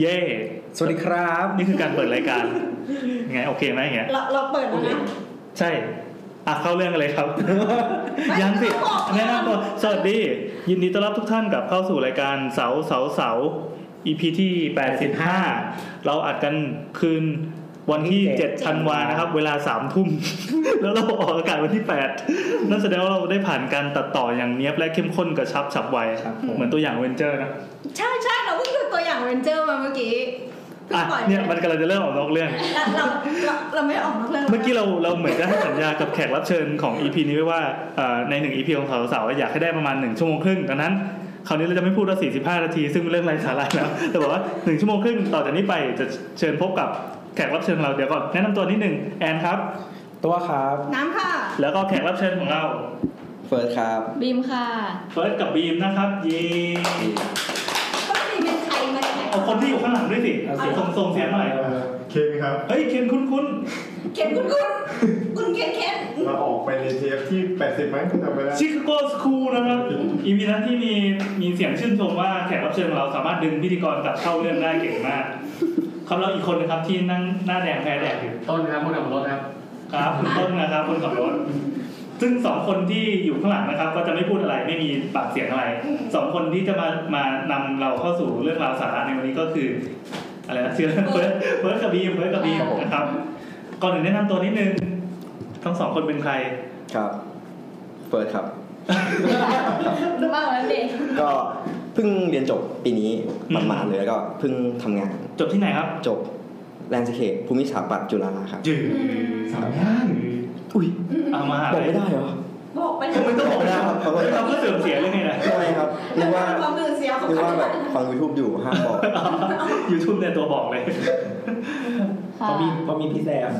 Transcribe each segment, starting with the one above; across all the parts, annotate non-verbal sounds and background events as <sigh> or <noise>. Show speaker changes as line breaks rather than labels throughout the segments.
เย่
สวัสดีครับ
นี่คือการเปิดรายการยังไงโอเคไหมอย่างเงี้ย
เราเราเปิดแล้วนะ
ใช่อ่ะเข้าเรื่องกันเลย
<laughs>
ครับ ยังสิ
ไม่ต้องบอก
แนะนำตัวสวัสดี ยินดีต้อนรับทุกท่านกลับเข้าสู่รายการเสาเสาเสา EP ที่ 85 เราอัดกันคืนวันที่
วันที่เจ็ด
7ธันวานะครับ เวลา3ทุ่ม
<laughs>
แล้วเราออกอากาศวันที่ 8 นั่นแสดงว่าเราได้ผ่านการตัดต่ออย่างเนี้ยบและเข้มข้นกระชับฉับไว
ครับผม
เหมือนตัวอย่างเวนเจอร์นะ
ใช่ใช่เราเพิ่งดูตัวอย่างเวนเจอร์มาเมื่อกี้เพิ่ง
อ่ะ
ปล่อย
เนี่ยมันกำลังจะเริ่มออกนอกเรื่อง
เราเราเราเราไม่ออกนอกเรื่อง
เมื่อกี้เราเราเหมือนจะให้สัญญากับแขกรับเชิญของ EP นี้ไว้ว่าเอ่อในหนึ่ง EP ของสาวสาวๆอยากให้ได้ประมาณหนึ่งชั่วโมงครึ่งดังนั้น คราวนี้เราจะไม่พูดว่า45 นาที ซึ่งเป็นเรื่องไร้สาระแล้ว <laughs> แต่บอกว่าหนึ่งชั่วโมงครึ่งต่อจากนี้ไปจะเชิญพบกับแขกรับเชิญของเราเดี๋ยวก่อนแนะนำตัวนิดหนึ่งแอนครับ
ตัวครับ
น้ำค่ะ
แล้วก็แขกรับเชิญของเรา
เฟิร์สครับ
บีมค่ะ
เฟิร์สกับบีมนะครับเยี
ก็มีเป็นใครมาจากไหน
เอาคนที่อยู่ข้างหลังด้วยสิเสียงส่งเสียงหน่อย
เอ่อเคมีครับ
เฮ้ยเคนคุ้น
เคนคุณ <laughs> คุณคุณเคนเคน
เราออกไปในเทปที่ 80มั้งจำไม่ได้
ๆชิคาโกสคูลนะครับ อีพีนั้นที่มีมีเสียงชื่นชมว่าแขกรับเชิญของเราสามารถดึงพิธีกรกลับเข้าเรื่องได้เก่งมากครับแล้วอีกคนนะครับที่นั่งหน้าแดงแพ้แดงอยู่
ต้นครับผู้นำรถครับ
ครับคุณต้นนะครับคนขับรถซึ่งสองคนที่อยู่ข้างหลังนะครับ ก็จะไม่พูดอะไรไม่มีปากเสียงอะไรสองคนที่จะมามานำเราเข้าสู่เรื่องราวสาระในวันนี้ก็คืออะไรนะเชื่อเฟิร์สเฟิร์สกับบีมเฟิร์สกับบีมนะครับก่อนอื่นแนะนำตัวนิดนึงทั้งสองคนเป็นใคร
ครับเฟิร์สครับ
บ้าแล้วเด็ก
ก็เพิ่งเรียนจบปีนี้
อืม
หมาดๆเลยแล้วก็เพิ่งทำงาน
จบที่ไหนครับ
จบแลนด์สเคปภูมิสถาปัตย์จุฬาครับ
จืดสามย่าน
อุ้ย
เอามาหา
บอกไม่ได้เหรอ
บอกไปเล
ทำ
ย
ไมต้องบอกนะ
ค
ค
รั
รับบ
ขอโทษครับ
เราก็เสื่อมเสียเรื่องไงนะ
ใช่ครับนึกว่า
ความมือเสียของ
นึก
เขา
ว่าแบบฟัง YouTube อยู่ห้ามบอก
ยูทูบเนี่ยตัวบอกเลย
ค่ะ
พอมีพี่แซม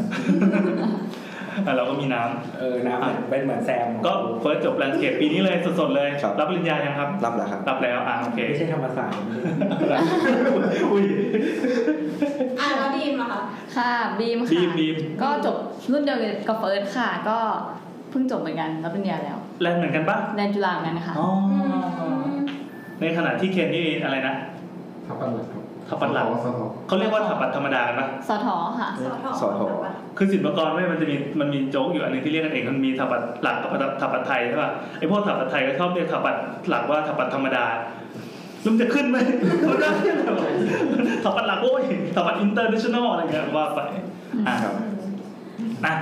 อ่ะเราก็มีน้ำ
เออน้
อ่ะ
ำเป็นเหมือนแซม
ก็เฟิร์สจบแลนด์สเคปปีนี้เลยสดๆเลย
ครับ
รับปริญญายังครับ
รับแล้วครับ
รับแล้วอ่ะโอเค
ไม่ใช่ธรรมศาสตร์
อุ้ย
อ่ะแล้วดีมอะค่ะ
ค่ะ บีม
บี
ค่ะ
มบีม
ก็จบรุ่นเดียวกับเฟิร์สค่ะ ก็เพิ่งจบเหมือนกันรับปริญญาแล้ว
แลนด์เหมือนกันปะ
แดนจุฬาเหมือนกันค่ะ
อ๋อในขณะที่เคนนี่อะไรนะ
สามปันหลักครับ
ขับปันหลัง
สอทอ
เขาเรียกว่าขับปัดธรรมดากันปะ
สทค่ะ
สอทอ
สอทอ
คือสินปกรณ์ไม่มันจะมีมันมีโจ๊กอยู่อันหนึงที่เรียกกันเองมันมีถับปัดหลักกับถับปัดไทยใช่ป่ะไอพวกถับปัดไทยก็ชอบเรียกถับปัดหลักว่าถับปัดธรรมดาแล้วมันจะขึ้นไหม <laughs> มันได้ถับปัดหลักโอ้ยถับปัดอินเตอร์เนชั่นแนลอะไรเงี้ยว่าไปอ่ะ
ครับ
อ่ะ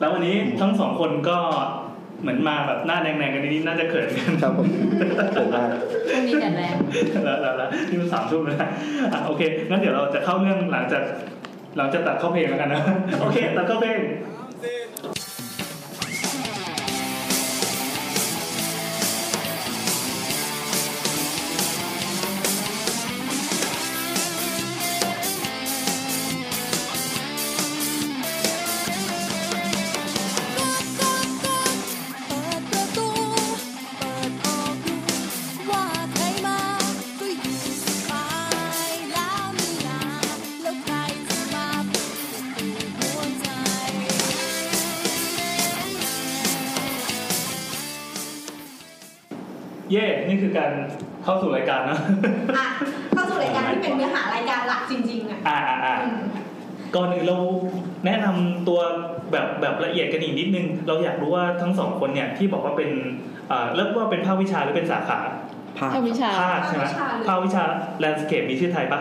แล้ววันนี้ทั้งสองคนก็เหมือนมาแบบหน้าแดงๆกันนิดๆน่าจะเขินกัน
ครับผมผมมาก
พรุ่งนี้แดดแรง
แล้วแล้วแล้วนี่มันสามทุ่มแล้วนะอ่ะโอเคงั้นเดี๋ยวเราจะเข้าเรื่องหลังจากหลังจากตัดเข้าเพลงแล้วกันนะ <laughs> โอเค ตัดเข้าเพลง
เปิดประตู เปิดออกดูว่าใครมา ก็อยู่สบายแล้วนี่นาแล้วใครจะมาเปิดประตูหัวใจ
เย่นี่คือการเข้าสู่รายการนะ <laughs>
อ่ะเข้าสู่รายการที่เป็นเนื้อหารายการหลักจริงๆอ่ะ
อ่าอ่าอ่า
อืม
ก่อนอื่นเราแนะนำตัวแบบแบบละเอียดกันอีกนิดนึง เราอยากรู้ว่าทั้งสองคนเนี่ยที่บอกว่าเป็นเอ่อเรียกว่าเป็นภาควิชาหรือเป็นสาขา
ภาพ
ภาควิชา
ภาคใช่ไหมภาควิชาแลนด์สเคปมีชื่อไทยปะ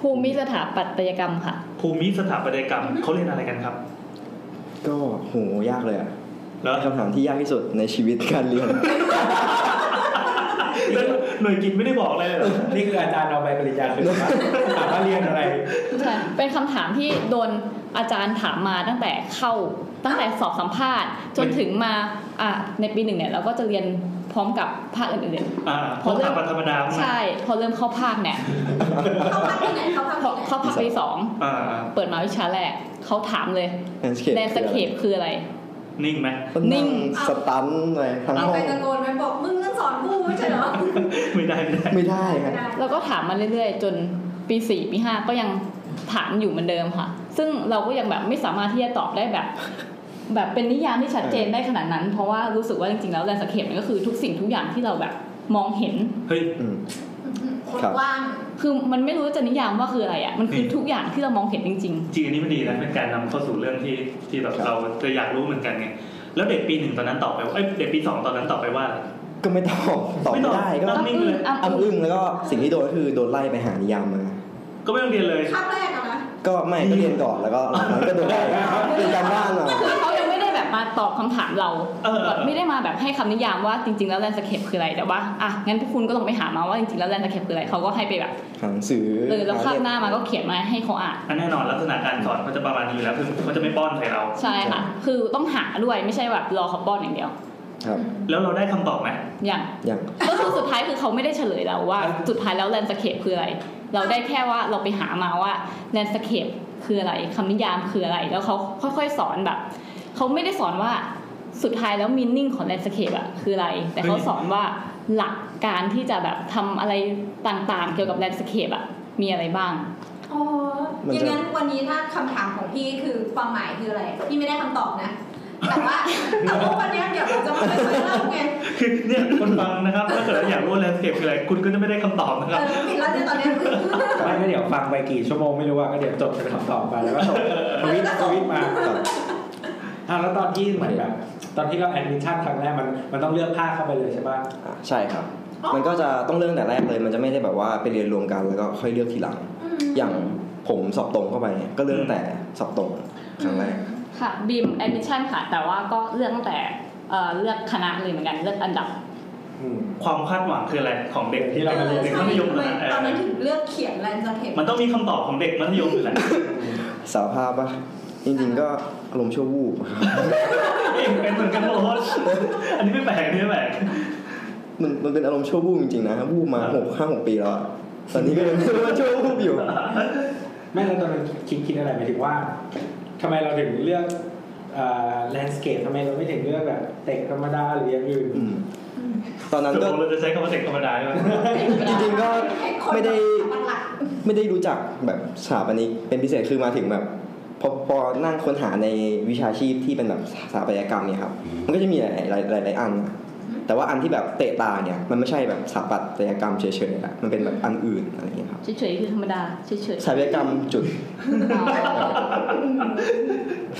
ภูมิสถาปัตยกรรมค่ะ
ภูมิสถาปัตยกรรมเขาเรียนอะไรกันครับ
ก็โหยากเลยอะ
แล้ว
คำถามที่ยากที่สุดในชีวิตการเรียน
หน่วยกินไม่ได้บอกอะไรเลยเหรอ
<laughs> นี่คืออาจารย์เอาใบปริญญาคือว่าถามว่าเรียนอะไร
ใช่ เป็นคำถามที่โดนอาจารย์ถามมาตั้งแต่เข้า ตั้งแต่สอบสัมภาษณ์ จนถึงมาอ่ะในปีหนึ่งเนี่ยเราก็จะเรียนพร้อมกับภาคอื่น
อ่าเพราะสถาปัตยธรรมดา
ๆ
ใช่ไหม
ใช่ พอเริ่มเข้าภาคเนี่ย
เขาพักที่ไหนเขาพัก
พอ
ที่ไหน
เข้าภาคปีสอง
อ่า
เปิดมาวิชาแรกเขาถามเลย
landscape
แลนสเคปคืออะไร
นิ่งไหม <laughs>
ต้อง
นิ่
นิ่
ง
งสตันอะไรทั้ง
เอา
ห้อ
ไป
ง
ตะโกนไปบอกมึงต้องสอนกูไม่ใช่เหรอ
ไม่ได้ไม่ได้
ไม่ได้ค
ไม่
รับ
ได้
แล้วก็ถามมาเรื่อยๆ จนปีสี่ปีห้าก็ยังถามอยู่เหมือนเดิมค่ะ ซึ่งเราก็ยังแบบไม่สามารถที่จะตอบได้แบบ <laughs> แบบเป็นนิยามที่ชัดเจนได้ขนาดนั้น เพราะว่ารู้สึกว่าจริงๆแล้วแลนสเคปมันก็คือทุกสิ่งทุกอย่างที่เราแบบมองเห็น
เฮ้ย
อืม
คน
ครับ
กว้าง
คือมันไม่รู้จะนิยามว่าคืออะไรอ่ะ มันคือทุกอย่างที่เรามองเห็นจริง
จริงอันนี้มันดีนะเป็นการนำเข้าสู่เรื่องที่ที่แบบ
ครับ
เราจะอยากรู้เหมือนกันไงแล้วเด็กปีหนึ่งตอนนั้นตอบไปว่าเอ้ยเด็กปีสองตอนนั้นตอบไปว่าอะไร
ก็ไม่ตอบตอบไม่ได้ก็
ไม่ตอบ
ๆ ก็อึ้งอ่ะ
อ้ำอึ้งแล้วก็สิ่งที่โดนก็คือโดนไล่ไปหานิยามมา
ก็ไม่ต้องเรียนเลย
คาบแรกอะนะ
ก็ไม่ก็เรียนก่อนแล้วก็ <laughs> หลังจากนั้นก็โดนไล่เป็นการบ้านเรา
คือเขายังไม่ได้แบบมาตอบคำถามเรา
เออ
แบบไม่ได้มาแบบให้คำนิยามว่าจริง ๆ แล้วแลนสเคปคืออะไรแต่ว่าอ่ะงั้นพวกคุณก็ลองไปหามาว่าจริงๆแล้วแลนสเคปคืออะไรเขาก็ให้ไปแบบ
หาหนังสือ
เออแล้วข้างหน้ามาก็เขียนมาให้เขาอ่าน
อันแน่นอนลักษณะการสอนเขาจะประมาณนี้อยู่แล้วคือเขาจะไม่ป้อนใส่เรา
ใช่ค่ะ คือต้องหาด้วยไม่ใช่แบบรอเขาป้อนอย่างเดียว
ครับ
แล้วเราได้คำตอบไหม <laughs>
อย่าง
อย่าง
ก็คือสุดท้ายคือเขาไม่ได้เฉลยเรา
<laughs>
ว่า สุดท้ายแล้วแลนสเคปคืออะไร เราได้แค่ว่าเราไปหามาว่าแลนสเคปคืออะไรคำนิยามคืออะไร แล้วเขาค่อยๆสอนแบบเขาไม่ได้สอนว่าสุดท้ายแล้วมินนิ่งของแลนสเคปอะคืออะไร แต่เขาสอนว่าหลักการที่จะแบบทำอะไรต่างๆ เกี่ยวกับแลนสเคปอะมีอะไรบ้าง
โอ้ยังงั้นวันนี้ถ้าคำถามของพี่คือความหมายคืออะไร พี่ไม่ได้คำตอบนะ แต่ว่าแต่ว่าวันเนี้ยเดี๋ยวเราจะมาช่วยเล่าไง
คือเนี่ยคนฟังนะครับถ้าเกิดอยากรู้แลนด์สเคปคืออะไรคุณก็จะไม่ได้คำตอบนะค
เอ
รับ
อผิดแล้วเนี่ยตอนเนี้ย
ไม่ก็เดี๋ยวฟังไปกี่ชั่วโมงไม่รู้ว่าก็เดี๋ยวจดเป็นคำตอบไปแล้วก็ส่งทวิต <laughs> ทวิตมา
ครับ
อ่ะแล้วตอนที่เหมือนแบบ ตอนที่เราแอดมิชชั่นครั้งแรกมันมันต้องเลือกภาคเข้าไปเลยใช่ป่ะ
อ่ะใช่ครับ
อ๋อ
มันก็จะต้องเริ่มแต่แรกเลย มันจะไม่ได้แบบว่าไปเรียนรวมกันแล้วก็ค่อยเลือกทีหลัง
ม
อย่างผมสอบตรงเข้าไปเนี่ยก็เริ่มแต่สอบตรงครั้งแรก
ค่ะบีมแอดมิชชั่นค่ะ แต่ว่าก็เลือกตั้งแต่เอ่อเลือกคณะเลยเหมือนกันเลือกอันดับ
อืม
ความคาดหวังคืออะไรของเด็กที่เรา
เออ
เด็ก
ใช่
มัธยม
ทำไม
นะ
ตอนนั้นถึงเลือกเขียนแลนด์สเคป
มันต้องมีคำตอบของเด็กมัธยมอยู่แล้ว
สารภาพว่าจริงๆก็อารมณ์ชั่ววูบครับ
เองเป็นเหมือนกัน <laughs> โลดอันนี้ไม่แปลกอันนี้ไม่แปลก
มันมันเป็นอารมณ์ชั่ววูบจริงๆนะวูบมาหกห้าหกปีแล้วอะตอนนี้ก็ยัง <laughs> ชั่ววูบอยู่
ไม่แล้วตอนนั้นคิดคิดอะไรหมายถึงว่าทำไมเราถึงเลือกแลนด์สเคปทำไมเราไม่ถึงเลือกแบบเตกธรรมดาหรืออย่างอื่น
อืมตอนนั้น
ตก
ก็
ลงเราจะใช้คำว่าเด็กธรรมดาใช่ไหม
<laughs> จริงๆก็ไม่ได้
คนหลัก
ไม่ได้รู้จักแบบสถาปนิกเป็นพิเศษคือมาถึงแบบพอพอนั่งค้นหาในวิชาชีพที่เป็นแบบสถาปัตยกรรมเนี่ยครับมันก็จะมีหลายหลายหลายหลายอันนะแต่ว่าอันที่แบบเตะตาเนี่ยมันไม่ใช่แบบสถาปัตยกรรมเฉยๆอะมันเป็นแบบอันอื่นอะไรอย่างเงี้ยครับ
เฉยๆคือธรรมดาเฉย
สถาปัตยกรรมจุด
ๆ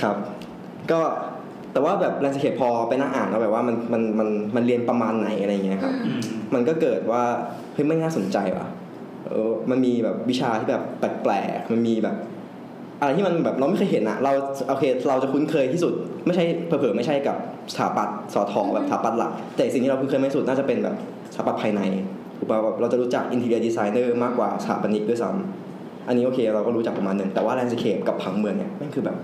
ครับ ก็แต่ว่าแบบแลนสเคปพอไปนั่งอ่านแล้วแบบว่ามันมันมันมันเรียนประมาณไหนอะไรอย่างเงี้ยครับ
อืม
มันก็เกิดว่าเฮ้ยไม่น่าสนใจว่ะเออมันมีแบบวิชาที่แบบแปลกๆมันมีแบบ อะไรที่มันแบบเราไม่เคยเห็นอะเราโอเคเราจะคุ้นเคยที่สุด ไม่ใช่เผลอๆไม่ใช่กับสถาปัตย์สอทอแบบสถาปัตย์หลัก แต่สิ่งที่เราคุ้นเคยมากที่สุดน่าจะเป็นแบบสถาปัตย์ภายในถูกป่ะแบบเราจะรู้จักอินเทอร์เนียดีไซเนอร์มากกว่าสถาปนิกด้วยซ้ำอันนี้โอเคเราก็รู้จักประมาณหนึ่งแต่ว่าแลนด์สเคปกับผังเมืองเนี่ยมันคือแบบ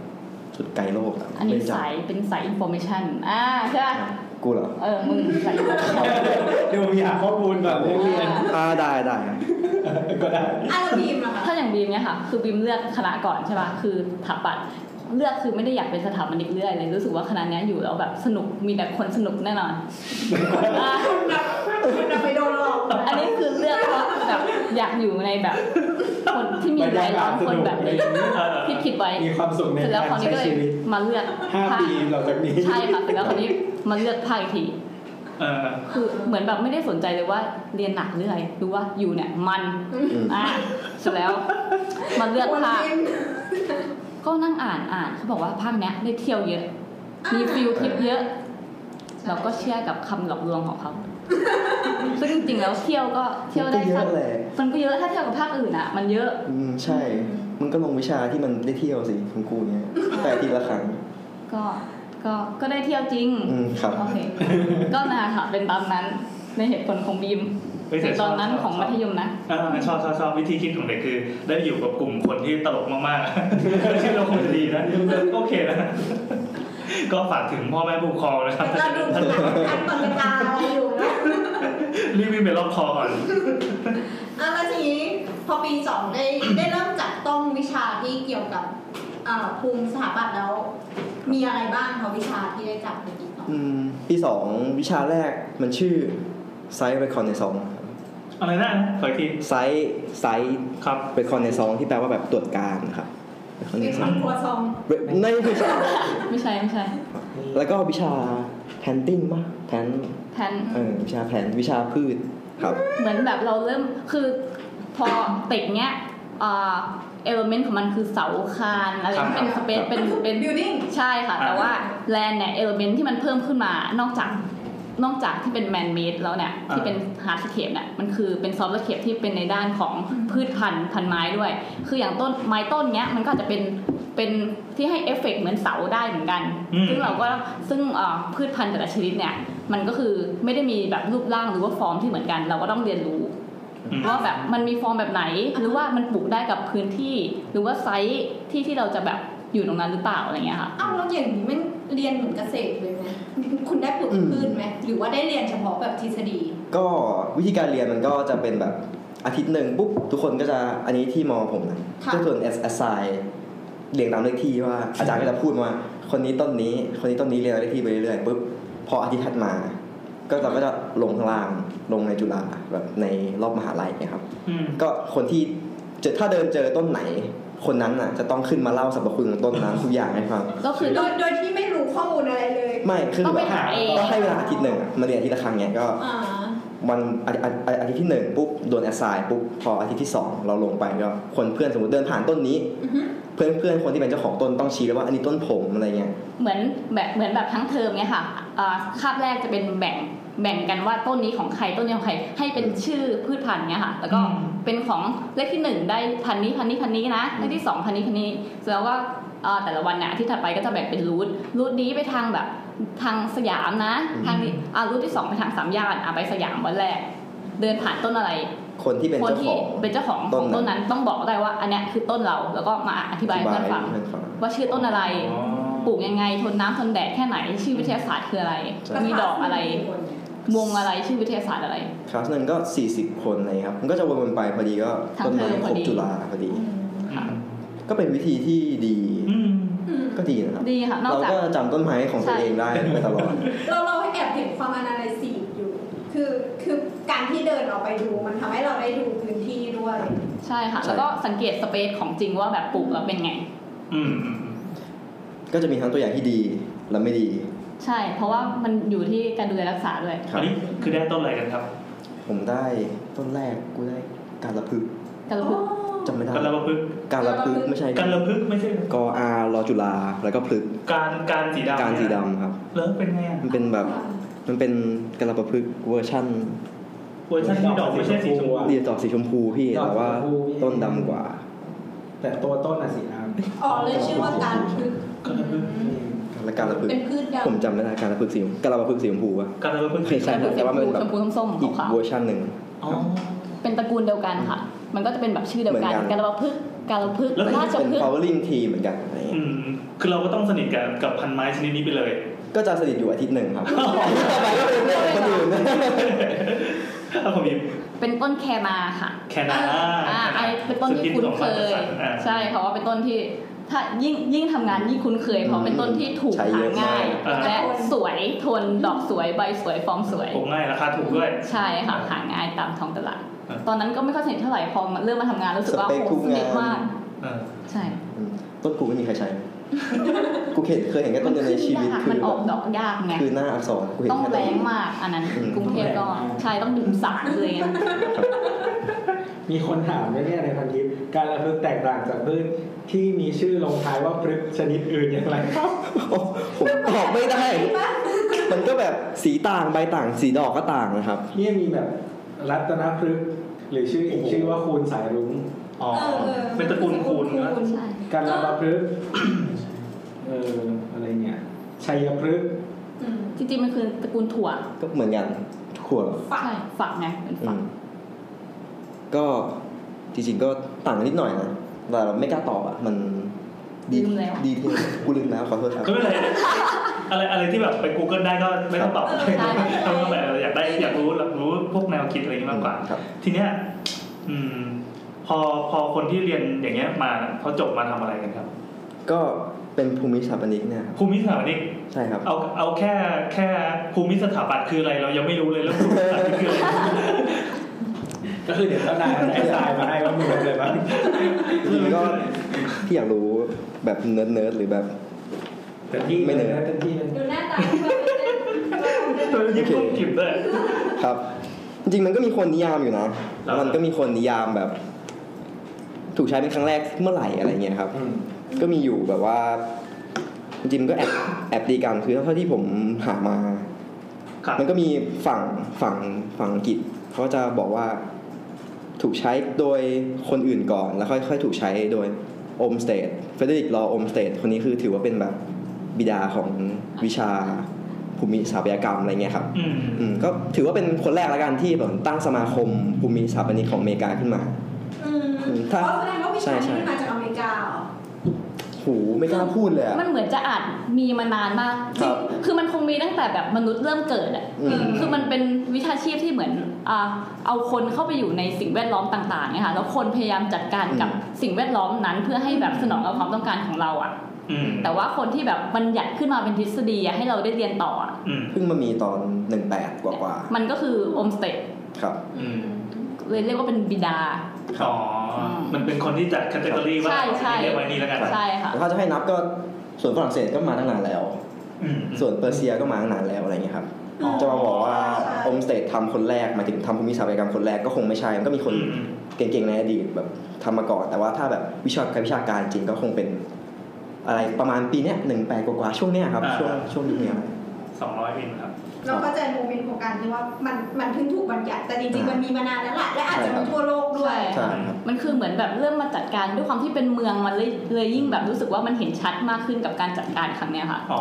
สุดไกลโลกอะ
อัน
ไม่
นี้
รู้จัก
สายเป็นสายอินโฟเมชันอ่าใช่ปะ
กูเหรอ
เออ มึงสาย information
ดูอยากข้อมูลก่อนเรื่องเรียน
อ่าได้ได้ครับ
ก็ได้
อาราบีมเหรอคะ
ถ้าอย่างบีมเนี่ยค่ะ คือบีมเลือกคณะก่อนใช่ป่ะ คือสถาปัตย์เลือกคือไม่ได้อยากเป็นสถาปนิกเรื่อยเลย รู้สึกว่าคณะเนี้ยอยู่แล้วแบบสนุก มีแต่คนสนุกแน่นอนอ่ะ
คุณจะไปโดนหลอก
อันนี้คือเลือกเพราะแบบอยากอยู่ในแบบคนที่มีหลายล้อมคนแบบนี้ที่คิด
<laughs>
ไว้
มีความสุขใน
เสร็จแล้ว
การ
คราว
ใช้
นี้ก็เลย
ชีวิต
มาเลือก
ห้า
ภาค
ปีหลังจากนี้
ใช่ค่ะเสร็จแล้วคราวนี้มาเลือกภาคอีกที
เออ
คือเหมือนแบบไม่ได้สนใจเลยว่าเรียนหนักหรืออะไรรู้ว่าอยู่เนี่ยมัน
ม
อ่ะเสร็จแล้วมันเลือก
วน
ภาค
เวียน
ก็นั่งอ่านอ่านเขาบอกว่าภาคเนี้ยได้เที่ยวเยอะ มีฟิลทริปเยอะ เราก็เชื่อกับคำหลอกลวงของเขาซึ่งจริงๆแล้วเที่ยวก็เที่ยวได้
มันก็เย
สัก
อะแหละ
มันก็เยอะถ้าเที่ยวกับภาคอื่นอ่ะ มันเยอะ
อืมใช่ มันก็ลงวิชาที่มันได้เที่ยวสิของกูเนี่ยแต่ทีละครั้ง
ก็ก็ก็ได้เที่ยวจริง
อืมครับ
โอเคก็นะคะค่ะเป็นตามนั้นในเหตุผลของบีม
เฮ้ย
ใน
แชบ
ตอนนั้นของมัธยมนะ
เออชอบชอบชอบวิธีคิดของเด็กคือได้อยู่กับกลุ่มคนที่ตลกมากๆ <laughs> ชื่อเราคงจะดีนะโอเคนะ ก็ฝากถึงพ่อแม่ผู้ปกครองนะครับ
เราดู
<laughs>
หนังอันตอนเป็นอาอะไรอยู่นะ
รีบวิ่งไปรอบคอก่อน
อ่ะแล้วทีนี้พอปีสองได้ได้เริ่มจับต้องวิชาที่เกี่ยวกับเอ่อภูมิสถาปัตย์แล้ว มีอะไรบ้างคะวิชาที่ได้จับในปีสอง
อืมปีสองวิชาแรกมันชื่อไซส์เรคคอนในซอง
อะไรนะขออีกที
ไซส์ไซส์
ครับ
เรคคอนในซองที่แปลว่าแบบตรวจการนะครับ
เป็น
reconnaissance
ครัวซอง
ในวิชา
ไม่ใช่ไม่ใช่
แล้วก็วิชาแพนติ้งป่ะแพน
แพน
เออวิชาแพนวิชาพืช ครับ
เหมือนแบบเราเริ่มคือพอติดเนี้ยเอ่อลเมนต์ของมันคือเสาคานอะไร
ครับ
เป็นสเปซเป็นเป็น
building
ใช่ค่ะ แต่ว่าแลนเนี่ยเอลเมนต์ที่มันเพิ่มขึ้นมานอกจากนอกจากที่เป็นแมนเมดแล้วเนี่ยที่เป็นฮาร์ดเคปเนี่ยมันคือเป็นซอฟต์เคปที่เป็นในด้านของพืชพันธุ์พันไม้ด้วย คืออย่างต้นไม้ต้นเนี้ยมันก็อาจจะเป็นเป็นที่ให้เอฟเฟกต์เหมือนเสาได้เหมือนกัน
อืม
ซึ่งเราก็ซึ่งเอ่อพืชพันธุ์แต่ละชนิดเนี่ยมันก็คือไม่ได้มีแบบรูปร่างหรือว่าฟอร์มที่เหมือนกัน เราก็ต้องเรียนรู้
อืม
ว่าแบบมันมีฟอร์มแบบไหน หรือว่ามันปลูกได้กับพื้นที่ หรือว่าไซส์ที่ที่เราจะแบบอยู่ตรงนั้นหรือเปล่าอะไรเงี้ยค่ะ
อ้าวแล้วอย่างนี้มันเรียนเหมือนเกษตรเลยไหมคุณได้ปลูกพืชไหมหรือว่าได้เรียนเฉพาะแบบทฤษฎี
ก็วิธีการเรียนมันก็จะเป็นแบบอาทิตย์หนึ่งปุ๊บทุกคนก็จะอันนี้ที่มอผมนะ
ค่ะ
ก็ส่วน as assign เรียงตามเลขที่ว่าอาจารย์ก็จะพูดมาว่าคนนี้ต้นนี้ คนนี้ต้นนี้เรียงตามเลขที่ไปเรื่อยๆปุ๊บพออาทิตย์ถัดมา ก็เราก็จะลงข้างล่างลงในจุฬาแบบในรอบมหาลัยเนะครับ
อืม
ก็คนที่เจอถ้าเดินเจอต้นไหน คนนั้นน่ะจะต้องขึ้นมาเล่าสรรพคุณของต้นนั้นทุกอย่างให้ฟัง
ก็คือ
โด
ต้อง
ยโดยที่ไม่รู้ข้อมูลอะไรเลย
ไม่คือ
ต้อง
แบ
ไป
บ
หาเอง
ก็ให้เวลาอาทิตย์หนึ่งอะมาเรียนอาทิตย์ละครั้งเนี้ยก็
อ่า
วันอาทิตย์อาทิตย์อาทิตย์ที่หนึ่งปุ๊บโดนแอสไซน์ปุ๊บพออาทิตย์ที่สองเราลงไปก็คนเพื่อนสมมติเดินผ่านต้นนี้
อือฮึ
เพื่อนเพื่อนคนที่เป็นเจ้าของต้นต้องชี้เลยว่าอันนี้ต้นผมอะไรเงี้ย
เหมือนแบบเหมือนแบบทั้งเทอมเนี้ยค่ะอ่าคาบแรกจะเป็นแบ่งแบ่งกันว่าต้นนี้ของใครต้นนี้ของใครให้เป็นชื่อพืชพันธุ์เนี้ยค่ะ แล้วก็
อืม
เป็นของเลขที่หนึ่งได้พันนี้พันนี้พันนี้นะเลขที่สองพันนี้พันนี้เสร็จแล้วก็เอ่อแต่ละวันเนี่ยที่ถัดไปก็จะแบ่งเป็นรูทรูทนี้ไปทางแบบทางสยามนะ
อืม
ทางนี้อ่ารูทที่สองไปทางสามย่านอ่าไปสยามวันแรก เดินผ่านต้นอะไร
คนที่เป็น
คน
เจ้าข
ที่
อง
เป็นเจ้าของ
ต้
ข
นนั้น
องต้นนั้นต้องบอกได้ว่า อันเนี้ยคือต้นเราแล้วก็มาอธิบายให้เพื่อนฟัง
ให้เพื่อนฟัง
ว่าชื่อต้นอะไร ปลูกยังไง ทนน้ำทนแดดแค่ไหน ชื่อวิทยาศาสตร์คืออะไร
ใช่
มีดอกอะไร วงอะไร ชื่อวิทยาศาสตร์อะไร
คลาสหนึ่งก็ 40 คนเลยครับมันก็จะวนๆไปพอดีก็
ทั้ง
ต้นไม้
เทอม
ค
พ
ร
อบ ดี
จุฬาพอดี
อืม
ก็เป็นวิธีที่ดี
อืม
อืม
ก็ดีนะครับ
ดีค่ะ นอก
เรา
จาก
ก็จำต้นไม้ของตัว
ใช่
เองได้ไปตลอด
เราเราให้แอบเห็นความอนาลิซีอยู่ คือคือการที่เดินออกไปดูมันทำให้เราได้ดูพื้นที่ด้วย
ใช่ค่ะ
ใช่
แล้วก็สังเกตสเปซของจริงว่าแบบปลูกแล้วเป็นไง
อืม
ก็จะมีทั้งตัวอย่างที่ดีและไม่ดี
ใช่ เพราะว่ามันอยู่ที่การดูแลรักษาด้วย
ค
อั
รับ
นนี้คือได้ต้นอะไรกันครับ
ผมได้ต้นแรกกูได้การระพึกษ์
การปลูก
จำไม่ได้
กันระพึกษ์
การระพึกษ์ไม่ใช่
กันระพึกษ์ไม่ใช่
กออาร์รอจุฬาแล้วก็พลึกษ์
การการสีดำ
การสีดำครับ
เลิกเป็นไงอะ
มันเป็นแบบมันเป็นกระประพฤกษ์เวอร์ชั่น
เวอร์ชันที่ดอกไม่ใช่สีชมพู
เรียนดอกสีชมพูพี่
ดอก
แต่ว่า
สีชมพูพี่
ต้นดำกว่า
แต่ตัวต้นน่ะสิครับ
อ๋อเลยชื่อว่าการพึกษ์
กันระพึกษ์
แล้วการระพึก
เป็
ษ์
นพืชดำ
ผมจำไม่ได้การระพึกษ์สีชมพูกระประพฤกษ์สีชมพูอะ
การระพึกษ์
ไม่ใช่ครับแต่ว่ามันเป็นแบ
ช
บ
มพูส้มๆข
อีก
าว
เวอร์ชันหนึ่ง
อ๋อ
ๆเป็นตระกูลเดียวกันค่ะ มันก็จะเป็นแบบชื่อเดียวกัน
เหมือนกัน
การประพฤกษ์การประพฤกษ์
แล้วมัน
ราช
เป็น
พฤกษ์
powering tea เหมือนกันอะไรเงี้ย
อืม คือเราก็ต้องสนิทกับกับพันไม้ชนิดนี้ไปเลย <laughs>
ก็จะสนิทอยู่อาทิตย์หนึ่งครับต่อไปก็เป็นเรื่องของคนอื่น
เอาผมหยิบ
เป็นต้นแคนาค่ะ
แคนา
อ่าไอเป็นต้นที่คุ้นเคย ใช่เพราะว่าเป็นต้นที่ถ้ายิ่งยิ่งทำงานยิ่งคุ้นเคยเพราะเป็นต้นที่ถูก
ใช้
หา
เยอะ
ง่าย
มาก
และสวยทนดอกสวยใบสวยฟอร์มสวย
ผมง่ายราคาถูกด้วย
ใช่ค่ะหาง่ายตามท้องตลาด
อ่ะ
ตอนนั้นก็ไม่ค่อยสนิทเท่าไหร่พอเริ่มมาทำงานรู้สึกว่า
สเปค
โอ้โห
ทุก
สนิ
งา
ท
น
มาก
เออ
ใช่
อืมต้นกูไม่มีใครใช้ กูเห็นเคยเห็นแค่ต้นเดียวในชีวิต
ยาก
คื
มัน
อ
ออกดอกยากไง
คือหน้าอักษรกูเห็น
ต้อง
ค่
แร
ต้น
ง
เดียว
มากอันนั้น
อืม
กรุงเทพก็ใช่ต้องดึงสารเลยอะ
ครับ
มีคนถามด้วยเนี่ยในพันทิปการระพึกษ์แตกต่างจากพืชที่มีชื่อลงท้ายว่าพฤกษ์ชนิดอื่นอย่างไรครับ
ผมตอบไม่ได้ มันก็แบบสีต่างใบต่างสีดอกก็ต่างนะครับ
เนี่ยมีแบบรัตนพฤกษ์หรือชื่ออีกชื่อว่าคูณสายรุ้ง
อ๋อ
ออออ
เป็นตระกูลคูณนะ
ใช่
กัลลาพฤกษ์เอออะไรเนี่ยชัยพฤกษ์
อืม
จริงๆมันคือตระกูลถั่ว
ก็เหมือนกันถั่ว
ฝัก
ใช่ฝักไงเป็น
อื
ฝัก
มก็จริงๆก็ต่างกันนิดหน่อยนะแต่เราไม่กล้าตอบอ่ะ มันดี
ลืมแล้ว
ดีเทลกูลืมแล้วขอโทษครับ
ก็ไม่เป็นไร <laughs> อะไรอะไรที่แบบไป Google ได้ก็ไม่ <laughs> ต้องตอบ
ใช่
ทำอะไรอยากได้อยากรู้อยากรู้พวกแนวคิดอะไรอย่างนี้มากกว่า
ครับ
ทีเนี้ยอืม พอพอคนที่เรียนอย่างเงี้ยมาเขาจบมาทำอะไรกันครับ
ก็เป็นภูมิสถาปนิกเนี่ยครับ
ภูมิสถาปนิก
ใช่ครับ
เอาเอาแค่แค่ภูมิสถาปัตย์คืออะไรเรายังไม่รู้เลยแล้วภูมิสถาปนิก
<laughs>
คืออะไร
ก็คือเดี๋ยวเจ้านายมันได้ทรายมาให้ว่าเหมือนเลยบ้าง
จริงๆก็พี่อยากรู้แบบเนิร์ดๆหรือแบบ
แต่ที่
ไม่
ไม่
เหนื่อย
เนื่อยเต็มที่เลย
ดูหน้าตาที่ว่าเป็น
เรายิ้มกุ้มกิ่มด้วย
ครับ จริงๆมันก็มีคนนิยามอยู่นะ
ครับ
มันก็มีคนนิยามแบบ ถูกใช้เป็นครั้งแรกเมื่อไหร่อะไรเงี้ยครับ
อืม
ก็มีอยู่แบบว่า จริงๆมันก็แอบแอบตีกันคือเท่าที่ผมหามา
ครับ
มันก็มีฝั่งฝั่งฝั่งอังกฤษเขาจะบอกว่าถูกใช้โดยคนอื่นก่อน แล้วค่อยๆถูกใช้โดยโอมสเตดเฟเดริกลอโอมสเตดคนนี้คือถือว่าเป็นแบบบิดาของวิชาภูมิสถาปัตยกรรมอะไรเงี้ยครับ
อืม
อืมก็ถือว่าเป็นคนแรกละกันที่แบบตั้งสมาคมภูมิสถาปนิกของอเมริกาขึ้นมา
อืม
อืม
อ๋
ถ้า
อแสดงว่าวิชา
ใช่
นี้
ใช่
มาจากอเมริกาเหรอ
โหไม่กล้าพูดเลยอะ
มันเหมือนจะอาจมีมานานมาก
ครับ
คือคือมันคงมีตั้งแต่แบบมนุษย์เริ่มเกิดอ่ะ
อืม
คือมันเป็นวิชาชีพที่เหมือนอ่าเอาคนเข้าไปอยู่ในสิ่งแวดล้อมต่างๆเนี่ยค่ะ แล้วคนพยายามจัดการกับ
อืม
สิ่งแวดล้อมนั้นเพื่อให้แบบสนองกับความต้องการของเราอ่ะ
อืม
แต่ว่าคนที่แบบบัญญัติขึ้นมาเป็นทฤษฎีอะให้เราได้เรียนต่ออะ
อืม
เพิ่งมามีตอนหนึ่งแปดกว่า
มันก็คือโอมสเตด
ๆครับ
อืม
เลยเรียกว่าเป็นบิดา
อ๋อมันเป็นคนที่จัดแคตตาล็อว่า
ใช่ใช่
เรียกไว้นี่แล้วกัน
ใช่ค่ะ
แต่ถ้าจะให้นับก็ส่วนฝรั่งเศสก็มาตั้งนานแล้ว
อืม
ส่วนเปอร์เซียก็มาตั้งนานแล้วอะไรเงี้ยครับ
อ๋อ
จะมาบอกว่า
ใช่
โอมสเตดทำคนแรกหมายถึงทำภูมิสถาปัตยกรรมคนแรกก็คงไม่ใช่ มันก็มีคน
อืม
เก่งๆในอดีตแบบทำมาก่อน แต่ว่าถ้าแบบวิชาการวิชาการจริงก็คงเป็น อะไรประมาณปีเนี้ยหนึ่งแปดกว่าๆช่วงเนี้ยครับ ช่วงช่วงยุคเนี้ย
สองร้อยมิลครับ
เราเข้าใจโมเมนต์ของการที่ว่ามันมันเพิ่งถูกบัญญัติแต่จริงๆ มันมีมานานแล้วแหละและอาจจะมีทั่วโลกด้วย
ใช่ครับ
มันคือเหมือนแบบเริ่มมาจัดการด้วยความที่เป็นเมืองมันเลยเลยยิ่งแบบรู้สึกว่ามันเห็นชัดมากขึ้นกับการจัดการครั้งเนี้ยค่ะ
อ๋อ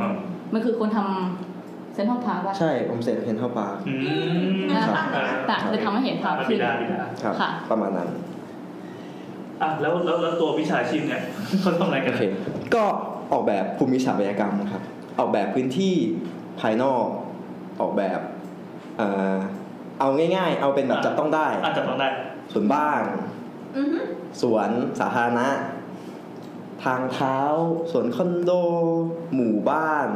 อืม
มันคือคนทำเซ็นทรัลพาร์คว่า
ใช่โอมสเตดเพนเท่าปา
อืม
อืม
ครับอ่า
แต่เลยทำให้เห็นภาพ
บิ
ขึ้น
ดาบิดา
ครับ
ค่ะ
ประมาณนั้น
อ่ะแล้วแล้วแล้วตัววิชาชีพเนี่ย <laughs> เขาทำอะไรกั
โอน เค ก็ออกแบบภูมิสถาปัตยกรรมครับ ออกแบบพื้นที่ภายนอก ออกแบบเอ่อเอาง่ายๆ เอาเป็นแบบ
อ่า
จับต้องได้
อาจจะต้องได้
สวนบ้าน
อือฮึ
สวนสาธารณะ ทางเท้า สวนคอนโด หมู่บ้าน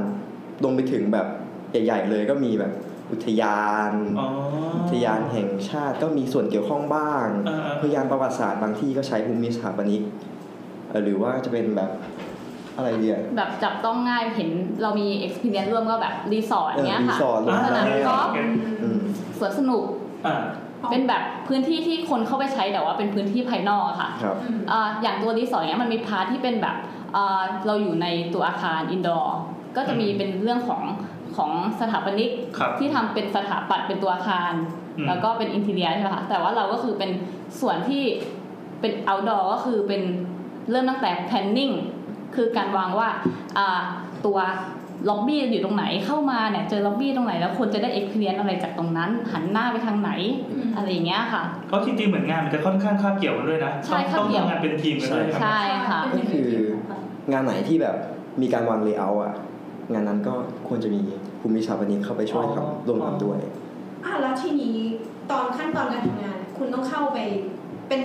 ลงไปถึงแบบใหญ่ๆเลยก็มีแบบอุทยาน
อ๋ออ
อุทยานแห่งชาติก็มีส่วนเกี่ยวข้องบ้าง
อ่าๆ
พยานประวัติศาสตร์บางที่ก็ใช้ภูมิสถาปนิกเอ่อหรือว่าจะเป็นแบบอะไรเดีย
แบบจับต้องง่ายเห็นเรามี experience ร่วมก็แบบรีสอร์ท
เออ
เนี้ย
รี
ค่ะ
สอร์ทโรง
ส
แร
นามกอ
ม
ล์ฟ
โอเค
อืม
สวนสนุก
อ่า
เป็นแบบพื้นที่ที่คนเข้าไปใช้แต่ว่าเป็นพื้นที่ภายนอกอะค่ะ
ครับ
อืม
เอ่ออย่างตัวรีสอร์ทเนี้ยมันมีพาร์ทที่เป็นแบบเอ่อเราอยู่ในตัวอาคารอินดอร์ก็จะมี
อืม
เป็นเรื่องของของสถาปนิก
ครับ
ที่ทำเป็นสถาปัตย์เป็นตัวอาคาร
อืม
แล้วก็เป็นอินทีเรียใช่ไหมคะแต่ว่าเราก็คือเป็นส่วนที่เป็น outdoor ก็คือเป็นเริ่มตั้งแต่ planning คือการวางว่าอ่าตัวล็อบบี้อยู่ตรงไหนเข้ามาเนี่ยเจอล็อบบี้ตรงไหนแล้วคนจะได้เอ็กเพรียนอะไรจากตรงนั้น หันหน้าไปทางไหน
อืม
อะไรอย่างเงี้ยค่ะ
เพราะจริงๆเหมือนงานมันจะค่อนข้างคาบเกี่ยวกันด้วยนะ
ใช่
ต้องต้
คาบ
อง
เกี่ยว
ทำงานเป็นทีมกันด้วย
ใช่ค่ะ
ก็คือ งานไหนที่แบบมีการวางเลเยอร์อ่ะ งานนั้นก็ควรจะมีภูมิสถาปนิกเข้าไปช่วยทำร่วมกันด้วย
อ่ะแล้วทีนี้ตอนขั้นตอนการทำงาน คุณต้องเข้าไปเป็น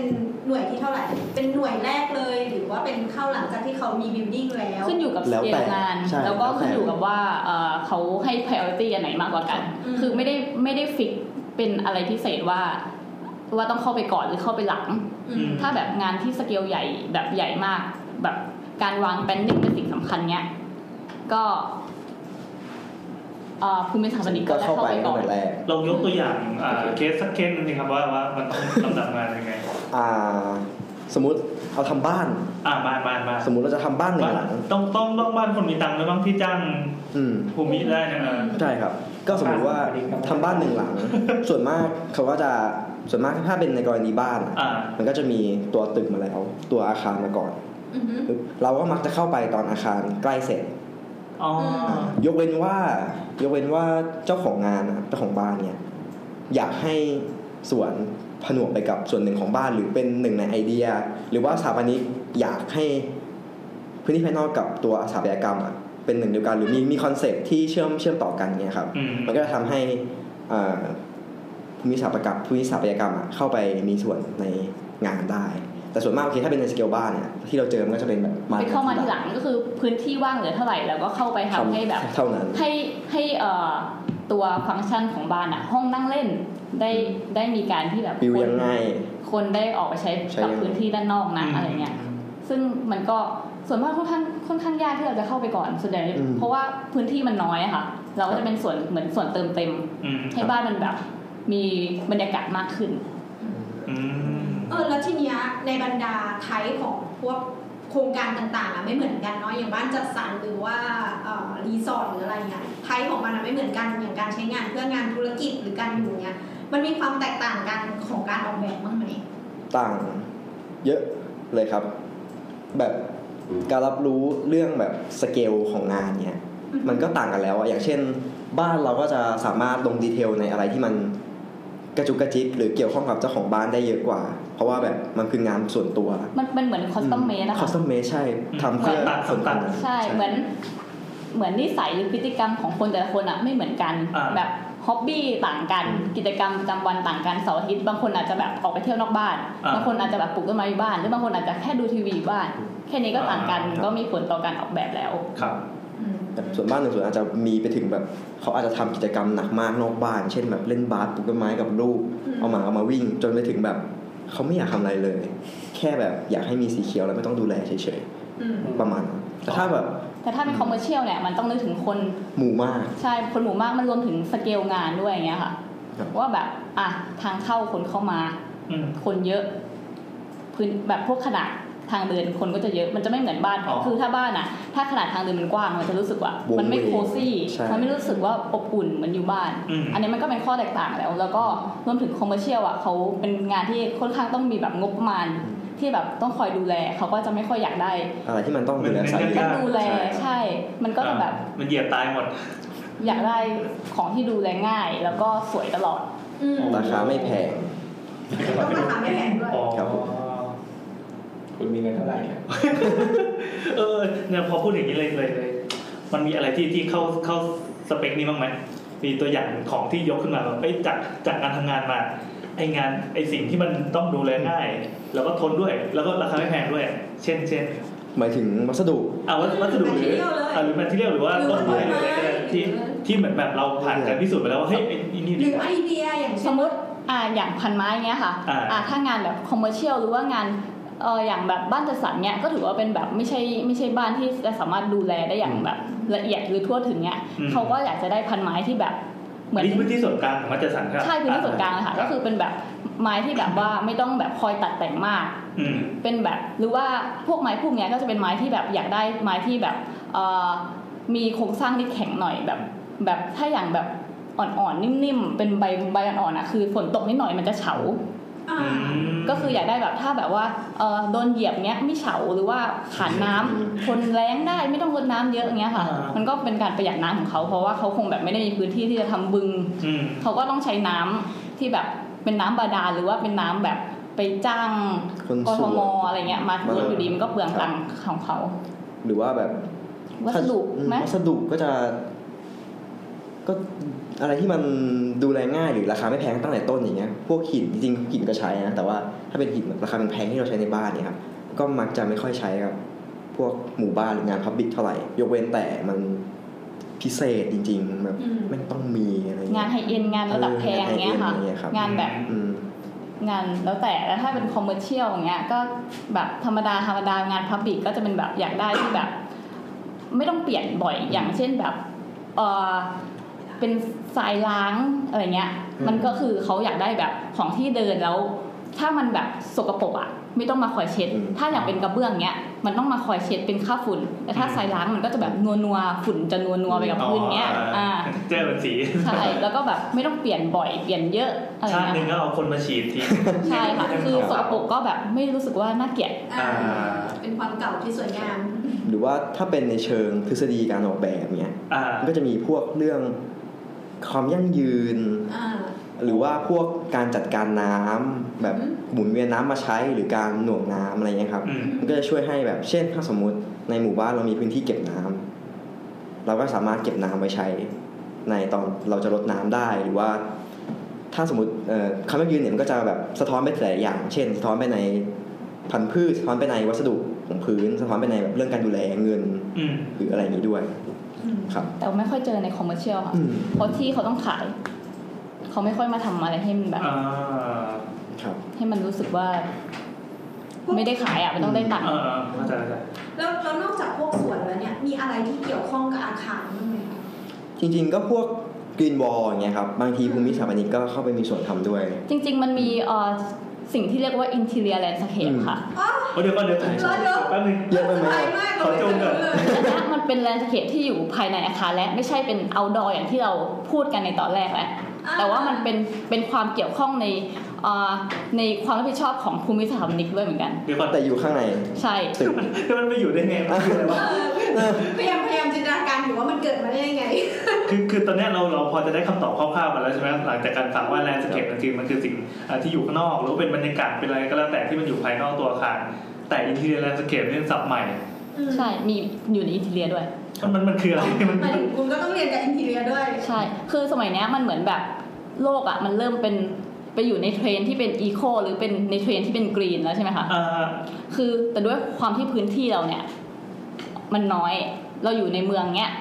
หน่วยที่เท่าไหร่ เป็นหน่วยแรกเลย หรือว่าเป็นเข้าหลังจากที่เขามีบิ l ดิ้งแล้ว
ขึ้นอยู่กับส
แล้ว
เก
แต่
ลงาน
ใช่
แล้วก็
แล้วแต่
ขึ้นอยู่กับว่าเอ่อเขาให้ priority อันไหนมากกว่ากัน
อืม
คือไม่ได้ไม่ได้ฟิกเป็นอะไรพิเศษว่าว่าต้องเข้าไปก่อนหรือเข้าไปหลัง
อืม
ถ้าแบบงานที่สเกลใหญ่แบบใหญ่มาก แบบการวางแบนดิ้งเป็นสิ่งสำคัญเนี้ยก็เอ่อภูมิสถาปนิกก็
ก็
ได้
เข้า
เข้า
ไป
ไปก่
ตั้
องน
แต่แรก
ลองยกตัวอย่างอ่าเคสสักเคสหนึงสิครับว่าว่ามันต้องลำดับงานยังไง
อ่า สมมติเอาทำบ้าน
อ่าบ้านบ้านบ้าน
สมมติเราจะทำบ้านหนึ่งหลัง
ต้องต้องต้องบ้านคนมีตังค์แล้วบ้างที่จ้าง
อืม
ภูมิได้เนะ
ใช่ครับ ก็สมมติว่าทำบ้านหนึ่งหลัง ส่วนมากเขาก็จะส่วนมากถ้าเป็นในกรณีบ้านอะ
อ่า
มันก็จะมีตัวตึกมาแล้ว ตัวอาคารมาก่อน
อือฮึ
เราก็มักจะเข้าไปตอนอาคารใกล้เสร็จ
อ๋อ
ยกเว้นว่ายกเว้นว่าเจ้าของงานอะเจ้าของบ้านเนี่ยอยากให้สวนผนวกไปกับส่วนหนึ่งของบ้านหรือเป็นหนึ่งในไอเดีย หรือว่าสถาปนิกอยากให้พื้นที่ภายนอกกับตัวสถาปัตยกรรมอะเป็นหนึ่งเดียวกัน หรือมีมีคอนเซปต์ที่เชื่อมเชื่อมต่อกันเนี่ยครับ
อืม
มันก็จะทำให้อ่าภูมิสถาปกรรมภูมิสถาปัตยกรรมอะเข้าไปมีส่วนในงานได้ แต่ส่วนมากโอเคถ้าเป็นในสเกลบ้านเนี่ยที่เราเจอมันก็จะเป็นแบบ
ไปเข้ามาทีหลังก็คือพื้นที่ว่างเหลือเท่าไหร่แล้วก็เข้าไปทำให้แบบ
เท่านั้น
ให้ให้เอ่อตัวฟังก์ชันของบ้านอะห้องนั่งเล่นได้ได้มีการที่แบบ
วิว
คน
ยังไง
คนได้ออกไปใช้
ใช้
กับ
ยังไง
พื้นที่ด้านนอกนะอะไรเงี้ยซึ่งมันก็ส่วนมากค่อนข้างค่อนข้างยากที่เราจะเข้าไปก่อนส่วนใหญ่
อืม
เพราะว่าพื้นที่มันน้อยอะค่ะ เราก็
ครั
จะ
บ
เป็นส่วนเหมือนส่วนเติมเต็ม
อืม
ให้บ้านมันแบบ มีบรรยากาศมากขึ้น
อืม
เออแล้วทีเนี้ยในบรรดาไทป์ของพวกโครงการต่างๆอะไม่เหมือนกันเนาะอย่างบ้านจัดสรรหรือว่าเอ่อรีสอร์ทหรืออะไรเงี้ยไทป์ของมันอะไม่เหมือนกันอย่างการใช้งานเพื่องานธุรกิจหรือการอยู่เนี้ยมันมีความแตกต่างกันของการออกแบบบ้างไหม
ต่างเยอะเลยครับ แบบการรับรู้เรื่องแบบสเกลของงานเนี่ย มันก็ต่างกันแล้วอะอย่างเช่น บ้านเราก็จะสามารถลงดีเทลในอะไรที่มันกระจุกกระจิกหรือเกี่ยวข้องกับเจ้าของบ้านได้เยอะกว่า เพราะว่าแบบมันคืองานส่วนตัว
มันมันเหมือนคอสตอมเมดนะ
คอ
คะ
สตอมเมใช่ทำเพื่อ
ตัด
ส่วน
ตัด
ตัว
ใช่เหมือนเหมือนนิสัยหรือพฤติกรรมของคนแต่ละคนอะไม่เหมือนกัน
อ่า
แบบฮ็อบบี้ต่างกัน กิจกรรมประจำวันต่างกันเสาร์อาทิตย์บางคนอาจจะแบบออกไปเที่ยวนอกบ้านบางคนอาจจะแบบปลูกต้นไม้อยู่บ้าน หรือบางคนอาจจะแค่ดูทีวีอยู่บ้าน แค่นี้ก็ต่างกันก็มีผลต่อการออกแบบแล้ว
ครับ
อืม
แต่ส่วนบ้านหนึ่งส่วนอาจจะมีไปถึงแบบเขาอาจจะทำกิจกรรมหนักมากนอกบ้าน เช่นแบบเล่นบาสปลูกต้นไม้กับลูก
อืม
เอาหมาเอามาวิ่ง จนไปถึงแบบเขาไม่อยากทำอะไรเลย แค่แบบอยากให้มีสีเขียวแล้วไม่ต้องดูแลเฉย
อืม
ๆ ประมาณนั้นแต่ถ้าแบบ
แต่ถ้าเป็นคอมเมอร์เชียลเนี่ยมันต้องนึกถึงคน
หมู่มาก
ใช่คนหมู่มากมันรวมถึงสเกลงานด้วยอย่างเงี้ยค่ะ
ครับ
ว่าแบบอ่ะทางเข้าคนเข้ามา
อืม
คนเยอะพื้นแบบพวกขนาดทางเดินคนก็จะเยอะมันจะไม่เหมือนบ้าน
อ๋อ
คือถ้าบ้านอะถ้าขนาดทางเดินมันกว้างมันจะรู้สึกว่า
Warm
มันไม่
way
โคซี่
ใช่
มันไม่รู้สึกว่าอบอุ่นเหมือนอยู่บ้าน
อืม
อันนี้มันก็เป็นข้อแตกต่างแล้ว แล้วก็รวมถึงคอมเมอร์เชียลอ่ะเขาเป็นงานที่ค่อนข้างต้องมีแบบงบประมาณที่แบบต้องคอยดูแลเขาก็จะไม่ค่อยอยากได้
อะไรที่มันต้องดูแล
มัน
สาย
เป็น
เลื
ต้
อ
อ
ด
งดูแล
ใช่
ใช่ มันก็จะแบบ
อ่ามันเหยียบตายหมด
อยากได้ของที่ดูแลง่าย แล้วก็สวยตลอด
อืม
ราคาไม่แพง
ต้องราคาไม่แพงด้วย
อ๋อ
ครับผม
คุณมีเงินเท่าไหร่เนี่ย
เออเนี่ยพอพูดอย่างนี้เลยเลยเลย มันมีอะไรที่ที่เข้าเข้าสเปคนี้บ้างไหมมีตัวอย่างของที่ยกขึ้นมาแบบไปจากจากการทำงานมาไองานไอสิ่งที่มันต้องดูแลง่าย แล้วก็ทนด้วย แล้วก็ราคาไม่แพงด้วย เช่นเช่น
หมายถึงวัสดุ
เอาวัสวัสดุหรือ
Material เลย
อ่าหรือแมทเทียลหรือว่า
หรือ
ต้นไม้ห
ต้
รือน
ไม้
อะไรก็ได้ที่ที่เหมือนแบบเราผ่านการพิสูจน์ไปแล้วว่าเฮ้ยไอ้ไอ้นี่
ห
ดี
รือก
ว่า
ไอเดียอย่าง
ส
เช่น
มมติอ่าอย่างพันไม้เงี้ยค่ะ
อ่า
ถ้างานแบบคอมเมอร์เชียลหรือว่างานเอออย่างแบบบ้านจัดสรรเนี้ยก็ถือว่าเป็นแบบไม่ใช่ไม่ใช่บ้านที่จะสามารถดูแลได้อย่างแบบละเอียดหรือทั่วถึงเนี้ยเขาก็อยากจะได้พันไม้ที่แบบเหมือน
นี่พื้นที่ส่วนกลางของมัจจสันครับ
ใช่พื้นที่ส่วนกลางเลยค่ะก็คือเป็นแบบไม้ที่แบบว่าไม่ต้องแบบคอยตัดแต่งมาก
อืม
เป็นแบบหรือว่าพวกไม้พวกเนี้ยก็จะเป็นไม้ที่แบบอยากได้ไม้ที่แบบเอ่อมีโครงสร้างที่แข็งหน่อยแบบ แบบถ้าอย่างแบบอ่อนๆนิ่มๆเป็นใบใบอ่อนๆอ่ะคือฝนตกนิดหน่อยมันจะเฉา
อ่า
ก็คืออยากได้แบบถ้าแบบว่าเอ่อโดนเหยียบเนี้ยไม่เฉาหรือว่าขาดน้ำทนแรงได้ไม่ต้องรดน้ำเยอะอย่างเงี้ยค่ะ
อ่ามั
มันก็เป็นการประหยัดน้ำของเขาเพราะว่าเขาคงแบบไม่ได้มีพื้นที่ที่จะทำบึง
อืม
เขาก็ต้องใช้น้ำที่แบบเป็นน้ำบาดาลหรือว่าเป็นน้ำแบบไปจ้าง
คน
ก
ส
ท
ว
ม
น
อะไรเงี้ยมาตรวจอยู่ดีมันก็เปลืองตังค์ของเขา
หรือว่าแบบ
วัสดุ
อืม
ไหม
วัสดุก็จะ ก็อะไรที่มันดูแลง่ายหรือราคาไม่แพงตั้งแต่ต้นอย่างเงี้ย พวกหินจริงๆหินก็ใช้นะแต่ว่าถ้าเป็นหินแบบราคาแพงๆที่เราใช้ในบ้านเนี่ยครับก็มักจะไม่ค่อยใช้ครับ พวกหมู่บ้านหรืองานพับบิกเท่าไหร่ ยกเว้นแต่มันพิเศษจริง ๆ แบบ
อืม
ไม่ต้องมีอะไรเงี้ย
งานไฮเอ็นงานระดับแพงอย่างเงี้ยค่ะ
เอองาน high end อะไรเงี้ยครับ
งานแบบ
อืม
งานแล้วแต่แล้วถ้าเป็นคอมเมอร์เชียลอย่างเงี้ยก็แบบธรรมดาธรรมดางานพับบิกก็จะเป็นแบบอยากได้ที่แบบ ไม่ต้องเปลี่ยนบ่อยอย่างเช่นแบบเออเป็นทรายล้างอะไรเงี้ย มันก็คือเขาอยากได้แบบของที่เดินแล้ว ถ้ามันแบบสกปรกอ่ะไม่ต้องมาคอยเช็ด
อืม
ถ้าอย่างเป็นกระเบื้องเนี้ยมันต้องมาคอยเช็ดเป็นค่าฝุ่น แต่ถ้าทรายล้างมันก็จะแบบนัวนัวๆฝุ่นจะนัวนัวๆไปกับพื้นเนี้ยอ่า
เจอแบบสี
ใช่แล้วก็แบบไม่ต้องเปลี่ยนบ่อยเปลี่ยนเยอะอะไร
ชาติหนึ่
เงี้
ง
ย
ก็เอาคนมาฉีดที
ใช่ค่ะคือสกปรกก็แบบไม่รู้สึกว่าน่าเกลียด
อ่า เป็นความเก่าที่สวยงาม
หรือว่าถ้าเป็นในเชิงทฤษฎีการออกแบบเนี้ย
อ่า
มันก็จะมีพวกเรื่องความยั่งยืน
อ่า
หรือว่าพวกการจัดการน้ำแบบ
อืม
หมุนเวียนน้ำมาใช้หรือการหน่วงน้ำอะไรเงี้ยครับ
อืม
มันก็จะช่วยให้แบบเช่น ถ้าสมมุติในหมู่บ้านเรามีพื้นที่เก็บน้ำเราก็สามารถเก็บน้ำไว้ใช้ ในตอนเราจะลดน้ำได้หรือว่า ถ้าสมมติเอ่อคำว่ายืนเนี่ยมันก็จะแบบสะท้อนไปหลายอย่าง เช่น สะท้อนไปในพันธุ์พืชสะท้อนไปในวัสดุของพื้น สะท้อนไปในแบบเรื่องการดูแลเงิน
อืม
หรืออะไรอย่างนี้ด้วย
อืม
ครับ
แต่ไม่ค่อยเจอในคอมเมอร์เชียลค่ะ
อืม
เพราะที่เขาต้องขาย เขาไม่ค่อยมาทำอะไรให้มันแบบ
อ่า
ครับ
ให้มันรู้สึกว่า ไม่ได้ขายอ่ะมันต้องได้ตังค์
เออเข้าใจเข้าใจ
แล้วแล้วนอกจากพวกสวนแล้วเนี่ย มีอะไรที่เกี่ยวข้องกับอาคารบ้างไหมคะ
จริงๆก็พวก กรีนวอลอย่างเงี้ยครับบางทีภูมิสถาปนิกก็เข้าไปมีส่วนทำด้วย
จริง ๆ มันมีเอ่อสิ่งที่เรียกว่า interior landscape ค่ะ
อ๋อ
เดี๋ยวก่อนเดี๋ยว
เดี๋ยวเดี๋ยว
แป๊บนึง
เยอะไปไหม
สบายมากเราไม่เคยรู้เลย
อันเนี้ยมันเป็น landscape ที่อยู่ภายในอาคารและไม่ใช่เป็น outdoor อย่างที่เราพูดกันในตอนแรกแหละแต่ว่ามันเป็นเป็นความเกี่ยวข้องในเอ่อในความรับผิดชอบของภูมิสถาปนิกด้วยเหมือนกัน
เดี๋ยวก่อน
แต่อยู่ข้างใน
ใช่
ตึก
แล้วมันไปอยู่ได้ไงมันคืออะไรวะ
เออพยายามพยายามจินตนาการอยู่ว่ามันเกิดมาได้ยังไง
คือคือตอนเนี้ยเราเราพอจะได้คำตอบคร่าวๆมาแล้วใช่ไหมหลังจากการฟังว่าแลนด์สเคปจริงๆมันคือสิ่งเอ่อที่อยู่ข้างนอก หรือว่าเป็นบรรยากาศเป็นอะไรก็แล้วแต่ที่มันอยู่ภายนอกตัวอาคารแต่อินเท i ร์แลนด์สเคปเนี่ยศัพท์ใหม่
อืม
ใช่มีอยู่ใน interior ด้วย
มันมันมันคืออะไรมัน
หมายถึงคุณก็ต้องเรียนกับอินทีเรียด้วย
ใช่ คือสมัยเนี้ยมันเหมือนแบบโลกอ่ะมันเริ่มเป็นไปอยู่ในเทรนด์ที่เป็นอีโคหรือเป็นในเทรนด์ที่เป็นกรีนแล้วใช่ไหมคะ
อ่า
คือแต่ด้วยความที่พื้นที่เราเนี่ยมันน้อย เราอยู่ในเมืองเนี้ย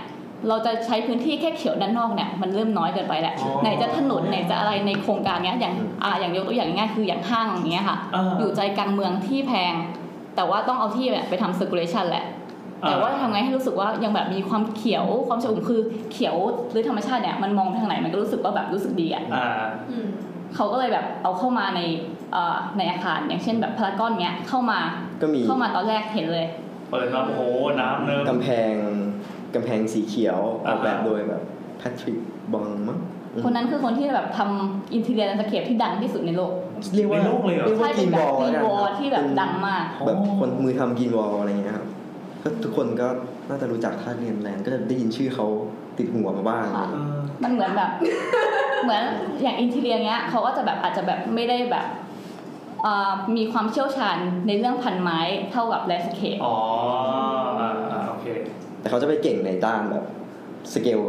เราจะใช้พื้นที่แค่เขียวด้านนอกเนี่ยมันเริ่มน้อยเกินไปแหละ
อ๋อ
ไหนจะถนนไหนจะอะไรในโครงการเนี้ยอย่างอ่าอย่างยกตัวอย่างง่ายๆคืออย่างห้างอย่างเงี้ยค่ะ
อ่า
อยู่ใจกลางเมืองที่แพง แต่ว่าต้องเอาที่แบบไปทำ circulation แหละ แต่ว่าทำไงให้รู้สึกว่ายังแบบมีความเขียวความชอุ่มคือเขียวหรือธรรมชาติเนี่ยมันมองไปทางไหนมันก็รู้สึกว่าแบบรู้สึกดีอ่ะ
อ่า
อืม
เขาก็เลยแบบเอาเข้ามาในเอ่อในอาคารอย่างเช่นแบบพารากอนเนี้ยเข้ามา
ก็มี
เข้ามาตอนแรกเห็นเลย
เปิดมาโอ้โหน้ำเนิ้ม
กำแพงกำแพงสีเขียวอ
อ่า
อกแบบโดยแบบแพทริกบองมั้งอืม
คนนั้นคือคนที่แบบทำอินเท i รีย n แลนสเคปที่ดังที่สุดในโลก
เรียกว่า
ในโลกเลยเหรอ
เรียกว่า
ใช่เป็
กิ
น
นอลแล้ว
แบบ บมี
กัน
ว
ค
อ
รับ
ที่แบบ
เป็น
ดังมาก
แบบคนมือทำกินวอลอะไรเงี้ยครับก็ทุกคนก็น่าจะรู้จักถ้าเรียนแลนด์ก็จะได้ยินชื่อเขาติดหัวมาบ้าง
ค่ะ
อ่า
มันเหมือนแบบ <laughs> เหมือนอย่างอินเท i รีย n เงี้ยเขาก็จะแบบอาจจะแบบไม่ได้แบบเอ่อมีความเชี่ยวชาญในเรื่องพันไม้เท่ากับแลนสเคป
อ๋ออ่าอ่าโอเค
แต่เขาจะไปเก่งในด้านแบบสเกล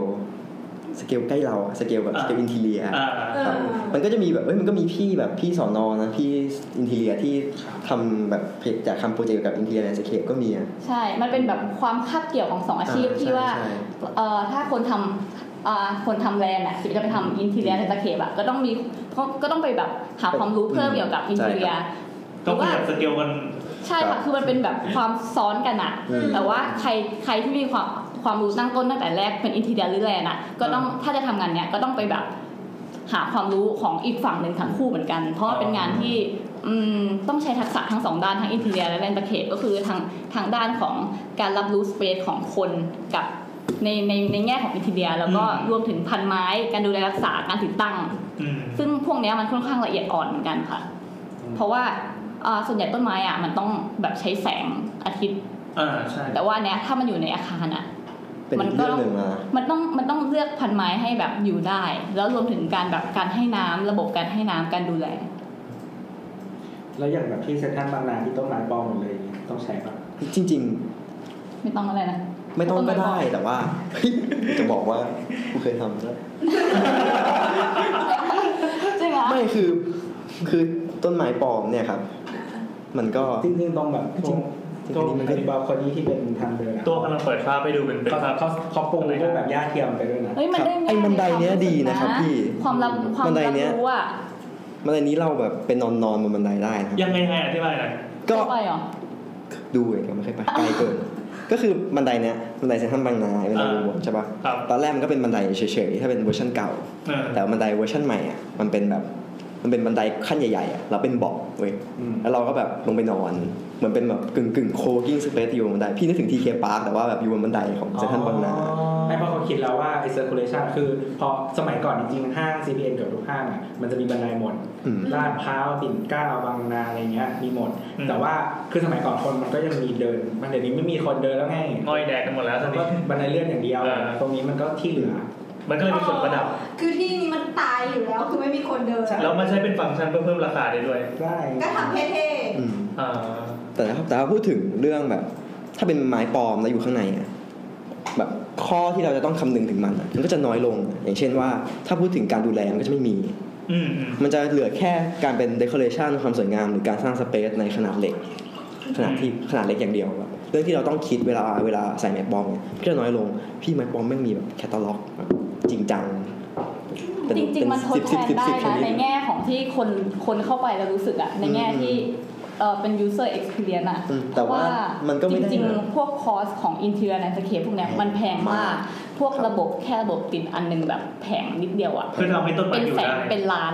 สเกลใกล้เราอะสเกลแบบ
อ่า
สเกลอินเทีย
อ่าอ่า
เอ
ครับ
อ
มันก็จะมีแบบเอ้ยมันก็มีพี่แบบพี่สอนอนะพี่อินเทียที่ทำแบบเพจจากทำโปรเจกต์เกี่ยวกับอินเทียแลนด์สเคปก็มีอะ
ใช่ มันเป็นแบบความคาบเกี่ยวของสองอาชีพ
อ่า
ที่ว่า
ใช่
เอ่อถ้าคนทำอ่าคนทำแลนด์อ่ะที่จะไปทำอินทีเรียในตะเข็บอ่ะก็ต้องมีก็ก็ต้องไปแบบหาความรู้เพิ่มเกี่ยวกับอินทีเรียห
ต้องข
รือว่า
ยับสเกลมัน
ใช่ค่ะคือมันเป็นแบบความซ้อนกันอ่ะ
อืม
แต่ว่าใครใครที่มีความความรู้ตั้งต้นตั้งแต่แรกเป็นอินทีเรียหรือแลนด์อ่ะก็ต้องถ้าจะทำงานเนี้ยก็ต้องไปแบบหาความรู้ของอีกฝั่งหนึ่งทั้งคู่เหมือนกัน เพราะว่าเป็นงานที่อืมต้องใช้ทักษะทั้งสองด้านทั้งอินทีเรียและแลนด์ตะเข็บก็คือทางทางด้านของการรับรู้สเปซของคนกับในในในแง่ของอินทีเรียแล้วก็รวมถึงพันไม้ การดูแลรักษาการติดตั้ง
อืม
ซึ่งพวกเนี้ยมันค่อนข้างละเอียดอ่อนเหมือนกันค่ะ เพราะว่าเอ่อส่วนใหญ่ต้นไม้อ่ะมันต้องแบบใช้แสงอาทิตย์
อ่าใช่
แต่ว่าเนี้ยถ้ามันอยู่ในอาคารอ่ะ
เป็น
มัน
อีก
ก็
เรื่องหนึ่งมา
มันต้องมันต้องเลือกพันไม้ให้แบบอยู่ได้ แล้วรวมถึงการแบบการให้น้ำระบบการให้น้ำการดูแล
แล้วอย่างแบบที่เซ็นทรัลบางนาที่ต้นไม้ปลอมหมดเลยอย่างเงี้ยต้องใช้ปะ
จริง
ไม่ต้องอะไรนะ
ๆ ไม่ต้องก็ได้แต่ว่า <laughs> เฮ้ยจะบอกว่ากูเคยทำแล้ว
ใช่ไหม
ไม่คือ คือต้นไม้ปลอมเนี่ยครับ มันก็
จริงๆตรงแบบ
จริงๆ
ตรง
อันนี้มันก็
อันนี้บาร์คอนี่ที่เป็นทางเดินอะ
ตัวกำลังเปิดภาพให้ดูเป็นเป็น
เขา
ภาพ
เขาเขาปรุงรูปแบบย่าเทียมไปด้วยนะ
เฮ้ยมันได้
ครับ
ง่าย
ไอ้บันไดเนี้ยดีนะครับพี่
ความรับความ
บันได
รับ
เนี้ย
รู้อ่ะ
มันอันนี้เราแบบเป็นนอนนอนๆบนบันไดได้นะครับ
ยังไงไงอธิบายหน่อย
ก็
เข้าไปเหรอ
ดูเองก็ไม่เคยไปไกลเกิน ก็คือบันไดเนี้ยบันไดเซ็นทรัลบางนาบันไดวงบนใช่ปะ
ครับ
ตอนแรกมันก็เป็นบันไดเฉยๆถ้าเป็นเวอร์ชันเก่า
เออ
แต่บันไดเวอร์ชันใหม่อ่ะมันเป็นแบบมันเป็นบันไดขั้นใหญ่ๆอ่ะแล้วเป็นเบาะเว้ย
อืม
แล้วเราก็แบบลงไปนอนเหมือนเป็นแบบกึ่งกึ่งโคกิ้งสเปซอยู่บนบันไดพี่นึกถึงทีเคปาร์คแต่ว่าแบบอยู่บนบันไดของเซนทรัลบางนา
ไม่เพราะเขาคิดแล้วว่าไอ้ circulation คือพอสมัยก่อนจริงๆห้าง CPN เกือบทุกห้างอะมันจะมีบันไดหมด
อืม
ลาดพร้าวปิ่นเกล้าบางนาอะไรเงี้ยมีหมด
อืม
แต่ว่าคือสมัยก่อนคนมันก็ยังมีเดิน มันเดี๋ยวนี้ไม่มีคนเดินแล้วไง
ง่อยแดกกันหมดแล้วตอน
แล้ว
นี้
ก็บันไดเลื่อนอย่างเดียว
อ่า
ตรงนี้มันก็ที่เหลือ
มันก็เลยเป็นส่วนประดับ
คือที่นี้มันตายอยู่แล้วคือไม่มีคนเดิน
ใช่
แล้วมันใช้เป็นฟังก์ชันเพื่อเพิ่มราคาได้ด้วย
ได้
ก็ทำเท่
อืม
อ่า
แต่ถ้าแต่ถ้าพูดถึงเรื่องแบบ ถ้าเป็นไม้ปลอมแล้วอยู่ข้างในอ่ะแบบข้อที่เราจะต้องคำนึงถึงมันอะมันก็จะน้อยลง อย่างเช่นว่า ถ้าพูดถึงการดูแลมันก็จะไม่มี
อืมอืม
มันจะเหลือแค่การเป็นเดคอเรชันความสวยงามหรือการสร้างสเปซในขนาดเล็ก ขนาดที่ขนาดเล็กอย่างเดียวแบบเรื่องที่เราต้องคิดเวลาเวลาใส่แมปบอมเนี่ยก็จะน้อยลง พี่แมปบอมไม่งมีแบบแคตตาล็อกแบบจริงจังเป็
จริง ๆ มันทด
เป็
แทนได้
ช
นะ
ด
ในแง่ของที่คนคนเข้าไปแล้วรู้สึกอะในแง่ที่เออเป็น user experience อะ
อืมแต่ว่า
เพระ
มันก็ไม่ได้
จริง
แบบ
ๆ พวกคอสของ interior landscape พวกเนี้ยมันแพงมาก พวกระบบแค่ระบบติดอันหนึงแบบแผงนิดเดียวอะ
เพื่อทำให้ต้นไม้
เป็น
อยู่
แสน
ได้
เป็นล้าน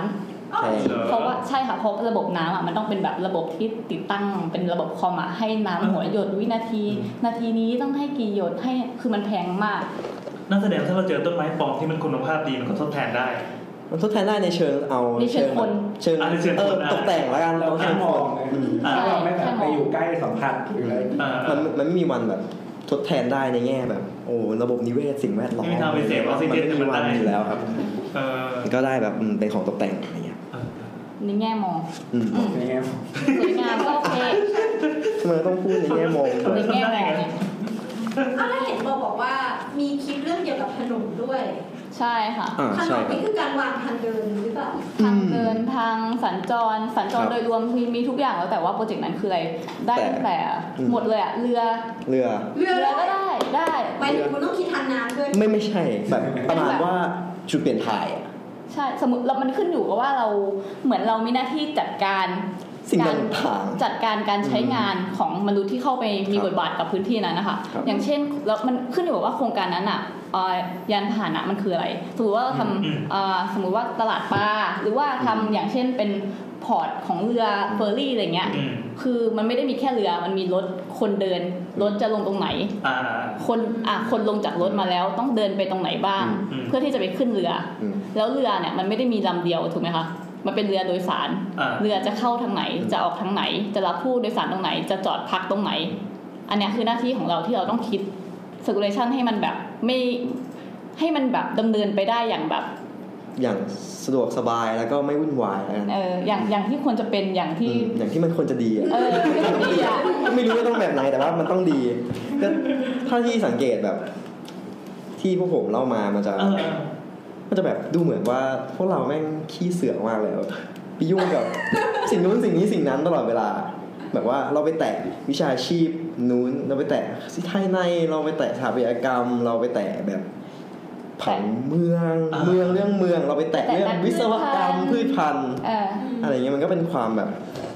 อ๋อ
ใช่
ออ
เพราะว่าใช่ค่ะเพราะระบบน้ำอ่ะมันต้องเป็นแบบระบบที่ติดตั้งเป็นระบบคอมอ่ะให้น้ำ
อ่า
หัวหยดวินาที นาทีนี้ต้องให้กี่หยดให้คือมันแพงมาก
นั่นแสดงว่าถ้าเราเจอต้นไม้ปลอมที่มันคุณภาพดีมันก็ทดแทนได้
มันทดแทนได้ในเชิงเอา
ในเชิงคน
เชิง
อ่ะในเชิงคน
เออ
อ่ะ
ตกแต่งละกัน
เรา
เอา
แค่
เชิง
ม
ค
อง
น
ไง
อืม
อ่า
ถ้าเราไม่แบบไปอยู่ใกล้สัมผัสหรืออะไร
อ่ามั
มันมันไม่มีวันแบบ ทดแทนได้ในแง่แบบ โอ้ระบบนิเวศสิ่งแวดล้อม
ไม่มีทางไปเสพออกซิเจน
มันไม่มีวัน
จากมันได้
อยู่แล้วครับ
เออ
มันก็ได้แบบอืมเป็นของตกแต่งอะไรเงี้ย
เออ
ในแง่มอง
อืม
อืม
ในแง่
สวยงามก็โอเค
ทำไมต้องพูดในแง่มองด้ว
ใน
ย
แง่มองเนี่ย
อ้าวแล้วเห็นบอกบอกว่ามีคลิปเรื่องเกี่ยวกับขนมด้วย
ใช่ค่ะ
อ่า
ขนม
ใช่ครับ
นี่คือการวางทางเดินหรือเปล่า
ทางเดินทางสัญจรสัญจ
ค
ร
รับ
โดยรวมมีมีทุกอย่างแล้วแต่ว่าโปรเจกต์นั้นคืออะไรได้
แต่
ตั้งแต่
อืม
หมดเลยอะเรือ
เรือ
เรือ
เรือ
ก็
ก็
ได้
ได้
ห
ได้
มายถึงคุณต้องคิดทางน้ำด้วย
ไม่ไม่ใช่แบบประมาณว่าจุดเปลี่ยนถ่ายอะ
ใช่สมมติเรามันขึ้นอยู่กับว่าเราเหมือนเรามีหน้าที่จัดการ
สิ่ง
การ
ต่าง
จัดการการใช้งานของมนุษย์ที่เข้าไปมี
ครับ
บทบาทกับพื้นที่นั้นนะคะ
ครับ
อย่างเช่นแล้วมันขึ้นอยู่กับว่าโครงการนั้นอ่ะเอ่อยานพาหนะมันคืออะไรสมมติว่าเราทำเอ่อสมมุติว่าตลาดปลาหรือว่าทำอย่างเช่นเป็นพอร์ตของเรือเฟอร์รี่อะไรเงี้ย
อืม
คือมันไม่ได้มีแค่เรือ มันมีรถคนเดิน รถจะลงตรงไหน
อ่า
คนอ่ะคนลงจากรถมาแล้วต้องเดินไปตรงไหนบ้าง
อืม
เพื่อที่จะไปขึ้นเรือ
ๆอืม
แล้วเรือเนี่ยมันไม่ได้มีลำเดียวถูกไหมคะ มันเป็นเรือโดยสาร
อ่า
เรือจะเข้าทางไหน
อืม
จะออกทางไหน จะรับผู้โดยสารตรงไหน จะจอดพักตรงไหน อันเนี้ยคือหน้าที่ของเราที่เราต้องคิด circulation ให้มันแบบไม่ให้มันแบบดำเนินไปได้อย่างแบบ
อย่างสะดวกสบายแล้วก็ไม่วุ่นวายแล้วกัน
เอออย่างอย่างที่ควรจะเป็นอย่าง
อื
ที่
มอย่างที่มันควรจะดีอะ
เออที่มันดีอะ
ไม่รู้ว่าต้องแบบไหนแต่ว่ามันต้องดีก็ถ้าที่สังเกตแบบ ที่พวกผมเล่ามามันจะ
เออเออ
มันจะแบบดูเหมือนว่าพวกเราแม่งขี้เสือกมากเลยแบบไปยุ่งกับ <laughs> สิ่งนู้นสิ่งนี้สิ่งนั้นตลอดเวลา แบบว่าเราไปแตะวิชาชีพนู้นเราไปแตะสิทายในเราไปแตะสถาปัตยกรรม เราไปแตะแบบผังเมือง
อ่า
เมืองเรื่องเมือง เราไปแตะ
แตะ
เรื่องวิศวกรรม
พื
พื
ช
ช
พั
พั
น
น
ธุ์
ธุ์
เออ
อะไรเงี้ยมันก็เป็นความแบบ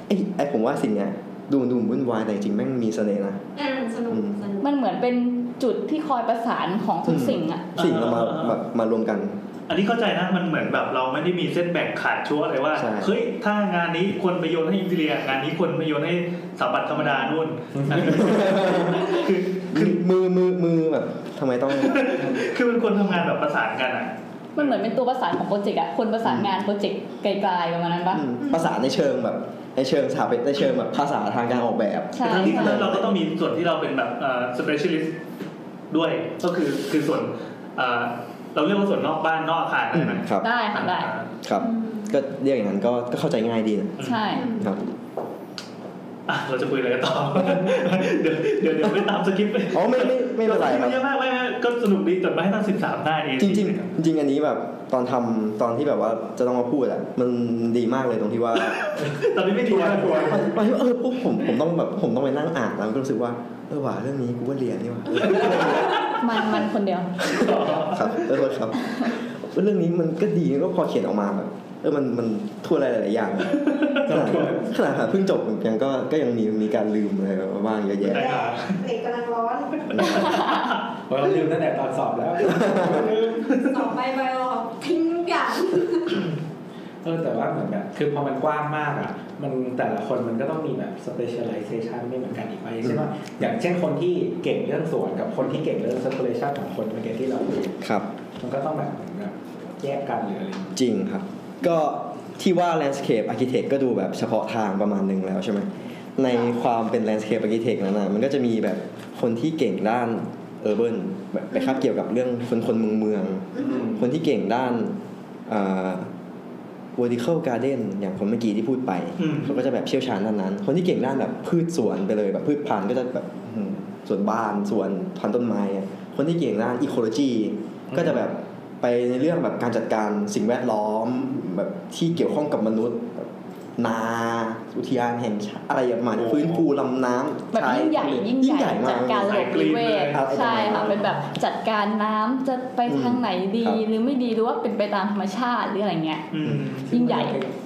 ไอ้ยไอ้ผมว่าสิ่งเนี้ยดูดูเหมือนวุ่นวายแต่จริงๆแม่งมีเสน่ห์นะ
อ่าสนุกสนุก
มันเหมือนเป็นจุดที่คอยประสานของทุกสิ่งอะ
สิ่งเรามา
อ่า
แบบมารวมกัน
อันนี้เข้าใจนะมันเหมือนแบบเราไม่ได้มีเส้นแบ่งขาดชั่วเลยว่า
ใช่
เฮ้ยถ้างานนี้ควรไปโยนให้อินเดียงานนี้ควรไปโยนให้สถาปัตย์ธรรมดา
<laughs>
นู่นคือ
มือมือมือแบบทำไมต้อง
คือมันควรทำงานแบบประสานกันอ่ะ
มันเหมือนเป็นตัวประสานของโปรเจกต์อะคนประสานงานโปรเจกต์ไกลๆประมาณนั้นปะ
อืมประสานในเชิงแบบในเชิงสถาปัตย์ในเชิงแบบภาษาทางการออกแบบ
ใช่
ทั้งที่ทั้งนั้นเราก็ต้องมีส่วนที่เราเป็นแบบเอ่อ specialist ด้วย ก็คือคือส่วนเอ่อเราเรียกว่าส่วนนอกบ้านนอกอาคาร
อื
ได้ไห
ม
ม
ครับ
ได้ค่ะได้
ครับ ก็เรียกอย่างนั้นก็ก็เข้าใจง่ายดีนะ
ใช่
ครับ
อ่ะเราจะคุยอะไรกันต่อ <laughs> เดี๋ยวเดี๋ยวเดี๋ยวไปตามสคริปต์ไป
อ๋อไม่ไม่ไม่เป็นไรครับ
เยอะมากไม่ไม่ก็สนุกดีจดมาให้ตั้งสิบสามหน้าเอง
จริงๆจริงๆอันนี้แบบตอนทำตอนที่แบบว่าจะต้องมาพูดอะมันดีมากเลยตรงที่
<laughs>
ว่า
ตอนนี้ไม่ดีแล้ว
มันมันเออปุ๊บผมผมต้องแบบผมต้องไปนั่งอ่านแล้วก็รู้สึกว่าเออว่ะเรื่องนี้กูว่าเรียนนี่หว่า
มันมันคนเดียว
ครับเออครับเรื่องนี้มันก็ดีก็พอเขียนออกมาแบบเออมันมันทั่วอะไรหลายๆอย่างขนาดขนาดหาเพิ่งจบยังก็ก็ยังมีมีการลืมอะไรมาบ้างเยอะแยะ
แดดเหล็กกำลังร้อน
เราลืมตั้งแต่ตอนสอบแล้ว
สอบไปไปออกทิ้งทุกอย่าง
เออแต่ว่าเหมือนแบบคือพอมันกว้างมากอ่ะ มันแต่ละคนมันก็ต้องมีแบบ specialization ไม่เหมือนกันอีกไปใช่ไหมอย่างเช่นคนที่เก่งเรื่องสวนกับคนที่เก่งเรื่อง circulation ของคนเมื่อกี้ที่เราคุย
ครับ
มันก็ต้องแบบเหมือนแบบแยกกันหรืออะไรอย่างเงี้ย
จริงครับ ก็ที่ว่า landscape architect ก็ดูแบบเฉพาะทางประมาณหนึ่งแล้วใช่ไหมในความเป็น landscape architect นั้นนะมันก็จะมีแบบคนที่เก่งด้าน urban แบบไปคาบเกี่ยวกับเรื่องคนคนเมืองเมืองๆ
อืม
คนที่เก่งด้านอ่า vertical garden อย่างคนเมื่อกี้ที่พูดไป
อืม
เขาก็จะแบบเชี่ยวชาญด้านนั้น คนที่เก่งด้านแบบพืชสวนไปเลยแบบพืชพันธุ์ก็จะแบบอืมสวนบ้านสวนพันธุ์ต้นไม้อะคนที่เก่งด้าน ecology ก็จะแบบไปในเรื่องแบบการจัดการสิ่งแวดล้อมแบบที่เกี่ยวข้องกับมนุษย์แบบ นาอุทยานแห่งชาติอะไรอย่างเงี้ยฟื้นฟูลำน้ำ
แบบ
ชาย
ยิ่งใหญ่
ทะเล
ยิ่งใหญ่
มา
จั
ก
ดการระบบนิเวศ
ครับ
ใช่ค่ะเป็นแบบจัดการน้ำจะไปทางไหนดี
ครับ
หรือไม่ดีหรือว่าเป็นไปตามธรรมชาติหรืออะไรเงี้ย
อืม
ยิ่งใหญ่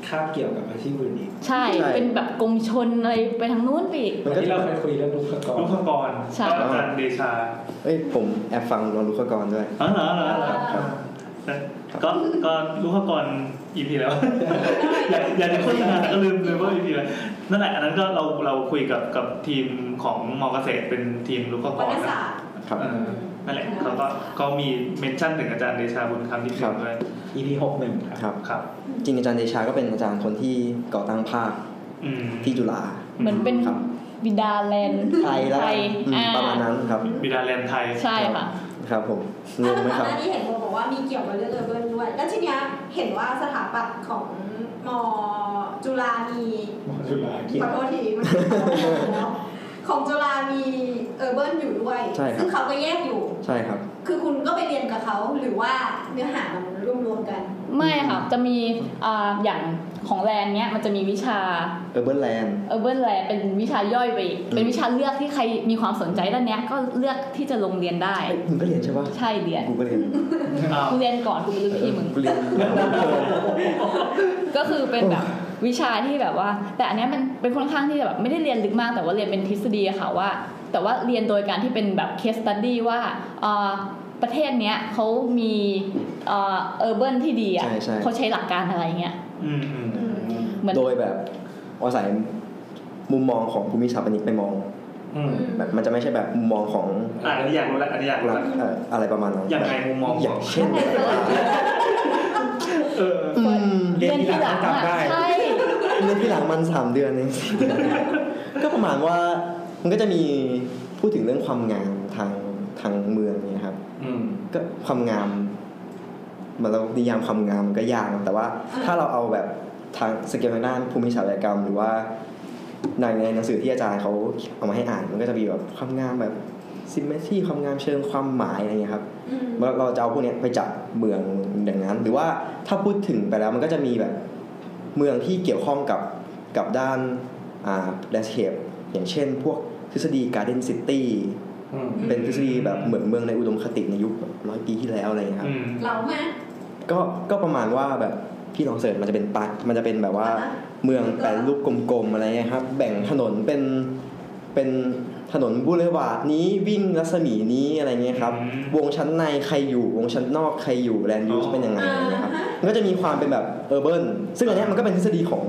คาบเกี่ยวกับอาชีพอื่นอีก
ใช่
ใช่
เป็นแบบกงชนอะไรไปทางนู้นไปอีก
มันก็
ที่
จะ
เราเคยคุยเรื่องลูกกร
ลูกขกร
ใช่
ก็อาจารย์เดชา
เอ้ยผมแอบฟังนอนรู้ขกรด้วย
อ๋อเหรอเหรอเหรอก็ก็ลูกขกรอีพีแล้ว อยากอยากจะโฆษณาแต่ก็ลืมลืมว่าอีพีแล้วนั่นแหละอันนั้นก็เราเราคุยกับกับทีมของมอเกษตรเป็นทีมลูกขก
วั
ร
ฒน
นะ
ศาสตร์
ครับ
เออนั่นแหละเขาก็เขามีเมนชั่นถึงอาจารย์เดชาบุญคำที่
ครั
เขีย
บ
นด้วย
EP หกหนึ่งครั
ครับ
บ
ครับ
จริงอาจารย์เดชาก็เป็นอาจารย์คนที่ก่อตั้งภาค
อืม
ที่จุฬา
เหมือนเป็น
ครับ
บิดาแลนด์
ไทยแล้ว
ไท
กัน
ย
อืม
อ่า
ประมาณนั้นครับ
บิดาแลนด์ไทย
ใช่ค่ะ
ครับผมง
ถ้าง
ไหมค
ก่อ
รั
นห
บ
น้านี้เห็นบอกว่ามีเกี่ยวกับเรื่องเลเวลด้วย แล้วทีเนี้ยเห็นว่าสถาปัตย์ของมจุฬามี
จุฬา
ขอโทษทีมันเป็นของมจุฬาเนอะของจุฬามีเออร์เบิร์นอยู่ด้วย
ใช่ครับ
ซึ่งเขาก็แยกอยู่
ใช่ครับ
คือคุณก็ไปเรียนกับเขาหรือว่าเนื้อหามันรวมรวมๆกัน
ไม่ค่ะ จะมีอ่าอย่างของแลนด์เนี้ยมันจะมีวิชา
เออร์เบิร์นแลนด์
urban land เป็นวิชาย่อยไปอีก
อืม
เป็นวิชาเลือกที่ใครมีความสนใจด้านเนี้ยก็เลือกที่จะลงเรียนได้
มึงก็เรียนใช่ปะ
ใช่เรียน
กูก็เรียน
อ้าว
กูเรียนก่อนกูเป็นรุ่นพี่มึง
กูเรียน
ก็คือเป็นแบบวิชาที่แบบว่า แต่อันเนี้ยมันเป็นค่อนข้างที่จะแบบไม่ได้เรียนลึกมากแต่ว่าเรียนเป็นทฤษฎีอะค่ะว่า แต่ว่าเรียนโดยการที่เป็นแบบ case study ว่าเอ่อประเทศเนี้ยเขามีเอ่อ urban ที่ดีอ่ะ
ใช่ใช่
เขาใช้หลักการอะไรเงี้ย
อืมอืม
เหมือน
โดยแบบอาศัยมุมมองของภูมิสถาปนิกไปมอง
อืม
แบบมันจะไม่ใช่แบบมุมมองของ
อ่ะอันนี้อยากรู้ละอันนี้อยากรู้
รัก
ละ
เอ่ออะไรประมาณนั้น
อย่างไรมุมมอง
อ
ข
ย่า
อง
งเช่นแบบว่า
เออ
อืม
เรียนทีหลัง
อะ
จำได้
ใช่
เรียนที่หลังมันสามเดือนเอง ก็ประมาณว่ามันก็จะมีพูดถึงเรื่องความงามทางทางเมืองเนี่ยครับ
อืม
ก็ความงามเหมือนเรานิยามความงามมันก็ยากนะแต่ว่าถ้าเราเอาแบบทางสเกลทางด้านภูมิศาสตร์กรรม หรือว่าในในหนังสือที่อาจารย์เขาเอามาให้อ่าน มันก็จะมีแบบความงามแบบซิมเมทรีความงามเชิงความหมายอะไรเงี้ยครับ
อืม
เราเราจะเอาพวกเนี้ยไปจับเมืองอย่างนั้น หรือว่าถ้าพูดถึงไปแล้วมันก็จะมีแบบเมืองที่เกี่ยวข้องกับกับด้านอ่าแลนด์สเคปอย่างเช่น พวกทฤษฎีการ์เดนซิตี้
อืม
เป็นทฤษฎีแบบเหมือนเมืองในอุดมคติในยุคแบบร้อยปีที่แล้วอะไรอย่างเงี้ยครับ
อืม
เรามา
ก็ก็ประมาณว่าแบบพี่ลองเสิร์ชมันจะเป็นปักมันจะเป็นแบบว่าเมืองแปรรูปกลมๆอะไรเงี้ยครับ แบ่งถนนเป็นเป็นถนนบูเลวาร์ดนี้วิ่งรัศมีนี้อะไรเงี้ยครับ
อืม
วงชั้นในใครอยู่วงชั้นนอกใครอยู่แลนด์ยูส
อ๋อ
เป็นยังไง
อ่า
อะไรเงี้ยครับ
ฮะ
มันก็จะมีความเป็นแบบเออร์เบิร์นซึ่งอันเนี้ยมันก็เป็นทฤษฎีของ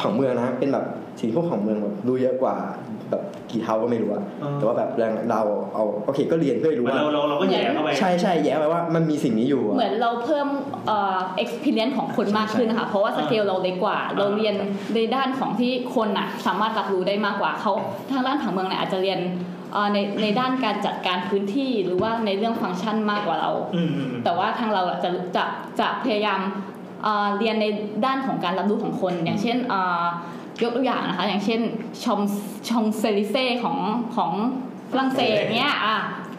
ผังเมืองนะเป็นแบบสิ่งที่พวกผังเมืองแบบรู้เยอะกว่าแบบกี่เท่าก็ไม่รู้อะแต่ว่าแบบเราเอาโอเคก็เรียนเพื่อให้รู้
เหมือน
ว่า
เราเราเราก็แหย่เข้าไป
ใช่ใช่แย้ไปว่ามันมีสิ่งนี้อยู่อะ
เหมือนเราเพิ่มเอ่อ experience ของคนมากขึ้นนะคะเพราะว่าสเกลเราเล็กกว่า เราเรียนในด้านของที่คนอ่ะสามารถรับรู้ได้มากกว่าเขาทางด้านผังเมืองเนี่ยอาจจะเรียนเอ่อในในด้านการจัดการพื้นที่หรือว่าในเรื่องฟังก์ชันมากกว่าเรา
อืมอืม
แต่ว่าทางเราอะจะจะจะพยายามเอ่อเรียนในด้านของการรับรู้ของคน อย่างเช่นเอ่อยกตัวอย่างนะคะ อย่างเช่นชองชองเซลิเซ่ของของฝรั่งเศสเนี้ยอ่ะ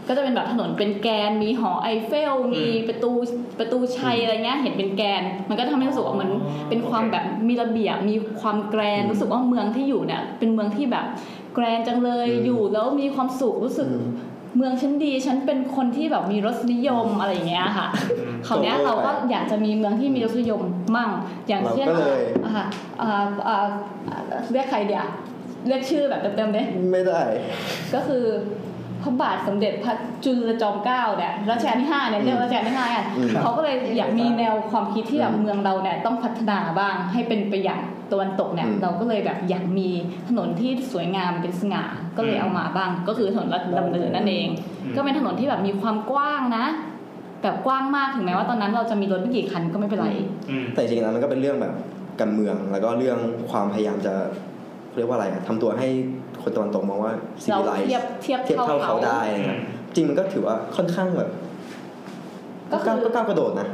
ก็จะเป็นแบบถนนเป็นแกน มีหอไอเฟล มีประตูประตูชัยอะไรเงี้ยเห็นเป็นแกน มันก็ทำให้รู้สึกว่ามัน
อ๋อ
เป็นความ
โอเค
แบบมีระเบียบมีความแกรน
อืม
รู้สึกว่าเมืองที่อยู่เนี่ยเป็นเมืองที่แบบแกรนจังเลย
อืม
อยู่แล้วมีความสุขรู้สึก
อืม
เมืองฉันดีฉันเป็นคนที่แบบมีรสนิยมอะไรอย่างเงี้ยค่ะคราวเนี้ย
ตรง
เรา
ไป
ก็อยากจะมีเมืองที่มีรสนิยมมั่ง อย่างเช่น
เราก็เลย
อ่ะค่ะอ่าอ่าอ่าเรียกใครเดียวเรียกชื่อแบบเต็มๆเนี่ย
ไม่ได้
ก็คือพระบาทสมเด็จพระจุลจอมเกล้าเนี่ยรัชกาลที่ห้าเนี่ยเรียกว่ารัชกาลที่ห้าอ่ะ
อืม
เขาก็เลยอยากมีแนวความคิดที่แบบ
อืม
เมืองเราเนี่ยต้องพัฒนาบ้างให้เป็นไปอย่างตะวันตกเนี่ย
อืม
เราก็เลยแบบอยากมีถนนที่สวยงามเป็นสง่าก็เลยเอามาบ้าง ก็คือถนนรัฐดำเนินนั่นเอง
อืม
ก็เป็นถนนที่แบบมีความกว้างนะ แบบกว้างมากถึงแม้ว่าตอนนั้นเราจะมีรถไม่กี่คันก็ไม่เป็นไร
อืม
แต่จริงๆแล้วมันก็เป็นเรื่องแบบการเมืองแล้วก็เรื่องความพยายามจะเรียกว่าอะไรอะทำตัวให้คนตะวันตกมองว่าซี
เรา
วิไลซ์
เทียบเทียบ
เทียบ
เท่า
เท่า
เขา
เขาได้อะไรเงี้ยจริงมันก็ถือว่าค่อนข้างแบบ
ก็คือ
ก้าวก็ก้าวกระโดดนะ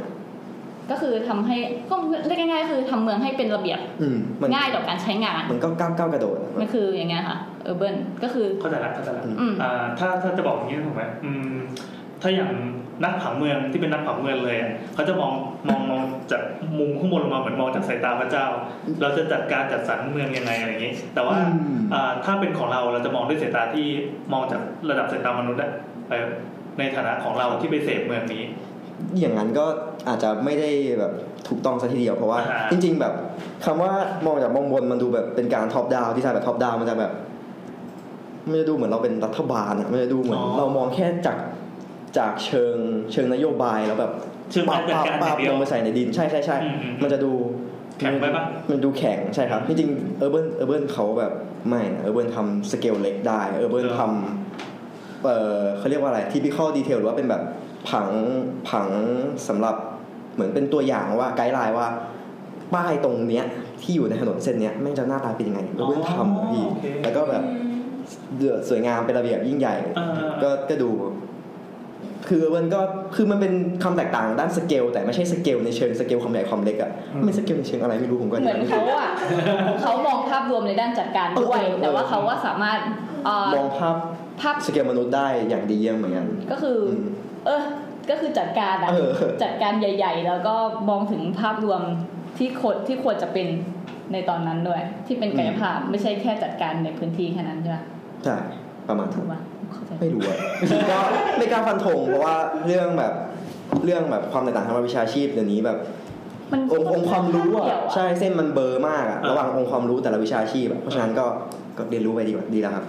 ก็คือทำให้ก็เรียกง่ายๆคือทำเมืองให้เป็นระเบียบ
อืมมัน
ง่ายต่อการใช้งาน
มันก็ก้าวก้าวกระโดดอะ
มันคืออย่างเงี้ยค่ะเออร์เบิร์นก็คือ
เข้าใจละเข้าใจละ
อืม
อ่าถ้าถ้าจะบอกอย่างนี้ถูกไหมอืมถ้าอย่าง นักผังเมืองที่เป็นนักผังเมืองเลยอะเขาจะมองมองมองจากมุมข้างบนลงมาเหมือนมองจากสายตาพระเจ้า เราจะจัดการจัดสรรเมืองยังไงอะไรอย่างนี้ แต่ว่า
อืม
อ่าถ้าเป็นของเราเราจะมองด้วยสายตาที่มองจากระดับสายตามนุษย์อะไปในฐานะของเราที่ไปเสพเมืองนี้
อย่างนั้นก็อาจจะไม่ได้แบบถูกต้องซะทีเดียวเพราะว่า
อ่าฮะ
จริง ๆ แบบคำว่ามองจากมองบนมันดูแบบเป็นการท็อปดาวดีไซน์แบบท็อปดาวมันจะแบบมันจะดูเหมือนเราเป็นรัฐบาลอะมันจะดูเหมือนเรามองแค่จากจากเชิงเชิงนโยบายแล้วแบบ
เชิงการจัด
ปาบ
การอย่าง
ปาบ
เดีย
ล
ว
งไปใส่ในดินใช่ใช่ใช่
อืมอืม
มันจะดู
แข็งไปปะ
มันดูแข็งใช่ครับจริงๆเออร์เบิร์นเออร์เบิร์นเขาแบบไม่นะเออร์เบิร์นทำสเกลเล็กได้เออร์เบิร์นทำ เออเขาเรียกว่าอะไร typical detail หรือว่าเป็นแบบผังผังสำหรับเหมือนเป็นตัวอย่างว่าไกด์ไลน์ว่า ป้ายตรงเนี้ยที่อยู่ในถนนเส้นเนี้ยแม่งจะหน้าตาเป็นยังไงเรื่องทำอะพี่
โอเค
แล้วก็แบบเดือดสวยงามเป็นระเบียบยิ่งใหญ่
อ่า
ก็ก็ดู คือมันก็คือมันเป็นคำแตกต่างด้านสเกลแต่ไม่ใช่สเกลในเชิงสเกลความใหญ่ความเล็กอะ
อืม
ไม่สเกลในเชิงอะไรไม่รู้ผมก็
เหมือน
ไม่รู้
เขา
<laughs>
อ่ะ เขามองภาพรวมในด้านจัดการด้วย
เออเออ
แต่ว่าเขาว่าสามารถเอ่อ
มองภาพ
ภาพ
สเกลมนุษย์ได้อย่างดีเยี่ยมเหมือนกัน
ก็คืออ
อืม
เออ ก็คือจัดการอะ
เออ
จัดการใหญ่ ๆ แล้วก็มองถึงภาพรวมที่ควรที่ควรจะเป็นในตอนนั้นด้วย ที่เป็นกายภาพไม่ใช่แค่จัดการในพื้นที่แค่นั้นใช่ไหม
ใช่ประมาณนั้น
ถูกปะเข้าใจ
ไม่รู้อะ ก็ไม่กล้าฟั <laughs> นธงเพราะว่าเรื่องแบบเรื่องแบบความแตกต่างทางวิชาชีพเดี๋ยวนี้แบบ
มัน
องค์องค์ความรู้
เกี่
อะ
ยว
ใช่เส้นมันเบลอร์มากอะ
เออ
ระหว่างองค์ความรู้แต่ละวิชาชีพอะเพราะฉะนั้นก็ก็เรียนรู้ไปดีกว่าดีแล้วครับ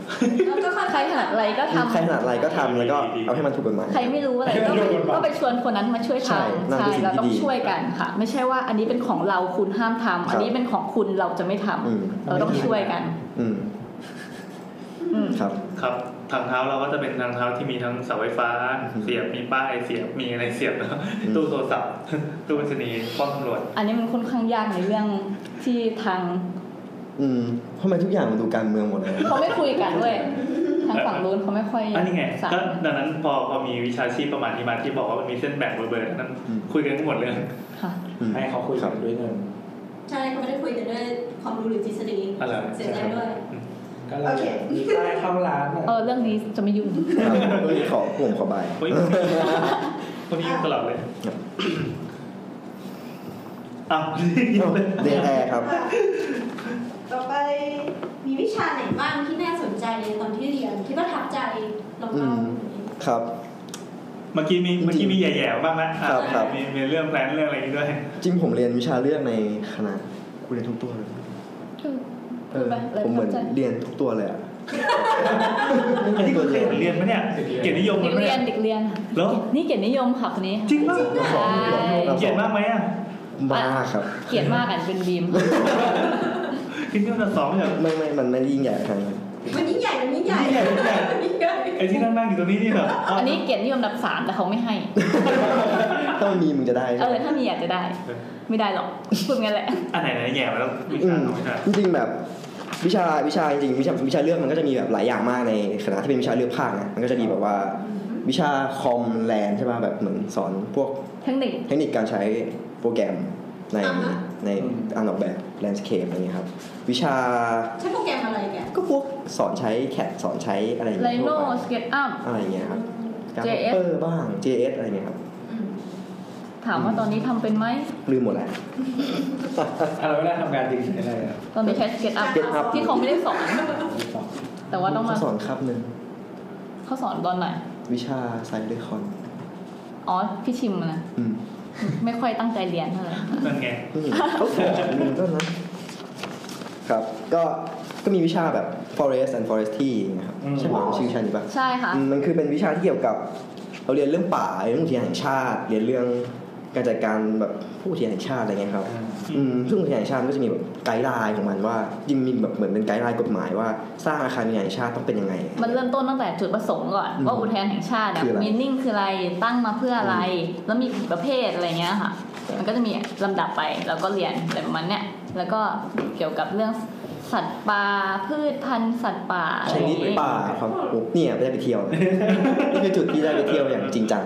แล้วก็ค่อย
ใครถนัดอะไรก็ทำ
ใครถนัดอะไรก็ทำแล้วก็เอาให้มันถูกกฎหมาย
ใครไม่รู้
<laughs>
อะไรก็ไปก็ไปชวนคนนั้นมาช่วย
ใช่
ทำ
นั่น
ใช่
คือสิ่ง
เรา
ที่
ต้อง
ดี
ช่วยกันค่ะ ไม่ใช่ว่าอันนี้เป็นของเราคุณห้ามทำอันนี้เป็นของคุณเราจะไม่ทำ
อืม
เราต้องช่วยกัน
อืม
อืม
ครับ
ครับทางเท้าเราก็จะเป็นทางเท้าที่มีทั้งเสาไฟฟ้า
อืม
เสียบมีป้ายเสียบมีอะไรเสียบนะ
อืม
ตู้โทรศัพท์ตู้ไปรษณีย์ป้อมตำรวจ
อันนี้มันค่อนข้างยากในเรื่องที่ทาง
อืมทำไมทุกอย่างมันดูการเมืองหมดเลย
เขาไม่คุยกันด้วยทางฝั่งนู้นเขาไม่ค่อย
อันนี้ไง
สั่ง
ก็ดังนั้นพอพอมีวิชาชีพประมาณนี้มาที่บอกว่ามันมีเส้นแบ่งเบอร์เบอร์นั้นคุยกันทั้งหมดเลย
ค่ะ
อืม
ให้เขาคุยกันด้วยเงิน
ใช่เขาไม่ได้คุยกันด้วยความรู้หรือทฤษฎี
อะไร
เสียใจด้วย
ก็เลย
โอเค
มีป้ายเข้าร้านอะ
เออเรื่องนี้จะไม่ยุ่ง
<laughs> ครับเรื่องนี้ขอผมขอบ <laughs> าย
เฮ้ยพวกนี้ยุ่งตลอดเลย
ครับ
อ้าว
เดนแอร์ครับ
ต่อไปมีวิชาไหนบ้างที่น่าสนใจในตอนที่เรียนที่ประทับใจลองเล่า
อืม ครับ
เมื่อกี้มีเมื่อกี้มีแย่ๆบ้างนะครับ
ครับ
มีมีเรื่องแพลนเรื่องอะไรอย่างนี้ด้วย
จริงผมเรียนวิชาเลือกในคณะกูเรียนทุกตัวเลย เออ
ไปเลย
ผมเหมือน
เข้าใจ
เรียนทุกตัวเลยอะ
อันนี้คุณเคยเห็นเรียนไหมเนี่ย เกียรตินิยมมั
เด็
น
ก
ไหม
เรีย
เนี่ย
นเด็กเรียน
แล้ว
นี่เกียรตินิยมค่ะคนนี้
จริงป่ะ
ใช่
เกลียดมากไหมอ่ะ
มากครับ
เกลียดมากอ่ะเป็นบี
<laughs>
ม
กินที่มันสองเนี่ย
ไม่ไม่ มันไม่ได้ยิ่งใหญ่ขนาดนั้น
มันยิ่งใหญ่ มันยิ่งใหญ่
นี่ไงนี่ไง
มันยิ่งใหญ่
ไอ้ที่นั่งนั่งอยู่ตรงนี้นี่แบบ
อันนี้เกียรตินิยมอันดับสามแต่เขาไม่ให้
ถ้ามันมีมึงจะได้
เอ
ใช่ไห
อ
ม
ถ้ามีอาจจะได้ ไม่ได้หรอกพูดงั้นแหละ
อันไหนไหนแย่มาแล้ววิ
อื
ชาม ของวิชา
จริงๆแบบวิชาวิชาจริงๆวิชาวิชาเลือกมันก็จะมีแบบหลายอย่างมากในคณะที่เป็นวิชาเลือกภาคนะมันก็จะมีแบบว่าวิชาคอมแลนใช่ป่ะแบบเหมือนสอนพวก
เทคนิค
เทคนิคการใช้โปรแกรมใน
อ่าฮะ
ใน
อืม
อันออกแบบแลนด์สเคปอะไรเงี้ยครับ วิชา
ใช้โปรแกรมอะไรแก
ก็พวกสอนใช้แคดสอนใช้อะไรอย่าง
ไล
เงี้ย
โน
ทั่วไป
สเก็ตอัพ
อะไรเงี้ยครับ
JS
เปอร์บ้าง JS อะไรเงี้ยครับ
อืม
ถามว่าตอนนี้ทำเป็นไหม
ลืมหมดแล้ว
อะไรเวลาทำงานจริงใช้อะไรอ่ะ
ตอนนี้ใช้สเก็ตอัพ
Sketch Up
ที่เขาไม่ได้สอน แต่ว่าต้องมา
เขสอนครับหนึ่ง
เขาสอนตอนไหน
วิชาไซเดอร์คอน
อ๋อ พี่ชิมอะนะ
อืม
ไม่ค่อยตั้งใจเรียนเท่าไหร่
นั่นไง
นี่เขาสอนหนึ่งต้นนะครับ ก็ก็มีวิชาแบบ forest and forestry นะครับใช่ไหมชื่อชานี้ปะ
ใช่ค่ะ
อืมมันคือเป็นวิชาที่เกี่ยวกับ เราเรียนเรื่องป่าเรียนเรื่องอุทยานแห่งชาติ เรียนเรื่องการจัดการแบบผู้อุทยานแห่งชาติอะไรเงี้ยครับ อืมซึ่งอุทยานแห่งชาติมันก็จะมีแบบไกด์ไลน์ของมันว่าจริงมีแบบเหมือนเป็นไกด์ไลน์กฎหมายว่าสร้างอาคารอุทยานแห่งชาติต้องเป็นยังไง
มันเริ่มต้นตั้งแต่จุดประสงค์ก่อน
อืม
ว่าอุทยานแห่งชาติเนี่ย
คืออะไร
มีนิ่งคืออะไรตั้งมาเพื่ออะไร แล้วมีกี่ประเภทอะไรเงี้ยค่ะ
ครับ
มันก็จะมีลำดับไปแล้วก็เรียนอะไรประมาณเนี้ยแล้วก็เกี่ยวกับเรื่องสัตว์ป่าพืชพันธุ์สัตว์ป่า
ชนิด
อะไรอย่างงี้
ป่าความโอ้เนี่ยไม่ได้ไปเที่ยวนะ นี่คือจุดที่ได้ไปเที่ยวอย่างจริงจัง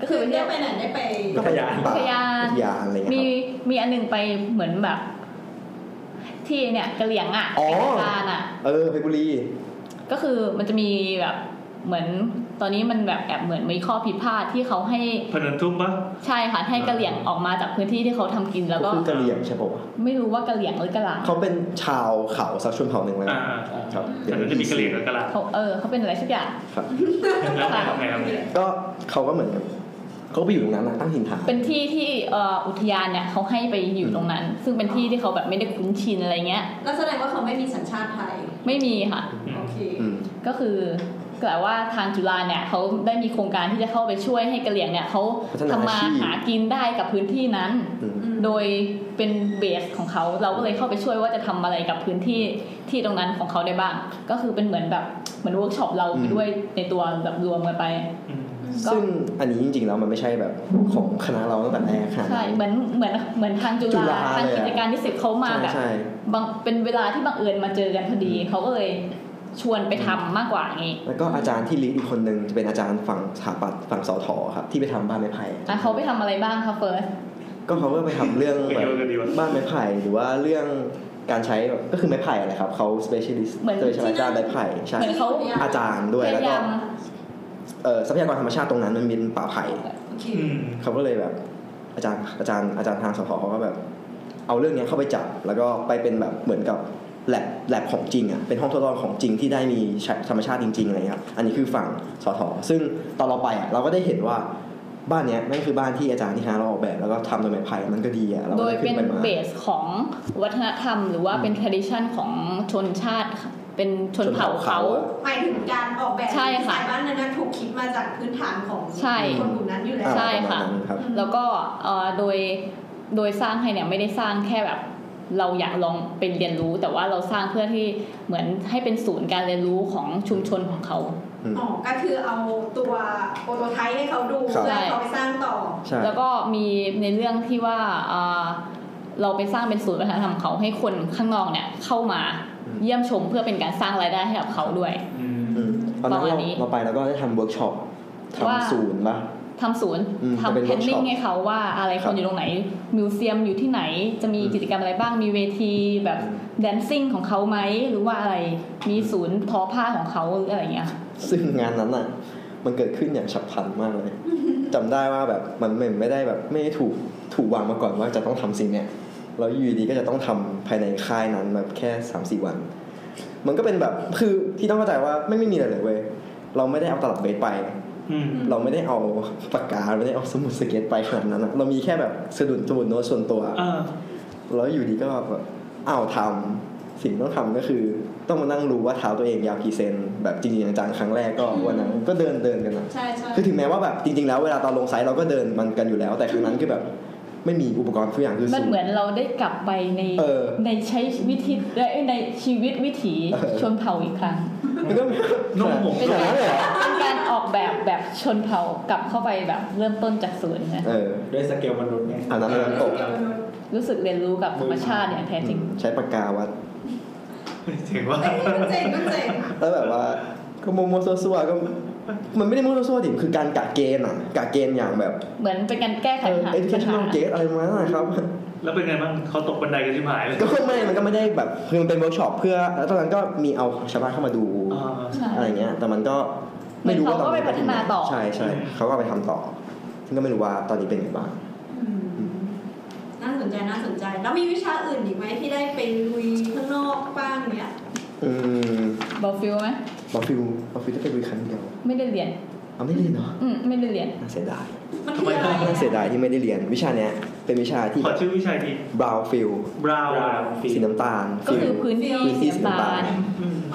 ก็
คื
คือ
อ
ไป
ได้
เที่ยว
ไปไหนได้ไป
ก็ไปป่า
อุทยาน
อุทยานอะไรเงี้
มี
ยครับ
มีอันหนึงไปเหมือนแบบ ที่เนี่ยกะเหลี่ยงอ่ะ
อ๋อ
ไปกะลานอ่ะ
เออเพชรบุรี
ก็คือมันจะมีแบบเหมือน ตอนนี้มันแบบแอบเหมือนมีข้อผิดพลาดที่เขาให้
พนันทุ่มปะ
ใช่ค่ะให้กะเหลี่ยงออกมาจากพื้นที่ที่เขาทำกินแล้วก็
คือกะเหรี่ยงใช่ปะวะ
ไม่รู้ว่ากะเหลี่ยงหรือกะหลาง
เขาเป็นชาวเขาสักชนเผ่าหนึ่งแล้ว
อ่า
ครับ
แต่นั้นจะมีกะเหรี่ยงกับกะลา
เขาเออเขาเป็นอะไรสักอย่าง
ครับ
แล้วทำไงทำไง
ก็เขาก็เหมือนกับเขาไปอยู่ตรงนั้นนะตั้งถิ่นฐาน
เป็นที่ที่เอ่ออุทยานเนี่ยเขาให้ไปอยู่ตรงนั้น ซึ่งเป็นที่ที่เขาแบบไม่ได้คุ้นชินอะไรเงี้ย
แล้วแสดงว่าเขาไม่มีสัญชาติไทย
ไม่มีค่ะ
อืม
โอเค
อืม
ก็คือแต่ว่าทางจุฬาเนี่ยเขาได้มีโครงการที่จะเข้าไปช่วยให้กะเหรี่ยงเนี่ยเขา
พัฒนา
ทำ
อา
มา
ชีพ
หากินได้กับพื้นที่นั้น
อืม
โดยเป็นเบสของเขาเราก็เลยเข้าไปช่วยว่าจะทำอะไรกับพื้นที่ที่ตรงนั้นของเขาได้บ้าง ก็คือเป็นเหมือนแบบเหมือนเวิร์กช็อปเรา
อืม
ไปด้วยในตัวแบบรวมกันไป
อืม
ก็
ซึ่งอันนี้จริงๆแล้วมันไม่ใช่แบบของคณะเราตั้งแต่แรกค่ะ
ใช่เหมือนเหมือนเหมือนทางจุ
จุ
ฬา
ฬา
ทาง
เลยอะ
กิจการนิสิตเขามา
ใช่
แบบ
ใช่
บังเป็นเวลาที่บังเอิญมาเจอกันพอดีเขาก็เลยชวนไปทำมากกว่าอย่างงี้
แล้วก็อาจารย์ที่ลิงก์อีกคนนึงจะเป็นอาจารย์ฝั่งสถาปัตย์ฝั่งสอทอครับที่ไปทำบ้านไม้ไผ่
อ่ะเขาไปทำอะไรบ้างคะเฟิร์ส
ก็เขาก็ไปทำเรื่อง
ไป
แบบ
โยนกันดีวะ
บ้านไม้ไผ่หรือว่าเรื่องการใช้แบบก็คือไม้ไผ่อะไรครับเขา specialist
เหมือน
specialist ด้านไม้ไผ่ใช่
เหมือนเขา
อาจารย์ด้วย
พ
แล้ว
ยา
ก็
ยาม
เอ่อทรัพยากรธรรมชาติตรงนั้นมันเป็นป่าไผ่
โอเค
อืม
เขาก็เลยแบบอาจารย์อาจารย์อาจารย์ทางสพเขาก็แบบ เอาเรื่องเนี้ยเข้าไปจับแล้วก็ไปเป็นแบบเหมือนกับแลบแลบของจริงอ่ะเป็นห้องทดลองของจริงที่ได้มีใช้ธรรมชาติจริงๆอะไรเงี้ยครับอันนี้คือฝั่งสอทอซึ่งตอนเราไปอ่ะเราก็ได้เห็นว่าบ้านเนี้ยแม่งคือบ้านที่อาจารย์ที่ฮาเราออกแบบ แล้วก็ทำโดยไม้ไผ่มันก็ดีอ่ะเรา
โด
ก็
ย
ได้ขึ้
เป็น
นไปมา
เบสของวัฒนธรรม หรือว่าเป็น tradition ของชนชาติ เป็นชนเผ่าเขา
หมายถึงการออกแบบ
ใช่ค่ะ
ดีไซน์บ้านนั้นนะถูกคิดมาจากพื้นฐานของ
ใช่
อืม
คนกลุ่มนั้นอยู่แล้ว
ใช่
อ่าปรมาณนั้นครับ
อืม
แล้วก็เอ่อโดยโดยสร้างให้เนี่ยไม่ได้สร้างแค่แบบ เราอยากลองเป็นเรียนรู้ แต่ว่าเราสร้างเพื่อที่เหมือนให้เป็นศูนย์การเรียนรู้ของชุมชนของเขา
อ๋อ ก็คือเอาตัวโปรโตไทป์ให้เขาดู
ครับ
เพื่อให้เขาไปสร้างต่อ
ใช่
แล้วก็มีในเรื่องที่ว่าเอ่อเราไปสร้างเป็นศูนย์วัฒนธรรมของเขาให้คนข้างนอกเนี่ยเข้ามาเยี่ยมชมเพื่อเป็นการสร้างรายได้ให้กับเขาด้วย
อืม
อืมตอนนั้น
ประมา
เรา
ณนี้
เราไปแล้วก็ได้ทำเวิร์กช็อป
ว่า
ทำศูนย์ปะ
ทำศูนย์
อืมจะเป็น
ทำแพนนิ่ง
workshop
ให้เขาว่าอะไร
ค
ค
รับ
นอยู่ตรงไหน มิวเซียมอยู่ที่ไหน จะมี
อืม
กิจกรรมอะไรบ้าง มีเวทีแบบ
อืม
แดนซิ่งของเขาไหม หรือว่าอะไร มีศูนย์ทอผ้าของเขาหรืออะไรเงี้ย
ซึ่งงานนั้นอ่ะ มันเกิดขึ้นอย่างฉับพลันมากเลย จำได้ว่าแบบมันไม่ไม่ได้แบบไม่ได้ถูกถูกวางมาก่อนว่าจะต้องทำสิ่งเนี้ยแล้วอยู่ดีก็จะต้องทำภายในค่ายนั้นแบบแค่สามสี่วัน มันก็เป็นแบบคือที่ต้องเข้าใจว่าไม่ไม่มีอะไรเลยเว้ยเราไม่ได้เอาตลับเบสไป
อืม
เราไม่ได้เอาปากกาไม่ได้เอาสมุดสเก็ตไปขนาดนั้นอะเรามีแค่แบบสะดุดสมุดโน้ตส่วนตัว
อ่า
แล้วอยู่ดีก็แบบอ้าวทำสิ่งที่ต้องทำก็คือ ต้องมานั่งรู้ว่าเท้าตัวเองยาวกี่เซนแบบจริงๆจังๆครั้งแรกก็วันนั้นก็เดินเดินกันนะ
ใช่ใช่
คือถึงแม้ว่าแบบจริง ๆ แล้วเวลาตอนลงไซต์เราก็เดินมันกันอยู่แล้ว แต่ครั้งนั้นคือแบบไม่มีอุปกรณ์ทุกอย่างคือ
มั
ศู
น
น
เหมือน
ย์
เราได้กลับไปใน
เออ
ในใช้วิธีและในชีวิตวิถี
เออ
ชนเผ่าอีกครั้ง
มันก็
นุ่งห่ม
ขนาดนั้นเลยเหรอ
เป็นการออกแบบแบบชนเผ่ากลับเข้าไปแบบเริ่มต้นจากศูนย์นะ
เออ
ด้วยสเกลมนุษย์เนี่ย
อันนั้นเลยตก
รู้สึกเรียนรู้กับธรรมชาติอย่างแท้จริง
ใช้ปากกาวัด
เจ๋งว่ะ
เอ้ยมันเจ๋งมันเจ๋ง
แล้วแบบว่าก็มัวมัวซัวซัวๆก็มันไม่ได้มัวซัวซัวๆดิมันคือการกะเกณฑ์อ่ะกะเกณฑ์อย่างแบบ
เหมือนเป็นการแก้ไข
เออ
ปัญหา
educational gate อะไรประมาณนั้นนะครับ
แล้วเป็นไงบ้างเขาตกบันไดกันที่หายเลย
ก็ไม่ มันก็ไม่ได้แบบคือมันเป็นเวิร์กช็อปเพื่อ แล้วตอนนั้นก็มีเอาชาวบ้านเข้ามาดู
อ่า
ใช่
อะไรเงี้ย แต่มันก็ไม่รู้ว่าตอนนี้
เหมือนเขาก็ไปพัฒนาต่อ
ใช่ใช่เขาก็เอาไปทำต่อ ซึ่งก็ไม่รู้ว่าตอนนี้เป็นไงบ้าง
อืมน่าสนใจน่าสนใจ แล้วมีวิชาอื่นอีกไหมที่ได้ไปลุยข้างนอกบ้างเนี่ย
อืม
บอกฟิลไหม
บอฟฟิวบอฟฟิวจะไปดูอีกครั้งเดียว
ไม่ได้เรียน
เอาไม่ได้เรียนเนาะ
อืมไม่ได้เรียน
น่าเสียดาย
มันคืออะไร
น่าเสีย
อะ
ดายที่ไม่ได้เรียน วิชาเนี้ยเป็นวิชาที่
ขอชื่อวิชาที
บราวฟิล
บราวน์
Brown
สีน้ำตาล
ก็คือ
ฟิล
พื้นที่
พื้นที่
สี
สี
น้ำ
น้ำ
ตา
ตาล
ล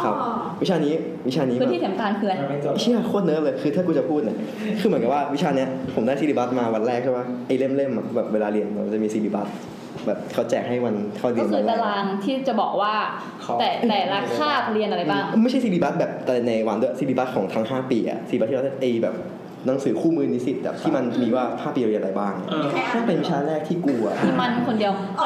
ครับ
อ๋อ
วิชานี้วิชานี้
พื้น
แบบ
ที่สีน้ำตาลคืออะไร
มันไม่จบ
เชี่ยโคตรเนิร์ดเลยคือถ้ากูจะพูดเนี่ยคือเหมือนกับว่าวิชาเนี้ยผมได้ซีรีบัสมาวันแรกใช่ป่ะไอ้เล่มๆอะแบบเวลาเรียนเราจะมีซีรีบัสแบบเขาแจกให้วันเข้าเรี
ก็
ยน
คื
วั
อน
แร
ตาราก งที่จะบอกว่า
เขา
แต่แต่ละคาบเรียนอะไรบ้าง
ไม่ใช่ซีรีบัสแบบแต่ในวันด้วยซีรีบัสของทั้ง 5 ปีอะซีรีบัสที่เราได้ไอ้แบบหนังสือคู่มือนิสิตแบบที่มันมีว่าภาคปีเรียนอะไรบ้าง
เออ
ถ้าเป็นวิชาแรกที่กูอะ
ที่มันคนเดียว
อ๋อ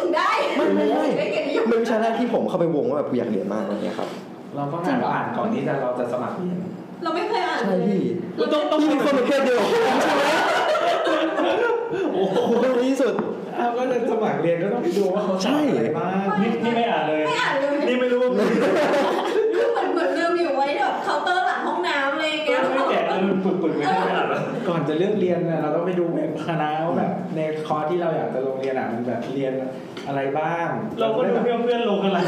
ถึงได้
ไม่ไม่ไม่
ได้เกียรตินิยม
เป็นวิชาแรกที่ผมเข้าไปวงว่าแบบกูอยากเรียนมากอะไรเงี้ยครับ
เราก็อ่านเราอ่านก่อนที่จะเราจะสมัครเรียน
เราไม่เคยอ่าน
ใช่
เลย
พี่
ต้องต้อง
พี่เป็นคนประเภทเดียวกับผมใช่ไหม
โอ้โห
ผมเป็นคนที่สุด
อ้าวก็จะสมัครเรียนก็ต้องไปดูว่าเขา
ใช่
สอนอะไรบ้าง
นี่นี่ไม่อ่านเลย
ไม่อ่านเลย
นี่ไม่รู้ว่า
คือเหมือนเหมือนเดิมอยู่ไว้แบบเคาน์เตอร์หลังห้องน้ำอะไรอย่างเงี้ย
ไม่ ปึกๆไม่ได้ไม่หลับแล้ว
ก่อนจะเลือกเรียนเนี่ยเราต้องไปดูแบบคณะว่าแบบในคอร์สที่เราอยากจะลงเรียนอ่ะมันแบบเรียนอะไรบ้าง
เราก็ดูเพื่อนเพื่อนๆลงอะไร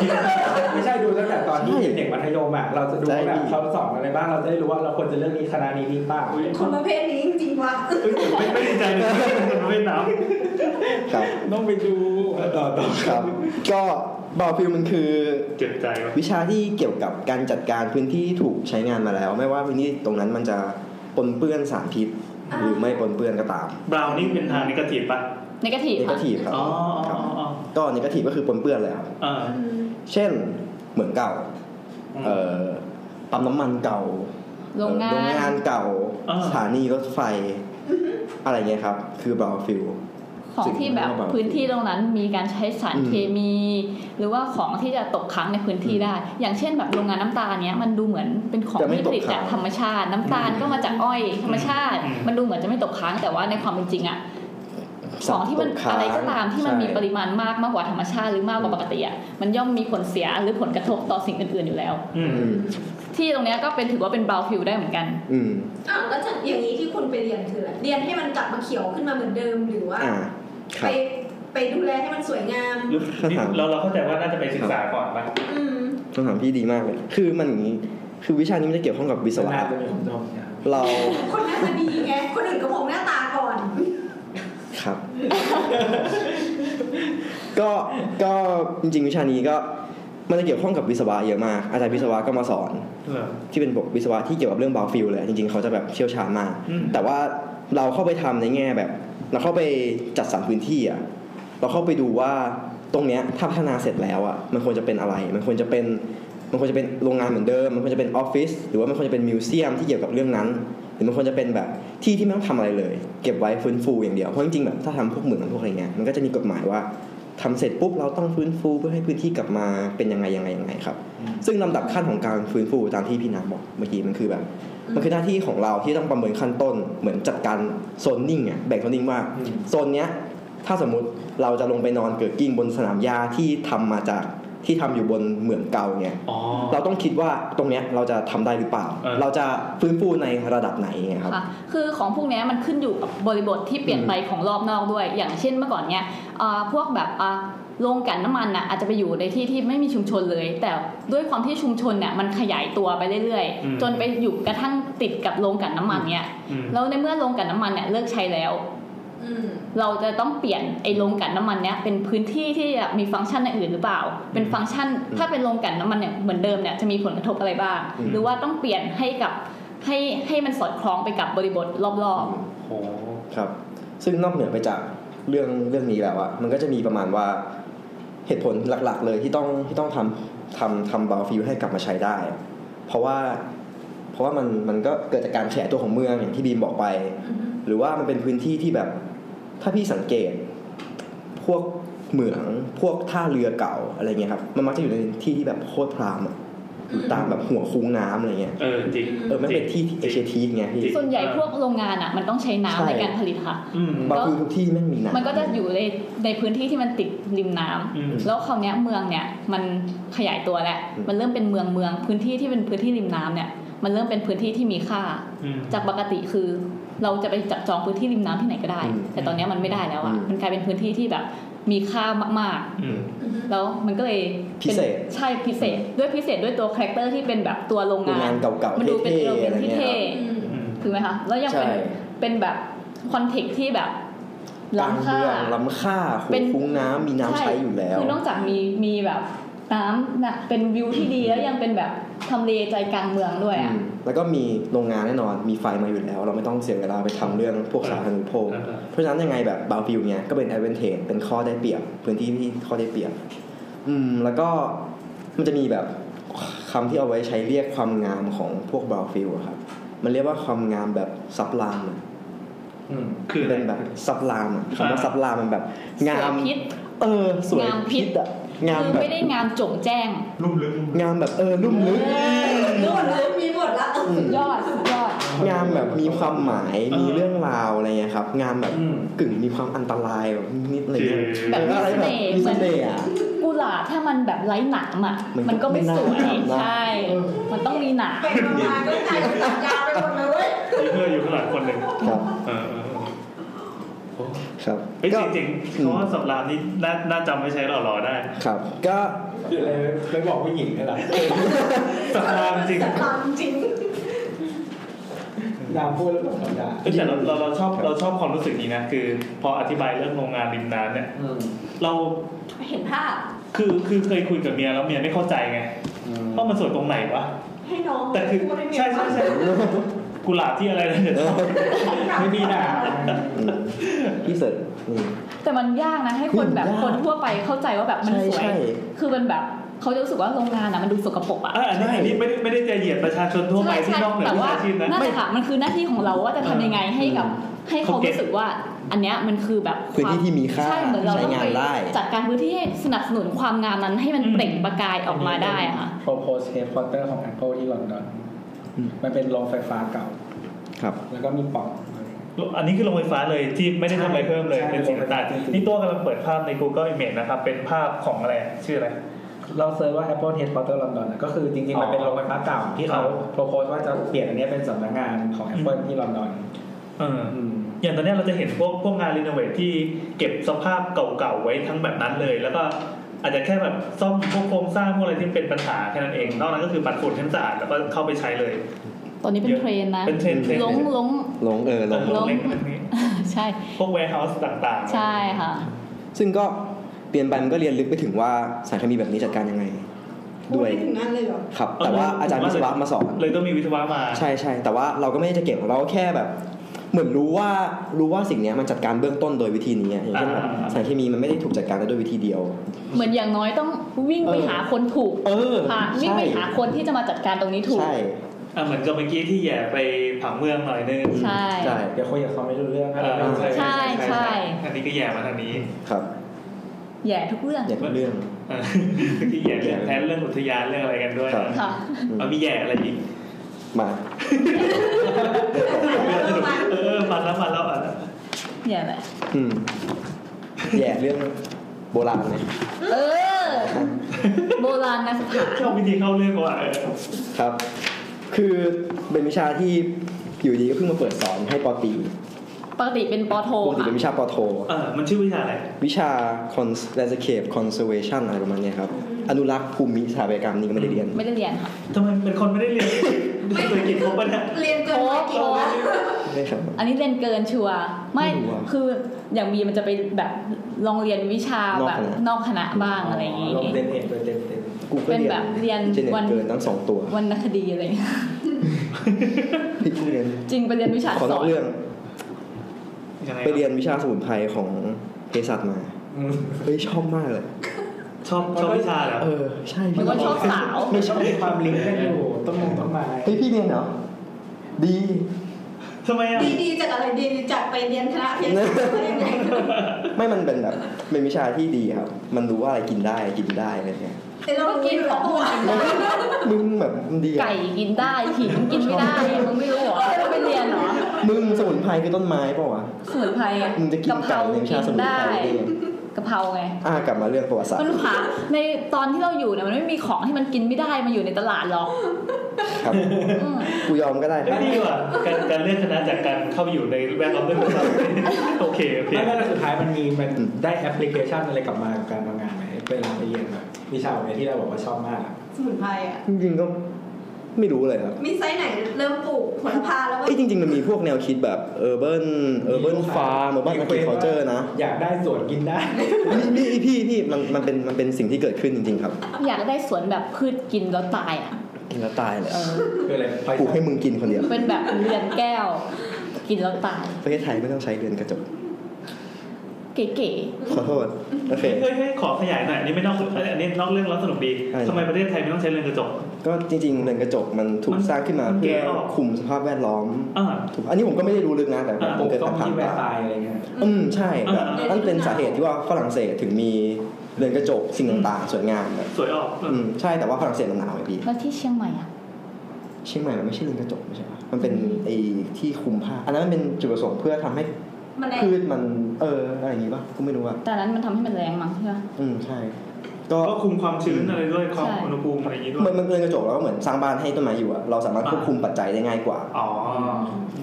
ไม่ใช่ดูตั้งแต่ตอนที่
ใช่
เป็นเด็กมัธยมอ่ะเราจะดูว่าแบบ
ใช่
เขาสอนอะไรบ้างเราจะได้รู้ว่าเราควรจะเลือกนี้คณะนี้ดีเปล่า
อุ๊ย
คนประเภทนี้จริงๆว่ะ
เอ้ยไม่ไม่ดีใจเลยเป็นเวียดนาม
ครับ
ต้องไปดูต่อต่อ
ครับ ก็บอฟิลมันคือ
เจ็บใจวะ
วิชาที่เกี่ยวกับการจัดการพื้นที่ที่ถูกใช้งานมาแล้ว ไม่ว่าพื้นที่ตรงนั้นมันจะปนเปื้อนสารพิษ
อ่า
หรือไม่ปนเปื้อนก็ตาม
บราวนี่เป็นทางนิเกทีฟปะ
ในกะทิ
นิเก
ค่ะ
ทีฟครับ
อ๋ออ๋ออ๋อ
ก็นิเกทีฟก็คือปนเปื้อนเลยครับ
อ๋อ
อืม
เช่นเหมืองเก่าเอ่อปั๊มน้ำมันเก่า
โรงงา
เอ่อโรงงาน นเก่าสถานีรถไฟอะไรเงี้ยครับ คือบราวฟิล
ของที่แบบพื้นที่ตรงนั้นมีการใช้สาร
อืม
เคมี หรือว่าของที่จะตกค้างในพื้นที่ได้ อย่างเช่นแบบโรงงานน้ำตาลเนี้ยมันดูเหมือนเป็นของที่ผลิตจากธรรมชาติน้ำตาลก็มาจากอ้อยธรรมชาติ มันดูเหมือนจะไม่ตกค้างแต่ว่าในความเป็นจริงอะ ของที่มัน
สัตว์ค้าง
อะไรก็ตามที่มันมี
ใช่
ปริมาณมากมากกว่าธรรมชาติหรือมากกว่าปกติอ่ะมันย่อมมีผลเสียหรือผลกระทบต่อสิ่งอื่นๆอยู่แล้ว
อืม
อืม
ที่ตรงเนี้ยก็เป็นถือว่าเป็นบราวฟิลได้เหมือนกัน
อืม
อ้าวแล้วจากอย่างนี้ที่คุณไปเรียนคืออะไรเรียนให้มันกลับมาเขียวขึ้นมาเหมือนเดิมหรือว่า
อ่าค
ไป
รับ
ไปดูแลให้มันสวยงาม
หรือเราเราเข้าใจว่าน่าจะไปศึกษาก่อนปะ
อืม
คำถามที่ดีมากเลย คือมันอย่างนี้ คือวิชานี้มันจะเกี่ยวข้องกับวิศวะ
นานจะมีคนจบเนี่ย
เรา
คนหน้าตาดีไง คนอื่นก็มองหน้าตาก่อน
ครับ <laughs> ก็ ก็จริงๆ วิชานี้ก็ มันจะเกี่ยวข้องกับวิศวะเยอะมาก อาจารย์วิศวะก็มาสอน
เหรอ
ที่เป็นวิศวะที่เกี่ยวกับเรื่องบาวฟิลเลย จริงๆ เขาจะแบบเชี่ยวชาญมาก
อืม
แต่ว่าเราเข้าไปทำในแง่แบบ เราเข้าไปจัดสรรพื้นที่อะเราเข้าไปดูว่าตรงเนี้ยถ้าพัฒนาเสร็จแล้วอะมันควรจะเป็นอะไร มันควรจะเป็น มันควรจะเป็นโรงงานเหมือนเดิม มันควรจะเป็นออฟฟิศ หรือว่ามันควรจะเป็นมิวเซียมที่เกี่ยวกับเรื่องนั้น หรือมันควรจะเป็นแบบที่ที่ไม่ต้องทำอะไรเลย เก็บไว้ฟื้นฟูอย่างเดียว เพราะจริงๆ แบบถ้าทำพวกเหมืองพวกอะไรเงี้ย มันก็จะมีกฎหมายว่าทำเสร็จปุ๊บเราต้องฟื้นฟูเพื่อให้พื้นที่กลับมาเป็นยังไงยังไงยังไงครับ ซึ่งลำดับขั้นของการฟื้นฟูตามที่พี่น้ำบอกเมื่อกี้มันคือแบบ มันคือหน้าที่ของเราที่ต้องประเมินขั้นต้น เหมือนจัดการโซนนิ่งอ่ะแบ่งโซนนิ่งว่าโซนเนี้ยถ้าสมมุติเราจะลงไปนอนเกิดกิ้งบนสนามหญ้าที่ทำมาจากที่ทำอยู่บนเหมืองเก่าเนี่ย
อ๋อ
เราต้องคิดว่าตรงเนี้ยเราจะทำได้หรือเปล่า
เออ
เราจะฟื้นฟูในระดับไหนไงครับ
ค่ะ คือของพวกเนี้ยมันขึ้นอยู่กับบริบทที่เปลี่ยนไปของรอบนอกด้วย อย่างเช่นเมื่อก่อนเนี้ยเอ่อพวกแบบอ่ะโรงกลันน้ำมันน่ะอาจจะไปอยู่ในที่ที่ไม่มีชุมชนเลย แต่ด้วยความที่ชุมชนเนี่ยมันขยายตัวไปเรื่อย
อืม
ๆ จนไปอยู่กระทั่งติดกับโรงกลันน้ำมันเนี้ย
อืม
แล้วในเมื่อโรงกลันน้ำมันเนี่ยเลิกใช้แล้ว
อืม
เราจะต้องเปลี่ยนไอ้โรงกลันน้ำมันเนี้ยเป็นพื้นที่ที่จะมีฟังก์ชันอย่างอื่นหรือเปล่า เป็นฟังก์ชัน ถ้าเป็นโรงกลันน้ำมันเนี่ยเหมือนเดิมเนี่ยจะมีผลกระทบอะไรบ้าง
อืม
หรือว่าต้องเปลี่ยนให้กับให้ให้มันสอดคล้องไปกับบริบทรอบ
โอ้โห
ครับ ซึ่งนอกเหนือไปจากเรื่องเรื่องนี้แล้วอะมันก็จะมีประมาณว่าเหตุผลหลักๆ เลยที่ต้องที่ต้องทำทำทำบาฟิลให้กลับมาใช้ได้ เพราะว่าเพราะว่ามันมันก็เกิดจากการแฉตัวของเมืองอย่างที่บีมบอกไป หรือว่ามันเป็นพื้นที่ที่แบบ ถ้าพี่สังเกต พวกเหมืองพวกท่าเรือเก่าอะไรเงี้ยครับมันมักจะอยู่ในที่ที่แบบโคตรพรามอะ
อืม
ตามแบบหัวคูน้ำอะไรเงี้ย
เออจริง
เออมันเป็นที่ที่เอเชียทีไงพี่
ๆ ส่วนใหญ่พวกโรงงานอ่ะมันต้องใช้น้ำ
ใช่
ในการผลิตค่ะ
อืม
บาฟิลทุกที่แม่งมีน้ำ
มันก็จะอยู่ในในพื้นที่ที่มันติดริมน้ำ
อืม
แล้วคราวเนี้ยเมืองเนี่ยมันขยายตัวแล้ว
อืม
มันเริ่มเป็นเมืองเมืองพื้นที่ที่เป็นพื้นที่ริมน้ำเนี่ย มันเริ่มเป็นพื้นที่ที่มีค่า
อืม
จากปกติคือเราจะไปจับจองพื้นที่ริมน้ำที่ไหนก็ได้
อืม
แต่ตอนเนี้ยมันไม่ได้แล้ว
อื
อ่ะ
ม
มันกลายเป็นพื้นที่ที่แบบมีค่ามาก
อืม
อืม
ๆ แล้วมันก็เลย
พิ
ป็น
เศษ
ใช่พิเศษ ด้วยพิเศษด้วยตัวคาแรคเตอร์ที่เป็นแบบตัวโรง
โร
งาง
งาน นเก่า
มันดู
ๆ
เป็น
เท่
โรง
ๆ
เป็
อะ
น
ไร
ที่
เงี้ยครั
เท่
บ
อืม
อืม
ถูกไหมคะแล้วยังเป็น
ใช่
เป็นแบบคอนเทกต์ที่แบบ
กลาง
ล้ำค่า
เมืองล้ำค่าหู
เป็น
ฟุ้งน้ำมีน้ำใช้อยู่แล้ว
คือนอกจากมีมีแบบน้ำนะเป็นวิวที่ดีแล้วยังเป็นแบบทำเลใจกลางเมืองด้วยอ่ะ
แล้วก็มีโรงงานแน่นอน มีไฟมาอยู่แล้ว เราไม่ต้องเสียเวลาไปทำเรื่องพวกสาธารณูปโภค
เออเออ
เพราะฉะนั้นยังไงแบบบาวฟิลเนี่ยก็เป็นแอดเวนเทจเป็นข้อได้เปรียบ พื้นที่ที่ข้อได้เปรียบ อืม แล้วก็มันจะมีแบบคำที่เอาไว้ใช้เรียกความงามของพวกบาวฟิลอะครับ มันเรียกว่าความงามแบบซับลามอะ
อืม
คืออะไร
เป็นแบบซับลามอะคำว่า
อ่า
ซับลามมันแบบ งาม
สวยพิษ
เออ สวย
งามพิ
พิ
ษ
ษอะงาม
คือ
แบบ
ไม่ได้งามโจ่งแจ้ง
ลุ่มลึกลุ่มลึก
งามแบบเออลุ่มลึก
มีหมดละมีหมดละ
สุดยอดสุดยอด
งามแบบมีความหมาย
เออ
มีเรื่องราวอะไรเงี้ยครับ งามแบบ
อืม
กึ่งมีความอันตรายแบบนิดๆอะไร
คือ
เงี้ยเออ
แบบ
อะไรแบบ
มี
มี
เส
เส
น่
น่
ห์
ห์อะ
กุหลาบถ้ามันแบบไร้หนามอ่ะ
มัน
มันก็ไม่
ไม่น่า
สวย
ทำนะ
ใช่ มันต้องมีหนาม
ไปมาๆก็ใครกับสัญญาไปหมดเลยเว้ย
มีเพื่อนอยู่ข้างหลังคนหนึ่ง
ครับ
เออเออเออ
ครับ
เฮ้ย
ก็
จริงๆเพราะว่าสับรามนี่น่าน่าจำไม่ใช้หล่อๆได้
ครับ ก็
คืออะไรไปบอกผู้หญิงนี่แหละ
สับรามจริง
สับรามจริง
นามพูดแล้วแบบธรรมดา
เอ้ยแต่เราเราเราชอบเราชอบความรู้สึกนี้นะคือ พออธิบายเรื่องโรงงานริมน้ำเนี่ย
อืม
เรา
เห็นภาพ
คือคือเคยคุยกับเมียแล้วเมียไม่เข้าใจไงว่ามันสวยตรงไหนวะ
ให้น้อง
แต่คือ
พูดห้เมีย
ใช่ใช่ใช่กุหลาบที่อะไรนะเนี่ย
ไม่มีด่า
อืมพี่เสิร์ชนี่
แต่มันยากนะให้คนแบบ
ยาก
คนทั่วไปเข้าใจว่าแบบมัน
ใช่
สวย
ใช่
คือมันแบบเขาจะรู้สึกว่าโรงงานอะมันดูสกปรกอะ
อ่ะอันนี้อันนี้ไม่ได้ไม่ได้จะเหยียดประชาชนทั่วไปที่นอกเหนือ
แต่
วิ
ว่า
ชาชีพนะ
นั่นแหละค่ะมันคือหน้าที่ของเราว่าจะทำยังไงให้กับ ให้เขา
เขาเก็ต
รู้สึกว่า อันเนี้ยมันคือแบบ
พื้นที่ที่มีค่า
ใช่เหมือนเรา
ใช้
ต้อง
งา
ไป
นได้
จัดการพื้นที่ให้สนับสนุนความงามนั้นให้มันเปล่งประกายออกมาได้อะค่ะ
โปรโพสเฮดคอเตอร์ของ Apple ที่ลอนดอน
อืม
มันเป็นโรงไฟฟ้าเก่า
ครับ
แล้วก็มีปล่อง
อันนี้คือโรงไฟฟ้าเลยที่ไม่ได้ทำอะไรเพิ่มเลย
ใช่
เป็นสิ่งต่าง
ใช่
ๆนี่ตัวกำลังเปิดภาพใน Google Image นะครับ เป็นภาพของอะไรชื่ออะไร
เราเซิร์ชว่า Apple Headquarter London อะก็คือจริงๆ มันเป็นโรงไฟฟ้าเก่าที่เขา
อ๋อ
โปรโพสว่าจะเปลี่ยนอันเนี้ยเป็นสำนักงานของ Apple ที่ลอนดอน
เออ
อืม
อย่างตอนเนี้ยเราจะเห็นพวกพวกงานรีโนเวทที่เก็บสภาพเก่าๆไว้ทั้งแบบนั้นเลย แล้วก็อาจจะแค่แบบซ่อมพวกโครงสร้างพวกอะไรที่เป็นปัญหาแค่นั้นเองนอกนั้นก็คือปัดฝุ่นให้มันสะอาดแล้วก็เข้าไปใช้เลย
ตอนนี้เป็นเทรนด์นะ
เป็นเทรนด์เทรนด์
ลงลง
ลงเออลง
ลง
เล็กแบบนี้
<laughs> ใช่
พวก warehouse ต่างๆ
ใช่ค่ะ
ซึ่งก็เรียนไปมันก็เรียนลึกไปถึงว่าสารเคมีแบบนี้จัดการยังไง
พูด
ด้วย
ไม่ถึงนั่นเลยเหรอ
ครับ แต่ว่าอาจารย์วิศวะมาสอน
เลยต้องมีวิศวะมา
ใช่ใช่แต่ว่าเราก็ไม่ได้จะเก่งเราก็แค่แบบ เหมือนรู้ว่ารู้ว่าสิ่งเนี้ยมันจัดการเบื้องต้นโดยวิธีนี้อย่างเช่นแบบ
อ่า
สารเคมีมันไม่ได้ถูกจัดการได้ด้วยวิธีเดียว
เหมือนอย่างน้อยต้องวิ่งไป
เออ
หาคนถูก
เออ
ค่ะวิ่ง
ใช่
ไปหาคนที่จะมาจัดการตรงนี้ถูก
ใช่
อ่ะเหมือนกับเมื่อกี้ที่แย่ไปผังเมืองหน่อยนึง
ใช่
ใช่
เดี๋ยวคุยกับเขาไม่รู้เรื่องนะ
เออ
ไม่
ใช่
ใช่
อันนี้ก็แย่มาทางนี้
ครับ
แย่ทุกเรื่อง
อย่างเรื่อง
เอ <laughs> อเมื่อกี้แย่เรื่องแทนเรื่องอุทยานเรื่องอะไรกันด้วย
ครับ
ค่ะ
เอามีแย่อะไรอีก
มา
เออมันแล้วมันแล้วอ่ะ
แย่แหละ
อืมแย่เรื่องโบราณเลย
เออ โบราณนะสถาน
ชอบวิธีเข้าเรื่องว่ะเออ
ครับ คือเป็นวิชาที่อยู่ดีก็เพิ่งมาเปิดสอนให้ปอตรี
ปกติเป็นปอโท
ปกติ
ค่ะ
เป็นวิชาปอโท
เออมันชื่อวิชาอะไร
วิชา Cons- landscape conservation อะไรประมาณเนี้ยครับ อนุรักษ์ภูมิสถาปัตยกรรมนี่ก็ไม่ได้เรียน
ไม่ได้เรียนค่ะ
ทำไมเป็นคนไม่ได้เรียนภาษาอังกฤษครบปะเนี่ย
เรียนเกินไปกี่
โอ้
วัน
ไม่ครับ
อันนี้เรียนเกินชัวร์ไม่
ไม่รู้อะ
คืออย่างบีมันจะไปแบบลองเรียนวิชาน
อก
แบบ
คณะ
นอกคณะบ้างอะไรอย่างงี้
ลงเต็นเองโดยเต็มเต็ม
กูก็
เป็น
เรียน
แบบเรียน
เจเน็ต
วัน
เกินทั้งสองตัว
วรรณคดีอะไรอย่างเงี้ย
พี่กูเรียน
จริงไปเรียนวิชา
ขอน
ส
อ
อก น
เรื่อง
ยังไง
ไปเรียนวิชาสมุนไพรของเภสัชมา
ๆอืม
เฮ้ยชอบมากเลย
ชอบชอบวิชาเหรอ
เออ ใช่
มัน
พี่
ก็ชอบสาว
ไม่ชอบมีความลิงก์กันอยู่ต้นมงต้นไม้
เฮ้ยพี่เรียนเหรอ ดี
ทำไมอ่ะ
ดีๆจากอะไรดีๆจากไปเรียนคณะเพียง
เออ
ไปเรียน
<laughs>
ไหน
ไม่มันเป็นแบบเป็นวิชาที่ดีครับ มันรู้ว่าอะไรกินได้กินได้อะไรเงี้ย
แต่เรา
ก็กินของ
ตัว
กินได้
มึงแบบมันดีอะ
ไก่กินได้หินกินไม่ได้มึงไม่รู้เหรอต้องไปเรียนเหรอ
มึงสมุนไพรคือต้นไม้เปล่าวะ
สมุนไพรอะ
มึงจะกิน
กะเพ
ไก่
รา
ในวิ
กิ
ชาส
น
มุน
ได้
ไพรได้ยังไง
กะเพราไง
อ่ะกลับมาเรื่องประวัติศาสต
มั
ร์
นหาในตอนที่เราอยู่เนี่ยมันไม่มีของที่มันกินไม่ได้มันอยู่ในตลาดหรอก
ครับ
อืม
กูยอมก็ได้ค
เอ้
รั
ย
บ
ดีว่ะการการเลือกคณะจากการเข้าไปอยู่ในแวดล้อมเรื่องของเราโอเคโอเค
ไม่ไม่แล้วสุดท้ายมันมีมันได้แอปพลิเคชันอะไรกลับมากับการทำงานไหมเวลาไปเรียนแบบวิชาแบบเนี้ยที่เราบอกว่าชอบมากอะ
สมุนไพรอ่ะ
จริงๆก็ไม่รู้เลยครับ
มีไซส์ไหนเริ่มปลูกผลพาแล้วว่า
ไอ้ยจริง ๆ มันมีพวกแนวคิดแบบ urban urban farm urban agriculture นะ
อยากได้สวนกินได้
นี่นี่พี่พี่มันมันเป็นมันเป็นสิ่งที่เกิดขึ้นจริง ๆ ครับ
อยากได้สวนแบบพืชกินแล้วตายอ่ะ
กินแล้วตายเลย
เออ
คืออะไรไป
ปลูกให้มึงกินคนเดียว
เป็นแบบเรือนแก้ว กินแล้วตาย
ประเทศไทยไม่ต้องใช้เรือนกระจก
เก๋
ขอโทษโอเค
เฮ้ยเฮ้ยเฮ้ยขอขยายหน่อยอันนี้ไม่นอกอันนี้นอกเรื่องแล้วสนุกดี
ใช่
ทำไมประเทศไทยไม่ต้องใช้เรือนกระจก
ก็จริง ๆ เรือนกระจกมันถูกสร้างขึ้นมา
มันแก้
เพื่อ
ออก
คุมสภาพแวดล้อม
อ่า
ถูกอันนี้ผมก็ไม่ได้รู้ลึกนะแต่
อ่ะ
ผ
ปลู
ม
ก
เกิด
ต้
แต่
ม
ผ่าน
ที่แวร์ไซ
ตา
น์อะไรเงี้ย
อืมใช่แบบ
อ่า
นั่นเป็นสาเหตุที่ว่าฝรั่งเศสถึงมีเรือนกระจกสิ่งต่างๆ สวยงามแบบ
สวยออก
อืมใช่แต่ว่าฝรั่งเศสมันหนาวไงพี่
ๆแล้วที่เชียงใหม่อ่ะ
เชียงใหม่มันไม่ใช่เรือนกระจกไม่ใช่ปะมันเป็นไอ้ที่คุมผ้า อันนั้นมันเป็นจุดประสงค์เพื่อทำให้
มันแดง
พืชมัน เอออะไรอย่างงี้ปะก็ไม่รู้อะ
แต่อันนั้นมันทำให้มันแรงมั้งใช่ไหม
อืมใช่ ก็ ก็
ก็คุมความชื้นอะไรด้วยความอุณหภูมิอะไรอย่างนี้ด้ว
เหมือย นมันเรือนกระจกแล้วเหมือนสร้างบ้านให้ต้นไม้อยู่อะเราสามารถควบคุมปัจจัยได้ง่ายกว่า
อ๋อ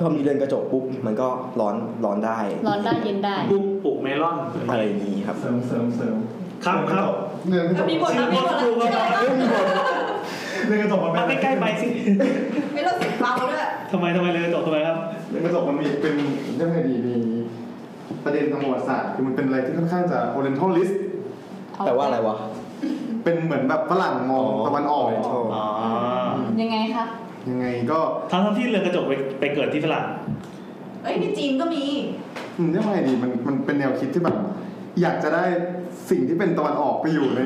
พอมีเรือนกระจกปุ๊บมันก็ร้อนร้อนได้
ร้อนได้เย็นได้
ปลูกปลูกเมลอน
อะไรอย่างนี้ครับ
เสริมเสริมเสริม
ครับครับ
เรื่องกระจ
มี
ก
บทแล้วมีบทแล้ว
เรื่องกระจกมัน
มา
เป็น
ใกล้ๆไปสิ <laughs>
ไม่รู้สึกเบาด้วย
ทำไมทำไมเลยตกทำไมครับ
เรื่องกระจกมันมีเป็นเรื่องไงดีมีประเด็นทางประวัติศาสตร์คือมันเป็นอะไรที่ค่อนข้างจะ orientalist
แต่ว่าอะไรวะ
เป็นเหมือนแบบฝรั่งมองตะวันออก
Oriental
อ๋อ
ยังไงคะ
ยังไงก็
ทั้งทั้งที่เรือนกระจกไปไปเกิดที่ฝรั่ง
เอ้ยในจีนก็มี
อืมเรื่องไงดีมันมันเป็นแนวคิดที่แบบอยากจะได้สิ่งที่เป็นตะวันออกไปอยู่ใน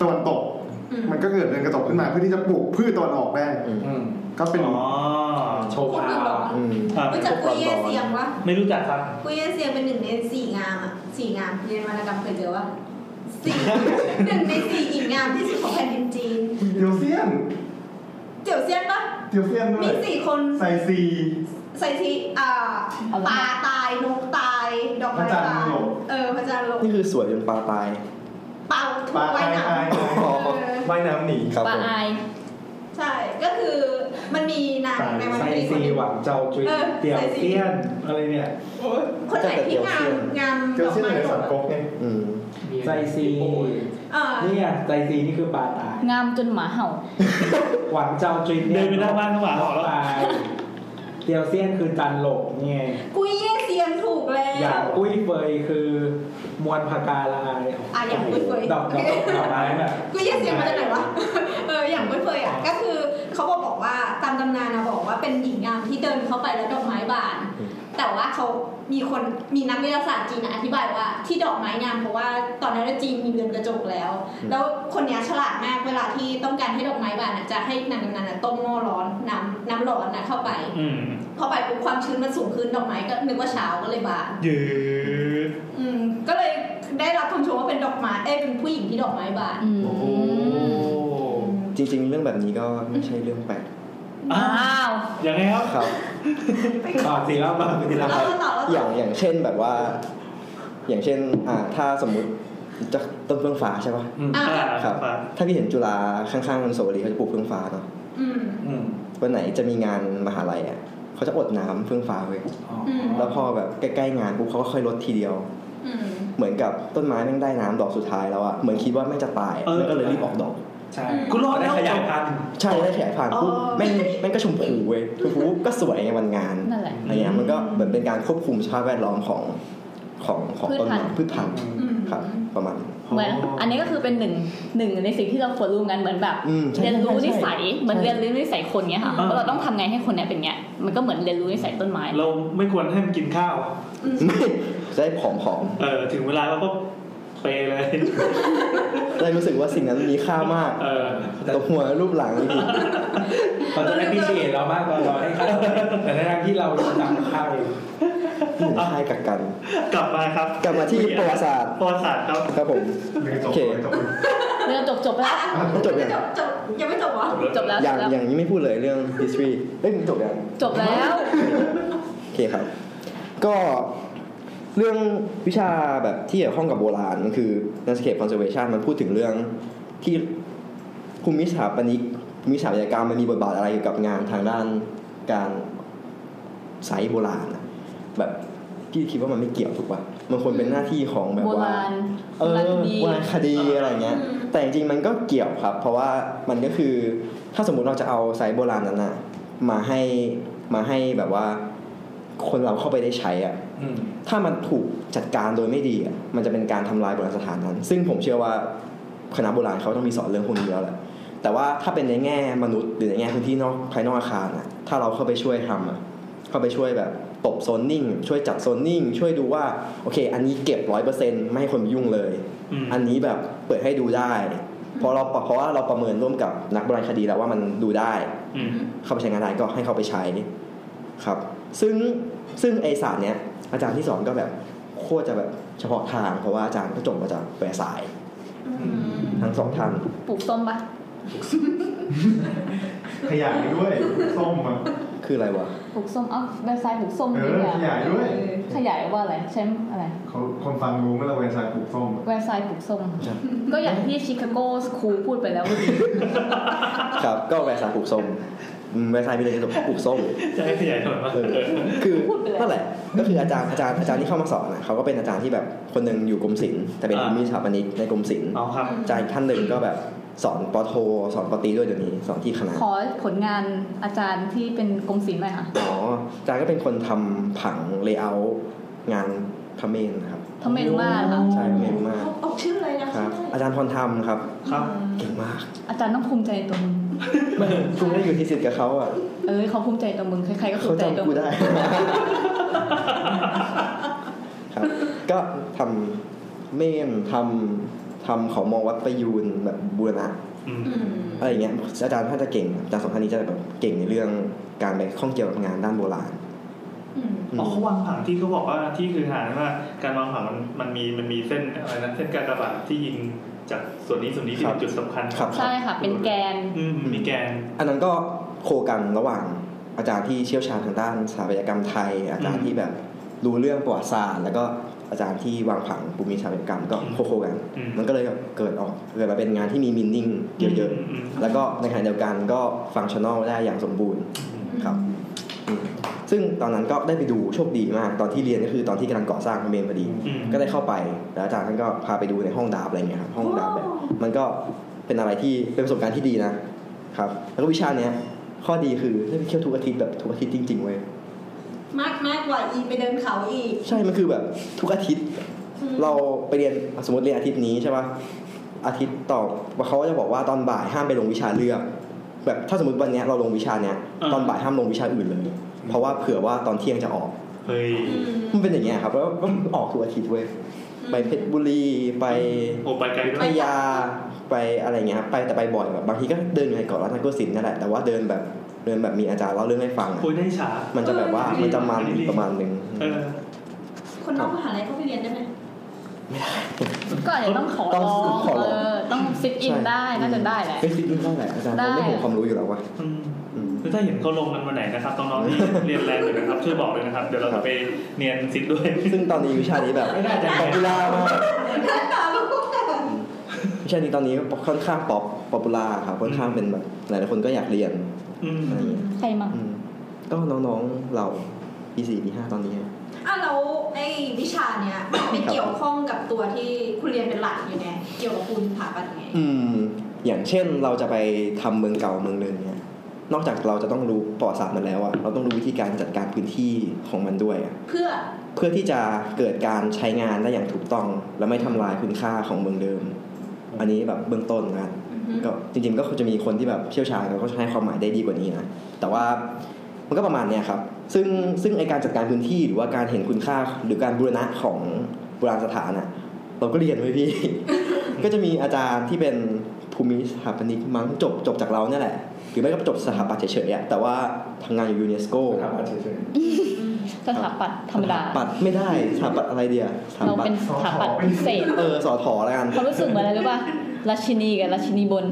ตะวันตก
อืม
มันก็เกิดเรือนกระจกขึ้นมาเพื่อที่จะปลูกพืชตะวันออกได้
อืม
อืม
ก็เป็น
อ๋อ
โชว์พาว
อืม
ครับ
รู้จักกุยเย่เซียงวะ
ไม่รู้จักครับ
กุยเย่เซียงเป็นหนึ่งในสี่งามอ่ะสี่งามเรียนวรรณกรรมเคยเจอวะ
<laughs>
สี่ หนึ่งในสี่หญิงงามที่สุดของแผ่นดินจีน
เดียวเซียน
เจียวเซียนปะ
เดียวเซียนด้ว
มี
ย
สี่คน
ใส่ซี
ใส่ทีอ่า
เอาละ
ปลาตายนกตาย ดอกไม้ตายเออพระจันทร์ลง
นี่คือสวยจนปลาตาย
เป่าถู
ปลาก
ไว้
อาย
หนัง
อาย
อ๋อ
เออ
ว่ายน้ำหนี
ครับ
ปลา
ผม
อาย
ใช่ ก็คือมันมีนางในวัน
ไซ
ที่คน
ซี
หนึ่ง
หวังเจ้าจุย
เออ
เตียว
ไซซี
เซียนอะไรเนี่ย
คนไหนที่งามงาม
เดี
ด
ยว
อก
เซียน
ไม้
ใน
ส
สั
ด
นกกไง
อืม
ไซซี
เออ
เนี่ยไซซีนี่คือปลาตาย
งามจนหมาเห่า
หวังเจ้าจุย
เดินไปหน้าบ้านก็หมาเห่าแล้ว
ตายเตียวเซียนคือจันหลกเนี่ย
กุยเย่เซียนถูกแล้
อยาว งอุ้ยเฟยคือมวลพากาลาย
อ่ะอย่างอุ้ยเฟย
ดอกดอกดอกไม้แบบ
กุยเย่เซียนมาจากไหนวะ เอออย่างเพื่อนๆอ่ะก็คือเขาบอกบอกว่าตามตำนานนะบอกว่าเป็นหญิงงามที่เดินเข้าไปแล้วดอกไม้บาน
อืม
แต่ว่าเขามีคนมีนักวิทยาศาสตร์จีนอธิบายว่าที่ดอกไม้งามเพราะว่าตอนนั้นจีนมีเรือนกระจกแล้ว แล้วคนเนี้ยฉลาดมากเวลาที่ต้องการให้ดอกไม้บานอ่ะจะให้นางกำนันอ่ะต้มหม้อร้อนน้ำน้ำร้อนนะเข้าไป
อืม
พอไปปุ๊บความชื้นมันสูงขึ้นดอกไม้ก็นึกว่าเช้าก็เลยบาน
ยืด
อืม ก็เลยได้รับคำชมว่าเป็นดอกไม้เอ้ยเป็นผู้หญิงที่ดอกไม้บาน
อืม
โอ้โห
จริง ๆ เรื่องแบบนี้ก็ไม่ใช่เรื่องแปลก
อ้า
อ้าว ว
ยังไงครับ
ครับ
ต่อสีแล้วมาสีแล้ว
แล้วก็ต่อแล้ว
อย่า
ต่
ง
อ
อย่างเช่นแบบว่า อย่างเช่นอ่าถ้าสมมุติจะต้นเฟื่องฟ้าใช่ป่ะ
อืม
อ่ะ
อ่า
ครับ ถ้าพี่เห็นจุฬาข้างๆอนุสาวรีย์เขาจะปลูกเฟื่องฟ้าเนาะ
อืม
อืม
วันไหนจะมีงานมหาลัยอ่ะเขาจะอดน้ำเฟื่องฟ้าเว้ย
อ๋อ
อืม
แล้วพอแบบใกล้ๆงานปุ๊บเขาก็ค่อยลดทีเดียว
อืม
เหมือนกับต้นไม้แม่งได้น้ำดอกสุดท้ายแล้วอ่ะเหมือนคิดว่าแม่งจะตาย
เออ
แม่งก็เลยรีบออกดอก
ใช่
กูรอดแล้ว
ขยายพันธุ์
ใช่ได้ขยายพันธุ์ปุ๊บ
อ๋อ
แม่งแม่งก็ชมพูเว้ยชมพูก็สวยในวันงาน
นั่นแหละ
อะไรเงี้ยมันก็เหมือนเป็นการควบคุมสภาพแวดล้อมของของของต้นไม้พืชพันธุ์
อืม
ครับ ประมาณนี้
เหมือนอันนี้ก็คือเป็นหนึ่งหนึ่งในสิ่งที่เราควรรู้กันเหมือนแบบ
อืมใช่
เรียนรู้นิสัย
ใช่ใช่
เหมือนเรียนรู้นิสัยคนเนี้ยค่ะ
อ่า
ว่าเราต้องทำไงให้คนเนี้ยเป็นเนี้ยมันก็เหมือนเรียนรู้นิสัยต้นไม้
เราไม่ควรให้มันกินข้าว
อืม
ไม่จะได้ผอม
เออถึงเวลาเราก็เปเลย
ๆได้รู้สึกว่าสิ่งนั้นมีค่ามาก
เออ
แต่
ตบหัวรูปหลังอีกที
เขาจะได้พิเศษเรามากกว่าเรา <laughs> ให้เขาแต่ในทางที่เรารู้จักค่าเอง
หนึ่งค่ายกักกัน
กลับมาครับ
กลับมาที่ประวัติศาสตร์
ประวัติศาสตร์ครับ
ครับผม
เรือนกระจก
โอเค
เรือนกระจก
เรื่องจบจบแล้ว
จบยัง
จบจบยังไม่จบวะ
จบแล้ว
อย่างอย่างนี้ไม่พูดเลยเรื่อง history เอ้ยจบยัง
จบแล้ว
โอเคครับ ก็เรื่องวิชาแบบที่เกี่ยวข้องกับโบราณมันคือ landscape conservation มันพูดถึงเรื่องที่ภูมิสถาปนิกภูมิสถาปัตยกรรมมันมีบทบาทอะไรเกี่ยวกับงานทางด้านการไซต์โบราณอะแบบพี่คิดว่ามันไม่เกี่ยวถูกป่ะมันควรเป็นหน้าที่ของแบบ
โบ
ว่า
ราณ
เออ
ราณดี
วรรณคดีอะไรเงี้ย แต่จริงๆมันก็เกี่ยวครับ เพราะว่ามันก็คือถ้าสมมุติเราจะเอาไซต์โบราณนั้นอะมาให้มาให้แบบว่า คนเราเข้าไปได้ใช้อะ
อืม
ถ้ามันถูกจัดการโดยไม่ดีอะมันจะเป็นการทำลายโบราณสถานนั้น ซึ่งผมเชื่อว่าคณะโบราณเขาต้องมีสอนเรื่องพวกนี้แล้วแหละแต่ว่าถ้าเป็นในแง่มนุษย์หรือในแง่พื้นที่นอกภายนอกอาคารอะถ้าเราเข้าไปช่วยทำอะเข้าไปช่วยแบบตบโซนนิ่ง ช่วยจัดโซนนิ่ง ช่วยดูว่าโอเค อันนี้เก็บร้อยเปอร์เซ็นต์ไม่ให้คนมายุ่งเลย
อืม
อันนี้แบบเปิดให้ดูได้ เพราะเราเพราะว่าเราประเมินร่วมกับนักโบราณคดีแล้วว่ามันดูได้
อืม
เข้าไปใช้งานได้ก็ให้เข้าไปใช้ครับ ซึ่งซึ่งไอศาสตร์เนี้ยอาจารย์ที่สอนก็แบบโคตรจะแบบเฉพาะทางเพราะว่าอาจารย์ก็จบมาจากแวร์สายน์
อืม
ทั้งสองท่าน
ปลูกส้มปะ
ขยายด้วยส้มอ่ะ
คืออะไรวะ
ปลูกส้มเอ้าเว็บไซต์ปลูกส้ม
เอ
ด้
อ
ว
ย
เหรอ
ขยายด้วย
ขยายว่าอะไรใช้อะไร
เขาคนฟังรู้ไหมเราเวนซายปลูกส้มอะ
เว็บไซต์ปลูกส้ม
ครับ
ก็อย่างที่ชิคาโกสคูลพูดไปแล้วเมื่อกี้
ครับ ก็แวร์ซายปลูกส้มอืมแวร์ซายมีอะไรจะปลูกส้ม
จะให้ขยายผลว่า
เออคือนั่นแหละ ก็คืออาจารย์อาจารย์อาจารย์ที่เข้ามาสอนนะเขาก็เป็นอาจารย์ที่แบบคนหนึ่งอยู่กรมศิลป์แต่เป็นมีสถาปนิกในกรมศิลป์
เอาครับ
อาจารย์อีกท่านหนึ่งก็แบบสอนปอโท สอนปอตรีด้วยเดี๋ยวนี้สอนที่คณะ
ขอผลงานอาจารย์ที่เป็นกรมศิลป์หน่อยค่ะ
อ๋ออาจารย์ก็เป็นคนทำผังเลเยอร์งานพระเมนนะครับ
ทำไมรู้มากค่ะ
ใช่พระเมนมาก
ออกชื่อเลยนะ
ค
คะ
รับอาจารย์พรทำครับ
ครับ
เก่งมาก
อาจารย์ต้องภูมิใจในตัวมึง
กูไม่ได้อยู่ที่สิทธิ์กับเขาอ่ะ
เอ้ยเขาภูมิใจในตัวมึง ใครๆก็ภู
เขา
มิใจในตัว
จำ
มึ
กู
ง
ได้ ครับ ก็ทำเม่นทำทำเขามองวัดประยูนแบบบูรณะ
อืม
อืม
อะไรอย่างเงี้ยอาจารย์ท่านจะเก่งอาจารย์สองท่านนี้จะแบบเก่งในเรื่องการไปข้องเกี่ยวกับงานด้านโบราณ
อืม
อืม
อ๋อเขาวางผังที่เขาบอกว่าที่คือหาว่าการวางผังมันมันมีมันมีเส้นอะไรนะเส้นการกระบาดที่ยิงจากส่วนนี้ส่วนนี้ที่เป็นจุดสำคัญ
ครับครับ
ใช่ค่ะ เป็นแกน
อืมมีแกน
อันนั้นก็โคกันระหว่างอาจารย์ที่เชี่ยวชาญทางด้านสถาปัตยกรรมไทย อาจาร
อื
ย์
ม
ที่แบบรู้เรื่องประวัติศาสตร์แล้วก็อาจารย์ที่วางผังภูมิสถาปัตยกรรมก็
อืม
โคโคกัน
อืม
มันก็เลยแบบเกิดออกเกิดมาเป็นงานที่มีมินนิ่งเยอะ
ม
ๆแล้วก็ในขณะเดียวกันก็ฟังชั่นอลได้อย่างสมบูรณ์ ครับอืมซึ่งตอนนั้นก็ได้ไปดูโชคดีมาก ตอนที่เรียนก็คือตอนที่กำลังก่อสร้างเมนพอดี
อืม
ก็ได้เข้าไปแล้วอาจารย์ท่านก็พาไปดูในห้องดาบอะไรเงี้ยครับห้องดาบแบบมันก็เป็นอะไรที่เป็นประสบการณ์ที่ดีนะครับแล้วก็วิชาเนี้ยข้อดีคือได้ไปเที่ยวทุกอาทิตย์แบบทุกอาทิตย์จริงๆเว้ย
มากมากกว่าอีไปเดินเขาอีก
ใช่มันคือแบบทุกอาทิตย์
อืม
เราไปเรียนสมมติเรียนอาทิตย์นี้ใช่ป่ะอาทิตย์ต่อมาเขาก็จะบอกว่าตอนบ่ายห้ามไปลงวิชาเลือก แบบถ้าสมมติวันเนี้ยเราลงวิชาเนี้ยตอนบ่ายห้ามลงวิชาอื่นเลยเพราะว่าเผื่อว่าตอนเที่ยงจะออก
เฮ้ย
อืม
มันเป็นอย่างเงี้ยครับแล้วก็ออกทุกอาทิตย์เว้ยไปเพชรบุรีไป
โอ้ไปไกลด้ว
พั
ย
ทยาไปอะไรเงี้ยครับไปแต่ไปบ่อยแบบบางทีก็เดินอยู่ในเกาะรัตนโกสินทร์นั่นแหละแต่ว่าเดินแบบเดินแบบมีอาจารย์เล่าเรื่องให้ฟังอะ
โอ้ยได้ฉาก
มันจะแบบว่ามันจะมันอีกประมาณหนึ่ง
เออ
คนนอกมหาลัยเข้าไปเรียนได้
<laughs>
ไหม
ก็อาจจะต้องขอร้องเออต้องฟิตอินได้น่าจะได้แหละ
เฮ้ยฟิตอินได้แหละอาจารย์เขา
ได้
เรื่องของความรู้อยู่แล้วว่ะ
อืม
อืม
คือถ้าเห็นเขาลงกันวันไหนนะครับน้องๆที่เรียนแรงอยู่นะครับ ช่วยบอกเลยนะครับ เดี๋ยวเราจะไปเนียนซิดด้วย
ซึ่งตอนนี้วิชานี้แบบ
ไม่น่าจะ
ป๊อปปูล่ามาก
หน้าตาลูกก็แต่
วิชานี้ตอนนี้ค่อนข้างป๊อปป๊อปปูล่าครับค่อนข้างเป็นแบบหลายๆคนก็อยากเรียน
อืม
อะไรเงี้ย
ใครมั่ง
อืมก็น้องๆเราปีสี่ปีห้าตอนนี้
อ่ะแล้วไอ้วิชาเนี้ยมันไม่เกี่ยวข้องกับตัวที่คุณเรียนเป็นหลักอยู่ไงเกี่ยวกับคุณสถาปัตย์ไง
อืมอย่างเช่นเราจะไปทำเมืองเก่าเมืองหนึ่งเนี่ยนอกจากเราจะต้องรู้ประวัติศาสตร์มันแล้วอะเราต้องรู้วิธีการจัดการพื้นที่ของมันด้วยอะ
เพื่อ
เพื่อที่จะเกิดการใช้งานได้อย่างถูกต้อง และไม่ทำลายคุณค่าของเมืองเดิม อันนี้แบบเบื้องต้นนะ
อือฮึ
ก็จริงๆก็จะมีคนที่แบบเชี่ยวชาญเขาก็ให้ความหมายได้ดีกว่านี้นะแต่ว่ามันก็ประมาณเนี้ยครับซึ่งซึ่งไอการจัดการพื้นที่หรือว่าการเห็นคุณค่าหรือการบูรณะของโบราณสถานอะเราก็เรียนไว้พี่ <laughs> ก็จะมีอาจารย์ที่เป็นภูมิสถาปนิกมั้งจบจบจากเราเนี่ยแหละ หรือไม่ก็จบสถาปัตย์เฉยๆอะแต่ว่าทำงานอยู่ยูเนสโก
ถามว่าเฉย
สถาปัตย์ธรรมดา
สถปัตย์ไม่ได้สถาปัตย์อะไรเดียวสถา
เรา
ปัต
เป็น
ย์
สถาปัตย์พิเศษ
เออสอทอแล้วกัน
เขารู้สึกเหมือนอะไรรู้ป่ะราชินีกับราชินีบน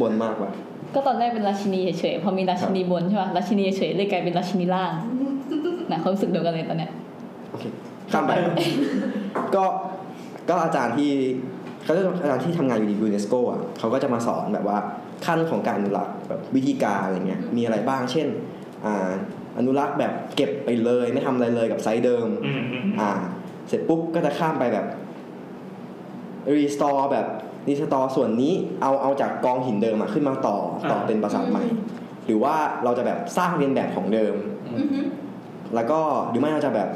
บนมากกว่า
ก็ตอนแรกเป็นราชินีเฉยๆ พอมีราชินีบนใช่ป่ะ ราชินีเฉยๆเลยกลายเป็นราชินีล่างนะเขารู้สึกเดียวกันเลยตอนเนี้ย
โอเคข้าม <laughs> ไป ก็ก็อาจารย์ที่เขาจะอาจารย์ที่ทำงานอยู่ที่ยูเนสโกอ่ะเขาก็จะมาสอนแบบว่าขั้นของการอนุรักษ์แบบวิธีการอะไรเงี้ยมีอะไรบ้าง เช่นอ่าอนุรักษ์แบบเก็บไปเลย ไม่ทำอะไรเลยกับไซต์เดิม
อืมอืม
อ่า เสร็จปุ๊บก็จะข้ามไปแบบรีสตอร์แบบรีสตอร์ส่วนนี้เอาเอาจากกองหินเดิมอะขึ้นมาต่อต่อเป็นปราสาทใหม่ หรือว่าเราจะแบบสร้างเรียนแบบของเดิม
อือฮึ
แล้วก็หรือไม่เราจะแบบ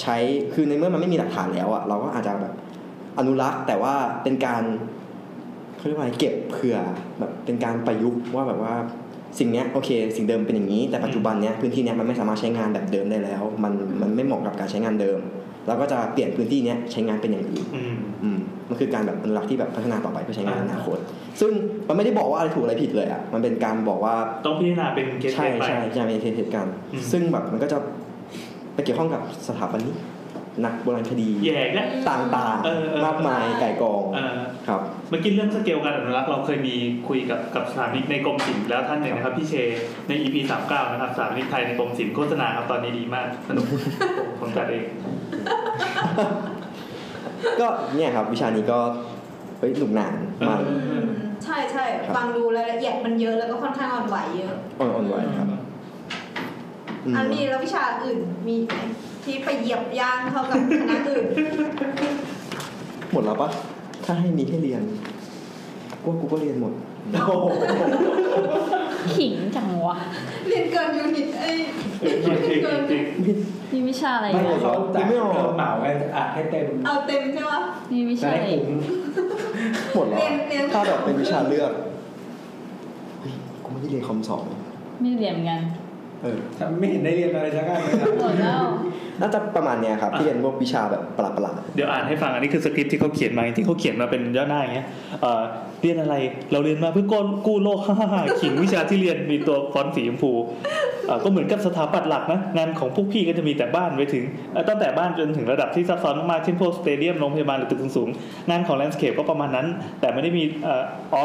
ใช้คือในเมื่อมันไม่มีหลักฐานแล้วอะเราก็อาจจะแบบอนุรักษ์แต่ว่าเป็นการเขาเรียกว่าอะไรเก็บเผื่อแบบเป็นการประยุกต์ว่าแบบว่าสิ่งเนี้ยโอเค สิ่งเดิมเป็นอย่างนี้ แต่ปัจจุบันเนี้ยพื้นที่เนี้ยมันไม่สามารถใช้งานแบบเดิมได้แล้ว มันมันไม่เหมาะกับการใช้งานเดิมเราก็จะเปลี่ยนพื้นที่เนี้ยใช้งานเป็นอย่างอื่น
อืม
อืมมันคือการแบบอนุรักษ์ที่แบบพัฒนาต่อไปเพื่อใช้งานในอนาคต ซึ่งมันไม่ได้บอกว่าอะไรถูกอะไรผิดเลยอะมันเป็นการบอกว่า
ต้องพิจารณาเป็นเคส
ใช่
ไป
ใช่ใช่เป็นเหตุการณ์
อืม
ซึ่งแบบมันก็จะไปเกี่ยวข้องกับสถาบันนี้ นักโบราณคดี
แย่และ
ต่าง
เออเออ
ๆ มากมายไก่ายกอง
เอ่อ
ครับ
เมื่อกี้เรื่องสเกลการอนุรักษ์เราเคยมีคุยกับกับสถานิกในกรมศิลป์แล้วท่านหนึ่งนะครับพี่เชใน EP 39นะครับสถานิกไทยในกรมศิลป์โฆษณาครับตอนนี้ดีมากสนุก <laughs> ผมจัดเอง
ก็เนี่ยครับวิชานี้ก็เฮ้ยหนุกหนานมาก
อืมใช่ใช่ฟังดูรายละเอียดมันเยอะแล้วก็ค่อนข้างอ่อนไหวเยอะ
อ่อนๆไหวครับอืม
อันนี้แล้ววิชาอื่นมีไหมที่ไปเหยียบย่างเท่ากับคณะอื่น <laughs>
หมดแล้วปะถ้าให้มีให้เรียนกูว่ากูก็เรียนหมด
ขิงจังวะ
เรียนเกินยูนิตเอ้ย
จริงจริงจริง
มีวิชาอะไร
ไม่
อ่ะ
เขาแต
ไม่เอา
เหมากันอัดให้เต็ม
เอาเต็มใช่ไหม
มีวิ
จะ
ชา
ได้
อะไร
คุ้ม
หมดแล้ว
เรียนเรียน
ถ้าแบบเป็นวิชาเลือกเฮ้ยกูไม่ได้เรียนคอมสอง
ไม่ได้เรียนเหมือนกัน
เออ
แต่ไม่เห็นได้เรียนอะไรสักอย่างเลยนะ
หมดแล้ว
น่าจะประมาณเนี้ยครับที่เป็นพวกวิชาแบบประหลาด
เดี๋ยวอ่านให้ฟังอันนี้คือสคริปต์ที่เขาเขียนมาที่เขาเขียนมาเป็นย่อหน้าอย่างเงี้ยเอ่อเรียนอะไรเราเรียนมาเพื่อกู้กู้โลก ฮ่าฮ่าฮ่าขิงวิชาที่เรียนมีตัวฟอนต์สีชมพูเอ่อก็เหมือนกับสถาปัตย์หลักนะงานของพวกพี่ก็จะมีแต่บ้านไปถึงเอ่อตั้งแต่บ้านจนถึงระดับที่ซับซ้อนมากๆเช่นพวกสเตเดียมโรงพยาบาลหรือตึกสูงๆงานของแลนด์สเคปก็ประมาณนั้น แต่ไม่ได้มีเอ่ออ๋อ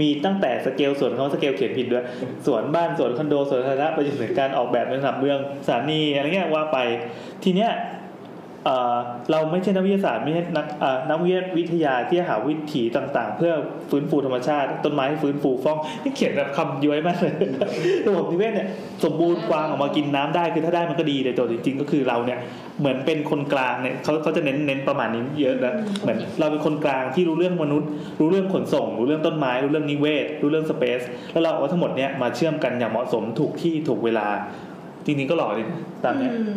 มีตั้งแต่สเกลส่วนเขาสเกลเขียนผิดด้วยส่วนบ้านส่วนคอนโดส่วนสาธารณะไปจนถึงการออกแบบในสนามเมืองสถานีอะไรเงี้ยว่าไปทีเนี้ย เอ่อเราไม่ใช่นักวิทยาศาสตร์ไม่ใช่นักเอ่อนักวิทยาวิทยาที่จะหาวิถีต่างๆ เพื่อฟื้นฟูธรรมชาติ ต้นไม้ให้ฟื้นฟูฟ้องนี่เขียนแบบคำย้อยมากเลย <laughs> ระบบนิเวศเนี่ยสมบูรณ์กวางออกมากินน้ำได้คือถ้าได้มันก็ดีแต่โจทย์จริงๆ ก็คือเราเนี่ยเหมือนเป็นคนกลางเนี่ยเขาเขาจะเน้นเน้นประมาณนี้เยอะนะเหมือนเราเป็นคนกลางที่รู้เรื่องมนุษย์ รู้เรื่องขนส่ง รู้เรื่องต้นไม้รู้เรื่องนิเวศ รู้เรื่องสเปซแล้วเราเอาทั้งหมดเนี่ยมาเชื่อมกันอย่างเหมาะสมถูกที่ถูกเวลาจริงๆก็หล่อดีนะตามเนี้ย
อืม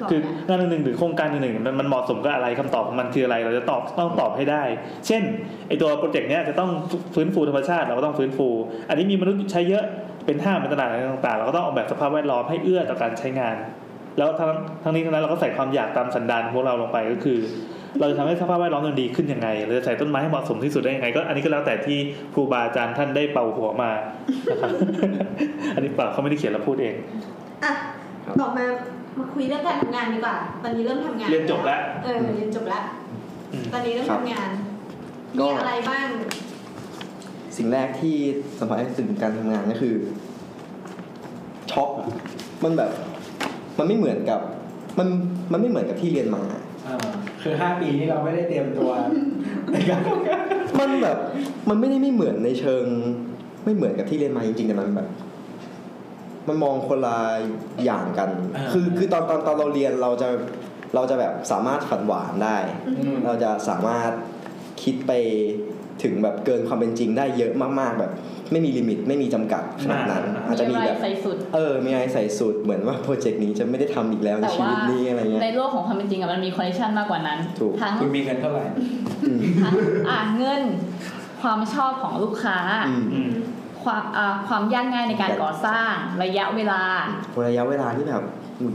บอก
คือ
นะ
งานอันหนึ่งหรือโครงการอันหนึ่งมันมันเหมาะสมกับอะไรคำตอบของมันคืออะไรเราจะตอบต้องตอบให้ได้ เช่นไอตัวโปรเจกต์เนี้ยจะต้องฟื้นฟูธรรมชาติเราก็ต้องฟื้นฟู อันนี้มีมนุษย์ใช้เยอะเป็นห้างเป็นตลาดอะไรต่างๆ เราก็ต้องออกแบบสภาพแวดล้อมให้เอื้อต่อการใช้งาน แล้วทั้งทั้งนี้ทั้งนั้นเราก็ใส่ความอยากตามสันดานของพวกเราลงไปก็คือ เราจะทำให้สภาพแวดล้อมมันดีขึ้นยังไงเราจะใส่ต้นไม้ให้เหมาะสมที่สุดได้ยังไงก็อันนี้ก็แล้วแต่ที่ครูบาอาจารย์ท่านได้เป่าหัวมานะครับ <laughs> อันนี้เปล่าเขาไม่ได้เขียนเราพูดเอง
อ่ะบอกมา มาคุยเรื่องการทำงานดีกว่า ตอนนี้เริ่มทำงาน
เรียนจบแล้ว
เออ เรียนจบแล้ว
อืม
ตอนนี้เริ่มทำงาน
ๆ
มี
ก็
อะไรบ้าง
สิ่งแรกที่สัมผัสได้ถึงการทำงานก็คือช็อกอะมันแบบ มันไม่เหมือนกับ มันมันไม่เหมือนกับที่เรียนมา
อ่าคือห้าปีนี้เราไม่ได้เตรียมตัวในการทำงาน
มันแบบมันไม่ได้ไม่เหมือนในเชิง ไม่เหมือนกับที่เรียนมาจริงๆแต่มันแบบ มันมองคนละอย่างกัน คือคือตอนตอนตอนเราเรียนเราจะเราจะแบบสามารถฝันหวานได้
อืม
เราจะสามารถคิดไปถึงแบบเกินความเป็นจริงได้เยอะมากๆ แบบ ไม่มีลิมิตไม่มีจำกัดขนาดนั้น
อ่า
อาจจะมี
ไร
แบบ
ใส่สุด
เออมีอะไรใส่สูตรเหมือนว่าโปรเจกต์นี้จะไม่ได้ทำอีกแล้วใน
แต่
ชี
ว่า
วิตนี้อะไรเงี้ย
ในโลกของความเป็นจริงอะมันมีคอนเนคชันมากกว่านั้น
ถูก
ทั้ง
คุณมีเงินเท่าไหร่
อืม
ทั้งอ่ะเงิน ความชอบของลูกค้า
อืม
อืม
ความอ่ะความยากง่ายในการก่อสร้างระยะเวลา
ระยะเวลาที่แบบอืม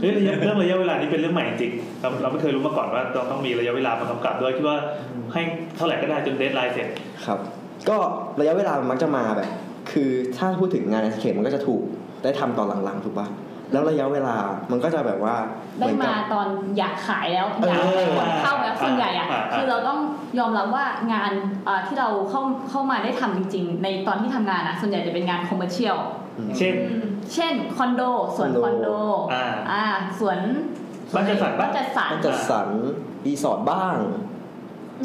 เฮ้ยระยะเรื่องระยะเวลานี่เป็นเรื่องใหม่จริงเราเราไม่เคยรู้มาก่อนว่าเราต้องมีระยะเวลามากำกับด้วยที่ว่าให้เท่าไหร่ก็ได้จนเดทไลน์เสร็จ
ครับ ก็ระยะเวลามันมักจะมาแบบ คือถ้าพูดถึงงานในสเกตมันก็จะถูกได้ทำตอนหลังๆ ถูกปะแล้วระยะเวลามันก็จะแบบว่าเห
ได้
มือนกับ
มาตอนอยากขายแล้วอยาก
เออ
คนเข้าแล้วส่วนใหญ่อะ
อ่าอ่า
คือเราต้องยอมรับว่างานเอ่อที่เราเข้าเข้ามาได้ทำจริง ๆ ในตอนที่ทำงานอะส่วนใหญ่จะเป็นงานคอมเมอร์เชียล
เช่น
เช่นคอนโดสวนค
ค
อ
อน น
โด
โด
อ่า
อ่าสวน
บ้านจัดสรรปะ
บ้านจัดสรร
มันจัดสรรรีสอร์ทบ้าง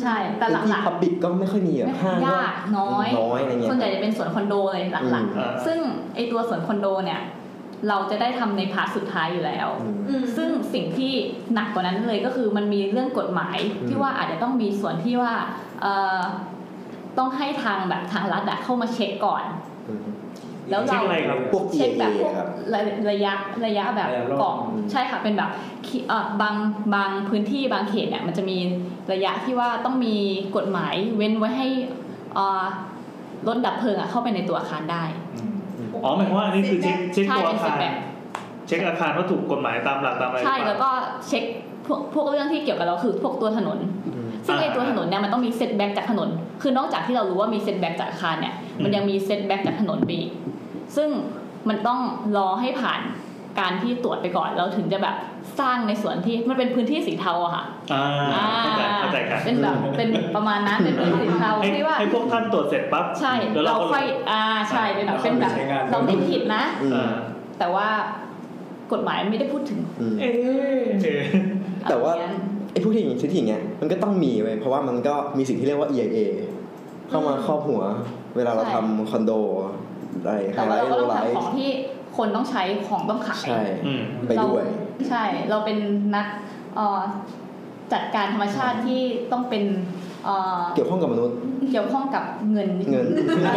ใช่แต่
พื้น
ห
ที่
ลัก
พั
ๆ
บบิกก็ไม่ค่อยมีอะ
ไม่
ห้างก็
ยากน้อย
น้อยอะไรเงี้ย
ส่วนใหญ่จะเป็นสวนคอนโดเลยหลัก
อืม
ๆ ซึ่งไอตัวสวนคอนโดเนี่ย เราจะได้ทำในพาร์ทสุดท้ายอยู่แล้ว
อืม
อืม
ซึ่งสิ่งที่หนักกว่านั้นเลยก็คือมันมีเรื่องกฎหมาย
อืม
ที่ว่าอาจจะต้องมีส่วนที่ว่าเอ่อต้องให้ทางแบบทางรัฐอะเข้ามาเช็คก่อน
อืม
แล้ว
เช่
เรา
นอะไรครับ
พวก
เช็ค
EA
แบบพวก
ครับ
ระระยะระยะแบบ
ระยะรอบ
กล่อง
อืม
ใช่ค่ะเป็นแบบขีเอ่อบางบางพื้นที่บางเขตเนี่ยมันจะมีระยะที่ว่าต้องมีกฎหมายเว้นไว้ให้เอ่อรถดับเพลิงอะเข้าไปในตัวอาคารได้
อ๋อหมายความว่าอันนี้คือเช็คเช็ค
ใช่
ตัว
เป็
อาน คาร
feedback
เช็คอาคารว่าถูกกฎหมายตามหลักตามอะไรหรือ
ใช่
เปา
แล้วก็เช็คพวกพวกเรื่องที่เกี่ยวกับเราคือพวกตัวถนน
อืม
ซึ่ง
อ่า
ไอตัวถนนเนี่ยมันต้องมีเซตแบ็กจากถนน คือนอกจากที่เรารู้ว่ามีเซตแบ็กจากอาคารเนี่ย
อืม
มันยังมีเซตแบ็กจากถนนไปอีกซึ่งมันต้องรอให้ผ่าน การที่ตรวจไปก่อนเราถึงจะแบบสร้างในส่วนที่มันเป็นพื้นที่สีเทาอะค่ะ
อ่า
อ่า
เข้าใจเข้าใจครับ
เป็นแบบเป็นประมาณนั้นเป็นพื้นที่สีเทา
ให้
ที่ว่า
ให้พวกท่านตรวจเสร็จปั๊บ
ใช่
แล้วเรา
เรา
ก็ล
ค่อย
ง
อ่าใช่เป็นแบบเป็นแบบ
เราไปใช้งาน
เราไม่ผิดนะ
อืม
อ่า
แต่ว่ากฎหมายไม่ได้พูดถึง
อืม
เอ๊ะ
แต่ว่า
อะไรอย่งเงี้ย
ไอ้ผู้ที่อย่างสิทธิอย่างเงี้ยมันก็ต้องมีเว้ยเพราะว่ามันก็มีสิ่งที่เรียกว่า EIA เข้ามาครอบหัว เวลาเรา
ใช่
ทำคอนโดอะไรไฮ
แต่
ไล
ว่า
ท์
เราก็
โล
ต้อง
ไล
ทำ
ท์
ของที่คนต้องใช้ของต้องขาย
ใช่
อืม
ไปด้วย
เราใช่เราเป็นนักเอ่อจัดการธรรมชาติที่ต้องเป็นเอ่อ
เกี่ยวข้องกับมนุษย์
เกี่ยวข้องกับเงินนิด
เงิน
อ่า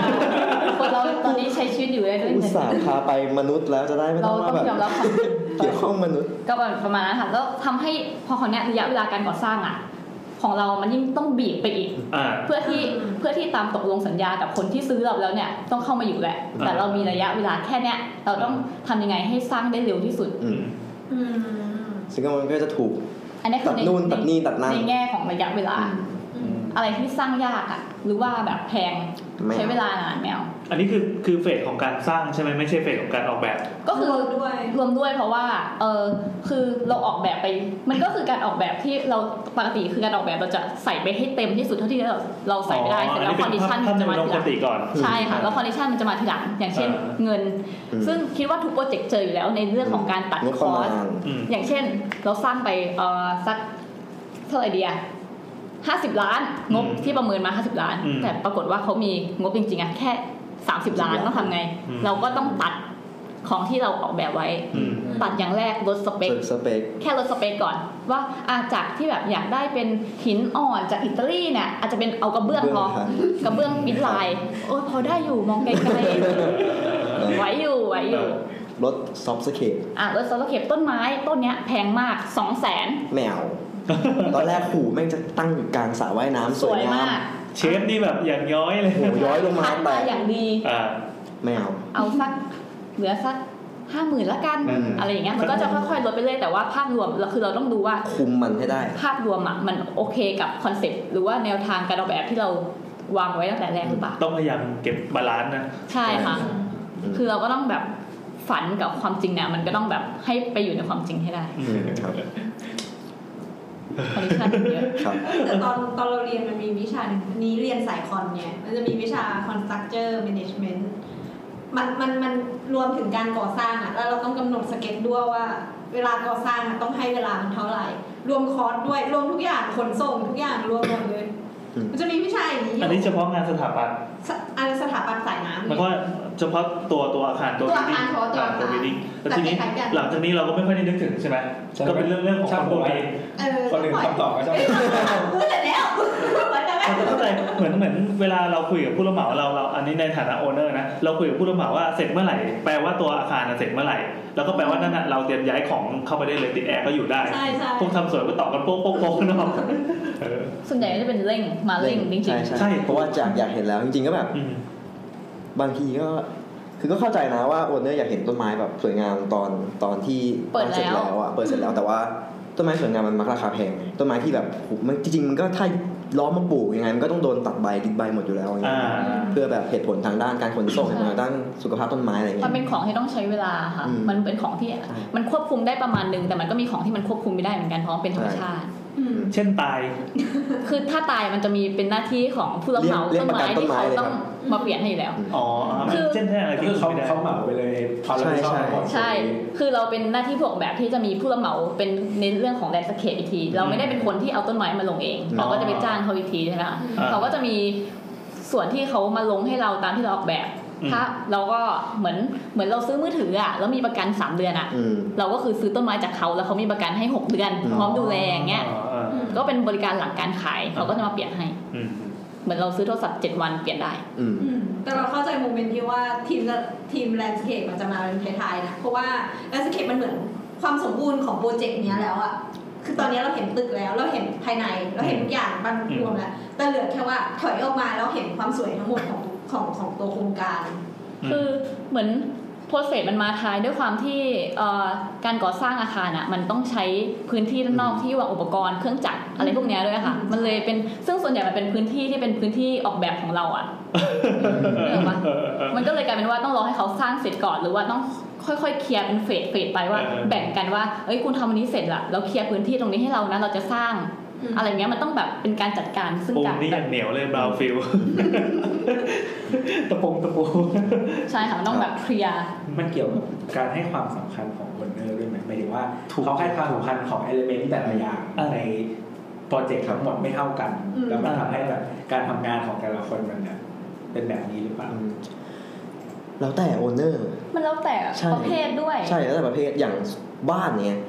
คนเราตอนนี้ใช้ชีวิตอยู่ได้ด้วย
อุต
เงิน
ส่าห์พาไปมนุษย์แล้วจะได้ไม่
เรา
ต้อง
ต้
ว่า
อง
แบบ
ยอมรับความจริง
เกี่ยวข้องมนุษย์
ก็ประมาณนั้นค่ะแล้วทำให้พอคราวเนี้ยระยะเวลาการก่อสร้างอ่ะ ของเรามันยิ่งต้องบีบไปอีก
อ่า
เพื่อที่
อืม
เพื่อที่ตามตกลงสัญญากับคนที่ซื้อเราแล้วเนี่ยต้องเข้ามาอยู่แหละ
อ่า
แต่เรามีระยะเวลาแค่เนี้ยเราต้องทำยังไงให้สร้างได้เร็วที่สุด
อืม
อืม
ซึ่งก็มันก็จะถูก
อันนี้คื
ตั
อ
ด
ใน
นู่นตัดนี่ตัดนั่น
ในแง่ของระยะเวลา
อืม
อะไรที่สร้างยากอ่ะ หรือว่าแบบแพง
ไม่
ใช้เวลานานแมว
อันนี้คือคือเฟสของการสร้างใช่ไหมไม่ใช่เฟสของการออกแบบ
ก็คือ
รวมด้วย
รวมด้วยเพราะว่าเออคือเราออกแบบไป มันก็คือการออกแบบที่เราปกติคือการออกแบบเราจะใส่ไปให้เต็มที่สุดเท่าที่เราเราใส่ไปได้
อ๋อ
เสร็จแล้วค
อั
อนน
นี้
ดิ
เป็น
ชัน
ภาพ
จะมา
ภาพจำลองปก
ทีหลัง
ติก่อน
ใช่ค่ะแล้วคอนดิชันมันจะมาทีหลังอย่างเช่น
อ่า
เงิน
อืม
ซึ่งคิดว่าทุกโปรเจกต์เจออยู่แล้วในเรื่องของการตัด
งบ
ค
ประ
อ
มา
ส
ณ
อืม
อย่างเช่นเราสร้างไปเอ่อสักเท่าไหร่ดีอะห้าสิบล้าน งบ
อืม
ที่ประเมินมาห้าสิบล้าน
อืม
แต่ปรากฏว่าเขามีงบจริงๆอะแค่สามสิบล้านต้องทำไง
อืม
เราก็ต้องตัดของที่เราออกแบบไว้
อืม
ตัดอย่างแรกลดสเปค
ส่วนสเปค
แค่ลดสเปคก่อนว่าอาจากที่แบบอยากได้เป็นหินอ่อนจากอิตาลีเนี่ยอาจจะเป็นเอากระเบื้องพอ
เบื้องค่ะ
กระเบื้องปิดลายโอ้ยพอได้อยู่มองไกลๆไหวอยู่ไหวอยู่
ลดซอฟต์สเคป
อ่ะลดสเปคต้นไม้ต้นเนี้ยแพงมากสองแสน
แมว ตอนแรกขู่แม่งจะตั้งอยู่กลางสระว่ายน้ำส
ส
ว
วย ย
งาม
มาก
เชฟนี่แบบอย่างย้อยเลย
โอ้โหย้อยลงมา
คัด
แต
มาก อย่างดี
อ่า
แมว
เอาสักเหลือสักห้าหมื่นละกัน
อืม
อะไรอย่างเงี้ย มันก็จะค่อยๆ ลดไปเรื่อย แต่ว่าภาพรวมเราคือเราต้องดูว่า
คุมมันให้ได้
ภาพรวมอ่ะมันโอเคกับคอนเซ็ปต์หรือว่าแนวทางการออกแบบที่เราวางไว้ตั้งแต่แรกหรือเปล่า
ต้องพยายามเก็บบาลานซ์นะ
ใช่ค่ะ
อืม
คือเราก็ต้องแบบฝันกับความจริงเนี่ยมันก็ต้องแบบให้ไปอยู่ในความจริงให้
<laughs>
ได้
อืมครับ
คอนดิชันเยอะ
ครับ
แต่ตอนตอนเราเรียนมันมีวิชาหนึ่งนี้เรียนสายคอนเนี่ย มันจะมีวิชา constructure management มันมันมันรวมถึงการก่อสร้างอะแล้วเราต้องกำหนดสเก็ตด้วยว่า เวลาก่อสร้างอะต้องให้เวลามันเท่าไหร่ รวมคอร์สด้วย รวมทุกอย่างขนส่งทุกอย่างรวมหมดเลย
อืม
มันจะมีวิชาอย่างนี้อ
อันนี้
ยู่
เฉพาะงานสถาปัตย์
สอันสถาปัตย์สายน้ำ
หมั
เนี่
น
ย
ก็เฉพาะตัวตัวอาคารตัว
ตัว
บิ
อาคา
ดิ้
ง รเฉพาะตัวอาคาร
ตัวบิดิ้งแต่ทีนี้
แต่คล้ายๆกัน
หลังจากนี้เราก็ไม่ค่อยได้นึกถึงใช่ไหม
ใช่ไหม
ก็เป็นเรื่องเรื่องของคนพวกนี้
เออ
คนอื่นคำตอบก็จะ
เอ้ยพูดเสร็จแล้วไว้แต่แม่
เราจะเข้าใจเหมือนเหมือนเวลาเราคุยกับผู้รับเหมาเราเราอันนี้ในฐานะโอเนอร์นะเราคุยกับผู้รับเหมาว่าเสร็จเมื่อไหร่แปลว่าตัวอาคารน่ะเสร็จเมื่อไหร่แล้วก็แปลว่านั่นน่ะเราเตรียมย้ายของเข้าไปได้เลยติดแอร์ก็อยู่ได้
ใช่ใช่
พวกทำสวนก็ต่อกันโป๊กโป๊กโป๊กข้างนอกเออ
ส่วนใหญ่ก็จะเป็นเร่งมาเร่งจริง
ใช่
ใช่
ใช่เพราะว่าจากอยากเห็นแล้วจริงๆก็แบบ
อืม
บางทีก็คือก็เข้าใจนะว่าโอนเนอร์อยากเห็นต้นไม้แบบสวยงามตอนตอนที่
เปิด
สร็จ
แล้ว
แล้วอะเปิดเสร็จแล้วแต่ว่าต้นไม้สวยงามมันมักราคาแพงต้นไม้ที่แบบมันจริงๆมันก็ถ้าล้อมมาปลูกยังไงมันก็ต้องโดนตัดใบกินใบหมดอยู่แล้วอย่างเงี้ย
อ่า
เพื่อแบบเหตุผลทางด้านการขนส่งเหตุผลทางด้านสุขภาพต้นไม้อะไรอย่าง
ๆ
เงี้
มันเป็น
ย
ของที่ต้องใช้เวลาค่ะ
อืม
มันเป็นของที่มันควบคุมได้ประมาณนึงแต่มันก็มีของที่มันควบคุมไม่ได้เหมือนกันเพราะมันเป็นธรรม
ใช่
ชาติ
อืม
เช่นตาย
คือถ้าตายมันจะมีเป็นหน้าที่ของผู้รับเหมา
เรียก
ต้น
เรียกประกั
ไม้
น
ที่เขา
ต้นไม้เลย
ต้อง
ครับ
มาเปลี่ยนให้อยู่แล้ว
อ๋อ
คือ
เช่นแท้อะไร
ก็
ที่
คือเขา
ไม่ได้
เขาเหมาไปเลยความรับผิดชอบทั้งหมด
ใช่ คือเราเป็นหน้าที่ผู้ออกแบบที่จะมีผู้รับเหมาเป็นในเรื่องของแลนด์สเคปอีกที เราไม่ได้เป็นคนที่เอาต้นไม้มาลงเอง
อ๋อ
เราก็จะไปจ้างเขาอีกทีใช่ไหมคะ
อ่า
เขาก็จะมีส่วนที่เขามาลงให้เราตามที่เราออกแบบ
อืม
ถ้าเราก็เหมือนเหมือนเราซื้อมือถืออ่ะแล้วมีประกัน 3 เดือนอ่ะ
อืม
เราก็คือซื้อต้นไม้จากเขาแล้วเขามีประกันให้ 6 เดือน
อืม
พร้อมดูแลอย่างเงี้ย
อ๋อ
ก็เป็นบริการหลังการขายเขาก็จะมาเปลี่ยนให้
อืม
เหมือนเราซื้อโทรศัพท์ 7 วันเปลี่ยนได้
อืม
อืมแต่เราเข้าใจโมเมนต์ที่ว่าทีมจะทีมแลนด์สเคปมันจะมาเป็นท้ายๆนะเพราะว่าแลนด์สเคปมันเหมือนความสมบูรณ์ของโปรเจกต์เนี้ยแล้วอะคือตอนเนี้ยเราเห็นตึกแล้วเราเห็นภายในเราเห็นทุกอย่างบางรวมแล้วแต่เหลือแค่ว่าถอยออกมาเราเห็นความสวยทั้งหมดของของของตัวโครงการ
อืม
คือเหมือน โปรเซสมันมาท้ายด้วยความที่เอ่อการก่อสร้างอาคารอ่ะมันต้องใช้พื้นที่ด้านนอกที่วางอุปกรณ์เครื่องจักรอะไรพวกเนี้ยด้วยค่ะ มันเลยเป็นซึ่งส่วนใหญ่มันเป็นพื้นที่ที่เป็นพื้นที่ออกแบบของเราอ่ะ เออวะ มันก็เลยกลายเป็นว่าต้องรอให้เขาสร้างเสร็จก่อนหรือว่าต้องค่อยๆเคลียร์เป็นเฟสเฟสไปว่า
เออ
แบ่งกันว่าเอ้ยคุณทำอันนี้เสร็จละแล้วเคลียร์พื้นที่ตรงนี้ให้เรานะเราจะสร้าง
อืม
อะไรเงี้ยมันต้องแบบเป็นการจัดการซึ่ง
ปูน
กัน
นี่อย่างเหนียวเลยบราวฟิลตะปงตะปู
ใช่ค่ะมันต้องแบบเคลียร์
มันเกี่ยวกับการให้ความสำคัญของบนเนอร์ด้วยไหมหมายถึงว่า
ถูก
เขาให้ความสำคัญของเอลิเมนต์แต่ละอย่าง
อ่า
ในโปรเจกต์ทั้งหมดไม่เท่ากัน
อืม
แล้วมันทำให้แบบการทำงานของแต่ละคนมันเนี่ยเป็นแบบนี้หรือเปล่า
อืมแล้วแต่โอเนอร์
มันแล้วแต่
ใช่
ประเภทด้วย
ใช่แล้วแต่ประเภทอย่างบ้านเนี่ย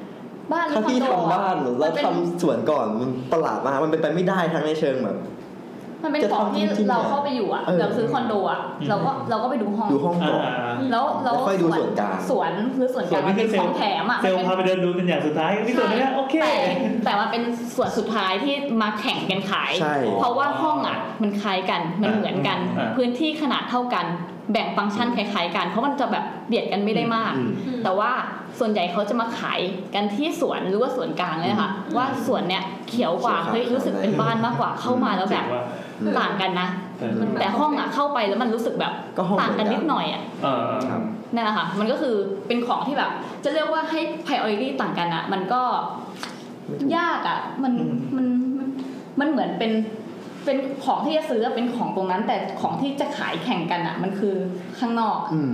บ้านหรือ
ถ้าพี่
คอนโด
ทำ
อะ
บ้าน
มั
แล้ว
เป็น
ทำสวนก่อนมันประหลาดมากมันเป็นไปไม่ได้ทั้งในเชิงแบบ
มันเป็น
จะ
ของ
ทำ
ที่
จริงๆ
เรา
อะ
เข้าไปอยู่อ่ะ
เออ
เราซื้อคอนโดอ่ะ
อืม
เราก็เราก็ไปดูห้อง
ดูห้อง
อ่า
ก่อน
แล้วแล้ว
แล้วค่อยดูส่วนกลาง
สวนหรือส่วนก
ส่ว
ลาน ง
นี้
มัน
คื
เป็
อนเซล
ของ
ล์
แถมอ่ะ
เซลล์
มัน
พา
เป็น
ไปเดินดูเป็นอย่างสุดท้ายนี่ส่วนนี้โอเค
แต่แต่ว่าเป็นส่วนสุดท้ายที่มาแข่งกันขาย
ใช่
เพราะว่าห้องอ่ะมันคล้ายกันมันเหมือนกัน
อ่า
พื้นที่ขนาดเท่ากัน แบ่งฟังก์ชันคล้ายๆกัน เพราะมันจะแบบเบียดกันไม่ได้มาก
อืม
แต่ว่าส่วนใหญ่เขาจะมาขายกันที่สวนหรือว่าสวนกลางเนี่ยค่ะ ว่าสวนเนี้ยเขียวกว่า
เขียวกว่า
เฮ้ยรู้สึกเป็นบ้านมากกว่าเข้ามาแล้วแบบ
ว่า
ต่างกันนะ
เออ
มันแต่ห้องอ่ะเข้าไปแล้วมันรู้สึกแบบ
ก็ห้อง
ต่างกัน
เหมื
นิ
อนกัน
ดหน่อยอ่ะ
เออ
ครับ
นั่นแหละค่ะ มันก็คือเป็นของที่แบบ จะเรียกว่าให้ priority ต่างกันอะมันก็
ไม่ถูก
ยากอะมัน
อืม
มันมันมันเหมือนเป็นเป็นของที่จะซื้ออะเป็นของตรงนั้น แต่ของที่จะขายแข่งกันอะมันคือข้างนอก
อืม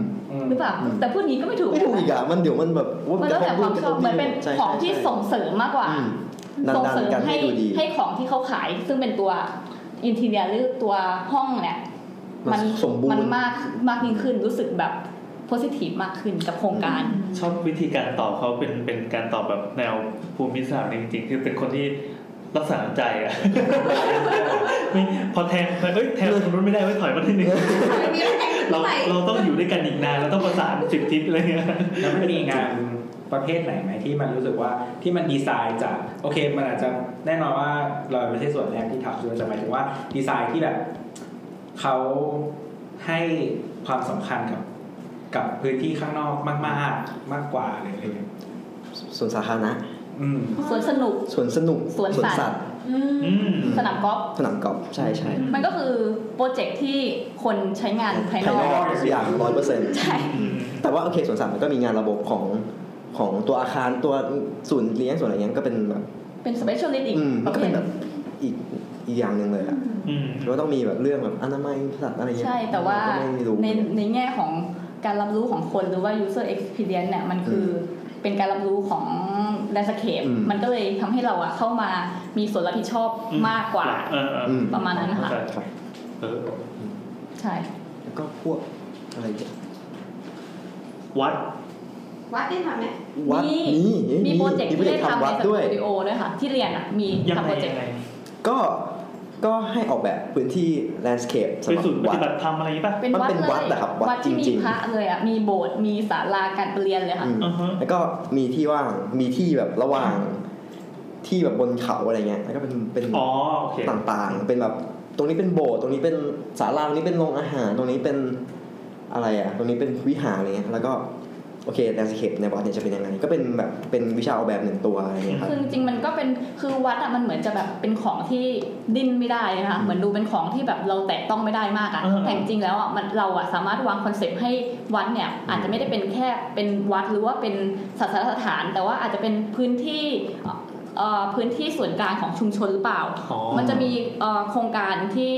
หรือเปล่า
อืม
แต่พูดอย่างนี้ก็ไม่ถูก
ไม่ถูกอีกอ่ะมันเดี๋ยวมันแบบว่า
มันแล้วแต่ความชอบเหมือนเป็น
ใช่
ของที่
ใช่
ส่งเสริมมากกว่า
อืม
ส่ง
ดัน
เสริม
ๆกันให้
ให้
ดูดี
ให้ของที่เขาขาย ซึ่งเป็นตัวอินทีเนียหรือตัวห้องเนี่ย
มันสมบูรณ์
มันมากมากยิ่งขึ้นรู้สึกแบบโพสิทีฟมากขึ้นกับโครงการ
ชอบวิธีการตอบเขาเป็นเป็นการตอบแบบแนวภูมิศาสตร์จริงๆ คือเป็นคนที่รักษาน้ำใจอะ ไม่พอแทงไปเอ้ยแทงคนนู้นไม่ได้ไว้ยถอยมาทีนึง
มันมีอะไร
เรา
ใหม่
เราต้องอยู่ด้วยกันอีกนานเราต้องประสานสิบทิศอะไรเงี้ย
แล้วมันมีงานประเภทไหนไหมที่มันรู้สึกว่าที่มันดีไซน์จากโอเค มันอาจจะแน่นอนว่าเราไม่ใช่ส่วนแรกที่ทำใช่ไหมแต่หมายถึงว่าดีไซน์ที่แบบเขาให้ความสำคัญกับกับพื้นที่ข้างนอกมาก ๆ มากกว่าเลยอะไรเงี้ย
ส่วนสาธารณะ
อืม
สวนสนุก
ส่วนสนุก
สวนสัตว์
สัตว์
อืม
อืม
สนามกอล์ฟ
สนามกอล์ฟใช่ใช่
มันก็คือโปรเจกต์ที่คนใช้งานภายนอก
ภายนอก
อย่างร้อยเปอร์เซ็นต์
ใช่
อืม
แต่ว่าโอเคสวนสัตว์มันก็มีงานระบบของของตัวอาคารตัวศูนย์เลี้ยงส่วนอะไรเงี้ยก็เป็นแบบ
เป็นสเปเชียลิสต์อีก
อืม
ป
มัน
ระ
ก็
เภ
เป็
ท
นแบบอีกอีกอย่างหนึ่งเลยอะ
อืม
แล้วก็ต้องมีแบบเรื่องแบบอนามัยสัตว์อะไรเงี้ย
ใช่แต่ว่า
ก็ไม่รู้
ในในแง่ของการรับรู้ของคนหรือว่า user experience เนี่ยมันคืออเป็นการรับรู้ของ landscape
อืม
มันก็เลยทำให้เราอะเข้ามามีส่วนรับผิดชอบ
อืม
มากกว่า
เออเออ
อืม
ประมาณนั้นนะ
เข้า
ค่ะ
ใจ
ครับ
เออ
ใช่
แล้วก็พวกอะไรเงี้ย
วัด
วัดได้ทำไหม
วัด
มี
นี่
มีโปรเจกต์ที่ได้ทำใน
วัด
ส
ด้วย
ตูดิโอด้วยค่ะ ที่เรียนอะมี
ยัง
ทำ
ไง
โปรเจ
ยั
กต์
งไง
ก็ก็ให้ออกแบบพื้นที่แลนด์สเคปสำ
ไป
หรับ
สูตรป
วั
ฏิ
ด
บัติธรรมอะไรอย่างงี้ป่ะ
เป็น
มัน
วัด
เป็น
เลย
วัดอะครับวัด
วัดที่มี
จริงๆ
พระเลยอะมีโบสถ์มีศาลาการประเรียนเลยค่ะ
อืม
อ่าฮะ
แล้วก็มีที่ว่าง มีที่แบบระหว่างที่แบบบนเขาอะไรเงี้ย แล้วก็เป็นเป็น
อ๋อโอเค
ต่างๆ เป็นแบบตรงนี้เป็นโบสถ์ตรงนี้เป็นศาลาตรงนี้เป็นโรงอาหาร ตรงนี้เป็นอะไรอ่ะ ตรงนี้เป็นวิหารอะไรเงี้ย แล้วก็โอเคแลนสเคปในวัดเนี่ยจะเป็นยังไง ก็เป็นแบบเป็นวิชาออกแบบหนึ่งตัวอะไรเงี้ยครับ
คือจริงๆมันก็เป็นคือวัดอะมันเหมือนจะแบบเป็นของที่ดิ้นไม่ได้นะคะเหมือนดูเป็นของที่แบบเราแตะต้องไม่ได้มากอะ
เออเออ
แต่จริงๆแล้วอะมันเราอะสามารถวางคอนเซปต์ให้วัดเนี่ยอาจจะไม่ได้เป็นแค่เป็นวัดหรือว่าเป็นศาสนสถาน แต่ว่าอาจจะเป็นพื้นที่เอ่อพื้นที่ส่วนกลางของชุมชนหรือเปล่า
อ๋อ
มันจะมีเอ่อโครงการที่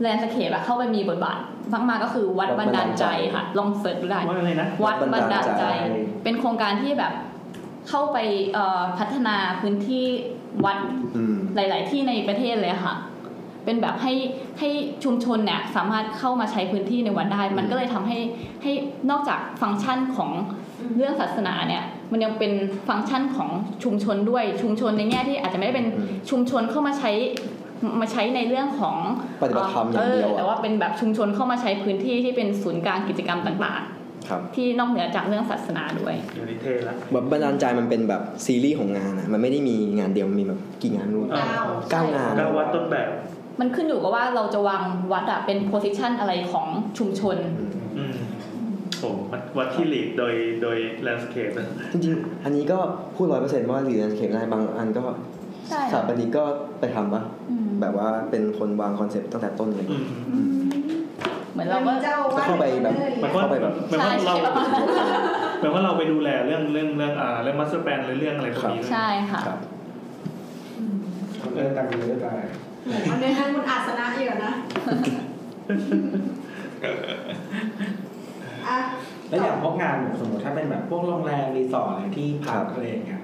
แลนสเคปอะเข้าไปมีบทบาทมากๆก็คือวัด
วัด
บันดาลใจค่ะลองเสิร์ชดูได้
ว่าอะไรนะ
วัดบันดาลใจ
วัดบันดาลใจ
เป็นโครงการที่แบบเข้าไปเอ่อพัฒนาพื้นที่วัด
อืม
หลาย ๆ ที่ในประเทศเลยค่ะ เป็นแบบให้ให้ชุมชนเนี่ยสามารถเข้ามาใช้พื้นที่ในวัดได้ มันก็เลยทำให้ให้นอกจากฟังก์ชันของเรื่องศาสนาเนี่ย มันยังเป็นฟังก์ชันของชุมชนด้วย ชุมชนในแง่ที่อาจจะไม่ได้เป็น
อืม
ชุมชนเข้ามาใช้มาใช้ในเรื่องของ
ปฏิบัติธรรมอย่างเดียวอะ
แต่ว่าเป็นแบบชุมชนเข้ามาใช้พื้นที่ที่เป็นศูนย์กลางกิจกรรมต่าง ๆ
ครับ
ที่นอกเหนือจากเรื่องศาสนาด้วย
อยู่ในเทละ
แบบบันดาลใจมันเป็นแบบซีรีส์ของงานอะมันไม่ได้มีงานเดียวมันมีแบบกี่งานรู้
อ่ะ
เก้า
เก้างาน
แล้ววัดต้นแบบ
มันขึ้นอยู่กับว่าเราจะวางวัดอะเป็นโพสิชันอะไรของชุมชน
อืม ผมวัดวัดที่หลีกโดยโดยแลนด์สเคป
จริงๆ อันนี้ก็พูดร้อยเปอร์เซ็นต์ว่าหรือแลนด์สเคปได้บางอันก็
ใช่
สถาปนิกก็ไปทำปะ
อืม
แบบว่าเป็นคนวางคอนเซปต์ตั้งแต่ต้นเลย
เหมือนเราก็
เจ้าอวส
เข้าไปแบบ
หมายความ
เข้าไปแบบ
หมายความ
ใช่
เรา
ใช่
หมายความเราไปดูแลเรื่องเรื่องเรื่องอ่าเรื่องมาสเตอร์แปลนหรือเรื่องอะไรพวกนี้ด้วย
ใช่ค่ะ
ครับ
เรื่องการเมืองก็ได้
โอ้โหอันนี้ท่านคุณอาสนะเยอะนะอ่ะ
แล้วอย่างพวกงานแบบสมมติถ้าเป็นแบบพวกโรงแรมรีสอร์ทอะไรที่พักอะไรอย่างเงี้ย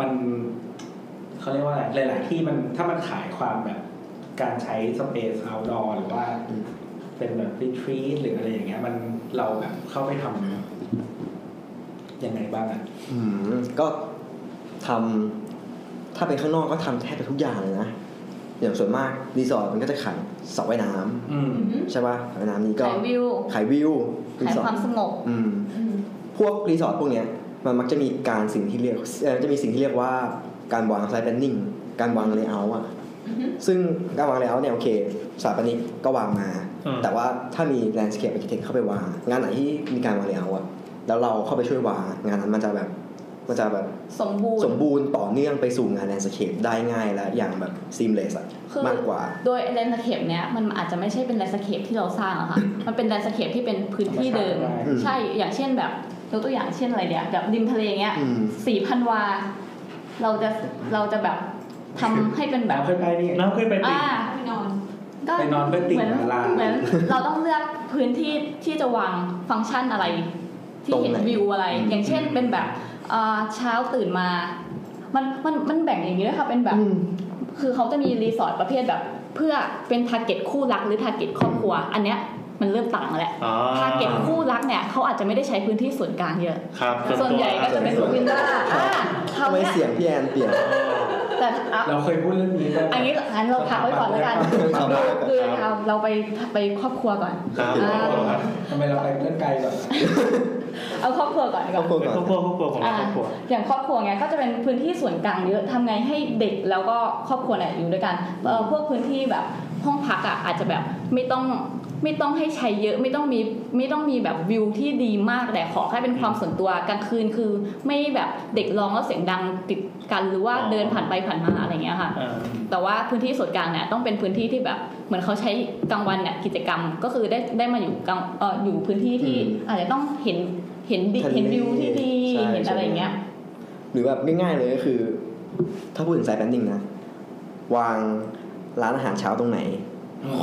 มันเขาเรียกว่าอะไรหลายๆที่มันถ้ามันขายความแบบ การใช้สเปซ outdoor หรือว่า
อืม
เป็นแบบรีทรี t หรืออะไรอย่างเงี้ย มันเราแบบเข้าไปทำยังไงบ้างอ่ะ
อืมก็ทำถ้าเป็นข้างนอกก็ทำแทบจะทุกอย่างเลยนะ อย่างส่วนมากรีสอร์ทมันก็จะขายสระว่ายน้ำ
อืม
อืม
ใช่ป่ะสระว่ายน้ำนี้ก็
ขายวิว
ขายวิวรี
ขาย
สอ
ค
ร์ท
วามสงบ
อืม
อืม
พวกรีสอร์ทพวกเนี้ยมันมักจะมีการสิ่งที่เรียกเอ่อจะมีสิ่งที่เรียกว่าการวางไซต์แพนนิ่งการวางเลเยอร์อะ
อืม
ซึ่งการวางเลเยอร์เนี่ยโอเคสถาปนิกก็วางมา แต่ว่าถ้ามีแลนด์สเคปอาร์เคเต็กเข้าไปวาง งานไหนที่มีการวางเลเยอร์อะแล้วเราเข้าไปช่วยวางงานนั้นมันจะแบบมันจะแบบ
สมบูร
สม
ณ์
บูรณ์ต่อเนื่องไปสู่งานแลนด์สเคปได้ง่ายและอย่างแบบซีมเลสอะ
คือ
มากกว่า
โดยแลนด์สเคปเนี้ยมันอาจจะไม่ใช่เป็นแลนด์สเคปที่เราสร้างอะค่ะ มันเป็นแลนด์สเคปที่เป็นพื้นที่เดิม
ธรรมชาติ
ใช่ อย่างเช่นแบบยกตัวอย่างเช่นอะไรเดียแบบริมทะเลเงี้ย
อืม
สี่พันวา เราจะเราจะแบบทำให้เป็นแบบ
น้ำค่อยไปนี่
น้ำเคยไปติด
อ่า
อ่ะไปนอน
ก็
ไปนอนเพื่อติ่ง
เหมือน
ดารา
เหมือนเราต้องเลือกพื้นที่ที่จะวางฟังก์ชันอะไร ที่เห็น
ตรงไหน
วิวอะไร อย่างเช่นเป็นแบบเอ่อเช้าตื่นมา มันมันมันแบ่งอย่างนี้ด้วยค่ะเป็นแบบ คือเขาจะมีรีสอร์ทประเภทแบบ เพื่อเป็นทาร์เก็ตคู่รักหรือทาร์เก็ตครอบครัว อันเนี้ยมันเริ่มต่างแล้วแหละ
อ๋อ
ทาร์เก็ตคู่รักเนี่ยเขาอาจจะไม่ได้ใช้พื้นที่ส่วนกลางเยอะ
ครับ
ส่วนใหญ่ก็จะเป็น
ส่วนตัว
วิลล่าอ่าเขา
ทำไม
เนี่ย
เสียงพี่แอนเปลี่ยน
แต่อ่ะ
เราเคยพูดเรื่องนี้ก็
อันนี้อันเราพักไว้ก่อนแล้วกัน
ครับ
คือเราเราไปไปครอบครัวก่อน
ครับ
อ่า
ทำไมเราไปเรื่องไกลก่อนอะ
เอาครอบครัวก่อนดีก
ครอบค
ว่า
รัว
เป็นค
ก่อน
รอบครัวครอบครัวของเรา
อ่า
ครอบครัว
อย่างครอบครัวไงก็จะเป็นพื้นที่ส่วนกลางเยอะทำไงให้เด็กแล้วก็ครอบครัวเนี่ยอยู่ด้วยกันเอ่อพวกพื้นที่แบบห้องพักอ่ะอาจจะแบบไม่ต้องไม่ต้องให้ใช้เยอะไม่ต้องมีไม่ต้องมีแบบวิวที่ดีมากแต่ขอแค่เป็นความส่วนตัวกลางคืนคือ ไม่แบบเด็กร้องแล้วเสียงดังติดกันหรือว่า
อ๋อ
เดินผ่านไปผ่านมาอะไรอย่างเงี้ยค่ะ
อ่า
แต่ว่าพื้นที่ส่วนกลางเนี่ยต้องเป็นพื้นที่ที่แบบเหมือนเขาใช้กลางวันเนี่ยกิจกรรมก็คือได้ได้มาอยู่กลางเอ่ออยู่พื้นที่ที่
อืม
อาจจะต้องเห็นเห็นดิ
ทะเล
เห็นวิวที่ดี
ใช่
เห็นอะไรอย่างเงี้ย
หรือแบบง่ายๆเลยก็คือ ถ้าพูดถึงไซต์แพนดิ้งนะ วางร้านอาหารเช้าตรงไหน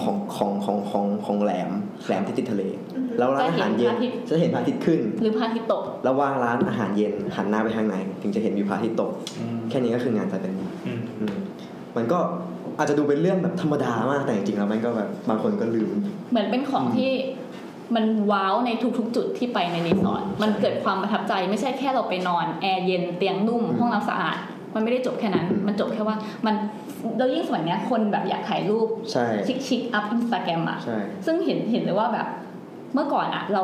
ของของของของของแหลมแหลมที่ติดทะเล
อือฮึ
แล้วร้านอาหารเย็น
จะเห็นพระอาทิต
จะเห็นพระอาทิต
ย์
ย์ขึ้น
หรือพระอาทิตย์ตก
แล้ววางร้านอาหารเย็นหันหน้าไปทางไหน ถึงจะเห็นวิวพระอาทิตย์ตก
อืม
แค่นี้ก็คืองานไซต์แพนดิ้ง
อืม
อืมมันก็อาจจะดูเป็นเรื่องแบบธรรมดามากแต่จริงๆแล้วมันก็แบบบางคนก็ลืม
เหมือนเป็นของที่มันว้าวในทุกๆ จุดที่ไปในรีสอร์ทมันเกิดความประทับใจไม่ใช่แค่เราไปนอนแอร์เย็นเตียงนุ่ม
อืม
ห้องน้ำสะอาด มันไม่ได้จบแค่นั้น
อืม
มันจบแค่ว่ามันแล้วยิ่งสมัยเนี้ยคนแบบอยากถ่ายรูป
ใช่
ชิคๆอัพอินสตาแกรมอ่ะ
ใช่
ซึ่งเห็นเห็นเลยว่าแบบเมื่อก่อนอะเรา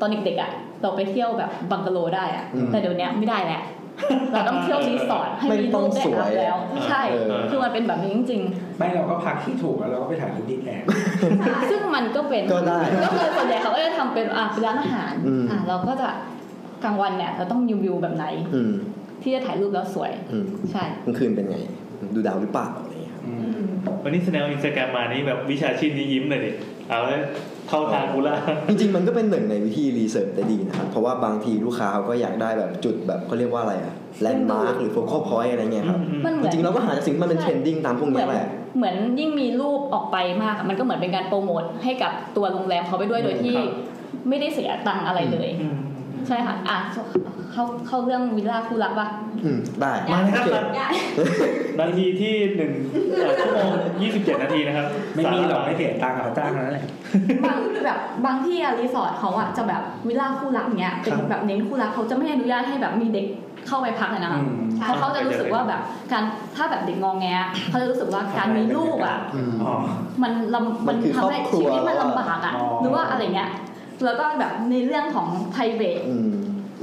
ตอนเด็กๆอะเราไปเที่ยวแบบบังกะโลได้อะ
อืม
แต่เดี๋ยวเนี้ยไม่ได้แล้ว เราต้องเที่ยวรีสอร์ทให้
ไม่
มี
ต้
รู
อง
ปได้
สวย
อัพแล้ว
อ่า
ใช่
เออ
คือมันเป็นแบบนี้จริง
ไม่เราก็พักที่ถูกแล้วเราก็ไปถ่ายรูปที่แอบ
ๆ ซึ่งมันก็เป็น
ก็ได้
ก็คือส่วนใหญ่เขาก็จะทำเป็นอ่ะเป็นร้านอาหาร
อืม
อ่ะเราก็จะกลางวันเนี่ยเราต้องมีวิวแบบไหน
อืม
ที่จะถ่ายรูปแล้วสวย
อืม
ใช่
กลางคืนเป็นไง ดูดาวหรือเปล่าอะไรอย่างเงี้ยครับ
อืม
อืม
วันนี้แสดงอินสตาแกรมมานี่แบบวิชาชีพนี้ยิ้มหน่อยดิเอาเลยเข้าทางกูละ
จริงๆมันก็เป็นหนึ่งในวิธีรีเสิร์ชแต่ดีนะครับ เพราะว่าบางทีลูกค้าเขาก็อยากได้แบบจุดแบบเขาเรียกว่าอะไรอะแลนด์มาร์คหรือโฟกัสพอยต์อะไรเงี้ยครับ
มัน
จ
เหมือน
ริงๆเราก็หาจากสิ่งที่มันเป็น
ใช่
เทรนดิ้งตามพวก
เหมื
เนี้
อย น
แหละ
เหมือนยิ่งมีรูปออกไปมากอะมันก็เหมือนเป็นการโปรโมทให้กับตัวโรงแรมเขาไปด้วยโดยที่
ครับ
ไม่ได้เสียตังค์อะไรเลย
อืม
ใช่ค่ะ อ่ะเข้าเข้าเรื่องวิลล่าคู่รักป่ะ
อืมได้
มาเลยครับ
โอเ
มานาทีที่หนึ่งเอ่อชั่วโมงยี่สิบเจ็ดนาทีนะครับ
ไม่มีหรอก
สาะ
ไม่เสียตังค์เขาจ้างเท่านั้นแหละ
บางแบบบางที่อะรีสอร์ทเขาอะจะแบบวิลล่าคู่รักเนี้ยเป็น
ครับ
แบบเน้นคู่รักเขาจะไม่อนุญาตให้แบบมีเด็กเข้าไปพักเลยนะ
อื
คะ
ม
ใช่
เพราะเขาจะรู้สึกว่าแบบการถ้าแบบเด็กงองแงอะเขาจะรู้สึกว่าการมีลูกอะ
อืม
อ๋อ
มันลำ
มันคือ
ทำให้
ครอบครั
ชี
ว
วิตมันลำบากอะ
อ๋อ
หรือว่าอะไรเงี้ยแล้วก็แบบในเรื่องของไพรเวท
อืม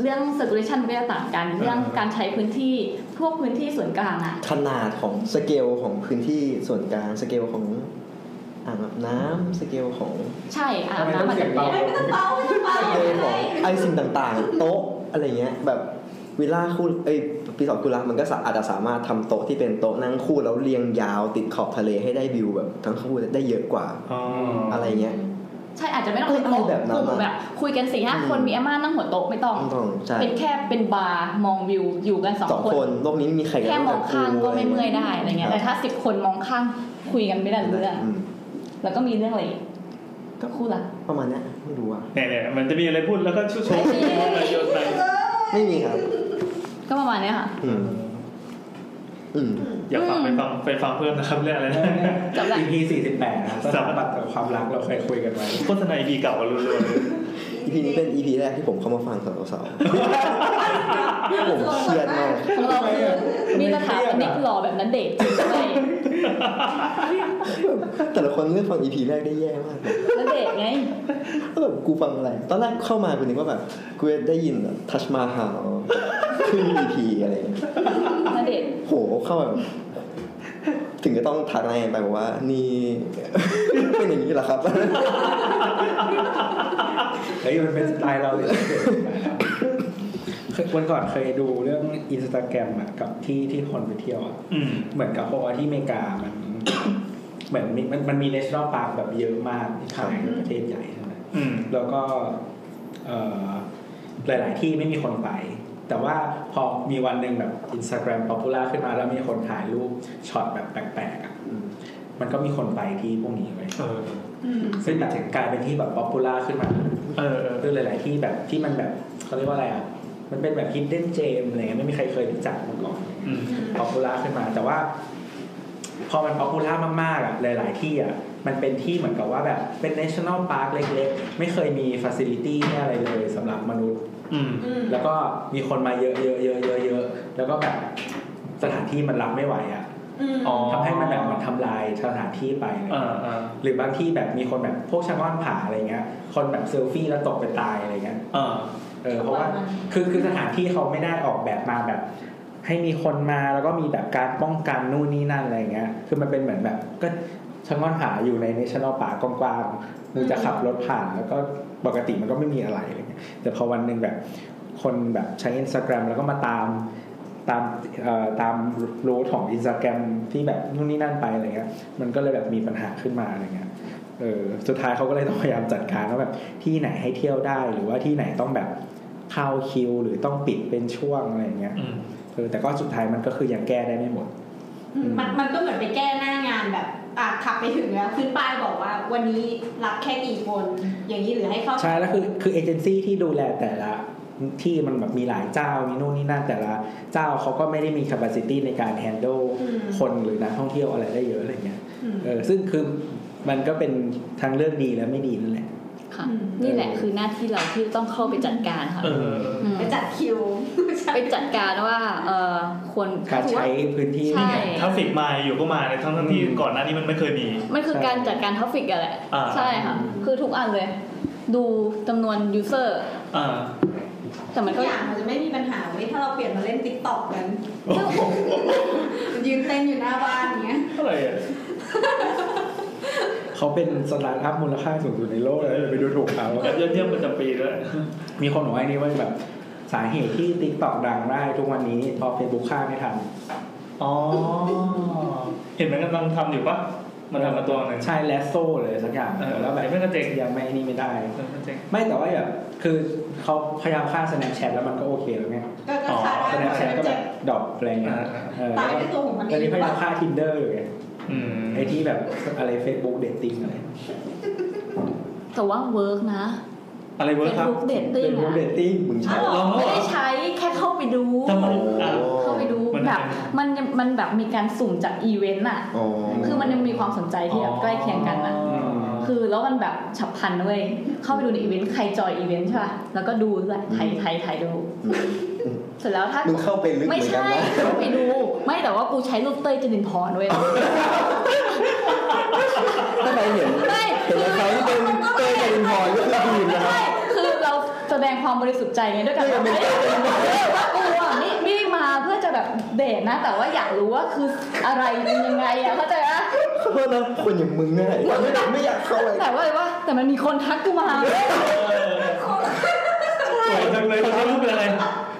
เรื่อง circulation มันก็จะต่างกัน เรื่องการใช้พื้นที่พวกพื้นที่ส่วนกลางอะ
ขนาดของสเกลของพื้นที่ส่วนกลางสเกลของ อ่างอาบน้ำสเกลของ
ใช่อาบน้ำอาจจะเปลี่ยน
ไม่ต้องเป้าไม่ต้องเป้า
สเกลของไอสิ่งต่างๆ โต๊ะอะไรเงี้ยแบบวิลล่าคู่เอ้ยปีสองกุลามันก็สาอาจจะสามารถทำโต๊ะที่เป็นโต๊ะนั่งคู่แล้วเรียงยาวติดขอบทะเลให้ได้วิวแบบทั้งคู่ได้เยอะกว่า
อ๋อ
อะไรเงี้ย
ใช่อาจจะไม่ต้องเป็น
เออแบบนั้น
กลุ่ม
อะ
แบบ คุยกันสี่ห้า
อืม
คนมีอาม่านั่งหัวโต๊ะไม่ต้อง
ต้องต้องใช่
เป็นแค่เป็นบาร์มองวิวอยู่กันสอง
สอง
ค
คน นโลกนี้ไม่มีใคร
แค่ม
รู้
องข้างก็ไม่เมื่อยได้อะไรเงี้ยแต่ถ้าสิบคนมองข้างคุยกันไม่ได้เรื่อง
อืม
แล้วก็มีเรื่องอะไรอีกก็คู่ละ
ประมาณเนี้ยไม่รู้อ่ะ
เนี่ยเนี่ยมันจะมีอะไรพูดแล้วก็ชุบชมมองอะไรโยนไป
ไม่มีครับ
ก็ประมาณเนี้ยค่ะ
อืมอืม
อย่าฟังไปฟังไปฟังเพิ่มนะครับเรื่องอะไรนะ
EP 48นะครับสารบัตรกับความรักเราเคยคุยกันไว้
โฆษณาอีพีเก่ากันรัวๆเลย
EP นี้เป็น EP แรกที่ผมเข้ามาฟังสาวสาว <laughs> ๆผมเครียดมาก
ของเราคือมีสถาปนิกหล่อแบบนั้นเด็กจริงด้วย
แต่ละคนเลือกฟัง EP แรกได้แย่มากเลย
นั้นเด็กไง
แล้วแบบกูฟังอะไร ตอนแรกเข้ามากูนึกว่าแบบกูได้ยินทัชมาฮาขึ้น EP อะไรอย่างเงี้ย
ณเดชน์
โหเข้ามาแบบถึงจะต้องทักนายไปบอกว่า นี่ เป็นอย่างนี้เหรอครับ
เฮ้ยมันเป็นสไตล์เราเลยเคยวันก่อนเคยดูเรื่องอินสตาแกรมอะกับที่ที่คนไปเที่ยวอะ
อืม
เหมือนกับเพราะว่าที่อเมริกามัน เหมือนมีมันมันมี national park แบบเยอะมากที่ขายในประเทศใหญ่ใช่ไหม
อืม
แล้วก็เอ่อหลาย ๆ ที่ไม่มีคนไป แต่ว่าพอมีวันหนึ่งแบบอินสตาแกรมป๊อปปูล่าขึ้นมาแล้วมีคนถ่ายรูปช็อตแบบแปลก ๆอะมันก็มีคนไปที่พวกนี้ไว้ย
เออ
ซึ่งแบบถึงกลายเป็นที่แบบป๊อปปูล่าขึ้นมา
เออเออ
คือหลาย ๆ ที่แบบที่มันแบบเขาเรียกว่าอะไรอ่ะ มันเป็นแบบฮิดเด้นเจมอะไรเงี้ยไม่มีใครเคยรู้จักมาก่อน
อืม
ป๊อปปูล่าขึ้นมา แต่ว่า พอมันป๊อปปูล่ามาก ๆ อ่ะ หลาย ๆ ที่อ่ะ มันเป็นที่เหมือนกับว่าแบบเป็น national park เล็ก ๆ ไม่เคยมีฟั c ซิลิตี้อะไรเลยสำหรับมนุษย์
อืม
แล้วก็มีคนมาเยอะ ๆ ๆ ๆ ๆ แล้วก็แบบสถานที่มันรับไม่ไหวอ่ะ
อ๋อ
ทำให้มันแบบมันทำลายสถานที่ไปอะไร
เอ
เงี้ย
อเออ
หรือบางที่แบบมีคนแบบพวกชาวบ้านผาอะไรเงี้ย คนแบบเซลฟี่แล้วตกไปตายอะไรเงี้ย
เออ
เออเพราะว่าคือคือสถานที่เขาไม่ได้ออกแบบมาแบบ ให้มีคนมาแล้วก็มีแบบการป้องกันนู่นนี่นั่นอะไรเงี้ย คือมันเป็นเหมือนแบบก็ชะง่อนผาอยู่ใน national park กว้างๆมึงจะขับรถผ่านแล้วก็ปกติมันก็ไม่มีอะไรอะไรเงี้ยแต่พอวันหนึ่งแบบคนแบบใช้ Instagram แล้วก็มาตามตามเอ่อตามรูทของ Instagram ที่แบบนู่นนี่นั่นไปอะไรเงี้ย มันก็เลยแบบมีปัญหาขึ้นมาอะไรเงี้ย เออสุดท้ายเขาก็เลยต้องพยายามจัดการว่าแบบที่ไหนให้เที่ยวได้หรือว่าที่ไหนต้องแบบเข้าคิว หรือต้องปิดเป็นช่วงอะไรอย่างเงี้ย
อืม
เออแต่ก็สุดท้ายมันก็คือยังแก้ได้ไม่หมด
มันมันก็เหมือนไปแก้หน้างานแบบอ่ะขับไปถึงแล้วขึ้นป้ายบอกว่าวันนี้รับแค่กี่คน อย่างนี้หรือให้เข้า
ใช่แล้วคือคือเอเจนซี่ที่ดูแลแต่ละที่มันแบบมีหลายเจ้ามีนู่นนี่นั่นแต่ละเจ้าเขาก็ไม่ได้มี capacity ในการ handle
อืม
คนหรือนักท่องเที่ยวอะไรได้เยอะอะไรเงี้ย
อืม
เออซึ่งคือมันก็เป็นทางเลือกดีและไม่ดีนั่นแหละ
ค่ะ
อืม
นี่แหละคือหน้าที่เราที่ต้องเข้าไปจัดการค่ะ
เออเออ
อืม
ไปจัดคิว
ไปจัดการว่าเออควร
การใช้พื้นที่
ใช่
ทราฟิกมาอยู่ก็มาในทั้งทั้งที่
อืม
ก่อนหน้านี้มันไม่เคยมี
มันคือการจัดการท็อปิกอะแหละ
อ่า
ใช่ค่ะ คือทุกอันเลย ดูจำนวนยูเซอร์
อ่า
แต่มัน
ทุ
ก็
กอย่างมันจะไม่มีปัญหาเว้ยถ้าเราเปลี่ยนมาเล่นติ๊กต็อกกันมันยืนเต้นอยู่หน้าบ้านอย่างเงี้ย
อะไรอ่ะ
เขาเป็นสตาร์ทอัพมูลค่าสูงสุดในโลกเลยอย่าไปดูถูกเขา
ยอดเยี่ยมประจำปีด้วย
มีคนบอกว่าอันนี้ว่าแบบสาเหตุที่ t ิ k กต k อกดังได้ทุกวันนี้เพราะ Facebook ค่าไม่ทัน
อ๋อ เห็นมันกำลังทำอยู่ปะมันทำมาตัวหนึ่ง
ใช่แลสโซ่เลยสักอย่าง
เออ
แล้วแบ
เดี๋
บ
ยวไม่กระเจง
ยังไม่นี่ไม่ได้ ไม่แต่ว่าแบบคือเขาพยายามค่า Snapchat แล้วมันก็โอเคแล้วไง
ก็ก็คาดได้
Snapchat
ว่า
ก็
มัน
แบ
เจ็
บบ ดรอปอะไรเงี้ย
อ่า
เออ
ตายด้วยตัวของมันเอง
ตอนนี้พยายามค่า Tinder อยู่ไง
อืม
ไอที่แบบอะไร Facebook Dating อะไร
แต่ว่าเวิร์กนะ
อะไรเวิ
เป็
ร์ก
น
ครับ
ลุกเดตติ้ง
Facebook
อะ
Dating
มึงใช้
อ้าวเหรอไม่ได้ใช้แค่เข้าไปดู
ทำไมอ่ะ
เข้าไปดู
มัน
แบบมันยังมันแบบมีการสุ่มจากอีเวนต์อ่ะ
อ๋อ
คือมันยังมีความสนใจที่แบบใกล้เคียงกันอ่ะ คือแล้วมันแบบฉับพลันเว้ยเข้าไปดูในอีเวนต์ใครจอยอีเวนต์ใช่ป่ะ แล้วก็ดูด้วยไทยไทยไทยดู
อืม
เสร็จแล้วถ้า
มึงเข้าไปลึกเหมือ
ไม่
นกั
ใช่
นนะ
เข้าไปดู ไม่แต่ว่ากูใช้รูปเต้ยจรินพรเว้ย
ทำไมเห็น
ไม่
เห็นเขาที่เป็นเต้ยเป็นพรก็คือทีมนะครับ
ไม่คือเราแสดงความบริสุทธิ์ใจไงด้วยกันว่าเฮ้ยว่ากูอ่ะไม่ไม่ได้มาเพื่อจะแบบเดทนะ แต่ว่าอยากรู้ว่าคืออะไรเป็นยังไงอ่ะเข้าใจปะ
โทษนะคนอย่างมึงเนี่ยวันนี้ไม่อยากเข้าเลย
แต่ว่าอะไรว่าแต่มันมีคนทักกูมา
สวยจังเลยคนนี้รูปเป็นอะไร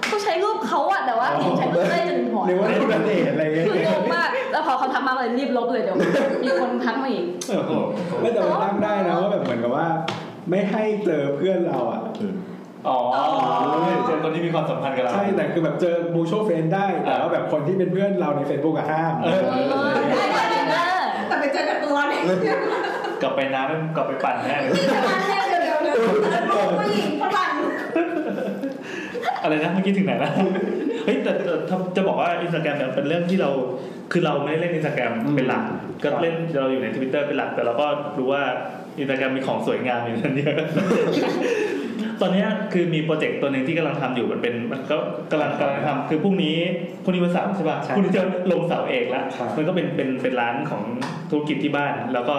เขาใช้รูปเขาอะแต่ว่าผมใช้รูปได้จนถึงหัว
หรือว่าคุณณเดชน์อะไรเงี้ย
คืองงมากแล้วพอเขาทักมาเลยรีบลบเลยเดี๋ยวมีคนทักมาอีก
โอ้โห
ไม่แต่ว่าตั้งได้นะว่าแบบเหมือนกับว่า ไม่ให้เจอเพื่อนเราอ่ะ
อ๋อเจอคนที่มีความสัมพันธ์กับเรา
ใช่แต่คือแบบเจอมูชวลเฟรนได้ แต่ว่าแบบคนที่เป็นเพื่อนเราใน Facebook อะห้าม
เออ
ได้ได้ได้ได้ แต่ไปเจอกับตัวเนี่ย
กลับไปน้ำกลับไปปั่นแน่เลย
ที่จะมาเล่นเร็วๆเลยผู้หญิงฝรั่ง
อะไรนะเมื่อกี้ถึงไหนแล้ว เฮ้ยแต่แต่จะบอกว่าอินสตาแกรมเนี่ยเป็นเรื่องที่เราคือเราไม่ได้เล่นอินสตาแกรมเป็นหลัก ก็เล่นเราอยู่ในทวิตเตอร์เป็นหลัก แต่เราก็รู้ว่าอินสตาแกรมมีของสวยงามอยู่นั้นเยอะ ตอนเนี้ยคือมีโปรเจกต์ตัวหนึ่งที่กำลังทำอยู่มันเป็นมันก็กำลังกำลังทำคือพรุ่งนี้พรุ่งนี้วันเสาร์ใช่ป่ะพรุ่งนี้จะลงเสาเอกละมันก็เป็นเป็นเป็นร้านของธุรกิจที่บ้าน แล้วก็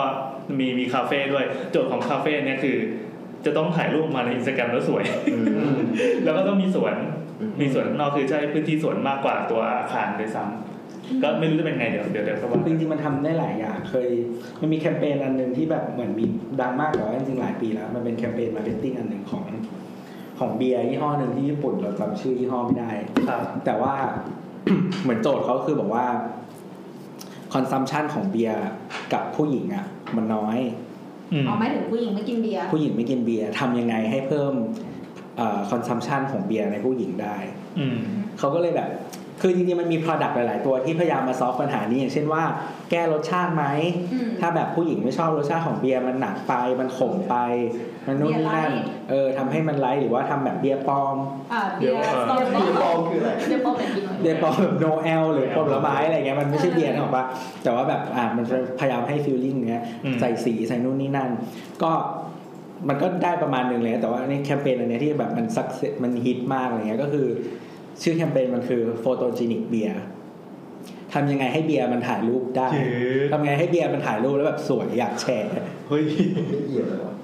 มีมีคาเฟ่ด้วยโจทย์ของคาเฟ่เนี่ยคือ จะต้องถ่ายรูปมาในอินสตาแกรมแล้วสวย แล้วก็ต้องมีสวน มีสวนข้างนอกคือใช้พื้นที่สวนมากกว่าตัวอาคารด้วยซ้ำก็ไม่รู้จะเป็นไงเดี๋ยวเดี๋ยวเดี๋ยวเขาว่า
จริงๆมันทำได้หลายอย่างเคย มันมีแคมเปญอันหนึ่งที่แบบเหมือนมีดังมากแต่ว่าจริงๆหลายปีแล้ว มันเป็นแคมเปญมาร์เก็ตติ้งอันหนึ่งของของเบียร์ยี่ห้อหนึ่งที่ญี่ปุ่นเราจำชื่อยี่ห้อไม่ได้
ครับ
แต่ว่า เหมือนโจทย์เขาคือบอกว่าคอนซัมชันของเบียร์กับผู้หญิงอ่ะ มันน้อย
อืม
อ๋อหมายถึงผู้หญิงไม่กินเบียร์
ผู้หญิงไม่กินเบียร์ทำยังไงให้เพิ่มคอนซัมชันของเบียร์ในผู้หญิงได้
อืม
เขาก็เลยแบบ คือจริงๆมันมี product หลาย ๆ ตัวที่พยายามมาซอฟปัญหานี้อย่างเช่นว่า แก้รสชาติไหม
อืม
ถ้าแบบผู้หญิงไม่ชอบรสชาติของเบียร์มันหนักไป มันขมไป มันนู่นนี่นั่น
เบียร์ไลท์
เออทำให้มันไลท์หรือว่าทำแบบเบียร์ปลอม
อ่าเบียร์สตรอเบอรี่
ฟองคืออะไร
เดี๋ยวป้อมแต่กินหน่อย
เบียร์ปลอมแบบโนแอลหรือผลไม้อะไรเงี้ยมันไม่ใช่เบียร์นะหรอกปะแต่ว่าแบบอ่ามันพยายามให้ฟีลลิ่งเนี้ยใส่สีใส่นู่นนี่นั่น ก็มันก็ได้ประมาณหนึ่งเลยนะแต่ว่าในแคมเปญอันเนี้ยที่แบบมันซักมันฮิตมากอะไรเงี้ยก็คือ ชื่อแคมเปญมันคือโฟโตจีนิกเบียร์ทำยังไงให้เบียร์มันถ่ายรูปได้
เจ๋
ทำยังไงให้เบียร์มันถ่ายรูปแล้วแบบสวยอยากแชร์
เฮ้ย
ไม่เกี่ยวเลยวะ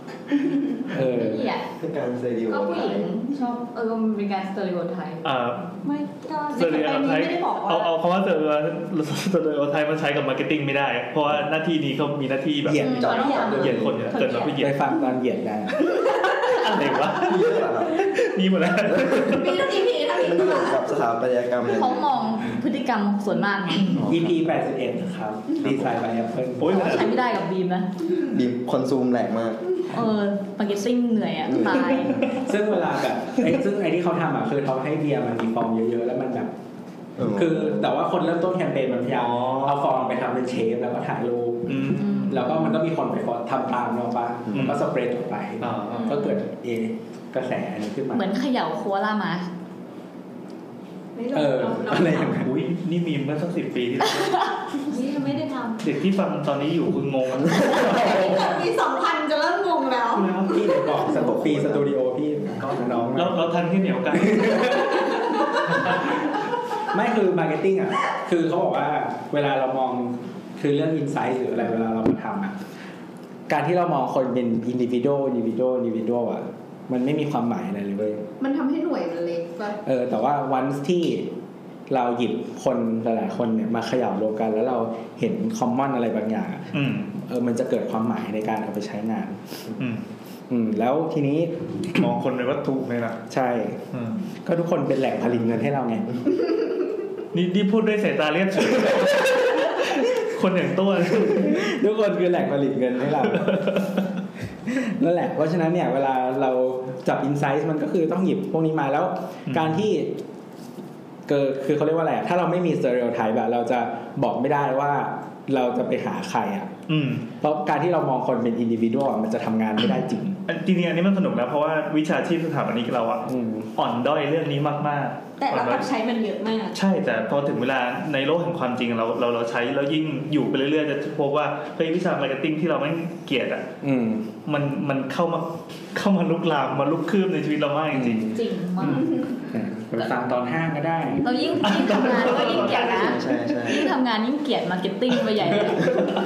เออ
เกลียด
เป็นการเซรีโอ
ก็ผู้หญิงชอบเออมันเป็นการสเตอริโอไทป์
อ่า
ไม่ก็
เซอร์เรียลไทป์เอาเอาคำว่าเซอร์เรียลเซอร์เรียลไทป์มาใช้กับมาร์เก็ตติ้งไม่ได้ เพราะว่าหน้าที่นี้เขามีหน้าที่แบบ
เหยียด
จอดยาง
เหยียดคนเนี่ยเกิดมาเพื่อเหยีย
ไป
ด
ฟังตอนเหยียดได้
อะไรวะ
เยอะอะครับ
มีหมดแล้ว
มีทั้งทีพีทั้งที
มัน
พี
เกี่ยวกับสถาปัตยกรรมอะไร
เขามองพฤติกรรมส่วนมากไง
EP 81นะครับ ดีไซน์ by Apple
โอ้ย
เขาใช้ไม่ได้กับบีมนะ
บีบคอนซูมแหลกมาก
เออสปาเกตติ้งเหนื่อยอ่ะ ตาย
ซึ่งเวลาแบบไอ้ซึ่งไอ้ที่เขาทำอ่ะคือเขาให้เบียร์มันมีฟองเยอะๆ แล้วมันแบบ
เออ
คือแต่ว่าคนเริ่มต้นแคมเปญมันพยายามเอาฟองไปทำเป็นเชฟแล้วก็ถ่ายรูป
อืม
แล้วก็มันก็มีคนไปฟอทำตามเราปะมันก็สเปรดออกไป
อ่าอ่า
ก็เกิดเอกระแสอันนี้ขึ้นมา
เหมือนเขย่าโคอาล่ามา
เอออะไรอย่างเงี้ย
อุ้ยนี่มีเมื่อสักสิบปีที่แล้ว
นี่ไม่ได้ทำ
เด็กที่ฟังตอนนี้อยู่คืองงแ
เกิดปีสองพันจะเริ่มงงแล้ว
ล้ว
พี่เดี๋ยวบอกสตูปีสตูดิโอพี่ก็น้องๆ
เรา
นะ
เราทันที่เหนียวไกัน
ไม่คือมาร์เก็ตติ้งอ่ะ คือเขาบอกว่าเวลาเรามองคือเรื่องอินไซต์หรืออะไรเวลาเรามาทำอ่ะ การที่เรามองคนเป็นอินดิวิโดอินดิวิโดอินดิวิโดอ่ะ มันไม่มีความหมายอะไรเลยเว้ย
มันทำให้หน่วยมันเล็กไป
เออแต่ว่าวันที่เราหยิบคนหลายๆคนเนี่ยมาเขย่ารวมกัน แล้วเราเห็นคอมมอนอะไรบางอย่างอะ
อืม
เออมันจะเกิดความหมายในการเอาไปใช้งาน
อืม
อืมแล้วทีนี้
มองคนเป็นวัตถุเลยนะ
ใช่
อืม
ก็ทุกคนเป็นแหล่งผลิตเงินให้เราไง
นี่นี่พูดด้วยสายตาเรียบเฉย คนอย่างตัวเลย
ทุกคนคือแหล่งผลิตเงินให้ <laughs> เรานั่นแหละเพราะฉะนั้นเนี่ยเวลาเราจับอินไซต์มันก็คือต้องหยิบพวกนี้มาแล้ว การที่เกิดคือเขาเรียกว่าอะไรอะถ้าเราไม่มีสเตอริโอไทป์แบบเราจะบอกไม่ได้ว่าเราจะไปหาใครอ่ะ
อืม
เพราะการที่เรามองคนเป็นอินดิวิวมันจะทำงานไม่ได้จริง
อันจริงๆอันนี้มันสนุกนะเพราะว่าวิชาชีพสถาปนิกเราอะ
อืม
อ่อนด้อยเรื่องนี้มากๆ
แต่เรา
อ่อนด้อ
กลั
บย
ใช้มันเยอะมาก
ใช่ แต่พอถึงเวลาในโลกแห่งความจริงเราเราเราใช้แล้วยิ่งอยู่ไปเรื่อยๆจะพบว่าเฮ้ยวิชามาร์เก็ตติ้งที่เราไม่งเกลียดอะ
อืม
มันมันเข้ามาเข้ามาลุกลามมาลุกคืบในชีวิตเรามากจริง
จริงมาก
ไปฟังตอนห้างก็ได้
เรายิ่งยิ่งทำงานก็ยิ่งเกลียดนะ
ใช่ใช่
ยิ่งทำงานยิ่งเกลียดมาร์เก็ตติ้งไปใหญ่เลย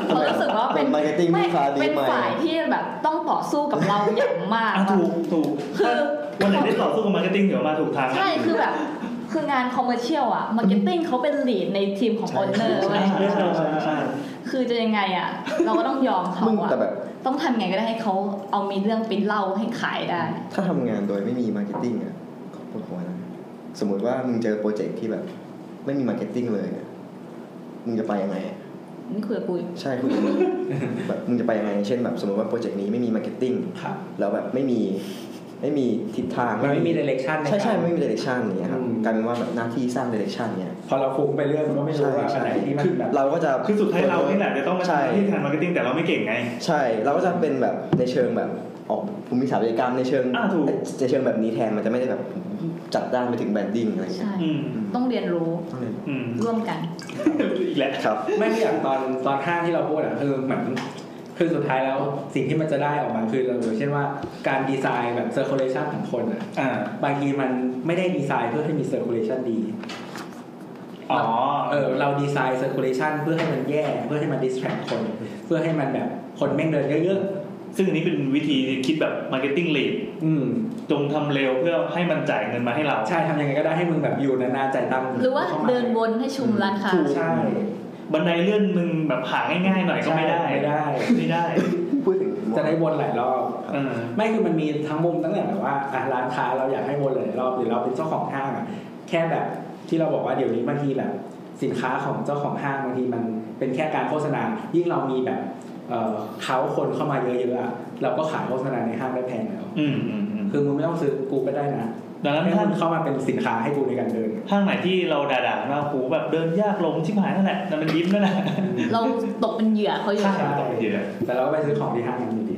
เพราะรู้สึกว่าเป็น
Marketing
ไม่
ลูกค้าดี
เป็น
ไหม
ฝ่ายที่แบบต้องต่อสู้กับเราอย่างมาก
อ่ะถูกถูก
คือ
วันไหนได้ต่อสู้กับมาร์เก็ตติ้งเดี๋ยวมาถูกทางนะ
ใช่คือแบบ คืองานคอมเมอร์เชียลอะมาร์เก็ตติ้งเขาเป็นลีดในทีมของออเนอร์เว้ย
ใช่ใช่ใช่
คื
คือจะยังไงอ่ะ เราก็ต้องยอมเขา
มึง
อ่ะ
แต่แบบ
ต้องทำยังไงก็ได้ให้เขาเอามีเรื่องเป็นเล่าให้ขายได้
ถ้าทำงานโดยไม่มีมาร์เก็ตติ้งอ่ะขอปวดหัวนะสมมุติว่ามึงเจอโปรเจกต์ที่แบบ ไม่มีมาร์เก็ตติ้งเลยอะมึงจะไปยังไงอะ
นี่คุยกับปุย
ใช่คุณ แบบ <laughs> มึงจะไปยังไง เช่นแบบสมมติว่าโปรเจกต์นี้ไม่มีมาร์เก็ตติ้ง
ครับ
แล้วแบบไม่มีไม่มีทิศทาง
มันไม่มี direction ในการ
ใช่ใช่ไม่มีเดเรคชั่นอย่างเงี้ยครับ
อืม
กลายเป็นว่าแบบหน้าที่สร้างเดเรคชั่นเนี่ย
พอเราฟุ้งไปเรื่องมันก็ไม่รู้ว่าอันไหนที่มันแบบ
เราก็จะ
คือสุดท้ายเรานี่แหละจะต้องมาทำที่ทางมาร์เก็ตติ้งแต่เราไม่เก่งไง
ใช่ เราก็จะเป็นแบบในเชิงแบบออกภูมิศาสตร์วิทยาการในเชิง
อ่าถูก
ในเชิงแบบนี้แทนมันจะไม่ได้แบบจัดด้านไปถึงแบรนดิ้งอะไรเงี้ย
ใช่
อืม
ต้องเรียนรู้
ต้องเรียน
อืม
ร่วมกัน
อีกแล้ว
ครับ
ไม่ได้อย่างตอนตอนห้างที่เราพูดอะคือเหมือนคือสุดท้ายแล้วสิ่งที่มันจะได้ออกมาคือเราอย่างเช่นว่าการดีไซน์แบบเซอร์คูลเลชันของคนอะ
อ่า
บางทีมันไม่ได้ดีไซน์เพื่อให้มีเซอร์คูลเลชันดี
อ๋อ
เออเราดีไซน์เซอร์คูลเลชันเพื่อให้มันแย่เพื่อให้มันดิสแทรกคน เพื่อให้มันแบบคนแม่งเดินเยอะ
ซึ่งอันนี้เป็นวิธีคิดแบบมาร์เก็ตติ้งเลด
ๆอืม
จงทำเร็วเพื่อให้มันจ่ายเงินมาให้เรา
ใช่ทำยังไงก็ได้ให้มึงแบบอยู่นานๆจ่ายตังค์
หรือว่า
ข้ม
เดินวนให้ชุมร้านค้า
ถูกใช่
บันไดเลื่อนมึงแบบหาง่ายๆหน่อยก็ไม่ได้
ไม่ได้
ไม่ได้
พูดถึง
จะได้วนหลายรอบ
เออ
ไม่คือมันมีทั้งมุมตั้งแต่แบบว่าอ่ะร้านค้าเราอยากให้วนหลายรอบหรือเราเป็นเจ้าของห้างอ่ะแค่แบบที่เราบอกว่าเดี๋ยวนี้บางทีแบบสินค้าของเจ้าของห้างบางทีมันเป็นแค่การโฆษณา ยิ่งเรามีแบบเอ่อเขาคนเข้ามาเยอะๆอ่ะเราก็ขายโฆษณาในห้างได้แพงแล้ว
อืมอืมอืม
คือมึงไม่ต้องซื้อกูก็ได้นะ
ดังนั้น
ให้
ถ้า
มึงเข้ามาเป็นสินค้าให้กูในการเดิน
ห้างไหนที่เราด่าๆมาหูแบบเดินยากลงชิบหายนั่นแหละนั่นมันยิ้มนั่นแหละ
เราตกเป็นเหยื่อเขาอยู่
ใช่ต่อไปเยอะ
แต่เราก็ไปซื้อของที่ห้างนั้นอยู่ดี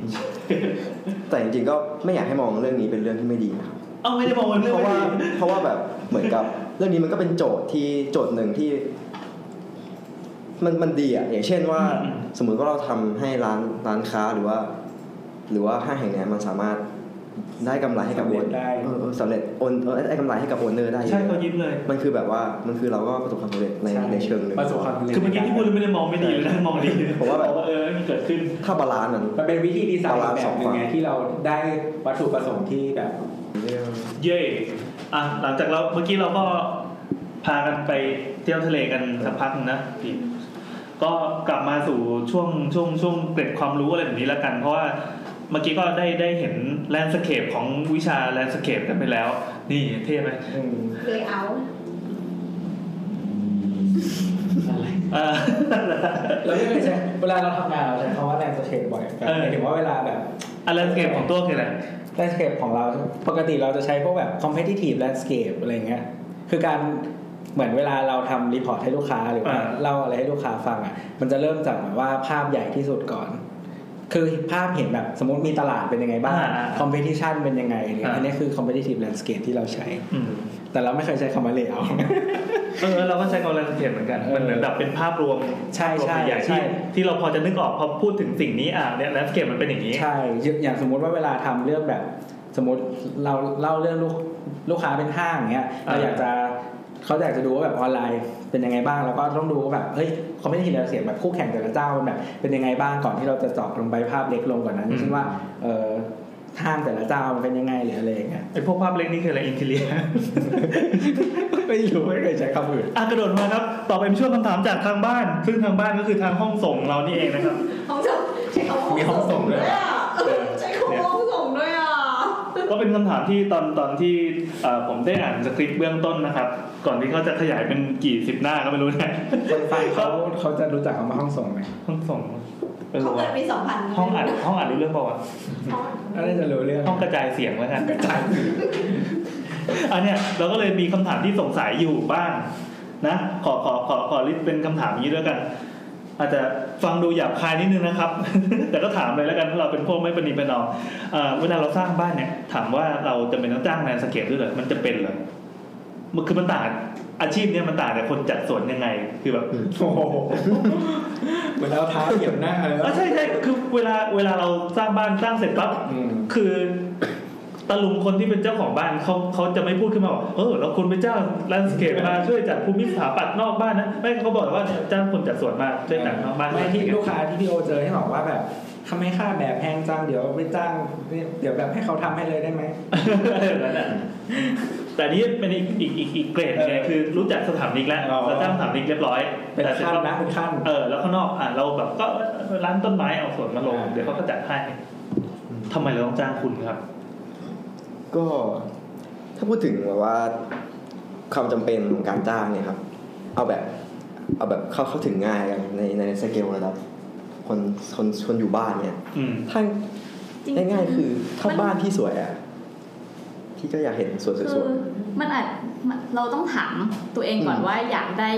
แต่จริงๆก็ไม่อยากให้มองเรื่องนี้เป็นเรื่องที่ไม่ดีนะครับ
เอาไม่ได้มองเป็นเรื่
เพ
อง
ราะ
ไม่
ว่า
ดี
เพราะว่าแบบเหมือนกับ เรื่องนี้มันก็เป็นโจทย์ที่โจทย์หนึ่งที่ มันมันดีอ่ะอย่างเช่นว่า สมมุติว่าเราทำให้ร้านร้านค้าหรือว่า หรือว่าห้างแห่งเนี้ยมันสามารถได้กำไรให้กับโอ
สำเร็จ
น
ได้
เออเออสำเร็จโอนเออได้กำไรให้กับโอนเนอร์ได้อยู่
ใช่
แล้ว
เขายิ้มเลย
มันคือแบบว่ามันคือเราก็ประสบความสำเร็จในในเชิงหนึ่ง
ประสบความสำเร็จ
คือเมื่อกี้ที่พูดไม่ได้มองไม่ดีเลยนะมองดี
ผมว่าแบบ
เออมันเกิดขึ้น
ถ้าบาลานซ์มัน
มันเป็นวิธีดีไซน์แบบหนึ่งไงที่เราได้วัตถุประสงค์ที่แบบ
เย่อ่ะหลังจากเราเมื่อกี้เราก็พากันไปเที่ยวทะเลกันสักพักหนึ่งนะพี่ก็กลับมาสู่ช่วงช่วงช่วงเกร็ดความรู้อะไรแบบนี้แล้วกัน เพราะว่าเมื่อกี้ก็ได้ได้เห็นแลนด์สเคปของวิชาแลนด์สเคปกันไปแล้ว นี่เท่ไหม
เลยเอา
เออ
เราไม่เคยใช้เวลาเราทำงานเราใช้คำว่าแลนด์สเคปบ่อยแบบ
เออ
หมายถึงว่าเวลาแบบ
แลนด์สเคปของตัวคืออะไร
แลนด์สเคปของเรา ปกติเราจะใช้พวกแบบ competitive landscape อะไรเงี้ยคือการเหมือนเวลาเราทำรีพอร์ตให้ลูกค้าหรือว่า
อ่า
เล่าอะไรให้ลูกค้าฟังอ่ะมันจะเริ่มจากแบบว่าภาพใหญ่ที่สุดก่อน คือภาพเห็นแบบสมมติมีตลาดเป็นยังไงบ้าง competition เป็นยังไงเนี่ยอันนี้คือ competitive landscape ที่เราใช้
อืม
แต่เราไม่เคยใช้คำว่า layout
เออเราก็ใช้คำแลนด์สเคปเหมือนกัน มันเหมือนแบบเป็นภาพรวม
ใช่
ภา
ใช่
พรวมใหญ่ๆ
ใช่
ที่ที่เราพอจะนึกออกพอพูดถึงสิ่งนี้อ่ะเนี่ยแลนด์สเคปมันเป็นอย่างนี้
ใช่ อย่างสมมุติว่าเวลาทำเรื่องแบบ สมมติเราเล่าเรื่องลูกลูกค้าเป็นห้างเงี้ย
อ่า
เราอยากจะเขาอยากจะดูว่าแบบออนไลน์เป็นยังไงบ้าง แล้วก็ต้องดูว่าแบบ เฮ้ยเขาไม่ได้ทีเราเสียงแบบคู่แข่งแต่ละเจ้ามันแบบเป็นยังไงบ้างก่อนที่เราจะเจาะลงไปภาพเล็กลงกว่านั้นเช่นว่า เออห้างแต่ละเจ้ามันเป็นยังไงหรืออะไรอย่างเงี้ย <laughs>
ไอพวกภาพเล็กนี่คืออะไรอินเทเลีย
ไม่รู้ไม่เคยใช้คำอื่น
อ่ะกระโดดมาครับ ต่อไปเป็นช่วงคำถามจากทางบ้าน ซึ่งทางบ้านก็คือทางห้องส่งเรานี่เองนะครับ
ห้องส่งใช้คำว่า
มีห้องส่งด้วยเหรอ
เออใช้คำว่าห้องส่งด้วยอ่ะ
ก็เป็นคำถามที่ตอนตอนที่เอ่อผมได้อ่านสคริปต์เบื้องต้นนะครับ ก่อนที่เขาจะขยายเป็นกี่สิบหน้าก็ไม่รู้นะ <laughs>
คนฟังเขาเขาจะรู้จักคำว่าห้องส่งไหม
ห้องส่งเป็น
เขา
รู้
เกิด
ว่า
ปีสองพัน
ห้องอัดห้องอัดรู้เรื่องเปล่าวะ
ห้อง
ก็น่าจะรู้เรื่อง
ห้องกระจายเสียงแล้วกันกระจายอันเนี้ยเราก็เลยมีคำถามที่สงสัยอยู่บ้างนะขอขอขอขอลิสต์เป็นคำถามอย่างนี้ด้วยกัน อาจจะฟังดูหยาบคายนิดนึงนะครับ <laughs> แต่ก็ถามเลยแล้วกันเพราะเราเป็นพวกไม่ประนีประนอมเอ่อเวลาเราสร้างบ้านเนี่ย ถามว่าเราจะเป็นต้องจ้างแลนด์สเคปด้วยเหรอมันจะเป็นเหรอมันคือมันต่างอาชีพเนี่ยมันต่างจากคนจัดสวนยังไง คือแบบ
โอ้โห <laughs> เหมือนเอาเท้าเหยียบหน้าเลย
เออ
วะ
ใช่ใช่คือเวลาเวลาเราสร้างบ้านสร้างเสร็จปั๊บ
อืม
คือ <coughs> ตะลุงคนที่เป็นเจ้าของบ้านเขาเขาจะไม่พูดขึ้นมาบอกเออเราคุณไปจ้างแลนด์สเคปมาช่วยจัดภูมิสถาปัตย์นอกบ้านนะไม่เขาบอกว่าเนี่ยจ้างคนจัดสวนมาช่วยจัดนอกบ้าน <laughs>
ไม่ที่ลูกค้าที่พี่โอเจอให้บอกว่าแบบทำไมค่าแบบแพงจังเดี๋ยวไม่จ้างเดี๋ยวแบบให้เขาทำให้เลยได้ไหม
อะไรแบบนั้นอ่ะ แต่อันนี้เป็นอีกอีกอีกอีกเกรดไง
เออ
คือรู้จักสถาปนิกแล้ว
อ๋อ
เราจ้างสถาปนิกเรียบร้อย
เป็น
แต่ส
ขั้นนะเป็นขั้น
เออแล้วข้างนอกอ่ะเราแบบก็ร้านต้นไม้เอาสวนมาลง
อ่า
เดี๋ยวเขาก็จัดให้ทำไมเราต้องจ้างคุณครับ
ก็ถ้าพูดถึงแบบว่าความจำเป็นของการจ้างเนี่ยครับ เอาแบบเอาแบบเข้าเข้าถึงง่ายกันในในสเกลระดับคนคนคนอยู่บ้านเนี่ย
อืม
ถ้า
จริง
ง่ายๆคือถ้า
มัน
บ้านที่สวยอะที่ก็อยากเห็นสวนส
คือ
วย
มันอาจมันเราต้องถามตัวเองก่อนว่าอยากได้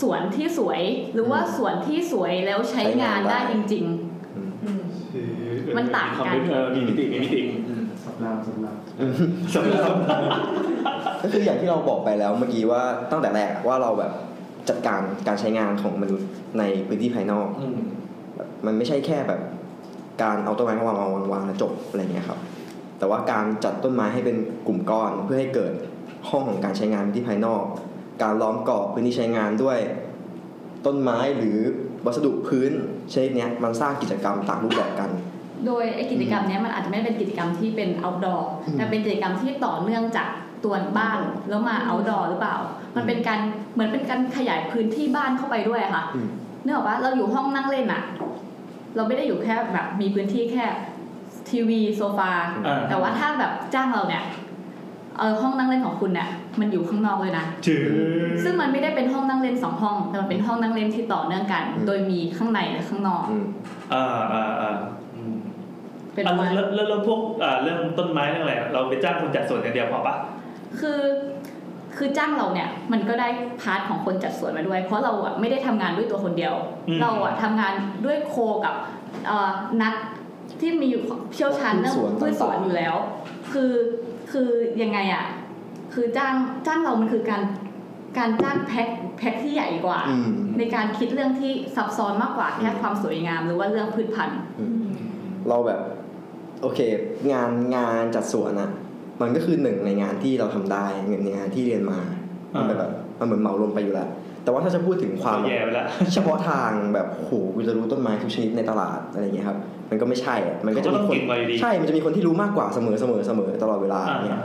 สวนที่สวย หรือว่าสวนที่สวยแล้วใช้งานได้จริง
ๆอืม
อืม
มันต่างกัน
เออมีมิติมีมิติ
สับรามสับราม
สำหรับ
ก็คืออย่างที่เราบอกไปแล้วเมื่อกี้ว่าตั้งแต่แรกอะว่าเราแบบจัดการการใช้งานของมนุษย์ในพื้นที่ภายนอก
อืม
แบบมันไม่ใช่แค่แบบการเอาต้นไม้มาวางวางวางวางแล้วจบอะไรเงี้ยครับ แต่ว่าการจัดต้นไม้ให้เป็นกลุ่มก้อนเพื่อให้เกิดห้องของการใช้งานพื้นที่ภายนอก การล้อมกรอบพื้นที่ใช้งานด้วย ต้นไม้หรือวัสดุพื้นชนิดเนี้ยมันสร้างกิจกรรมต่างรูปแบบกัน
ๆ โดยไอกิจกรรมเนี้ยมันอาจจะไม่ได้เป็นกิจกรรมที่เป็น outdoor
อืม
แต่เป็นกิจกรรมที่ต่อเนื่องจากตัวบ้านแล้วมา outdoor หรือเปล่า มันเป็นการเหมือนเป็นการขยายพื้นที่บ้านเข้าไปด้วยอะค่ะ
อืม
เนื่องจากว่าเราอยู่ห้องนั่งเล่นอะเราไม่ได้อยู่แค่แบบมีพื้นที่แค่ทีวีโซฟา
อ่า
แต่ว่าถ้าแบบจ้างเราเนี่ยเออห้องนั่งเล่นของคุณเนี่ยมันอยู่ข้างนอกเลยนะ
จืด
ซึ่งมันไม่ได้เป็นห้องนั่งเล่นสองห้อง แต่มันเป็นห้องนั่งเล่นที่ต่อเนื่องกัน
อืม
โดยมีข้างในและข้างนอก
อืม
อ่าอ่าอ่า
อืม
เป็น
อ่ะ
ว่า
แล้วแล้วแล้วพวกอ่าเรื่องต้นไม้เรื่องอะไรเราไปจ้างคนจัดสวนอย่างเดียวพอปะ
คือคือจ้างเราเนี่ยมันก็ได้พาร์ทของคนจัดสวนมาด้วย เพราะเราอะไม่ได้ทำงานด้วยตัวคนเดียว
อืม
เราอะทำงานด้วยโคกับเอ่อนักที่มีอยู่เชี่ยวชาญเรื่อง
พืชสวน
พืชสวน
ต่างๆ
อยู่แล้ว คือคือยังไงอะคือจ้างจ้างเรามันคือการการจ้างแพ็คแพ็คที่ใหญ่กว่า
อืม
ในการคิดเรื่องที่ซับซ้อนมากกว่าแค่ความสวยงาม หรือว่าเรื่องพืชพันธุ์
เราแบบ โอเค งานงานจัดสวนอะมันก็คือหนึ่งในงานที่เราทำได้หนึ่งในงานที่เรียนมา
อ่ามั
มันเป็นแบบมันเหมือนเหมารวมไปอยู่แล้ว แต่ว่าถ้าจะพูดถึงความ
แย่ไปละ
เฉพาะทางแบบโอ้โหกูจะรู้ต้นไม้ทุกชนิดในตลาดอะไรอย่างเงี้ยครับ มันก็ไม่ใช่อะมันก็จะ
เขา
มี
ต้อง
คน
เก่งมาอยู่ดี
ใช่ มันจะมีคนที่รู้มากกว่าเสมอเสมอเสมอตลอดเวลา
อ่า
อย่างเงี้ย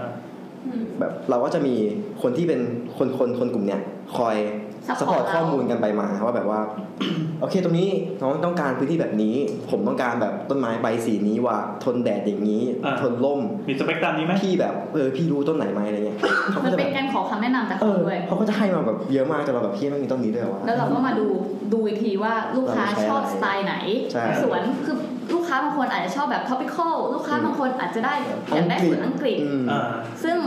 อืม
แบบเราก็จะมีคนที่เป็นคนคนคนกลุ่มเนี้ยคอย
Support
สปอร์ต
เรา
ข้อมูลกันไปมาว่าแบบว่า <clears throat> โอเคตรงนี้น้องต้องการพื้นที่แบบนี้ ผมต้องการแบบต้นไม้ใบสีนี้ว่าทนแดดอย่างนี้
า
ทนล่ม
มีสเปกตรัมนี้ไหม
พี่แบบเออพี่รู้ต้นไหนไหมอะไรเงี้ยเขา
มั
ก็
น
จะแบ
เป็น
บ
การขอคำแนะนำจาก
เอ
เขา
อ
ด้วย
เขาก็จะให้มาแบบเยอะมากแต่เราแบบพี่ไม่มีต้นนี้ด้วยวะ
แล้วเราก็มาดูดูอีกทีว่าลูกค้า
เราใช้
ชอบ
อะไร
สไตล์ไหน
ใช่
สวนคือลูกค้าบางคนอาจจะชอบแบบ topical ลูกค้า
อืม
บางคนอาจจะได้อยากได้สวนอังกฤษ
อืม
อ่า
ซึ่ง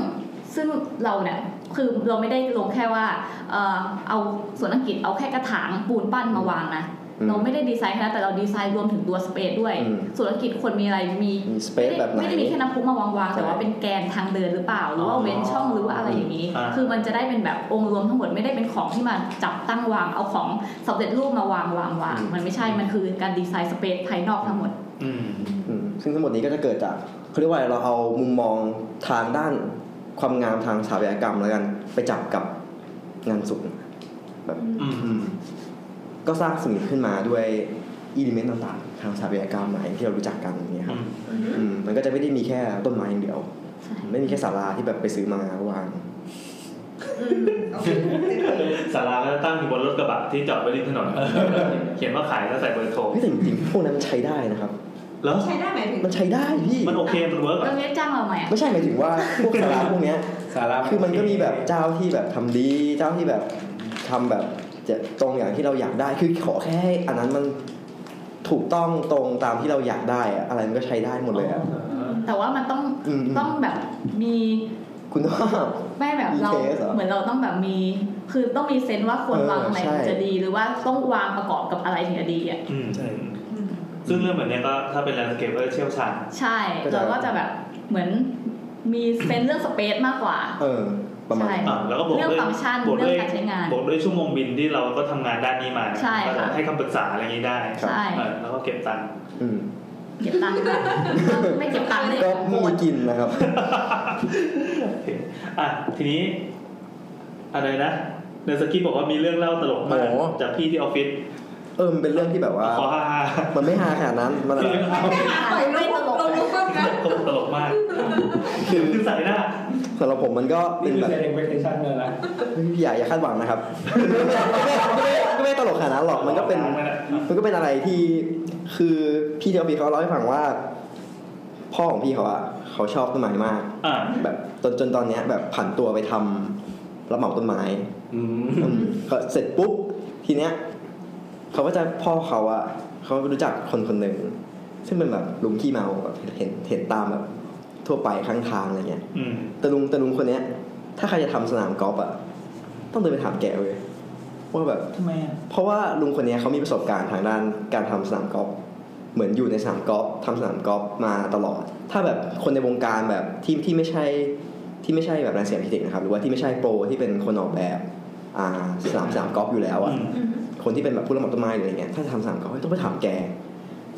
ซึ่งเราเนี่ยคือเราไม่ได้ลงแค่ว่าเอ่อเอาสวนอังกฤษเอาแค่กระถางปูนปั้นมาวางนะ
อืม
เราไม่ได้ดีไซน์แค่นั้นแต่เราดีไซน์รวมถึงตัวสเปซด้วย
อืม
สวนอังกฤษควรมีอะไรมี
มีสเปซแบบไหน
ไม่ได้มีแค่น้ำพุมาวางๆ แต่ว่า
ใช่
เป็นแกนทางเดินหรือเปล่า หรือว่า
อ๋อ
เว้นช่องหรือว่าอะไรอย่างนี้
อ่า
คือมันจะได้เป็นแบบองค์รวมทั้งหมดไม่ได้เป็นของที่มาจับตั้งวางเอาของสำเร็จรูปมาวางวางวางมันไม่ใช่มันคือการดีไซน์สเปซภายนอกทั้งหมด
อืม
อืมซึ่งทั้งหมดนี้ก็จะเกิดจากเขาเรียกว่าอะไรเราเอามุมมองทางด้านความงามทางสถาปัตยกรรมแล้วกันไปจับกับงานศิลป์แบบ
อืม
ก็สร้างสิ่งขึ้นมาด้วยอิเลเมนต์ต่างๆ ทางสถาปัตยกรรมใหม่ที่เรารู้จักกันอย่างเงี้ยครับอืมมันก็จะไม่ได้มีแค่ต้นไม้อย่างเดียว
ใช่
ไม่มีแค่ศาลาที่แบบไปซื้อมาวาง
สาราก็ตั้งอยู่บนรถกระบะที่จอดไว้ริมถนน เขียนว่าขายแล้วใส่เบอร์โทร
เฮ้ยแต่จริงๆพวกนั้นมันใช้ได้นะครับ
แล้ว
ใช้ได้ไหมายถึง
มันใช้ได้พี่
มันโอเค มันเวิร์กเหร
แล้
อ
วเนี้ยจ้างเราไหมอะ
ไม่ใช่หมายถึงว่าพวกศาลาพวกเนี้ย
สาระ
คือมันก็มีแบบเจ้าที่แบบทำดีเจ้าที่แบบทำแบบจะตรงอย่างที่เราอยากได้คือขอแค่ให้อันนั้นมันถูกต้องตรงตามที่เราอยากได้อะอะไรมันก็ใช้ได้หมดเลยอะ
แต่ว่ามันต้อง
อืม
ต้องแบบมี
คุณภาพ
ไม่แบบเรา
มีเคสเหรอ
เหมือนเราต้องแบบมี คือต้องมีเซนส์ว่าควร
เออ
วางอะไรถึง
ใช่
จะดีหรือว่าต้องวางประกอบกับอะไรถึงจะดีอ่ะ
อืม
ใช่
อืม
ซึ่งเรื่องแบบเนี้ยก็ถ้าเป็นแลนด์สเคปก็เชี่ยวชาญ
ใช่
ก็จะ
เราก็จะแบบเหมือนมีเซนส์เรื่องสเปซมากกว่า
เออ ประมาณ
ใช่
อ่ะแล้วก็บวก
เรื่อง
ด้วย
ฟังก์ชัน
บวก
เรื่
ด้
อ
วย
งการใช้งาน
บวกด้วยชั่วโมงบินที่เราก็ทำงานด้านนี้มา
ใช่
ก็จะ
ค่ะ
ให้คำปรึกษาอะไรอย่างนี้ได้
ใช่
เออแล้วก็เก็บตังค์
อืม
เก็บตังค์ค่ะไม่เก็บตังค์เลย
ก็
โก
ไม่
ร
มี
ธ
กินนะครับ
โอเคอ่ะทีนี้ อะไรนะเนสกี้บอกว่ามีเรื่องเล่าตลกมาก
โอ้
จากพี่ที่ออฟฟิศ
เออมันเป็นเรื่องที่แบบว่า
ขอฮ่าฮ่า
<laughs> มันไม่ฮาขนาดนั้นมันแบบ
ไม่ไม่หาปล่อยรูปลง รู้ก็นะ
ผมตลกมากคือใส่หน้า
สำหรับผมมันก็เป็น
นี่คือ
แบบ
เซนเอ็กเพคชันเลยนะ
อย่าอย่าคาดหวังนะครับ <laughs> ก็ไม่ก็ไม่ตลกขนาดนั้นหรอกมันก็เป็น มันก็เป็นอะไรที่คือพี่เทอปีเขาเล่าให้ฟังว่า พ่อของพี่เขาอะเขาชอบต้นไม้มาก
อ่า
แบบจนจนตอนเนี้ยแบบผันตัวไปทำรับเหมาต้นไม้
อื
อื
ม
มก็เสร็จปุ๊บทีเนี้ยเขาก็จะพ่อเขาอะเขารู้จักคนคนหนึ่งซึ่งเป็นแบบลุงขี้เมาแบบเห็นเห็นตามแบบทั่วไปข้างทางอะไรเงี้ย
อืม
แต่ลุงแต่ลุงคนเนี้ย ถ้าใครจะทำสนามกอล์ฟอะต้องเดินไปถามแกเว้ยว่าแบบ
ทำไมอ่ะ
เพราะว่าลุงคนเนี้ยเขามีประสบการณ์ทางด้านการทำสนามกอล์ฟเหมือนอยู่ในสนามกอล์ฟทำสนามกอล์ฟมาตลอด ถ้าแบบคนในวงการแบบที่ที่ไม่ใช่ที่ไม่ใช่แบบนักเสียงพิเศษนะครับหรือว่าที่ไม่ใช่โปรที่เป็นคนออกแบบอ่าสนามสนามกอล์ฟอยู่แล้วอะคนที่เป็นแบบผู้รับเหมาต้นไม้หรืออะไรเงี้ยถ้าจะทำสนามกอล์ฟต้องไปถามแก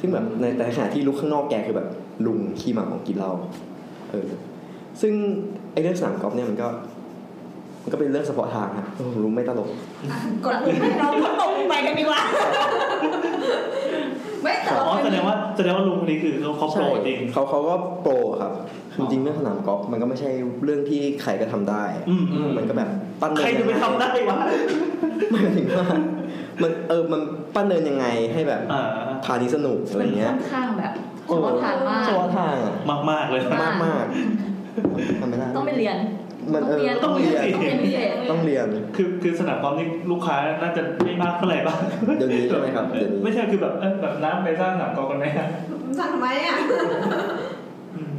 ซึ่งแบบในแต่ขณะที่ลุกข้างนอกแกคือแบบลุงขี้เมาของกินเหล้าเออซึ่งไอ้เรื่องสนามกอล์ฟเนี่ยมันก็ มันก็เป็นเรื่องเฉพาะทางครับลุงไม่ตลก
กดปุ่มให้เราตกไปกันดีกว่าไม่แต่
อ๋อ
เรา
แส
เป็น
ดงว่าแสดงว่าลุงคนนี้คือเขาเขาโปรจริง
เขาเขาก็โปรครับคือจริงเรื่องสนามกอล์ฟมันก็ไม่ใช่เรื่องที่ใครก็ทำได้
อืม
มันก็แบบปั้นเนิน
ใครจะไปทำได้วะ
หมายถึงว่ามันเออมันปั้นเนินยังไงให้แบบ
อ่า
พานี้สนุกอะไร
มัน
เงี้ย
ค่อนข้างแบบเฉพาะทางมาก
เฉพาะทางอะ
มากมากๆเลย
มาก
มากมากทำไม่ได้
ต้องไปเรียน
มันเออ
ต้
ต้
อ
องง
เรี
เรี
ย
ย
น
น
ต้องเรียน
ต้องเรียน
พิเศษ
คือคือสนามกอล์ฟนี่ลูกค้าน่าจะไม่มากเท่าไหร่บ้าง
เดี๋ยวนี้ใช่ไหมครับเดี๋ยวนี้
ไม่ใช่คือแบบเอ้ยแบบน้ำไปสร้างสนามกอล์ฟกันไหมอะ
สั่งทำไมอ่ะ
อืม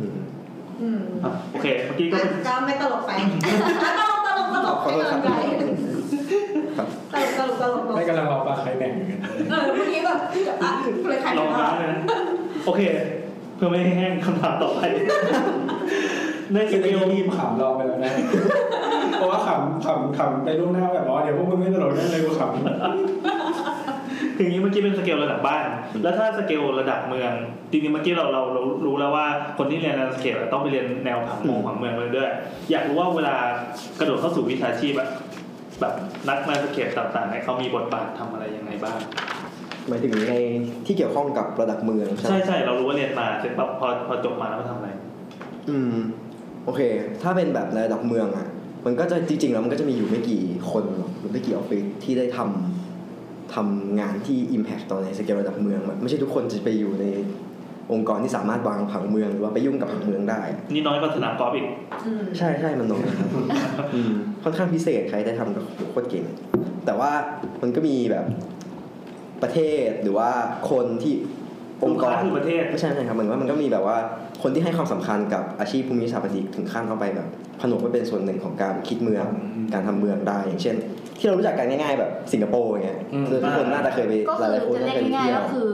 อืม
อ่ะโอเคเมื่อกี้ก็
อ่ะ
เป็น
ก็ไม่ตลกไปอ่ะตลกตลกตลก
ขอโทษครับ
ไม่เป็น
ครับ
ไรตลกตลกตลก
ไม่กำลังรอปลาใครแบ่งเหมือนกัน
เออเมื่อกี้แบบอ่ะเลยขาย
ล
ไม่
อง
ออ
ร้าน
ก
นะโอเค เพื่อไม่ให้แห้งคำถาม <laughs> ต่อไปในส
คือ
เก
เอ
ล
ลรีบขำรอไปแล้วนะ เพราะว่าขำขำขำไปล่วงหน้าแบบอ๋อเดี๋ยวพวกมึงไม่ตลกแน่เลยกูข
คืออย่างนี้เมื่อกี้เป็นสเกลระดับบ้าน แล้วถ้าสเกลระดับเมือง จริงๆเมื่อกี้เราเราเรารู้แล้วว่าคนที่เรียนแนวสเกลอะต้องไปเรียนแนวผังเมืองผังเมืองเลยด้วย อยากรู้ว่าเวลากระโดดเข้าสู่วิชาชีพอะแบบนักแนวสเกลต่างๆเนี่ยเขามีบทบาททำอะไรยังไงบ้าง
หมายถึงในที่เกี่ยวข้องกับระดับเมืองใช่ไหม
ใช่ใช่เรารู้ว่าเรียนมาเสร็จปั๊บพอพอจบมาแล้วมาทำอะไร
อืมโอเค ถ้าเป็นแบบในระดับเมืองอ่ะ มันก็จะจริงๆ แล้วมันก็จะมีอยู่ไม่กี่คนหรอกหรือไม่กี่ออฟฟิศที่ได้ทำทำงานที่ Impact ตอนในสเกลระดับเมืองแบบไม่ใช่ทุกคนจะไปอยู่ในองค์กรที่สามารถวางผังเมืองหรือว่าไปยุ่งกับผังเมืองได้
นี่น้อยกว่าสนามกอล์ฟอีก
อืม
ใช่ใช่มันน้อยครับ อืมค่อนข้างพิเศษใครได้ทำก็โคตรเก่ง แต่ว่ามันก็มีแบบประเทศหรือว่าคนที่องค์กร
ลูกค้าคือประเทศ
ไม่ใช่ไม่ใช่ครับเหมือนว่ามันก็มีแบบว่าคนที่ให้ความสำคัญกับอาชีพภูมิสถาปนิกถึงขั้นเข้าไปแบบผนวกไว้เป็นส่วนหนึ่งของการคิดเมืองการทำเมืองได้ อย่างเช่น ที่เรารู้จักกันง่ายๆแบบสิงคโปร์อย่างเงี้ยคือทุกคนน่าจะเคยไป
ก็
ห
คื
ลา
อย
ๆคน
จะ
น่า
เรี
จะเค
ยก
ยไป
ง่าย
เที่ย
ๆ
ว
ก็คือ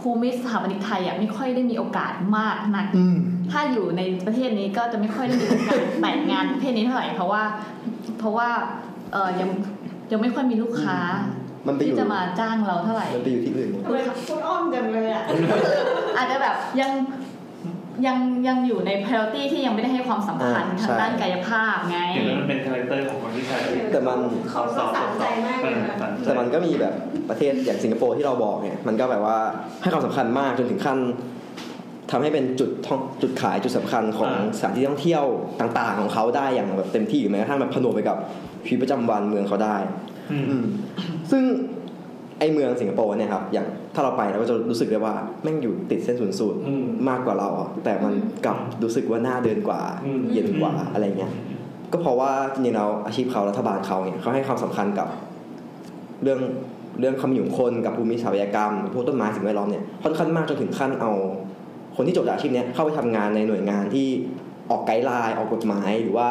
ภูมิสถาปนิกไทยอ่ะไม่ค่อยได้มีโอกาสมากนัก
อืม
ถ้าอยู่ในประเทศนี้ก็จะไม่ค่อยได้มีโอกาส <laughs> แต่งงานประเภทนี้เท่าไหร่เพราะว่า เพราะว่าเออยังยังไม่ค่อยมีลูกค้า
มันไปอ
ที่
ยู่
จะมาจ้างเราเท่าไหร่
มันไปอยู่ที่อื่นหมด
ทำไมพูดอ้อมจังเลยอ่ะ
อาจจะแบบยังยังยังอยู่ใน priority ที่ยังไม่ได้ให้ความสำคัญ
อ่า
ทาง
ใช่
ด้านกายภาพไง
เห็นไหมมันเป็นคาแรคเตอร์ของคนวิชาชีพ
แต่มัน
เขาสอบสนใจมากเลยนะ
ออสใจ
แต่มันก็มีแบบประเทศอย่างสิงคโปร์ที่เราบอกเนี่ยมันก็แบบว่าให้ความสำคัญมากจนถึงขั้นทำให้เป็นจุดท่องจุดขายจุดสำคัญของ
อ่า
สถานที่ท่องเที่ยวต่าง ๆ ของเขาได้อย่างแบบเต็มที่หรือแม้กระทั่งแบบผนวกไปกับชีวิตประจำวันเมืองเขาได้
อืม
อืมซึ่งไอเมืองสิงคโปร์เนี่ยครับอย่างถ้าเราไปเราก็จะรู้สึกได้ว่าแม่งอยู่ติดเส้นศูนย์สูตร
อืม
มากกว่าเราอะแต่มันกลับรู้สึกว่าน่าเดินกว่า
อืม
เย็นกว่าอะไรเงี้ย ก็เพราะว่าจริงๆแล้วอาชีพเขารัฐบาลเขาเนี่ยเขาให้ความสำคัญกับเรื่องเรื่องความอยู่ของคนกับภูมิทรัพยากรรมพวกต้นไม้สิ่งแวดล้อมเนี่ยค่อนข้างมากจนถึงขั้นเอา คนที่จบจากอาชีพเนี้ยเข้าไปทำงานในหน่วยงานที่ออกไกด์ไลน์ออกกฎหมายหรือว่า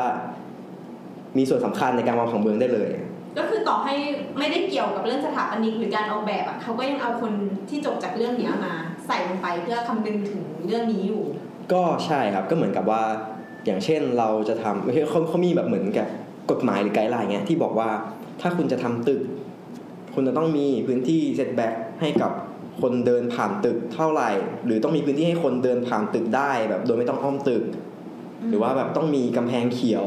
มีส่วนสำคัญในการวางผังเมืองได้เลย
ก็คือต่อให้ไม่ได้เกี่ยวกับเรื่องสถาปนิกหรือการออกแบบอ่ะเขาก็ยังเอาคนที่จบจากเรื่องเนี้ยมา ใส่ลงไปเพื่อคำนึงถึงเรื่องนี้อยู่
ก็ใช่ครับก็เหมือนกับว่าอย่างเช่นเราจะทำไม่ใช่เขาเขามีแบบเหมือนกับกฎหมายหรือไกด์ไลน์เงี้ยที่บอกว่าถ้าคุณจะทำตึก คุณจะต้องมีพื้นที่เซตแบ็กให้กับคนเดินผ่านตึกเท่าไหร่ หรือต้องมีพื้นที่ให้คนเดินผ่านตึกได้ แบบโดยไม่ต้องอ้อมตึก หรือว่าแบบต้องมีกำแพงเขียว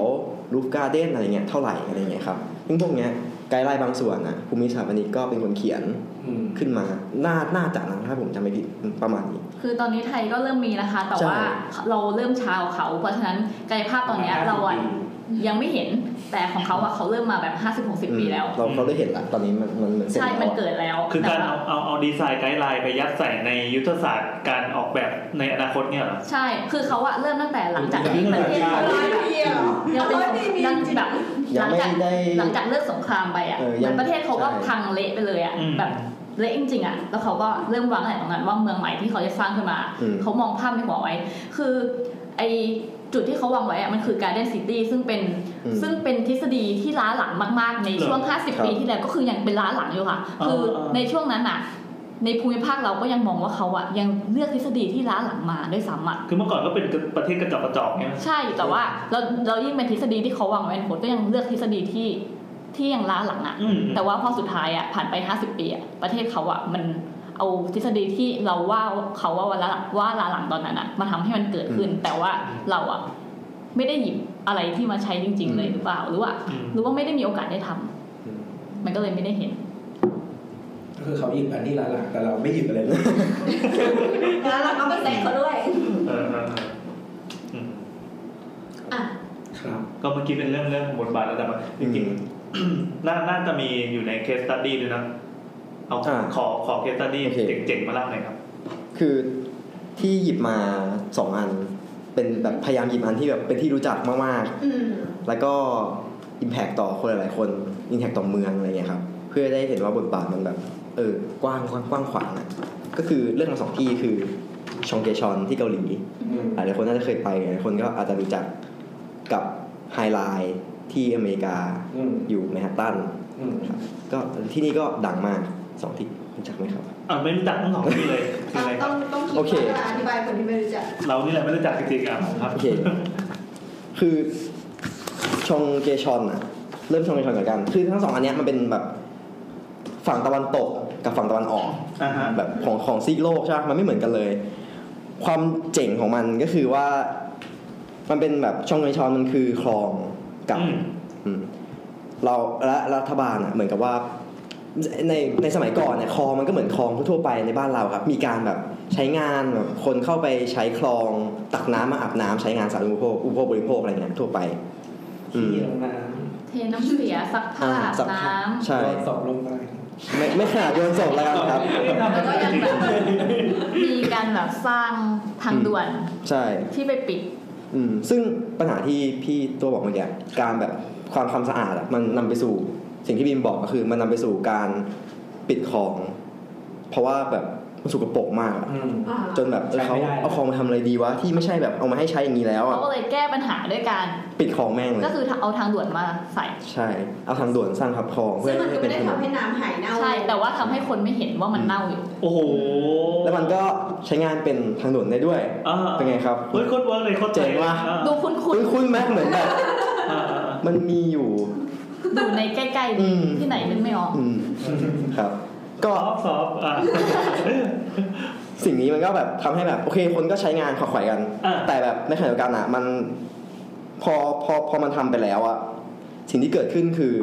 รูฟการ์เด้นอะไรเงี้ยเท่าไหร่อะไรเงี้ยครับซึ่งพวกเนี้ย ไกด์ไลน์บางส่วนนะภูมิสถาปนิกก็เป็นคนเขียน
อืม
ขึ้นมาน่าน่าจะนะถ้าผมจำไม่ผิดประมาณนี้
คือตอนนี้ไทยก็เริ่มมีนะคะ แต่
ใช่
ว่าเราเริ่มช้ากว่าเขา เพราะฉะนั้นกายภาพตอนเนี้ยเราอะยังไม่เห็นแต่ของเขาอะเขาเริ่มมาแบบ
อื
50-60
ม
ปีแล้ว
เราเราได้เห็นละตอนนี้มันมันเหมือนเสร็จ
ใช่
แล้ว
มัน
อะ
เกิดแล้ว
คือการ
แต่
เอา
ว่
เอาเอาดีไซน์ไกด์ไลน์ไปยัดใส่ในยุทธศาสตร์การออกแบบในอนาคตเนี่ยเหรอ
ใช่ คือเขาอะเริ่มตั้งแต่หลังจากที่ประเทศ
ใช่
เขา
ร้อยปีเหรอ
ยังเป็น
ร้อย
สง
ปีมีจ
คราม
ริง
แบบห
ยัง
ลัง
ไม่
จาก
ได้
หลังจากเลิกสงครามไปอะ
เออ
เหมือน
ยัง
ประเทศเขาก็
ใช่
พังเละไปเลยอะ
อืม
แบบเละจริงๆอะแล้วเขาก็เริ่มวางแผนตรงนั้นว่าเมืองใหม่ที่เขาจะสร้างขึ้นมา
อืม
เขามองภาพในหัวไว้ คือไอจุดที่เขาวางไว้อะมันคือการ์เดนซิตี้ซึ่งเป็น
อืม
ซึ่งเป็นทฤษฎีที่ล้าหลังมาก ๆ ในช่วง
ครั
50
บ
ปีที่แล้วก็คือยังเป็นล้าหลังอยู่ค่ะ
อ๋อ
คือ
อ๋อ
ในช่วงนั้นอะในภูมิภาคเราก็ยังมองว่าเขาอะยังเลือกทฤษฎีที่ล้าหลังมาด้วยซ้ำอะ
คือเมื่อก่อนก็เป็นประเทศกระจอกกระจอกเนี่ย
ใช่แต่ว่าเราเรายิ่งเป็นทฤษฎีที่เขาวางไว้ในผลก็ยังเลือกทฤษฎีที่ที่ยังล้าหลังอะ
อืม
แต่ว่าพอสุดท้ายอะผ่านไป 50 ปีอะประเทศเขาอะมันเอาทฤษฎีที่เราว่าเขาว่าวันละว่าล้าหลังตอนนั้นอะมาทำให้มันเกิดขึ้น แต่ว่าเราอะไม่ได้หยิบอะไรที่มาใช้จริง ๆ เลยหรือเปล่าหรือว่า
อืม
หรือว่าไม่ได้มีโอกาสได้ทำ
อืม
มันก็เลยไม่ได้เห็น
ก็คือเขาหยิบอันที่ร้านหลังแต่เราไม่หยิบอะไรเลย
แล้วเราก็ไปแตะเขาด้วย
เออเออเอออืม
อ่ะ
ครับ
ก็เมื่อกี้เป็นเรื่องเรื่องบทบาทระดับอะจริงๆ น่าน่าจะมีอยู่ในเคสตัดดี้ด้วยนะเอา
อ่า
ขอขอเคสตัดดี้
โอเค
เจ๋งๆมาเล่าหน่อยครับ
คือที่หยิบมาสองอัน เป็นแบบพยายามหยิบอันที่แบบเป็นที่รู้จักมากๆ
อืม
แล้วก็ Impact ต่อคนหลายๆคน Impact ต่อเมืองอะไรเงี้ยครับ เพื่อได้เห็นว่าบทบาทมันแบบ เออกว้างกว้างกว้างขวางอะก็คือเรื่องของสองที่คือชองเกชอนที่เกาหลีหลายๆคนน่าจะเคยไปหลายๆคนก็อาจจะรู้จักกับไฮไลท์ที่อเมริกา
อืม
อยู่แมนฮัตตัน
อืม
ครับก็ที่นี่ก็ดังมากสองที่รู้จักไหมครับ
อ่าไม่รู้จักทั้งสองที่เลยคืออะไรค
ต้
รั
อบ งต้องคิด
โอเค
ว่าจะอธิบายคนที่ไม่รู้จัก
เรานี่แหละไม่รู้จักจริงๆอ่ะครับ
โอเค คือชองเกชอนอะเริ่มชองเกชอนก่อนกัน คือทั้งสองอันเนี้ยมันเป็นแบบฝั่งตะวันตกกับฝั่งตะวันออก
อ่าฮะ
แบบของของซีกโลกใช่ไหมมันไม่เหมือนกันเลย ความเจ๋งของมันก็คือว่า มันเป็นแบบชองเกชอนมันคือคลองกับ
อืม
อืมเราและรัฐบาลอะเหมือนกับว่า ในในสมัยก่อนเนี่ยคลองมันก็เหมือนคลองทั่วๆไปในบ้านเราครับ มีการแบบใช้งานแบบคนเข้าไปใช้คลองตักน้ำมาอาบน้ำใช้งานสาธารณูปโภคอุปโภคบริโภคอะไรเงี้ยทั่วไป อืม
ที่ลงน้
เทน้ำเสียซักผ้า
อ่า
อาบ
สัก
น้
พัก
ำ
ำ
ใช่
โดนศพลงไป
ไม่ไม่ขนาดโยนศพแล้วกันครับ <laughs>
แล้วก็ยังแบบมีการแบบสร้างทางด่วน
ใช่
ที่ไปปิด
อืมซึ่งปัญหาที่พี่ตัวบอกเมื่อกี้การแบบความความสะอาดอะมันนำไปสู่สิ่งที่บีมบอกก็คือ มันนำไปสู่การปิดของ เพราะว่าแบบมันสกปรกมากอะ
อืม
อ่า
จนแบบเออ
ใช้
เขา
ไม่ได้
เอาของมาทำอะไรดีวะที่ไม่ใช่แบบเอามาให้ใช้อย่างนี้แล้วอะ
เขาก็เลยแก้ปัญหาด้วยการ
ปิดของแม่งเลย
ก็คือเอาทางด่วนมาใส่
ใช่ เอาทางด่วนสร้างขับคลองเพื่
ซึ่
อง
มันก็
ให้เป็
ไม่
น
ได้
ถนน
ทำให้น้ำหายเน่า
ใช่ แต่ว่าทำให้คนไม่เห็นว่ามันเน่าอยู่
โอ้โห
แล้วมันก็ใช้งานเป็นทางด่วนได้ด้วย
อ่า
เป็นไงครับ
เฮ้ยโคตรเวิร์กเลยโคตร
เจ๋งว่ะ
อ่า
ดูคุ้น
คุ้นคุ้นไหมเหมือนแบบ
อ่าอ่า
มันมีอยู่
ๆดูในใกล้
อืม
ๆที่ไหนนึกไม่ออก
อืมครับ ก็
ซอฟต์ซอฟต์อ่ะ
สิ่งนี้มันก็แบบทำให้แบบโอเค คนก็ใช้งานขวักไขวายกัน
อ่า
แต่แบบในขณะเดียวกันอ่ะ มันพอพอพอมันทำไปแล้วอ่ะสิ่งที่เกิดขึ้นคือ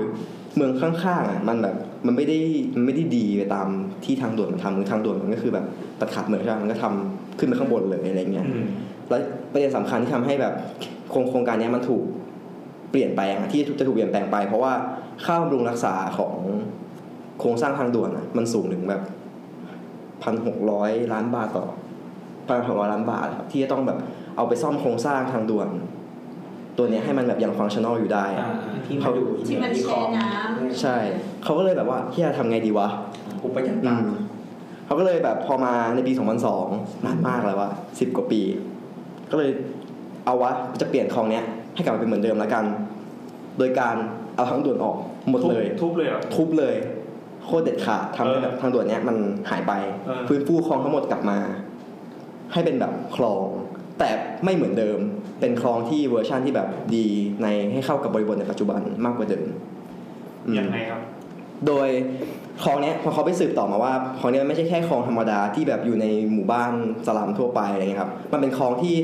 เมืองข้างๆอ่ะมันแบบมันไม่ได้มันไม่ได้ดีไปตามที่ทางด่วนมันทำคือทางด่วนมันก็คือแบบตัดขาดเมืองใช่ไหมมันก็ทำขึ้นไปข้างบนเลยอะไรเงี้ย
อืม
แล้วประเด็นสำคัญที่ทำให้แบบโครงโครงการเนี้ยมันถูกเปลี่ยนแปลงอะที่จะถูกเปลี่ยนแปลงไป เพราะว่าค่าบำรุงรักษาของโครงสร้างทางด่วนอะมันสูงถึงแบบพันหกร้อยล้านบาทต่อพันหกร้อยล้านบาทครับที่จะต้องแบบเอาไปซ่อมโครงสร้างทางด่วน ตัวเนี้ยให้มันแบบยังฟังชั่นอลอยู่ได้อะ
อ่าๆที่มาดู
ที่มันแช่น้ำ
ใช่ เขาก็เลยแบบว่าที่จะทำไงดีวะ
อุปยัน
อื
ตาม
เขาก็เลยแบบพอมาในปี 2002 นานมากแล้วอะสิบกว่าปี ก็เลยเอาวะจะเปลี่ยนคลองเนี้ยให้กลับมาเป็นเหมือนเดิมแล้วกัน โดยการเอาทางด่วนออกหมดเลย
ทุบเลยเหรอ
ทุบเลย โคตรเด็ดขาดทำให้
เออ
แบบทางด่วนเนี้ยมันหายไป
เออ
ฟื้นฟูคลองทั้งหมดกลับมา ให้เป็นแบบคลอง แต่ไม่เหมือนเดิม เป็นคลองที่เวอร์ชั่นที่แบบดีในให้เข้ากับบริบทในปัจจุบันมากกว่าเดิมอืม
ยังไงครับ
โดยคลองเนี้ยพอเขาไปสืบต่อมาว่าคลองเนี้ยมันไม่ใช่แค่คลองธรรมดาที่แบบอยู่ในหมู่บ้านสลัมทั่วไปอะไรเงี้ยครับ มันเป็นคลองที่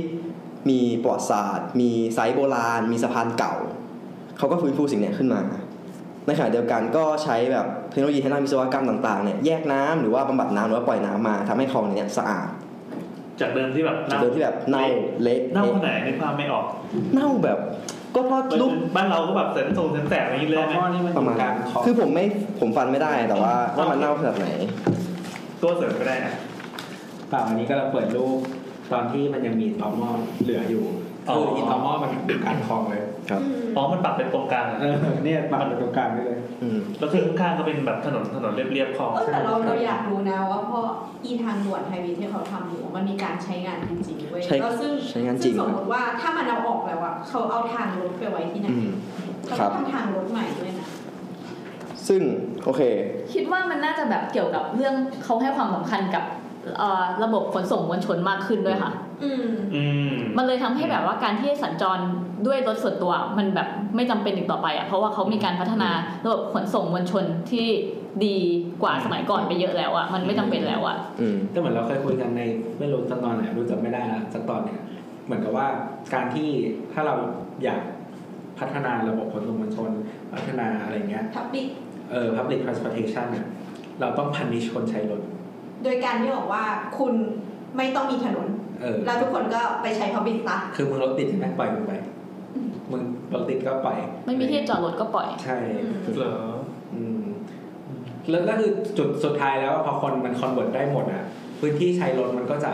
มีประวัติศาสตร์ มีไซต์โบราณ มีสะพานเก่า เขาก็ฟื้นฟูสิ่งเนี้ยขึ้นมา ในขณะเดียวกันก็ใช้แบบเทคโนโลยีทางด้านวิศวกรรมต่างๆเนี่ยแยกน้ำหรือว่าบำบัดน้ำหรือว่าปล่อยน้ำมาทำให้คลองเนี่ยสะอาด
จากเดิมที่แบบ
จาก
เน่า
เดิมที่แบบเน่าเละ
เน่า
เละ
ขนาดไหนนึกภาพไม่ออก
เน่าแบบ ก็เพราะลูก
บ้านเราก็แบบเสนส่งเสนแสบอะไรอย่างนี้
เล
เลย ยไหม
ข้อนี่มันอ
ประมา
ยู่
ณ
กลางขอบ
คือผมไม่ผมฟันไม่ได้แต่ว่าว่ามันเน่าขนาดไหน
ตัวเสริมก็ได้นะ
เปล่าอันนี้ก็เราเปิดรูปตอนที่มันยังมีตอมอเหลืออยู่
อ๋อ
คืออีตอมอมันอยู่กลางคลองเลย
ครับ
อ๋อมันปรับเป็นตรงกลางอะ
เออเนี่ยปากมันตรงกลางได้เลย
อืม
แล้วคือข้างๆก็เป็นแบบถนนถนนเรียบๆคลอง
เออแต่เราเราอยากรู้นะว่าพออีทางด่วนไฮเวย์ที่เขาทำอยู่มันมีการใช้งานจริงๆเว้ย
ใช้
แล้วซึ่ง
ใช้งานจ
ซึ่
ริ
ง
ง
ส
ค
ม
รับ
มติว่าถ้ามันเอาออกแล้วอะเขาเอาทางรถไปไว้ที่ไหน
อืม
เขา
ครับ
ทำทางรถใหม่ด้วยนะ
ซึ่งโอเค
คิดว่ามันน่าจะแบบเกี่ยวกับเรื่องเขาให้ความสำคัญกับเอ่อระบบขนส่งมวลชนมากขึ้นด้วยค่ะ
อืม
อืม
มันเลยทำให้แบบว่าการที่สัญจรด้วยรถส่วนตัวมันแบบไม่จำเป็นอีกต่อไปอ่ะเพราะว่าเขามีการพัฒนาระบบขนส่งมวลชนที่ดีกว่าสมัยก่อนไปเยอะแล้วอ่ะมันไม่จำเป็นแล้วอ่ะ
อืม
ก็เหมือนเราเคยคุยกันในไม่รู้สักตอนไหนรู้จักไม่ได้ละสักตอนเนี่ยเหมือนกับว่าการที่ถ้าเราอยากพัฒนาระบบขนส่งมวลชน พัฒนาอะไรเงี้ย
ทับบิก
เออ public transportation เนี่ยเราต้องพันนิชคนใช้รถ
โดยการที่บอกว่าคุณไม่ต้องมีถนน
เออ
แล้วทุกคนก็ไปใช้ทับบิกซะ
คือมึงรถติดใช่ไหมปล่อยมึงไปมึงรถติดก็ปล่อย
ไม่มีที่จอดรถก็ปล่อย
ใช่
เหรอ
อืมแล้วก็คือจุดสุดท้ายแล้วพอคนมันคอนเวิร์ตได้หมดอ่ะ พื้นที่ใช้รถมันก็จะ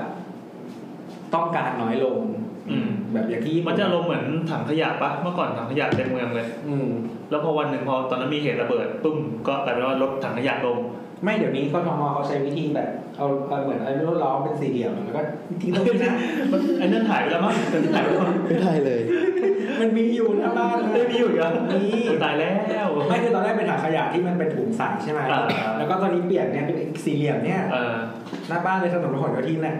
ต้องการน้อยลง
อืม
แบบอย่างที่ญี่ปุ่
มันจะอารมณ์เหมือนถังขยะปะเมื่อก่อนถังขยะเต็มเมืองเลย
อืม
แล้วพอวันหนึ่งพอตอนนั้นมีเหตุระเบิดปุ้มก็กลายเป็นว่าลดถังขยะลง
ไม่เดี๋ยวนี้กทมเขาใช้วิธีแบบเอาเอาเหมือนไอ้ไม่รู้ล้อเป็นสี่เหลี่ยมแล้วก็ทิ้งตรงนี้นะ
มันไอ้นั่นหายไปแล้วมั้ง <laughs> หายไปแล้วมั้ง
ไม่ได้เลย
<laughs> มันมีอยู่หน้าบ้านนะ
ไม่มีอยู่อีกแล้ว
มี
โอ้ตายแล้ว
ไม่คือตอนแรกเป็นถังขยะที่มันเป็นถุงใสใช่ไหม
อ่า
แล้วก็ตอนนี้เปลี่ยนเนี่ยเป็นอีกสี่เหลี่ยมเนี่ย
เออ
หน้าบ้านเลยถนนพหลโยธินแหละ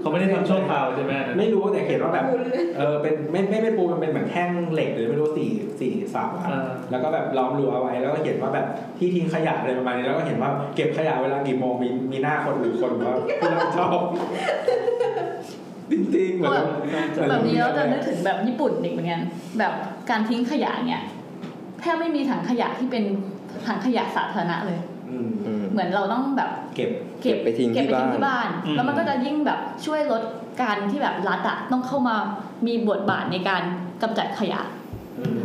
เขาไม่ได้ทำชั่วคราวใช่ไหมอันนั้น
ไม่รู้แต่เห็นว่าแบบ
คุณ
เออเป็นไม่ไม่เป็นปูนมันเป็นเหมือนแท่งเหล็กหรือไม่รู้สี่สี่เสาอะ
เออ
แล้วก็แบบล้อมรั้วไว้แล้วก็เห็นว่าแบบที่ทิ้งขยะอะไรประมาณนี้แล้วก็เห็นว่าเก็บขยะเวลากี่โมงมีมีหน้าคนหรือคนว่าที่รับผิดชอบ <laughs> จริงๆเหมือน
แบบนี้เราจะนึกถึงแบบญี่ปุ่นอีกเหมือนกันแบบการทิ้งขยะเนี่ยแทบไม่มีถังขยะที่เป็นถังขยะสาธารณะเลย
อืม
อืม
เหมือนเราต้องแบบ
เก็บ
เก็บไปทิ้งที่
เก็บไป
บ้าน
ทิ้งที่บ้าน แล้วมันก็จะยิ่งแบบช่วยลดการที่แบบรัฐอะต้องเข้ามามีบทบาทในการกำจัดขยะ